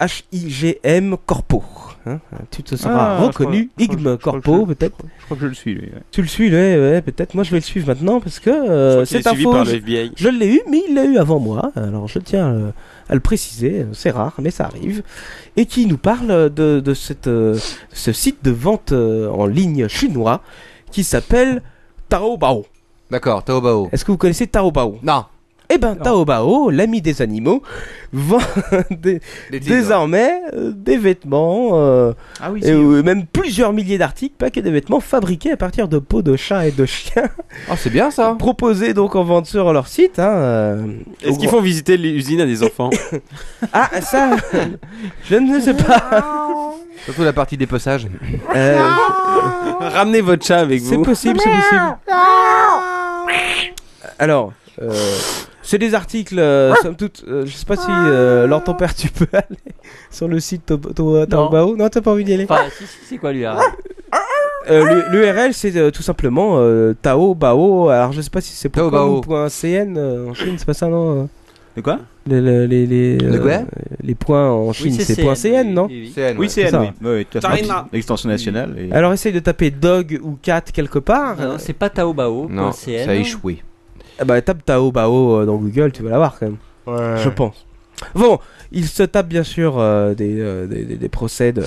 J: HIGM Corpo. Hein, tu te seras
F: Ah,
J: reconnu,
F: je crois- je
J: IGM
F: crois- je crois que
J: Corpo
F: je-
J: peut-être.
F: Je crois que je le suis, lui. ouais.
J: Tu le suis, ouais, ouais, peut-être. Moi, je vais le suivre maintenant parce que euh,
G: qu'il
J: cette
G: est suivi
J: info,
G: par le
J: je-
G: FBI.
J: je, l'ai eu, mais il l'a eu avant moi. Alors, je tiens euh, à le préciser. C'est rare, mais ça arrive. Et qui nous parle de, de cette, euh, ce site de vente euh, en ligne chinois qui s'appelle Taobao.
H: D'accord, Taobao.
J: Est-ce que vous connaissez Taobao
H: Non.
J: Eh ben, Taobao, l'ami des animaux, vend des- désormais euh, des vêtements, euh,
F: Ah oui,
J: et
F: si,
J: euh, même plusieurs milliers d'articles, pas que des vêtements fabriqués à partir de peaux de chats et de chiens.
H: Ah, c'est bien ça.
J: Proposés donc en vente sur leur site. Hein, euh,
G: Est-ce
J: au-
G: qu'ils font visiter l'usine à des enfants
J: Ah, ça, je ne sais pas. Euh,
H: Surtout la partie dépeçage.
G: Ramenez votre chat Ah. avec vous. Ah.
J: C'est possible, c'est possible. Alors, euh, c'est des articles, euh, somme toute, euh, je sais pas si euh, Lord ton père, tu peux aller sur le site euh, Taobao. Non, non t'as pas envie d'y aller
I: C'est quoi lui là
J: Euh, l'U- L'URL c'est euh, tout simplement euh, Taobao. Alors je sais pas si c'est pour
H: Taobao.
J: point .cn euh, en Chine, c'est pas ça non
F: De quoi
J: les, les, les, les,
H: De quoi
J: euh, les points en Chine c'est point .cn non
F: Oui,
J: C'est
F: CN,
J: ça.
F: oui. Oui, tout à fait.
J: Tarina.
F: L'extension nationale. et-
J: Alors essaye de taper dog ou cat quelque part.
H: Ah.
I: Non, c'est pas Taobao.
J: Non,
I: .cn.
J: ça a échoué. Ah bah tape Taobao euh, dans Google, tu vas l'avoir quand même. Je pense. Bon, il se tape bien sûr euh, des, euh, des, des- des procès de,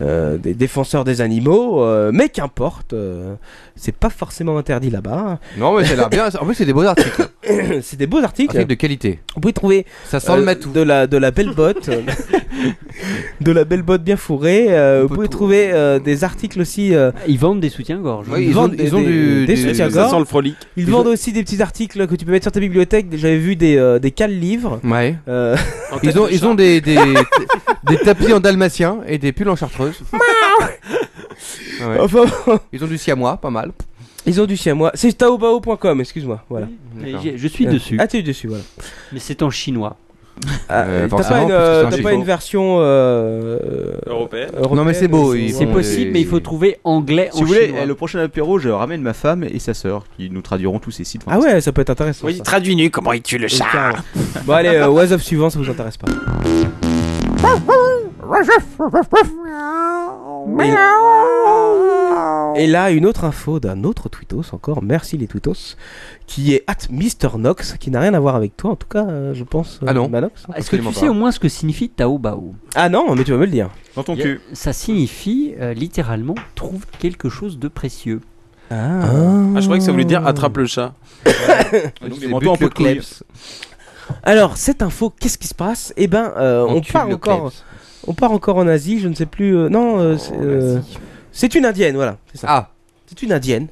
J: euh, des défenseurs des animaux, euh, mais qu'importe, euh, c'est pas forcément interdit là-bas. hein.
H: Non, mais ça a l'air bien. En plus, c'est des beaux articles.
J: c'est des beaux articles.
H: Articles de qualité.
J: Vous pouvez trouver euh,
H: Ça sent le matou.
J: de la de la belle botte, euh, de la belle botte bien fourrée. euh, vous pouvez trouver euh, des articles aussi. euh,
I: Ils vendent des soutiens-gorge.
G: Oui, ils ont- ils ont du-
J: des
G: du-
J: soutiens-gorge.
G: ça sent le frolic.
J: Ils
G: Ils
J: vendent
G: ont-
J: aussi des petits articles que tu peux mettre sur ta bibliothèque. J'avais vu des euh, des cales livres.
H: Ouais.
J: Euh,
H: Ils ont, ils ont des, des, des tapis en dalmatien et des pulls en chartreuse. Ah ouais. Ils ont du siamois, pas mal.
J: Ils ont du siamois. C'est taobao.com, excuse-moi. Voilà.
I: Mais j'ai- je suis
J: Euh,
I: dessus.
J: Ah, tu es dessus, voilà.
I: Mais c'est en chinois.
J: Euh, T'as pas, une, euh, t'as pas une version euh,
G: européenne.
J: européenne,
F: ils
I: C'est
F: vont-
I: possible, mais il faut trouver anglais
F: Si
I: en
F: vous voulez,
I: chinois.
F: eh, le prochain apéro, je ramène ma femme et sa sœur qui nous traduiront tous ces sites.
J: Ah ouais, ça peut être intéressant.
F: Oui,
G: traduis-nous comment il tue le
J: chat. Bon, allez, euh, what's up suivant, ça vous intéresse pas. Et là, une autre info d'un autre tweetos, encore, merci les tweetos, qui est at Mr. Nox, qui n'a rien à voir avec toi en tout cas, euh, je pense.
G: Ah
J: euh, Manox.
I: Est-ce que tu sais au moins ce que signifie Taobao
J: Ah non, mais tu vas me le dire.
F: Dans
I: Il y a- Ça signifie euh, littéralement trouve quelque chose de précieux.
J: Ah.
G: Ah, je croyais que ça voulait dire attrape le chat.
F: Donc,
I: les manteaux en peau de couille.
J: Alors, cette info, qu'est-ce qui se passe Eh ben, euh, on,
H: Encule
J: part
H: le
J: encore. On part encore en Asie, je ne sais plus. euh, non,
G: Oh,
J: euh, c'est, euh, c'est une indienne, voilà. C'est ça.
H: Oh, Ah.
J: C'est une indienne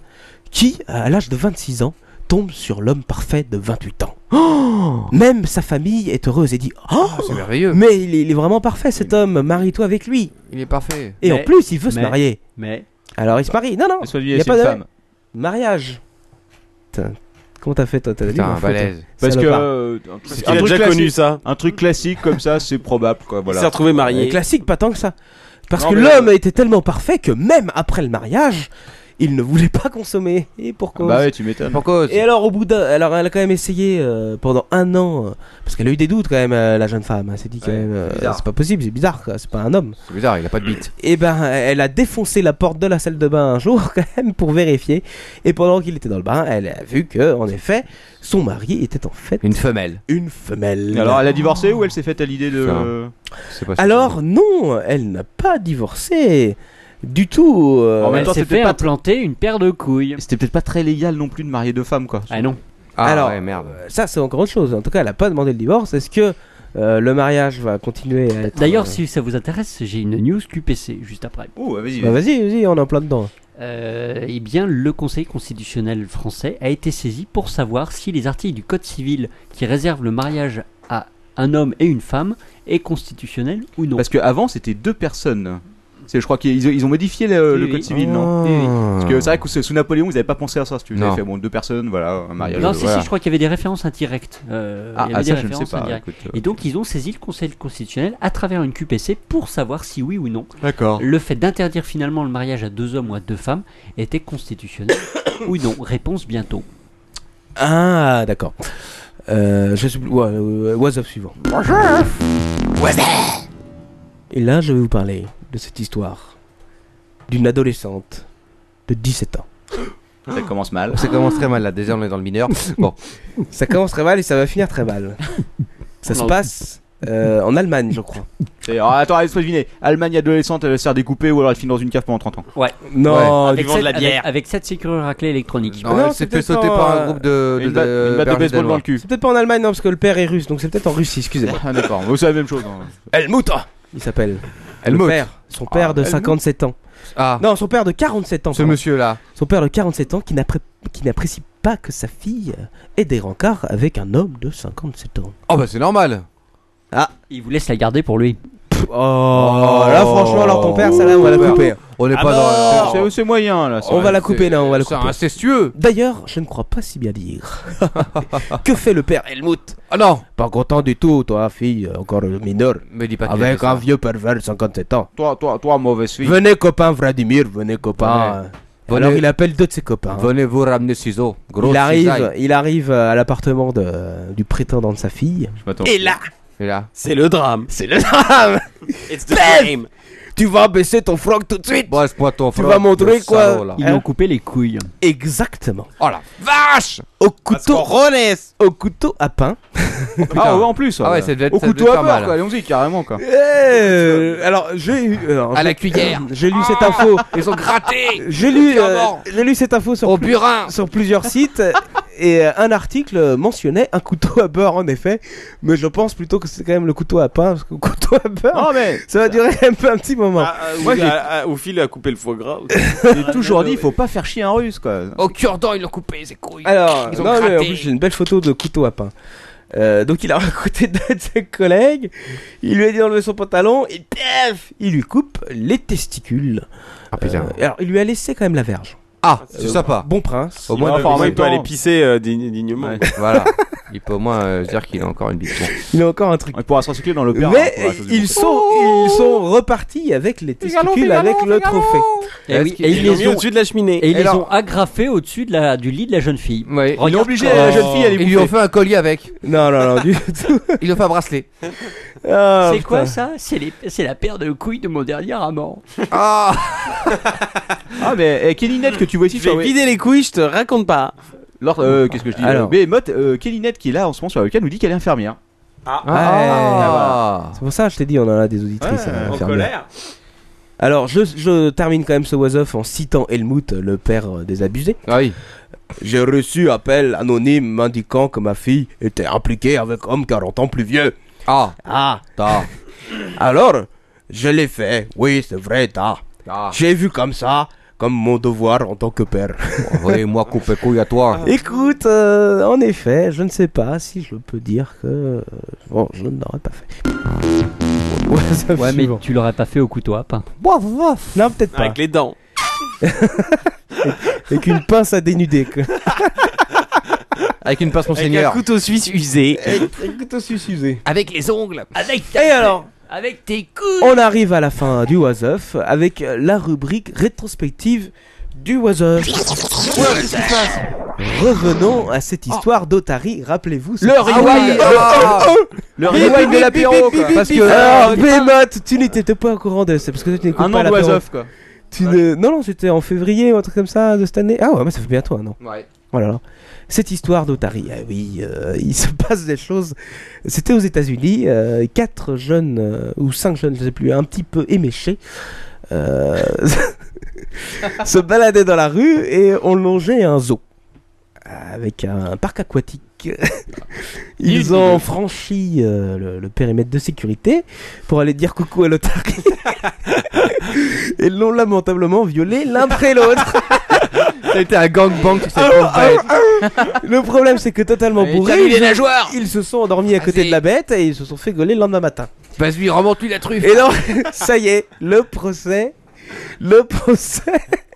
J: qui, à l'âge de 26 ans, tombe sur l'homme parfait de 28 ans. Oh Même sa famille est heureuse et dit
F: Ah,
J: Oh C'est merveilleux Mais il est, il est vraiment parfait cet homme, marie-toi avec lui
H: Il est parfait.
J: Et en plus, il veut se
H: mais-
J: marier
I: Mais.
J: Alors il se marie Non, non
H: Soit lui,
J: il y a
H: c'est
J: pas
H: une
J: de
H: femme.
J: Mariage Putain, Comment t'as fait toi T'as dit,
F: Putain,
J: mon fou, toi
F: balèze. Parce que,
J: Salopard.
F: euh, un truc-
J: Parce
F: un
J: qu'il a
F: truc
J: déjà
F: classique-
J: connu ça.
F: Un truc classique comme ça, c'est probable quoi. Voilà.
J: Euh, Classique, pas tant que ça. Parce
F: Non,
J: que
F: mais- euh,
J: l'homme était tellement parfait que même après le mariage, il ne voulait pas consommer. Et pour cause.
F: Bah ouais, tu m'étonnes. Pour cause.
J: Et alors, au bout d'un. Alors, elle a quand même essayé euh, pendant un an. euh, parce qu'elle a eu des doutes quand même, euh, la jeune femme. Elle s'est dit quand même. euh,
H: bizarre.
J: c'est pas possible, c'est bizarre, quoi, c'est pas un homme.
H: C'est bizarre, il a pas de bite.
J: Et ben, elle a défoncé la porte de la salle de bain un jour quand même pour vérifier. Et pendant qu'il était dans le bain, elle a vu que, en effet, son mari était en fait
H: une femelle.
J: Une femelle.
F: Et alors, elle a divorcé ou elle s'est faite à l'idée de.
J: Enfin, Alors non, elle n'a pas divorcé du tout. euh,
F: En même
J: elle
F: temps,
J: s'est
F: c'était pas-
I: implanter une paire de couilles.
F: C'était peut-être pas très légal non plus de marier deux femmes quoi.
I: Ah non.
J: Alors, euh, ça c'est encore autre chose. En tout cas, elle n'a pas demandé le divorce. Est-ce que euh, le mariage va continuer à être
I: D'ailleurs,
J: euh,
I: si ça vous intéresse, j'ai une news QPC juste après.
J: bah, vas-y, vas-y, on est en plein dedans.
I: Euh, eh bien, le Conseil constitutionnel français a été saisi pour savoir si les articles du Code civil qui réservent le mariage à un homme et une femme est constitutionnel ou non.
F: Parce qu'avant, c'était deux personnes. C'est, je crois qu'ils ils ont modifié le,
I: Oui,
F: le
I: oui.
F: code civil, non
I: Ah.
H: Eh
I: Oui, oui.
F: Parce que c'est vrai que sous sous Napoléon, ils n'avaient pas pensé à ça. Si tu
I: Non.
F: avais fait bon, deux personnes, voilà, un mariage.
I: non, si,
F: euh, voilà.
I: si, je crois qu'il y avait des références indirectes. Euh,
F: Ah,
I: il y
F: ah,
I: avait
F: ça,
I: des
F: je ne sais
I: références
F: pas,
I: indirectes.
F: écoute, euh.
I: Et donc, ils ont saisi le Conseil constitutionnel à travers une QPC pour savoir si oui ou non
F: D'accord.
I: le fait d'interdire finalement le mariage à deux hommes ou à deux femmes était constitutionnel ou non. Réponse bientôt.
J: Ah d'accord. Euh, je suis. Ouais, euh, what's up suivant. Et là, je vais vous parler de cette histoire d'une adolescente de 17 ans.
F: euh, Ça commence mal.
H: Ça commence très mal là, déjà on est dans le mineur. Bon.
J: Ça commence très mal et ça va finir très mal. Ça se
F: Non.
J: passe euh, en Allemagne, je crois.
F: C'est- alors, attends, laisse-moi deviner. Allemagne adolescente, elle va se faire découper ou alors elle finit dans une cave pendant 30 ans.
I: Ouais.
J: Non,
I: avec
J: vivant de
I: cette-
J: la bière.
I: Avec, avec cette sécurité à clé électronique.
J: Non, Non, c'est c'est peut-être sauter en, par un euh, groupe
H: de-
F: Une batte- une batte de baseball dans le cul.
J: C'est peut-être pas en Allemagne, non, parce que le père est russe, donc c'est peut-être en Russie, excusez-moi.
F: Ah, d'accord, c'est la même chose.
J: Helmut Il s'appelle.
H: Helmut.
J: Le père, son père
H: Ah,
J: de
H: Helmut.
J: 57 ans.
H: Ah.
J: Non, son père de 47 ans.
H: Ce monsieur-là.
J: Son père de 47 ans qui n'appré- qui n'apprécie pas que sa fille ait des rencarts avec un homme de 57 ans.
H: Oh bah c'est normal.
J: Ah.
I: Il vous laisse la garder pour lui.
J: Oh, là franchement alors ton père ça là on va la couper.
H: On n'est
J: Ah
H: pas
J: bah,
H: dans.
F: C'est moyen là.
J: On va la couper là, on va la couper.
H: C'est incestueux.
J: D'ailleurs, je ne crois pas si bien dire. que fait le père Helmut
H: Ah non
J: Pas content du tout, toi, fille, euh, encore mineure.
H: Me dis pas qu'il a
J: Avec
H: fait
J: un vieux pervers de 57 ans.
F: Toi, toi, toi, mauvaise fille.
J: Venez, copain Vladimir, venez, copain.
H: Venez.
J: Alors, il appelle deux de ses copains. hein.
H: Venez vous ramener ciseaux. Gros
J: Il arrive,
H: cisaille.
J: il arrive euh, à l'appartement de- du prétendant de sa fille.
H: Et là Et là
J: C'est le drame. C'est le drame.
G: It's the
J: Bam
G: game.
J: Tu vas baisser ton froc tout de suite.
H: Brasse-moi ton
J: Tu
H: froc,
J: vas montrer
H: le
J: quoi
H: salaud, là. Ils l'ont
I: coupé les couilles.
J: Exactement.
H: Oh la
J: vache Au couteau. Au couteau à pain.
F: Ah ouais, en plus.
J: Ah ouais, ça devait être-
F: Au
J: ça devait
F: couteau
J: être
F: à
J: pas
F: beurre,
J: mal.
F: quoi. Allons-y, carrément quoi.
J: Eh, Euh, alors j'ai eu alors,
F: À
J: j'ai-
F: la cuillère.
J: J'ai lu
H: Ah,
J: cette info.
H: Ils ont gratté.
J: J'ai lu euh,
H: Clairement.
J: j'ai lu cette info sur plus- sur plusieurs sites et euh, un article mentionnait un couteau à beurre en effet, mais je pense plutôt que c'est quand même le couteau à pain parce que le couteau à beurre.
F: Non, Oh, mais-
J: ça va durer un peu un petit moment.
G: Moi, Au fil à couper le foie gras. Ah,
F: J'ai toujours dit, il faut pas faire chier un russe quoi.
G: Au cure-dent, ils l'ont coupé, c'est couilles.
C: Euh.
J: Alors,
G: ils ont
J: non, mais
G: gratté.
J: en plus, j'ai une belle photo de couteau à pain. Euh, donc il a recruté deux de ses collègues, il lui a dit d'enlever son pantalon et paf, il lui coupe les testicules. Euh,
H: Ah putain.
J: alors il lui a laissé quand même la verge.
H: Ah, c'est sympa.
J: Bon prince.
H: Au moins,
G: enfin, euh, en même temps,
H: temps.
G: aller pisser euh, dign- dignement.
H: Voilà. Il peut au moins euh, se dire qu'il a encore une bite. Bon.
J: Il a encore un truc.
F: Il pourra se recycler dans l'opéra.
J: Mais
F: hein, pour la cause du
J: ils
F: bon.
J: sont, ils sont repartis avec les
H: Figaro,
J: testicules, avec
H: Figaro,
J: le
H: Figaro.
J: trophée.
I: Et, oui, et ils les ont Et ils les ont agrafés au-dessus de la, du lit de la jeune fille.
H: Ils l'ont obligé, la jeune fille, à les Ils lui ont bouffer. fait un collier avec.
J: Non, non, non, du tout.
H: Ils lui ont fait un bracelet.
J: Ah,
I: c'est quoi
J: putain.
I: ça c'est, les- c'est la paire de couilles de mon dernier amant.
H: Ah
F: Ah mais eh, Kélinette que tu vois ici,
G: Je vais vider les couilles, je te raconte pas.
F: Lors, euh, qu'est-ce que je dis
J: Alors.
F: Mais euh, Kélinette qui est là en ce moment sur le cas nous dit qu'elle est infirmière.
G: Ah.
J: C'est pour ça, je t'ai dit, on en a des auditrices.
F: Ouais,
J: hein,
F: en
J: infirmières.
F: colère.
J: Alors, je, je termine quand même ce was off en citant Helmut, le père euh, des abusés.
H: Ah oui.
J: J'ai reçu appel anonyme m'indiquant que ma fille était impliquée avec homme 40 ans plus vieux.
H: Ah.
J: Ah. Alors, je l'ai fait. Oui, c'est vrai, tard.
H: Ah.
J: J'ai vu comme ça comme mon devoir en tant que père.
H: Oui, moi coupe couille à toi.
J: Ah. Écoute, euh, en effet, je ne sais pas si je peux dire que. euh, Bon, je ne l'aurais pas fait.
I: Ouais, mais tu l'aurais pas fait au couteau à pain.
J: Bof, bof Non, peut-être pas.
G: Avec les dents.
J: Avec une pince à dénuder. quoi.
H: Avec une pince,
G: Avec un couteau suisse usé.
J: couteau suisse usé.
G: Avec les ongles. Avec
H: Eh.
J: Et alors
G: Avec tes
H: Oh,
G: couilles.
J: On arrive à la fin du Was-Off avec la rubrique rétrospective du Was-Off. Revenons à cette histoire d'Otari, rappelez-vous.
F: Le rewind. Ah ouais. Le rewind de l'apéro, quoi.
J: Parce
F: Parce
J: que.
F: que-
J: Alors, Behemoth, Ah, tu n'étais pas au courant de ça, parce que toi, tu n'écoutes
F: Un
J: pas
F: an de
J: l'apéro.
F: Was-Off, quoi.
J: Tu ne- Non, non, c'était en février ou un truc comme ça de cette année. Ah ouais, mais ça fait bientôt un an.
F: Ouais.
J: Voilà. Cette histoire d'Otari, ah oui, euh, il se passe des choses. C'était aux États-Unis, euh, quatre jeunes euh, ou cinq jeunes, je sais plus, un petit peu éméchés. euh, se baladaient dans la rue et ont longé un zoo avec un parc aquatique. Ils ont franchi euh, le, le périmètre de sécurité pour aller dire coucou à l'Otari. et l'ont lamentablement violé l'un après l'autre. Ça a été un gangbang sur cette Le problème, c'est que totalement
H: Allez,
J: bourré,
H: t'as mis les
J: ils,
H: nageoires
J: ils se sont endormis à côté de la bête et ils se sont fait gauler le lendemain matin.
H: Vas-y, remonte-lui la truffe.
J: Et non, ça y est, le procès. Le procès.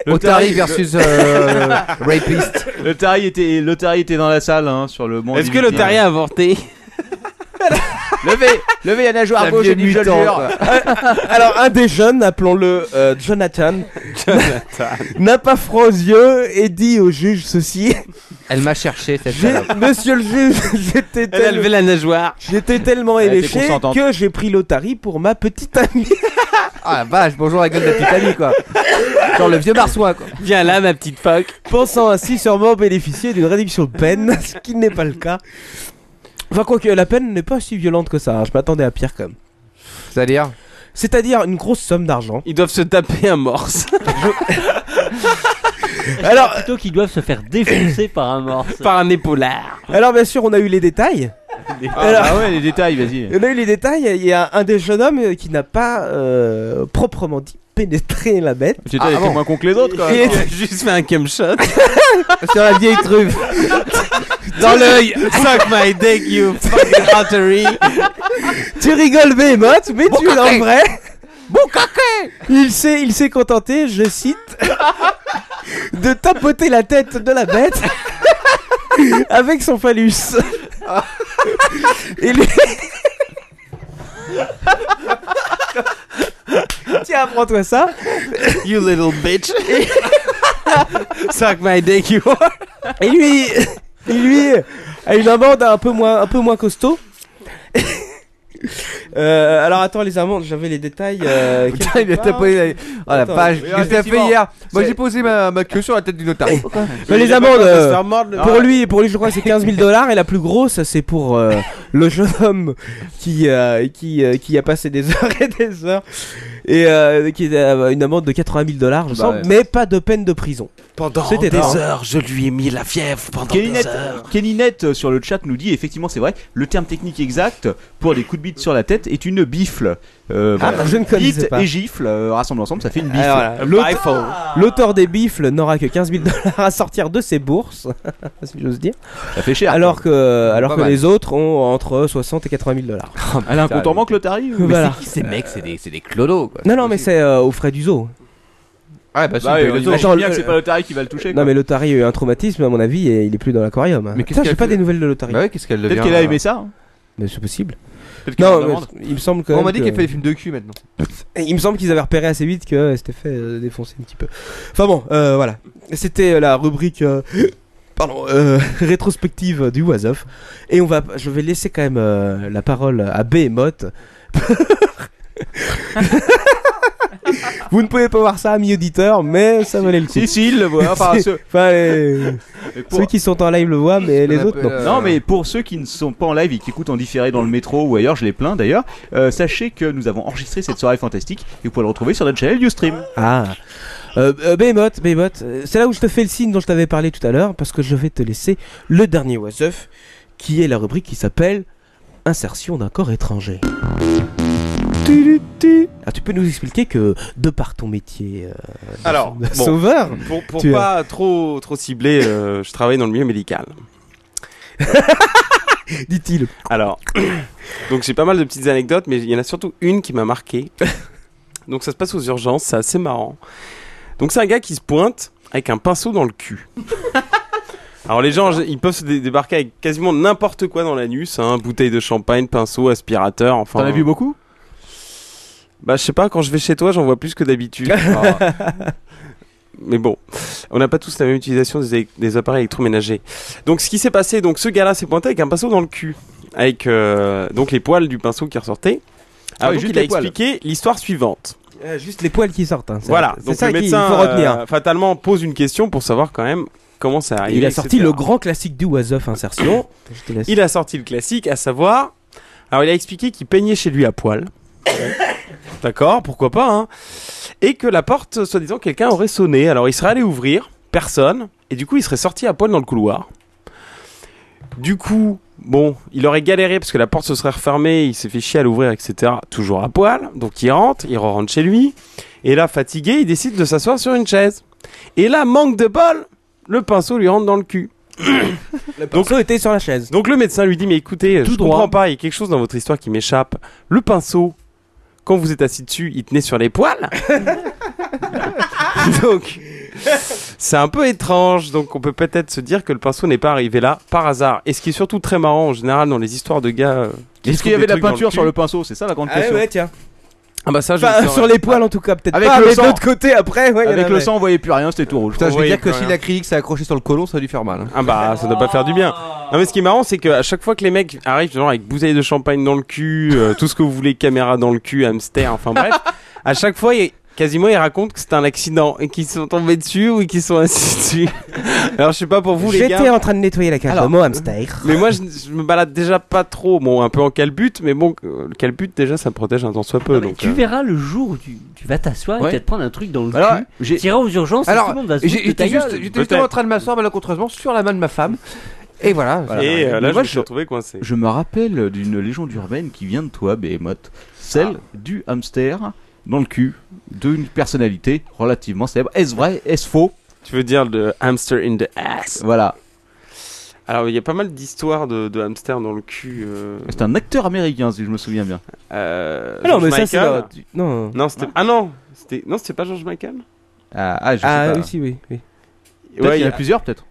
H: Otari versus,
J: euh,
H: rapiste.
F: L'Otari était, l'Otari était dans la salle hein, sur le monde.
G: Est-ce que l'Otari a avorté
F: Levez, levez, Yana
J: La
F: nageoire gauche,
J: vieille
F: Ah, j'ai dit, je le
J: mutante,
F: jure.
J: quoi. Alors, un des jeunes, appelons-le euh, Jonathan,
G: Jonathan.
J: n'a pas froid aux yeux et dit au juge ceci.
H: Elle m'a cherché cette
J: J'ai-
H: salope.
J: Monsieur le juge, j'étais
H: Elle a
J: tel-
H: levé la nageoire.
J: J'étais tellement
H: Elle était
J: éléché
H: consentante.
J: que j'ai pris l'Otari pour ma petite amie.
H: Ah la vache, bonjour la gueule de la petite amie, quoi. Genre le vieux marsouin quoi.
G: Viens là ma petite fuck.
J: Pensant ainsi sûrement bénéficier d'une réduction de peine, ce qui n'est pas le cas. Enfin, quoique la peine n'est pas si violente que ça, hein. je m'attendais à pire quand même.
H: C'est-à-dire
J: C'est-à-dire une grosse somme d'argent.
G: Ils doivent se taper un morse.
J: Alors,
I: plutôt qu'ils doivent se faire défoncer par un morse.
G: Par un épaulard.
J: Alors bien sûr, on a eu les détails. Alors-
F: Ah ouais, les détails, vas-y.
J: On a eu les détails, il y a un des jeunes hommes euh, qui n'a pas euh, proprement dit pénétré la bête.
F: J'étais ah, était moins con que les autres, quoi.
J: Il
F: Attends.
J: était-
G: Juste fait un cam shot.
J: Sur la vieille truffe.
G: Dans l'œil. Suck my dick you fucking Otari.
J: tu rigoles Behemoth, mais tu es en
G: coquet.
J: vrai. Bon Il s'est, il s'est contenté, je cite, de tapoter la tête de la bête avec son phallus. Et lui... Tiens, prends-toi ça.
G: You little bitch. Suck my dick you.
J: Et lui, et lui a une amende un peu moins, un peu moins costaud. Euh, alors attends les amendes, j'avais les détails. Euh,
H: Putain, il a tapé la- oh, la page. Qu'est-ce que t'as fait hier Moi j'ai posé ma, ma queue sur la tête du notari.
J: Mais les amendes euh, pour lui, pour lui, je crois que c'est 15 000 dollars et la plus grosse, c'est pour euh, le jeune homme qui euh, qui euh, qui a passé des heures et des heures et euh, qui a une amende de 80 000 dollars, je
G: Bah
J: sens,
G: ouais.
J: mais pas de peine de prison.
G: Pendant
J: C'était
G: des
J: énorme.
G: heures, je lui ai mis la fièvre pendant
F: Kélinette,
G: des heures.
F: Kélinette, euh, sur le chat nous dit effectivement c'est vrai le terme technique exact pour les coups de bite sur la tête est une bifle. Euh,
J: Ah, bah, je ne connaissais
F: Bite
J: pas.
F: et gifle euh, rassemblés ensemble ça fait une bifle.
J: Alors, voilà, Bah, l'auteur, l'auteur des bifles n'aura que 15 000 dollars à sortir de ses bourses, si j'ose dire.
F: Ça fait cher.
J: Alors que, euh, alors
F: Pas
J: que
F: mal.
J: les autres ont entre 60 et 80 000 dollars.
F: Elle a un compte en banque l'Otari ou- Bah,
J: Voilà.
F: Mais c'est qui
H: Ces mecs, c'est des, c'est des clodos quoi.
J: Non, non, mais c'est euh, aux frais du zoo.
H: Ouais, bah, si,
F: Bah,
H: il
F: ouais,
H: paye
F: on
H: le zoo.
F: imagine
J: Attends,
F: bien
J: le-
F: que c'est pas l'Otari qui va le toucher.
J: Non
F: quoi.
J: mais l'Otari a eu un traumatisme à mon avis et il est plus dans l'aquarium.
F: Mais qu'est-ce
J: Putain, j'ai
F: qu'elle
J: pas
F: fait
J: des nouvelles de l'Otari.
H: Bah ouais, qu'est-ce qu'elle
J: Peut-être
H: devient,
J: qu'elle a
H: euh,
J: aimé
F: hein.
J: ça, Mais c'est possible.
H: qu'elle
J: Non,
H: en
J: mais
H: demande.
J: il me semble quand
H: On
J: même
H: m'a dit
J: que-
H: qu'elle fait des films de cul maintenant.
J: Et il me semble qu'ils avaient repéré assez vite que euh, c'était fait euh, défoncer un petit peu. Enfin bon, euh, voilà. C'était euh, la rubrique euh, pardon, euh, rétrospective du Wasoff. Et on va, je vais laisser quand même euh, la parole à Behemoth. Vous ne pouvez pas voir ça, amis auditeurs, mais ça valait le coup.
F: Si, si, ils le voient. Enfin,
J: Si.
F: ceux-
J: Enfin, les-
F: Mais pour-
J: ceux qui sont en live le voient, mais les autres non.
H: euh,
F: Non, mais pour ceux qui ne sont pas en live et qui écoutent en différé dans le métro ou ailleurs, je les plains d'ailleurs, euh, sachez que nous avons enregistré cette soirée fantastique et vous pouvez le retrouver sur notre chaîne YouStream.
J: Ah. Euh, euh, Behemoth, Behemoth, euh, c'est là où je te fais le signe dont je t'avais parlé tout à l'heure, parce que je vais te laisser le dernier was Up, qui est la rubrique qui s'appelle Insertion d'un corps étranger. Ah, tu peux nous expliquer que de par ton métier euh, de-
G: Alors,
J: de
G: bon,
J: sauveur,
G: pour, pour
J: tu as-
G: pas trop, trop cibler, euh, je travaille dans le milieu médical.
J: Dit-il.
G: Alors, donc j'ai pas mal de petites anecdotes, mais il y en a surtout une qui m'a marqué. Donc ça se passe aux urgences, c'est assez marrant. Donc c'est un gars qui se pointe avec un pinceau dans le cul. Alors les gens, ils peuvent se dé- débarquer avec quasiment n'importe quoi dans l'anus, hein, bouteille de champagne, pinceau, aspirateur, enfin.
F: T'en as vu beaucoup
G: Bah je sais pas, quand je vais chez toi, j'en vois plus que d'habitude. Alors, mais bon, on n'a pas tous la même utilisation des, é- des appareils électroménagers. Donc ce qui s'est passé, donc ce gars-là s'est pointé avec un pinceau dans le cul, avec euh, donc les poils du pinceau qui ressortaient.
J: Ah
G: Alors
J: oui,
G: donc,
J: juste
G: il a
J: les poils.
G: expliqué l'histoire suivante.
J: Euh, juste les poils qui sortent. hein, c'est-
G: Voilà,
J: c'est
G: donc
J: ça
G: le
J: qu'il
G: médecin
J: faut retenir. Ah,
G: euh, fatalement pose une question pour savoir quand même comment ça arrive.
J: il a sorti le grand classique du was of insertion. Je te laisse.
G: Il a sorti le classique, à savoir. Alors, il a expliqué qu'il peignait chez lui à poil. D'accord, pourquoi pas, hein. Et que la porte, euh, soi-disant, quelqu'un aurait sonné. Alors, il serait allé ouvrir, personne. Et du coup, il serait sorti à poil dans le couloir. Du coup, bon, il aurait galéré parce que la porte se serait refermée, il s'est fait chier à l'ouvrir, etc. Toujours à poil. Donc il rentre, il rentre chez lui. Et là, fatigué, il décide de s'asseoir sur une chaise. Et là, manque de bol, le pinceau lui rentre dans le cul. Le pinceau
J: était sur la chaise.
G: Donc le médecin lui dit mais écoutez, je
J: droit.
G: comprends pas, il y a quelque chose dans votre histoire qui m'échappe. Le pinceau, quand vous êtes assis dessus, il tenait sur les poils. Donc, c'est un peu étrange. Donc, on peut peut-être se dire que le pinceau n'est pas arrivé là par hasard. Et ce qui est surtout très marrant en général dans les histoires de gars. euh, qui
F: Est-ce
G: se
F: qu'il y
G: trouvent
F: avait de la
G: des trucs dans
F: peinture sur
G: cul.
F: le pinceau C'est ça la grande
G: Ah ouais,
F: question.
G: ouais, tiens. Ah bah ça, je
J: Enfin,
G: le saurais.
J: sur les poils en tout cas, peut-être
F: Avec
J: pas,
F: le
J: mais de
F: sang.
J: l'autre côté après, ouais. il y en
F: Avec le
J: avait.
F: sang, on voyait plus rien, c'était tout rouge.
J: Putain, je vais dire que si
G: l'acrylique s'est accroché sur le colon, ça a dû faire
H: hein.
G: mal. Ah bah, ça doit pas faire du bien. Non, mais ce qui est marrant, c'est qu'à chaque fois que les mecs arrivent, genre avec bouteille de champagne dans le cul, euh, tout ce que vous voulez, caméra dans le cul, hamster, enfin bref, à chaque fois, il- quasiment, ils racontent que c'est un accident et qu'ils sont tombés dessus ou qu'ils sont assis dessus. Alors, je sais pas pour vous, les gars.
J: J'étais en train de nettoyer la cage de
G: Alors- euh,
J: mon hamster.
G: Mais moi, je, je me balade déjà pas trop, bon, un peu en calbute, mais bon, euh, le calbute, déjà, ça me protège un temps soit peu. donc,
I: Tu
G: euh.
I: verras le jour où tu, tu vas t'asseoir et
G: Ouais.
I: tu vas te prendre un truc dans le
G: Alors,
I: cul. T'iras aux urgences et tout
H: Alors,
I: le monde va se foutre
H: j'ai-
I: de ta
H: j'étais juste,
I: gueule.
H: j'étais justement en train de m'asseoir malencontreusement sur la main de ma femme. Et voilà.
G: Et euh, là,
F: Moi,
G: je me suis retrouvé coincé.
F: Je me rappelle d'une légende urbaine qui vient de toi, Behemoth. Celle du hamster dans le cul d'une personnalité relativement célèbre. Est-ce vrai Est-ce faux
G: Tu veux dire le hamster in the ass
F: Voilà.
G: Alors, il y a pas mal d'histoires de, de hamsters dans le cul. euh,
F: C'est un acteur américain, si je me souviens bien.
G: euh,
F: Ah non,
G: George
F: mais ça, c'est
G: Michael.
F: la- du- non.
G: Non, c'était. Ah non c'était... Non, c'était pas George Michael
F: Ah, ah, je sais
J: Ah,
F: pas.
J: oui, si, oui. oui.
F: Peut-être qu'il y en a plusieurs, peut-être.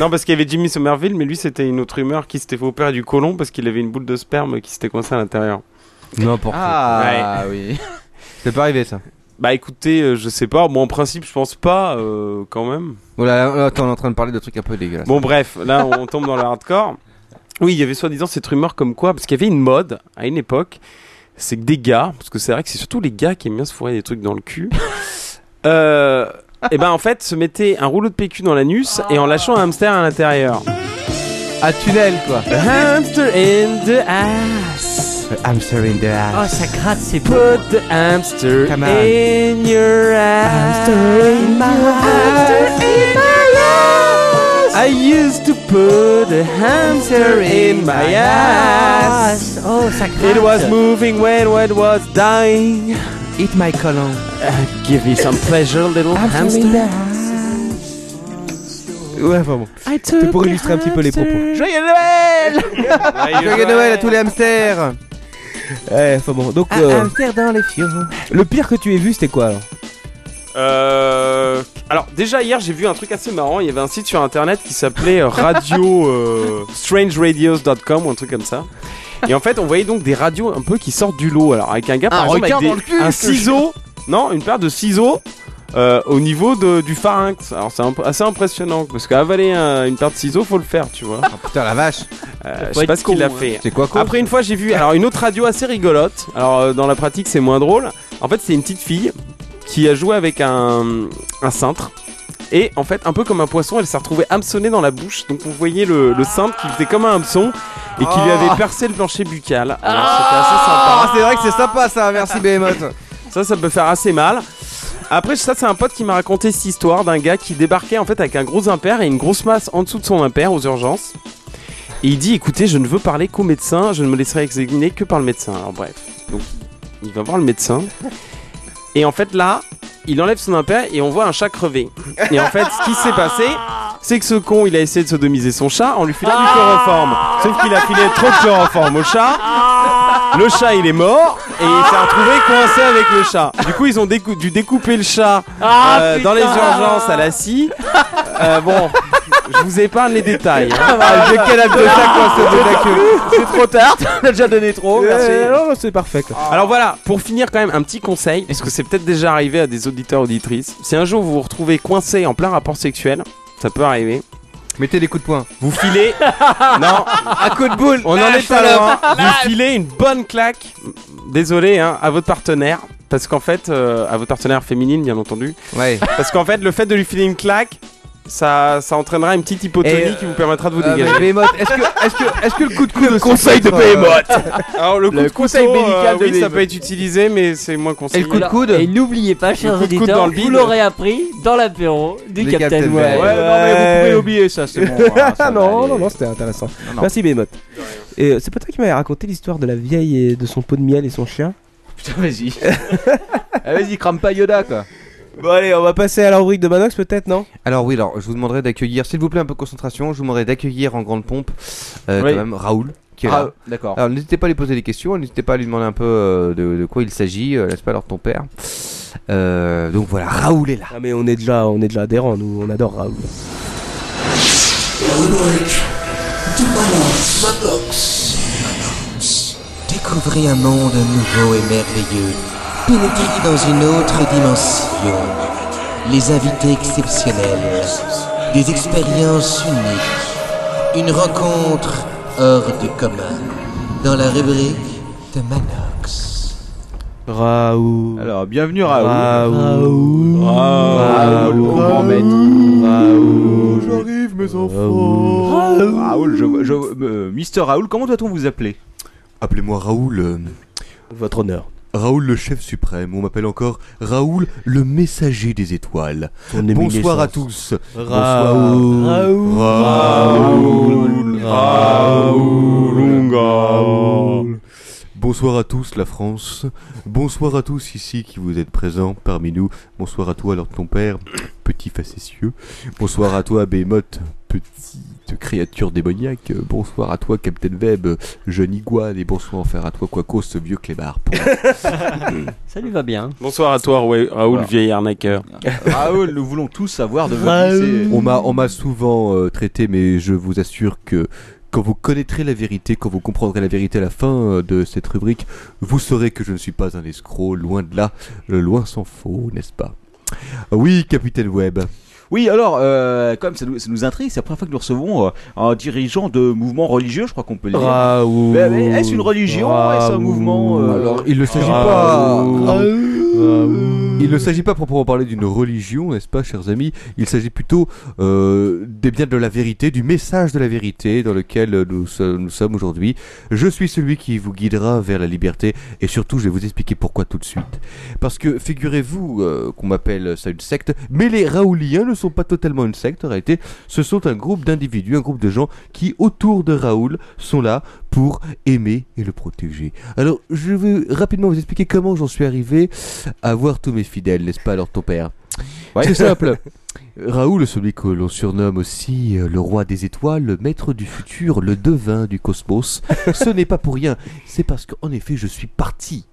G: non, parce qu'il y avait Jimmy Somerville, mais lui, c'était une autre humeur qui s'était fait opérer du côlon parce qu'il avait une boule de sperme qui s'était coincée à l'intérieur.
H: N'importe
F: Ah, oui.
H: C'est pas arrivé ça.
G: Bah écoutez, euh, je sais pas. Moi, en principe, je pense pas euh, quand même.
H: Voilà, là, attends, on est en train de parler de trucs un peu dégueulasses.
G: Bon bref, là on tombe dans le hardcore. Oui, il y avait soi-disant cette rumeur comme quoi, parce qu'il y avait une mode à une époque, c'est que des gars, parce que c'est vrai que c'est surtout les gars qui aiment bien se fourrer des trucs dans le cul, euh, et ben en fait se mettaient un rouleau de PQ dans l'anus et en lâchant un hamster à l'intérieur.
H: À tunnel quoi.
G: Hamster in the ass.
J: hamster in the
I: Oh,
J: ass.
I: ça gratte, c'est beau.
G: Put the hamster
J: Come on.
G: in your ass. I used to put a hamster in my ass.
I: Oh, ça
G: It was moving when it was dying. Eat my colon. give me some pleasure, little
F: Ah,
G: hamster.
J: Ouais, enfin bon. C'est pour illustrer un petit peu les propos.
H: Joyeux Noël Joyeux Noël à tous les hamsters
J: Ouais, enfin bon. Donc,
H: Un
J: euh,
H: hamster dans les fiots.
J: le pire que tu aies vu, c'était quoi alors
G: Euh, alors déjà hier j'ai vu un truc assez marrant, il y avait un site sur internet qui s'appelait euh, radio euh, strangeradios.com ou un truc comme ça. Et en fait on voyait donc des radios un peu qui sortent du lot. Alors avec un gars par
H: Un
G: exemple
H: requin
G: avec des-
H: dans le cul,
G: un
H: que-
G: ciseau, non une paire de ciseaux euh, au niveau de- du pharynx. Alors c'est un peu- assez impressionnant parce qu'avaler un- une paire de ciseaux faut le faire tu vois.
H: Oh,
G: Euh,
H: putain la vache.
G: je sais pas ce qu'il a
H: hein.
G: fait. Après une fois j'ai vu alors une autre radio assez rigolote. Alors euh, dans la pratique c'est moins drôle. En fait c'est une petite fille qui a joué avec un, un cintre. Et en fait, un peu comme un poisson, elle s'est retrouvée hameçonnée dans la bouche. Donc vous voyez le, le cintre qui était comme un hameçon et qui lui avait percé le plancher buccal. Alors c'était assez sympa.
H: Ah, c'est vrai que c'est sympa ça, merci Behemoth.
G: Ça, ça peut faire assez mal. Après, ça, c'est un pote qui m'a raconté cette histoire d'un gars qui débarquait en fait avec un gros impair et une grosse masse en dessous de son impair aux urgences. Et il dit écoutez, je ne veux parler qu'au médecin, je ne me laisserai examiner que par le médecin. Alors, bref. Donc, il va voir le médecin. Et en fait, là, il enlève son impair et on voit un chat crever. Et en fait, ce qui s'est passé, c'est que ce con, il a essayé de sodomiser son chat en lui filant du chloroforme. Sauf qu'il a filé trop de chloroforme au chat. Le chat, il est mort et il s'est retrouvé coincé avec le chat. Du coup, ils ont décou- dû découper le chat
E: Ah,
G: euh, dans les
E: putain.
G: urgences à la scie. Euh, bon, je vous épargne les détails. hein.
F: Ah, le canal de chat coincé de la queue.
G: C'est trop tard, on a déjà donné
E: Ah,
G: trop,
J: merci. Ah,
G: c'est parfait. Alors voilà, pour finir quand même, un petit conseil, parce que c'est peut-être déjà arrivé à des auditeurs auditrices. Si un jour vous vous retrouvez coincé en plein rapport sexuel, ça peut arriver. Mettez des coups de poing. Vous filez. non. Un coup de boule. On en
E: Lâche,
G: est pas loin.
E: alors. Lâche.
G: Vous filez une bonne claque. Désolé, hein, à votre partenaire. Parce qu'en fait, euh, à votre partenaire féminine, bien entendu. Ouais.
H: Ah,
G: Parce qu'en fait, le fait de lui filer une claque, ça, ça entraînera une petite hypotonie
H: Et, euh,
G: qui vous permettra de vous
H: euh,
G: dégager.
H: mais Behemoth, est-ce que, est-ce que, est-ce que le coup de coude
G: Le
H: aussi
G: conseil
H: peut
G: de
H: être, euh,
G: Behemoth. Alors le, coup de
H: conseil
G: couteau,
H: médical
G: euh,
H: de
G: oui, ça
H: Behemoth.
G: peut être utilisé, mais c'est moins conseillé.
I: Et le coup de coude Et n'oubliez pas,
G: Le
I: chers
G: coup de coude dans
I: auditeurs,
G: le bide.
I: vous l'aurez appris dans l'apéro du
G: Du
I: Captain
G: Captain
I: Web.
G: Web. Ouais, non, mais vous pouvez l'oublier, ça, c'est bon,
F: Ah,
G: hein, ça va
J: Ah, non,
G: aller.
J: non, non, c'était intéressant.
G: Non, non.
J: Merci, Bémotte. Et euh, c'est pas toi qui m'avais raconté l'histoire de la vieille et de son pot de miel et son chien
F: Putain, vas-y. Ah, vas-y, crame pas Yoda quoi.
J: Bon, allez, on va passer à la rubrique de Manox peut-être, non
H: Alors oui, alors je vous demanderai d'accueillir, s'il vous plaît, un peu de concentration. Je vous demanderai d'accueillir en grande pompe euh,
F: Oui. Ah,
H: quand même Raoul. Qui est
F: Ra-
H: là.
F: d'accord.
H: Alors n'hésitez pas à lui poser des questions, n'hésitez pas à lui demander un peu euh, de, de quoi il s'agit. euh, N'est-ce pas alors ton père Euh, Donc voilà, Raoul est là.
J: Ah, mais on est déjà, on est déjà adhérents, nous, on adore Raoul.
R: Découvrez un monde nouveau et merveilleux. Pénétrez dans une autre dimension. Les invités exceptionnels. Des expériences uniques. Une rencontre hors du commun. Dans la rubrique de Manox.
J: Raoul.
F: Alors, bienvenue Raoul.
J: Raoul.
F: Raoul.
J: Raoul.
F: Grand maître. Raoul. J'arrive, mes enfants. Raoul. je, je, euh, Mister Raoul, comment doit-on vous appeler
O: Appelez-moi Raoul. euh,
J: Votre honneur.
O: Raoul le chef suprême, on m'appelle encore Raoul le messager des étoiles.
J: Ton éminescence.
O: Bonsoir à tous. Bonsoir.
J: Raoul. Raoul.
O: Raoul. Raoul. Bonsoir à tous la France. Bonsoir à tous ici qui vous êtes présents parmi nous. Bonsoir à toi alors ton père, petit facétieux. Bonsoir à toi Bémotte, petite créature démoniaque. Bonsoir à toi Captain Web, jeune iguane. Et bonsoir enfin à toi Quacos, ce vieux clébard.
I: Ça lui va bien.
G: Bonsoir à toi, Raoul,
O: Voilà.
G: vieil arnaqueur.
F: Raoul, nous voulons tous savoir de votre lycée.
O: On m'a on m'a souvent euh, traité, mais je vous assure que quand vous connaîtrez la vérité, quand vous comprendrez la vérité à la fin euh, de cette rubrique, vous saurez que je ne suis pas un escroc, loin de là, euh, loin s'en faut, n'est-ce pas Oui, Capitaine Webb.
F: Oui, alors, euh, comme ça nous, ça nous intrigue, c'est la première fois que nous recevons euh, un dirigeant de mouvement religieux, je crois qu'on peut le dire.
J: Raoul.
F: Mais- mais est-ce une religion Est-ce un mouvement euh,
O: Alors, il ne s'agit pas. Il ne s'agit pas proprement parler d'une religion, n'est-ce pas, chers amis Il s'agit plutôt euh, des biens de la vérité, du message de la vérité dans lequel euh, nous, so- nous sommes aujourd'hui. Je suis celui qui vous guidera vers la liberté et surtout, je vais vous expliquer pourquoi tout de suite. Parce que figurez-vous euh, qu'on m'appelle ça une secte, mais les Raouliens ne sont pas totalement une secte en réalité. Ce sont un groupe d'individus, un groupe de gens qui, autour de Raoul, sont là pour aimer et le protéger. Alors, je vais rapidement vous expliquer comment j'en suis arrivé à voir tous mes fidèles, n'est-ce pas, alors ton père
F: Ouais.
O: C'est simple. Raoul, celui que l'on surnomme aussi euh, le roi des étoiles, le maître du futur, le devin du cosmos, ce n'est pas pour rien. C'est parce qu'en effet, je suis parti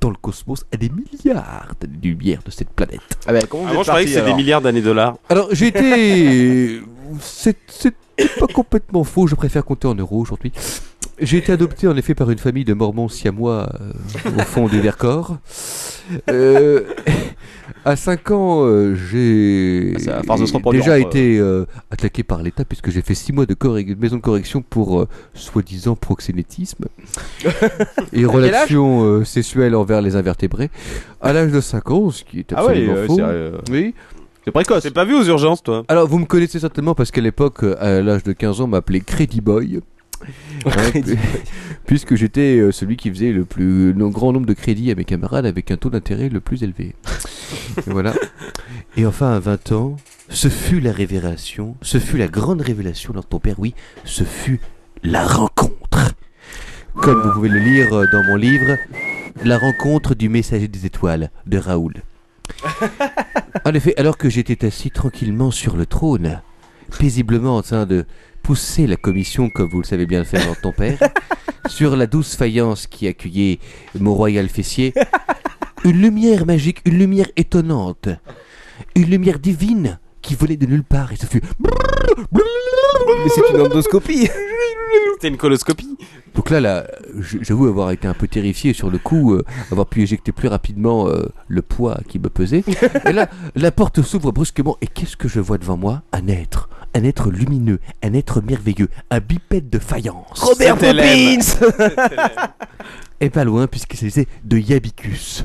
O: dans le cosmos à des milliards d'années-lumière de cette planète.
F: Ah
H: bah,
F: ben, comment
G: vous Avant, êtes je croyais parti, que c'était des alors milliards d'années dollars.
O: Alors, j'ai été. euh, C'est c'est pas complètement faux, je préfère compter en euros aujourd'hui. J'ai été adopté en effet par une famille de mormons siamois euh, au fond du Vercors. Euh, à 5 ans, euh, j'ai
F: Ah, à force de se reproduire
O: déjà
F: entre-
O: été euh, attaqué par l'État puisque j'ai fait 6 mois de correc- maison de correction pour euh, soi-disant proxénétisme et
F: âge
O: relations euh, sexuelles envers les invertébrés à l'âge de 5 ans, ce qui est
G: Ah ouais,
O: absolument
G: euh,
O: faux.
G: c'est, euh,
O: Oui.
F: C'est précoce.
G: C'est pas vu aux urgences, toi.
O: Alors, vous me connaissez certainement parce qu'à l'époque, euh, à l'âge de 15 ans, on m'appelait Credit Boy. Hein, pu- puisque j'étais euh, celui qui faisait le plus no- grand nombre de crédits à mes camarades avec un taux d'intérêt le plus élevé. Et voilà. Et enfin, à 20 ans, ce fut la révélation, ce fut la grande révélation dans ton père, oui, ce fut la rencontre. Comme vous pouvez le lire euh, dans mon livre,
H: La rencontre du messager des étoiles de Raoul. en effet, alors que j'étais assis tranquillement sur le trône, paisiblement en train de pousser la commission, comme vous le savez bien le faire dans ton père, sur la douce faïence qui accueillait mon royal fessier, une lumière magique, une lumière étonnante, une lumière divine qui volait de nulle part et ce fut.
J: Mais c'est une endoscopie
G: C'était une coloscopie
H: Donc là, là j- j'avoue avoir été un peu terrifié sur le coup, euh, avoir pu éjecter plus rapidement euh, le poids qui me pesait. Et là, la porte s'ouvre brusquement et qu'est-ce que je vois devant moi Un être, un être lumineux, un être merveilleux, un bipède de faïence.
J: Robert C'était l'aime.
H: Et pas loin puisqu'il s'agissait de Yabicus.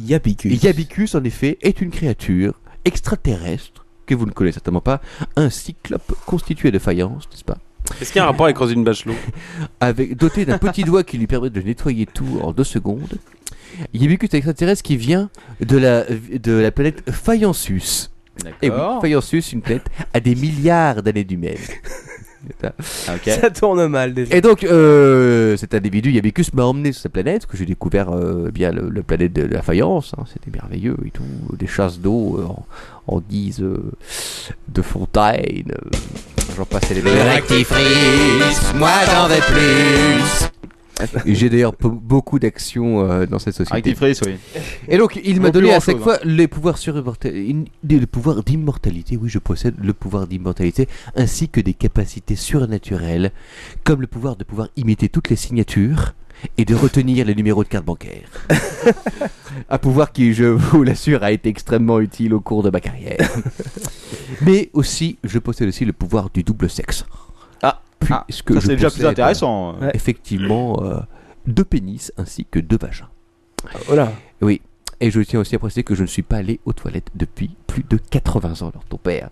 H: Yabicus. Yabicus, en effet, est une créature extraterrestre que vous ne connaissez certainement pas, un cyclope constitué de faïence, n'est-ce pas
G: Est-ce qu'il y a un rapport avec Rosine Bachelot
H: avec, doté d'un petit doigt qui lui permet de nettoyer tout en deux secondes. Yébicus extraterrestre qui vient de la, de la planète Faïensus. Et oui, Faïensus, une planète à des milliards d'années d'humaines.
F: Ah,
J: Ça tourne mal déjà.
H: Et donc, euh, cet individu, Yabicus, m'a emmené sur sa planète, que j'ai découvert euh, bien le- la planète de la faïence. hein, C'était merveilleux et tout. Des chasses d'eau euh, en, en guise euh, de fontaine. euh, J'en passais les
Q: Le rectifrice, moi j'en veux plus.
H: Et J'ai d'ailleurs po- beaucoup d'actions euh, dans cette société.
F: Rectifrice, oui.
H: Et donc, il m'a
F: Vaut plus
H: donné à
F: grand-chose,
H: chaque fois
F: hein.
H: les pouvoirs surimmortels, le pouvoir d'immortalité. Oui, je possède le pouvoir d'immortalité, ainsi que des capacités surnaturelles, comme le pouvoir de pouvoir imiter toutes les signatures et de retenir les numéros de carte bancaire. Un pouvoir qui, je vous l'assure, a été extrêmement utile au cours de ma carrière. Mais aussi, je possède aussi le pouvoir du double sexe.
F: Ah,
H: puisque
F: ça,
H: je
F: c'est déjà plus
H: possède,
F: intéressant.
H: euh, Effectivement, euh, deux pénis ainsi que deux vagins.
J: Voilà.
H: Oui. Et je tiens aussi à préciser que je ne suis pas allé aux toilettes depuis plus de 80 ans, alors ton père.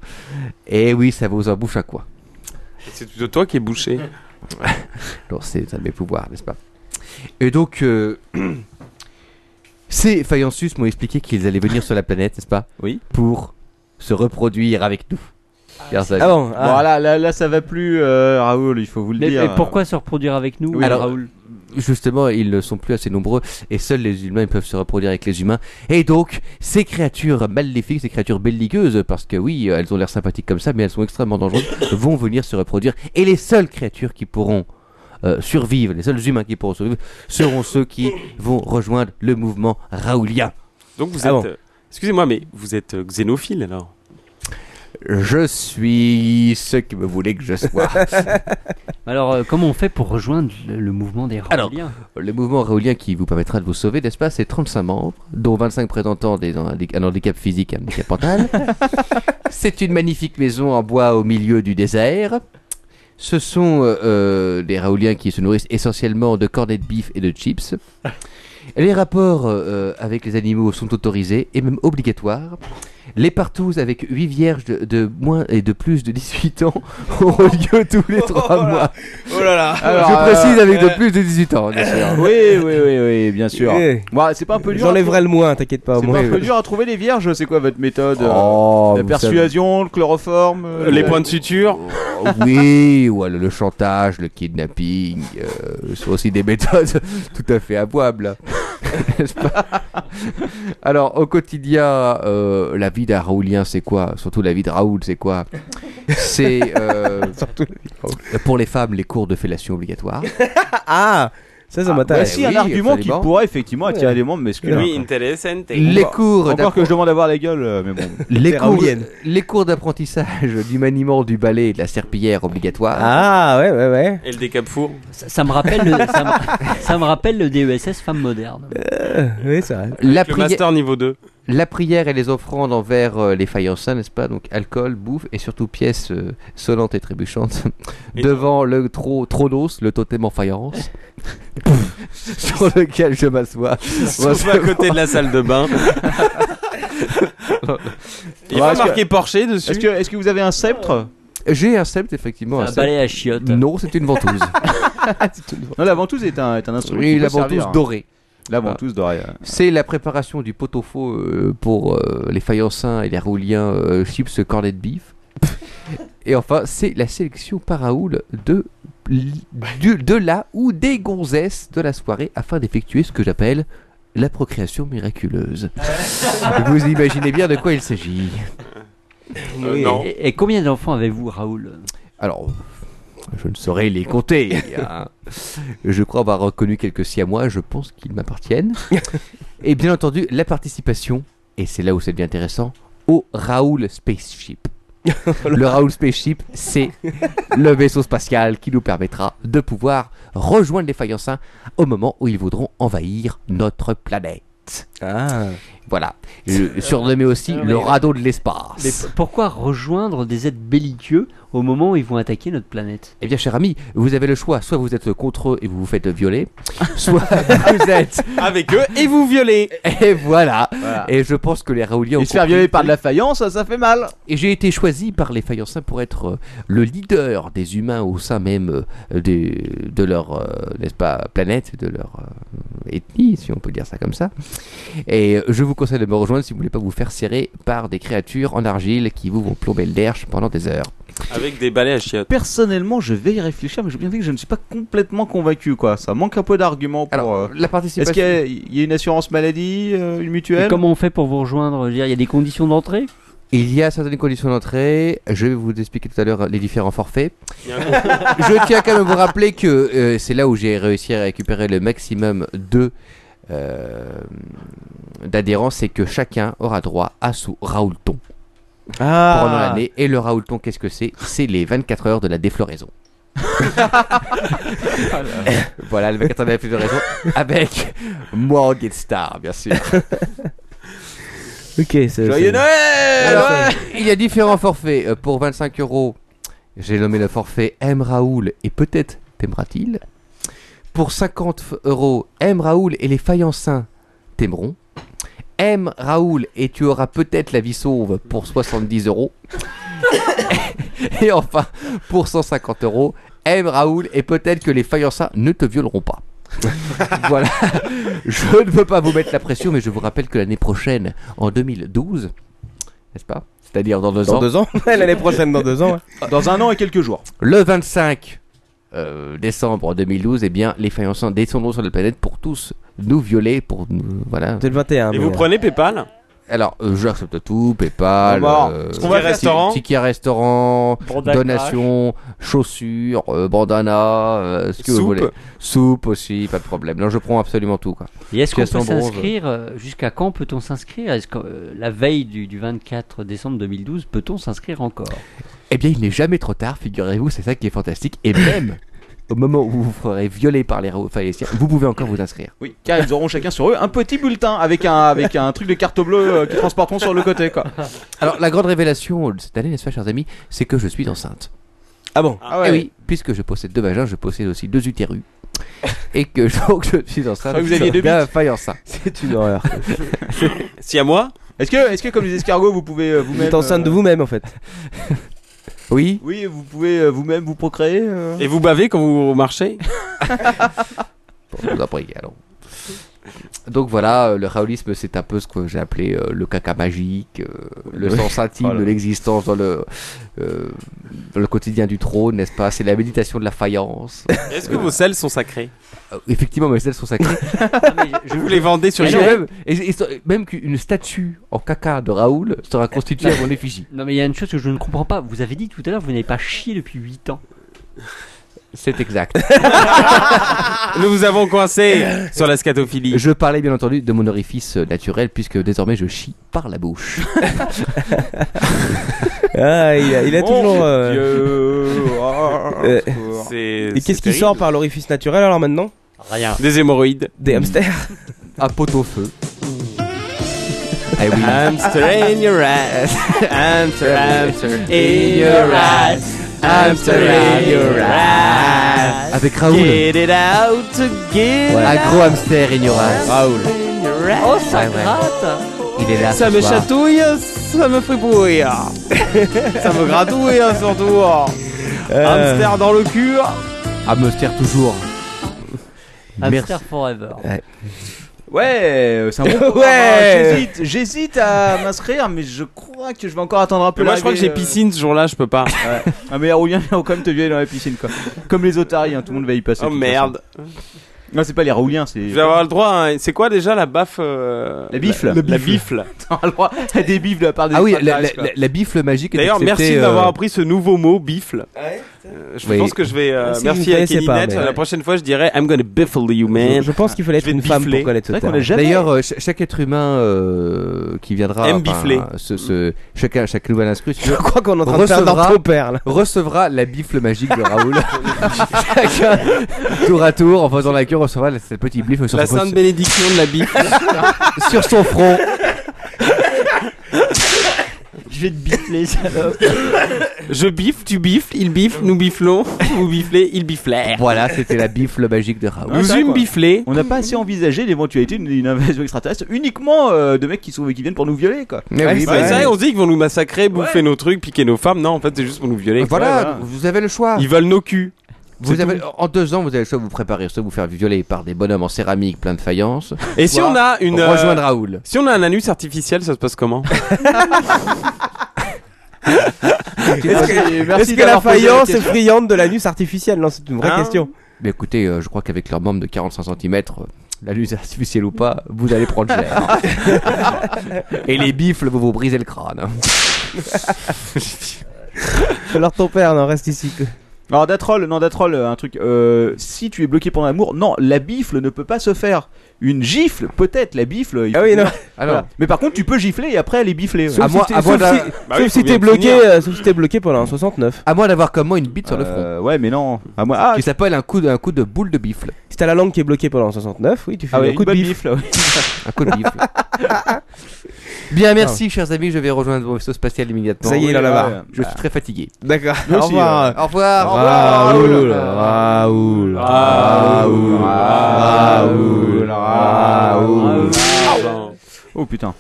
H: Et oui, ça vous en bouche à quoi
G: C'est plutôt toi qui es bouché.
H: Alors, c'est un de mes pouvoirs, n'est-ce pas Et donc, euh, ces Faïensus m'ont expliqué qu'ils allaient venir sur la planète, n'est-ce pas
F: Oui.
H: Pour se reproduire avec nous. Bien ça-
F: Ah bon, là, là, là, ça va plus, euh, Raoul, il faut vous le
H: Mais-
F: dire. euh,
H: mais pourquoi
I: se reproduire avec nous,
H: Alors, Justement, ils ne sont plus assez nombreux et seuls les humains peuvent se reproduire avec les humains. Et donc, ces créatures maléfiques, ces créatures belliqueuses, parce que oui, elles ont l'air sympathiques comme ça, mais elles sont extrêmement dangereuses, vont venir se reproduire. Et les seules créatures qui pourront euh, survivre, les seuls humains qui pourront survivre, seront ceux qui vont rejoindre le mouvement raoulien.
G: Donc vous êtes.
H: Ah bon.
G: euh, Excusez-moi, mais vous êtes euh, xénophile alors
H: Je suis ce que vous voulez que je sois.
I: Alors, euh, comment on fait pour rejoindre le, le mouvement des
H: Alors,
I: Raéliens
H: le mouvement raoulien qui vous permettra de vous sauver, n'est-ce pas, c'est 35 membres, dont 25 présentant des, un, un handicap physique et un handicap mental. c'est une magnifique maison en bois au milieu du désert. Ce sont euh, euh, des raouliens qui se nourrissent essentiellement de cornets de bif et de chips. Les rapports euh, avec les animaux sont autorisés et même obligatoires. Les partouzes avec 8 vierges de, de moins et de plus de 18 ans auront lieu tous les 3 mois.
F: Oh là là.
H: Je
F: Alors,
H: précise
F: euh,
H: avec de
F: euh,
H: plus de 18 ans, bien sûr.
F: Oui, oui, oui, oui, bien sûr.
J: Eh.
F: Bon, c'est pas un peu dur. à
J: J'enlèverai
F: trou-
J: le moins, t'inquiète pas. au
F: C'est
J: moins.
F: pas un peu dur à trouver les vierges, c'est quoi votre méthode euh,
H: Oh,
F: La
H: vous
F: persuasion, le chloroforme, euh,
G: Les
F: le-
G: points de suture
H: oui, ou alors le chantage, le kidnapping, euh, sont aussi des méthodes tout à fait avouables. hein. N'est-ce pas alors, au quotidien, euh, la vie d'un Raoulien, c'est quoi Surtout la vie de Raoul, c'est quoi C'est euh, pour les femmes les cours de fellation obligatoires.
J: Ah hein. Ça, ça m'intéresse.
H: Eh
F: Voici un argument qui pourrait effectivement attirer les membres masculins.
G: Oui, intéressant.
H: Les cours
F: Encore
H: d'appro-
F: que je demande à voir la gueule, euh, mais bon.
H: les
F: C'est
H: cours,
F: raoulienne.
H: les cours d'apprentissage du maniement du balai et de la serpillière obligatoire.
J: Ah ouais ouais ouais.
G: Et le décapfour
I: ça, ça me rappelle le, ça, me, ça me rappelle le E DESS Femmes Modernes.
F: Euh,
J: oui, ça.
H: La
G: Le
H: prière-
G: master niveau 2.
H: La prière et les offrandes envers euh, les faïencins, n'est-ce pas Donc alcool, bouffe et surtout pièces euh, sonnantes et trébuchantes devant le tro Tronos, le totem en faïence, sur lequel je m'assois.
G: se trouve à côté de la salle de bain. Il
F: Ouais,
G: y a pas
F: est-ce
G: marqué
F: que-
G: Porcher dessus.
F: Est-ce que, est-ce que vous avez un sceptre
H: J'ai un sceptre, effectivement.
F: un sceptre.
I: balai à chiottes.
H: Non, c'est une ventouse.
F: Non, la ventouse est un, est un instrument.
H: Oui,
F: qui
H: la
F: peut servir,
H: ventouse
F: hein.
H: dorée.
F: La ventouse dorée. euh.
H: C'est la préparation du pot au faux euh, pour euh, les faïencins et les rouliens euh, chips cornet de bif. et enfin, c'est la sélection par Raoul de, l- du- de la ou des gonzesses de la soirée afin d'effectuer ce que j'appelle la procréation miraculeuse. Vous imaginez bien de quoi il s'agit.
F: euh,
I: Oui. Et, et combien d'enfants avez-vous, Raoul
H: Alors, je ne saurais les compter. hein. Je crois avoir reconnu quelques siamois, je pense qu'ils m'appartiennent. Et bien entendu, la participation, et c'est là où ça devient intéressant, au Raoul Spaceship. Le Raoul Spaceship, c'est le vaisseau spatial qui nous permettra de pouvoir rejoindre les faïencins au moment où ils voudront envahir notre planète. Voilà. Je- Surnommé aussi
I: Ah, mais-
H: le radeau de l'espace.
I: Mais p- pourquoi rejoindre des êtres belliqueux au moment où ils vont attaquer notre planète
H: Eh bien, cher ami, vous avez le choix. Soit vous êtes contre eux et vous vous faites violer, soit vous êtes
G: avec eux et vous violez.
H: Et voilà. Et je pense que les Raouliens.
F: Et
H: ont
F: se faire violer
H: compris-
F: par de la faïence, ça, ça fait mal.
H: Et j'ai été choisi par les faïencins pour être euh, le leader des humains au sein même euh, des- de leur, euh, n'est-ce pas, planète, de leur euh, ethnie, si on peut dire ça comme ça. Et euh, je vous conseille de me rejoindre si vous voulez pas vous faire serrer par des créatures en argile qui vous vont plomber le derche pendant des heures.
G: Avec des balais à chiottes.
F: Personnellement, je vais y réfléchir, mais j'ai bien dit que je ne suis pas complètement convaincu, quoi. Ça manque un peu d'arguments pour. euh,
H: la participation-
F: Est-ce qu'il y a- il y, a une assurance maladie, euh, une mutuelle
I: Et Comment on fait pour vous rejoindre Je veux dire, Il y a des conditions d'entrée
H: Il y a certaines conditions d'entrée. Je vais vous expliquer tout à l'heure les différents forfaits. je tiens quand même à vous rappeler que euh, c'est là où j'ai réussi à récupérer le maximum de euh, d'adhérents, c'est que chacun aura droit à son Raoulton
J: Ah.
H: pendant l'année. Et le Raoulton, qu'est-ce que c'est C'est les 24 heures de la défloraison. voilà, le 24 heures de la défloraison avec moi en guest star, bien sûr.
J: Ok, c'est. c'est-
H: Alors, Il y a différents forfaits. Euh, Pour 25 euros, j'ai nommé le forfait M Raoul et peut-être t'aimera-t-il. Pour 50 f- euros, M Raoul et les faïencins t'aimeront. M Raoul et tu auras peut-être la vie sauve pour 70 euros. et enfin, pour 150 euros, M Raoul et peut-être que les faïencins ne te violeront pas. voilà, je ne veux pas vous mettre la pression, mais je vous rappelle que l'année prochaine, en 2012, n'est-ce pas C'est-à-dire dans deux
J: Dans
H: ans.
J: deux ans L'année prochaine, dans deux ans. ouais.
F: Dans un an et quelques jours.
H: Le 25 euh, décembre 2012, eh bien, les faïencins descendront sur la planète pour tous nous violer, pour nous. Voilà.
J: C'est le 21.
G: Et vous prenez PayPal
H: Alors, euh, j'accepte tout, PayPal,
G: On va voir.
H: euh,
G: Ce qu'on va faire, restaurant.
H: ticket restaurant,
G: Bandana.
H: donation, chaussures, euh, bandana, euh, ce que vous
I: Soupe.
H: voulez. Soupe aussi, pas de problème. Non, je prends absolument tout. Quoi.
I: Et est-ce qu'on peut
H: Pièce en bronze.
I: s'inscrire euh, Jusqu'à quand peut-on s'inscrire Est-ce que euh, la veille du, du 24 décembre 2012 peut-on s'inscrire encore
H: Eh bien, il n'est jamais trop tard, figurez-vous, c'est ça qui est fantastique. Et même au moment où vous vous ferez violer par les phaléciens, vous pouvez encore vous inscrire.
F: Oui, car ils auront chacun sur eux un petit bulletin avec un, avec un truc de carte bleue euh, qu'ils transporteront sur le côté, quoi.
H: Alors, la grande révélation de cette année, n'est-ce pas, chers amis, c'est que je suis enceinte.
J: Ah bon
F: Ah ouais.
H: Eh oui, puisque je possède deux vagins, je possède aussi deux utérus. Et que donc je suis enceinte.
F: Ah, vous aviez deux
H: bien
F: bites.
H: faïencin.
J: C'est une horreur.
G: Si à moi
F: Est-ce que, est que, comme les escargots, vous pouvez euh, vous-même.
J: Vous êtes enceinte
F: euh,
J: de vous-même en fait.
H: Oui.
F: Oui, vous pouvez euh, vous-même vous procréer. euh.
G: Et vous bavez quand vous marchez
H: Bon, je vous en prie, alors. Donc voilà, euh, le raolisme, c'est un peu ce que j'ai appelé euh, le caca magique, euh, le
F: Oui.
H: sens intime
F: Oh là
H: de
F: là.
H: l'existence dans le, euh, dans le quotidien du trône, n'est-ce pas C'est la méditation de la faïence.
G: Est-ce que vos selles sont sacrées
H: Euh, Effectivement, mes selles sont sacrées.
G: Je vous les vendez sur
H: Et
G: eBay.
H: même, et- et- même qu'une statue en caca de Raoul sera constituée à mon effigie.
I: Non, mais il y a une chose que je ne comprends pas. Vous avez dit tout à l'heure, vous n'avez pas chié depuis 8 ans.
H: C'est exact.
G: Nous vous avons coincé sur la scatophilie.
H: Je parlais bien entendu de mon orifice euh, naturel puisque désormais je chie par la bouche.
J: Ah, il a, il a
F: Mon
J: toujours. euh,
F: Dieu. Ah,
J: euh,
F: secours.
G: C'est-
J: Et qu'est-ce
G: c'est
J: qui
G: terrible.
J: sort par l'orifice naturel alors maintenant
G: Rien. Des hémorroïdes.
J: Des hamsters.
H: Un pot au feu. Ah oui.
G: Hamster in your ass. Hamster, hamster in
P: your
G: ass. Hamster in your ass.
H: Avec Raoul.
G: Get it out,
H: Ouais.
G: get it
H: Un gros hamster ignorant.
F: Ah,
H: Raoul.
G: Oh,
H: ça Ouais, ouais. gratte. Il est là.
G: Ça
H: ce
G: me
H: soir.
G: chatouille, ça me fripouille. ça me gratouille hein, surtout.
H: Euh.
G: Hamster dans le cul.
H: Hamster toujours.
I: Hamster forever.
F: Ouais, euh, c'est un bon programme,
G: Ouais.
F: hein. J'hésite- J'hésite à m'inscrire, mais je crois que je vais encore attendre un peu.
G: moi, je crois que j'ai
F: l'arrivée, euh.
G: piscine ce jour-là, je peux pas.
F: Ah mais les Rouliens ils vont quand même te violer dans la piscine quoi. Comme les otariens, hein, tout le monde va y passer.
G: Oh,
F: de toute
G: merde.
F: façon. Non, c'est pas les Raouliens, c'est.
G: Je vais avoir le droit. à un- C'est quoi déjà la baffe euh,
F: La bifle.
G: La,
F: La
G: bifle.
F: T'auras le droit à des bifles de la part des
H: Ah oui, la,
F: extraterrestres,
H: la-
F: quoi.
H: la- la bifle magique. est
G: D'ailleurs,
H: acceptée,
G: merci
H: euh,
G: d'avoir appris ce nouveau mot bifle. Euh, je
H: Oui.
G: pense que je vais. euh,
H: Ah, si, je
G: merci
H: ne
G: à
H: connaissais
G: Kelly
H: pas,
G: Net.
H: mais-
G: La prochaine fois, je dirais I'm gonna biffle you, man.
H: Je- je pense
G: qu'il fallait être une
H: femme pour
J: connaître ce terme.
H: D'ailleurs, euh, ch- chaque être humain euh, qui viendra,
J: Aime
H: enfin,
J: bifler.
H: ce, ce- chacun, chaque nouvel inscrit, je
J: crois qu'on est en train de faire dans ton père, là.
H: recevra la bifle magique de Raoul. chacun, tour à tour, en faisant la queue, recevra la- cette petite bifle sur
G: La
H: son
G: sainte bénédiction de la bifle.
H: sur son front.
G: Je vais te bifler, salope. Je biffe, tu biffes, il biffe, nous bifflons, vous biflez, il biflèrent.
H: Voilà, c'était la bifle magique de Raoul.
F: Ah,
G: Nous
F: ça,
G: eûmes
F: quoi.
G: biflé.
F: On n'a pas assez envisagé l'éventualité d'une d'une invasion extraterrestre uniquement euh, de mecs qui, sont, qui viennent pour nous violer quoi.
J: Eh
G: Ouais,
J: bah
G: c'est vrai, on se dit qu'ils vont nous massacrer, bouffer nos trucs, piquer nos femmes. Non, en fait, c'est juste pour nous violer.
H: Voilà, vous avez le choix.
G: Ils veulent nos culs.
H: Vous
G: C'est
H: avez,
G: hein. tout.
H: en deux ans, vous avez le choix de vous préparer, soit vous faire violer par des bonhommes en céramique plein de faïence.
G: Et si
H: soit
G: on a une. euh,
H: Rejoindre Raoul.
G: Si on a un anus artificiel, ça se passe comment
J: Est-ce que, est-ce que la faïence est friande de l'anus artificiel Non, c'est une vraie
H: Hein
J: question.
H: Mais écoutez, euh, je crois qu'avec leur membre de 45 cm, la lune artificielle ou pas, vous allez prendre cher. Et les bifles, vous vous brisez le crâne.
J: Alors ton père, non, reste ici.
F: Alors Datrol, non Datrol, euh, un truc. euh, si tu es bloqué pendant l'amour, non, la bifle ne peut pas se faire. Une gifle, peut-être la bifle. il
J: Ah
F: faut-
J: oui, non.
F: Voilà.
J: Alors.
F: Mais par contre, tu peux gifler et après aller bifler.
J: Sauf si t'es- sauf si-
G: Bah
J: sauf si t'es bloqué, euh, sauf si t'es bloqué pendant un 69.
H: À moins d'avoir comme moi une bite sur le
J: Euh,
F: front. euh, Ouais, mais non. À moi. Ah,
H: qui s'appelle un coup, de, un coup de boule de bifle.
J: Si t'as la langue qui est bloquée pendant un 69, oui, tu fais
H: Ah oui,
J: un coup de
H: une bonne
J: bif.
F: bifle,
H: Un coup de bifle. Bien, merci, chers amis. Je vais rejoindre mon vaisseau spatial immédiatement.
J: Ah.
H: Euh,
J: Ça y est, il en a marre. Ah.
H: Je suis très fatigué.
J: D'accord.
H: Nous
J: Au
H: aussi,
J: revoir.
H: ouais. Au revoir. Ah, Au
J: Ah,
H: revoir.
J: Raoul. Raoul. Raoul. Raoul. Raoul.
F: Oh putain.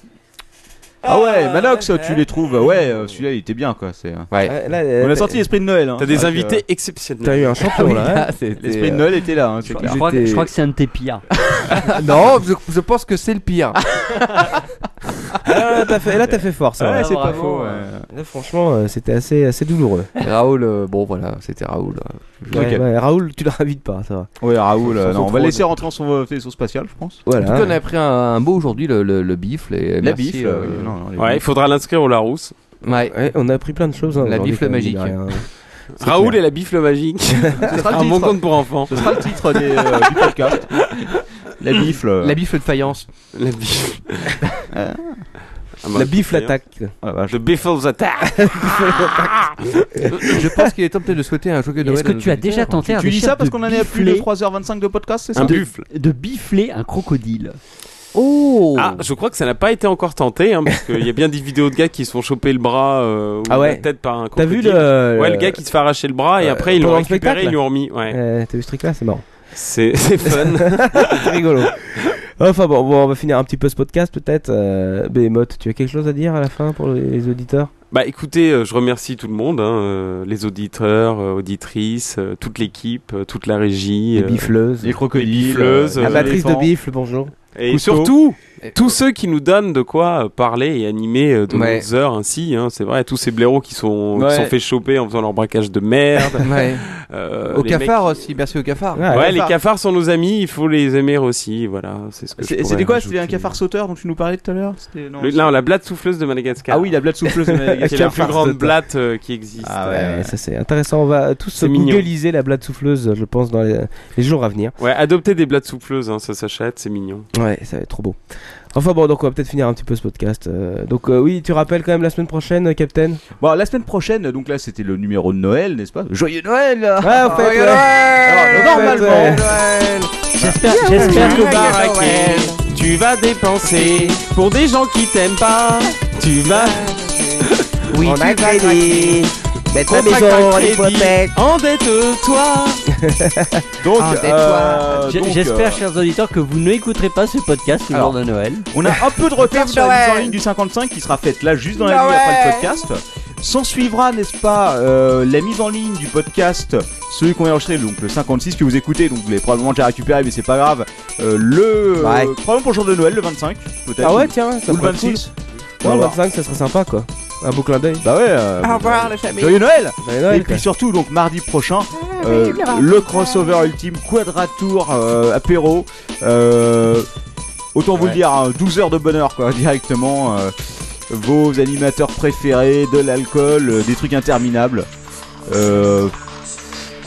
F: Ah ouais, Manox, tu les trouves. Ouais, euh, celui-là il était bien quoi. C'est.
J: Ouais, là, euh,
F: On a
J: t'as-
F: sorti l'esprit de Noël. hein.
G: T'as des
F: Donc, euh,
G: invités exceptionnels.
J: T'as eu un champion, là, hein.
F: L'esprit de
H: euh,
F: Noël était là. hein, c'est
I: Je
F: clair.
I: crois, je crois que c'est un de tes pires.
H: non, je, je pense que c'est le pire.
J: Ah, t'as fait- Là, t'as fait fort, ça.
H: Ouais,
J: va.
H: c'est pas
J: Bravo,
F: Oh.
H: faux, ouais.
J: euh, Là, franchement, euh, c'était assez, assez douloureux.
H: Raoul, euh, bon voilà, c'était Raoul. Je-
J: Ouais, ouais, Raoul, tu le ravides pas, ça va.
F: Ouais, Raoul,
H: Sans-
F: euh,
H: sans
F: non, on va
H: trop
F: laisser rentrer en son euh, vaisseau spatial, je pense.
H: En tout cas, on a appris un, un mot aujourd'hui, le, le, le bifle. Et
F: La
H: merci,
F: bifle,
H: euh,
F: oui, non, non, les
G: Ouais, il faudra l'inscrire au Larousse.
H: Ouais.
J: on a appris plein de choses. hein,
H: La
J: aujourd'hui,
H: bifle
J: quand même,
H: magique.
J: il y a rien.
G: Raoul et la bifle magique.
F: sera le
G: un bon
F: titre.
G: compte pour enfants.
F: Ce sera le titre des, euh, du podcast. La bifle. euh.
H: La bifle de faïence.
G: La bifle.
F: Ah.
J: La bifle attaque.
G: The Biffles attack.
H: je pense qu'il est tenté de souhaiter un joyeux Noël.
I: Est-ce que tu as déjà tenté un
F: Tu dis
I: déchet
F: ça parce
I: de
F: qu'on en est à plus de
I: bifler-
F: 3h25 de podcast,
G: Ah,
F: c'est ça
I: de- De bifler un crocodile.
H: Oh
G: Ah, je crois que ça n'a pas été encore tenté, hein, parce qu'il y a bien des vidéos de gars qui se font choper le bras euh, ou
J: Ah ouais.
G: la tête par un
J: T'as vu
G: crocodile.
J: le- euh,
G: Ouais, le
J: le-
G: gars qui se fait arracher le bras et
J: Euh,
G: après ils l'ont
J: pendant le
G: récupéré,
J: spectacle
G: ils lui ont remis. Ouais.
J: Euh, T'as vu ce truc-là C'est marrant.
G: C'est c'est fun.
J: C'est rigolo. Enfin bon, bon, on va finir un petit peu ce podcast peut-être. Euh, Behemoth, tu as quelque chose à dire à la fin pour les, les auditeurs
G: Bah écoutez, euh, je remercie tout le monde, hein, euh, les auditeurs, euh, auditrices, euh, toute l'équipe, euh, toute la régie.
J: Les bifleuses. Les
F: crocodiles,
G: bifleuses,
J: La
G: euh,
J: matrice de
G: l'éléphant.
J: bifle, bonjour.
G: Et
J: Cousteau.
G: surtout, tous
F: euh,
G: ceux qui nous donnent de quoi euh, parler et animer euh, de nos heures ainsi, hein, c'est vrai, tous ces blaireaux qui sont, qui
H: Ouais.
G: sont fait choper en faisant leur braquage de merde.
H: Ouais.
G: Euh,
H: Au
G: les mecs-
H: cafard aussi, merci au cafard.
G: Ouais, les cafards sont nos amis, il faut les aimer aussi, voilà, c'est ce que je
F: C'est-
G: pourrais
F: C'était quoi
G: rajouter.
F: C'était un cafard sauteur dont tu nous parlais tout à l'heure C'était- non,
G: Le-
F: c'est-
G: non, la blatte souffleuse de Madagascar.
F: Ah oui, la blatte souffleuse de Madagascar.
G: Qui est la plus
F: Cafard
G: grande
F: sauteur.
G: blatte euh, qui existe.
J: Ah ouais, ça c'est intéressant. On va tous se
G: C'est mignon.
J: googliser la blatte souffleuse, je pense, dans les, les jours à venir.
G: Ouais, adopter des blattes souffleuses, hein, ça s'achète, c'est mignon.
J: Ouais, ça va être trop beau. Enfin bon, donc on va peut-être finir un petit peu ce podcast. Euh, donc euh, oui, tu rappelles quand même la semaine prochaine, euh, Captain
F: Bon, la semaine prochaine, donc là c'était le numéro de Noël, n'est-ce pas Joyeux Noël
J: Ouais, en fait,
F: Joyeux Noël
J: Ah, ouais.
F: Alors,
J: Faites,
F: Normalement
G: J'espère,
F: j'espère
G: que
F: que
G: Marrakech, tu vas dépenser pour des gens qui t'aiment pas. Tu vas. Oui,
J: On a crédit. Mettre la maison en hypothèque.
G: Endette-toi.
F: Donc,
J: Ah,
F: euh,
I: J- J'espère, chers auditeurs, que vous n'écouterez pas ce podcast le jour de Noël.
F: euh, On a un peu de retard
I: Vive
F: sur la mise en
I: Noël.
F: ligne du 55 qui sera faite là juste dans la nuit
I: Noël.
F: après le podcast. S'en suivra, n'est-ce pas, euh, la mise en ligne du podcast, celui qu'on a enregistré, donc le 56 que vous écoutez, donc vous l'avez probablement déjà récupéré, mais c'est pas grave. Euh, le.
J: Ouais.
F: euh, probablement pour le jour de Noël, le 25, peut-être.
J: Ah ouais,
F: ou-
J: tiens,
F: ou
J: ça
F: le
J: pourrait être
F: 26. On
J: cool.
F: va
J: Ouais, le
F: voir.
J: 25, ça serait sympa quoi. Un beau clin d'œil.
F: Bah ouais. euh,
J: Au revoir, les familles.
F: Joyeux Noël.
J: Joyeux Noël,
F: Et puis
J: quoi.
F: surtout, donc mardi prochain, euh, le crossover ultime, quadratour, euh, apéro. euh, autant vous
G: Ouais.
F: le dire, hein, 12 heures de bonheur quoi, directement. euh, vos animateurs préférés, de l'alcool, euh, des trucs interminables. Euh,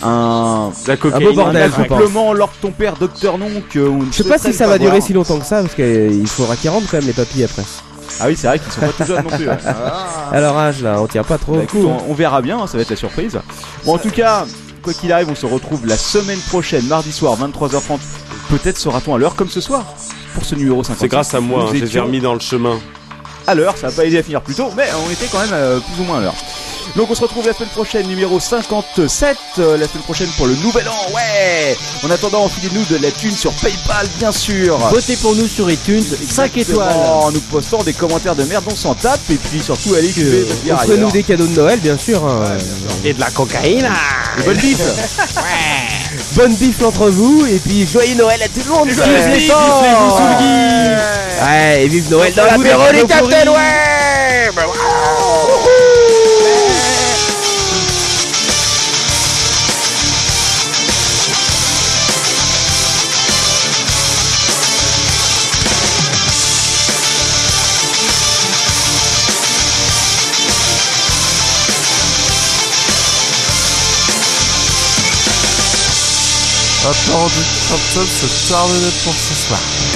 F: un,
J: cocaïne,
F: un beau bordel,
J: un
F: je pense. simplement Lord ton père, Docteur euh, Non, que on ne
J: Je sais pas
F: souhaiterait
J: si ça
F: pas
J: va durer
F: voir.
J: si longtemps que ça, parce qu'il faudra qu'ils rentrent quand même les papilles après.
F: Ah oui, c'est vrai qu'ils sont pas tout jeunes non plus, hein. ouais.
J: À leur âge là, on tient pas trop.
F: Bah, écoute, on, on verra bien, hein, ça va être la surprise. Bon, en tout cas, quoi qu'il arrive, on se retrouve la semaine prochaine, mardi soir, 23h30. Peut-être sera-t-on à l'heure comme ce soir pour ce numéro 50.
G: C'est grâce à moi, hein, je les ai remis dans le chemin.
F: à l'heure, ça n'a pas aidé à finir plus tôt, mais on était quand même euh, plus ou moins à l'heure. Donc on se retrouve la semaine prochaine, numéro 57, euh, la semaine prochaine pour le nouvel an, ouais En attendant, enfilez-nous de la thune sur Paypal, bien sûr
I: Votez pour nous sur iTunes, 5
F: ah, Exactement,
I: étoiles.
F: En nous postant des commentaires de merde, on s'en tape, et puis surtout, allez,
J: Euh, Offrez-nous des cadeaux de Noël, bien sûr. hein.
G: Et de la cocaïne
F: Et bonne bif
J: Bonne bifle entre vous, et puis joyeux Noël à tout le monde
P: Et
J: vive
P: joyeux
J: les
P: bif,
J: temps.
P: bif, bif, bif,
J: Ouais, et vive Noël dans
P: Dans
J: la
P: l'apéro, les capitaines,
J: ouais Bah, waouh.
S: Apéro du Simpson se termine pour ce soir.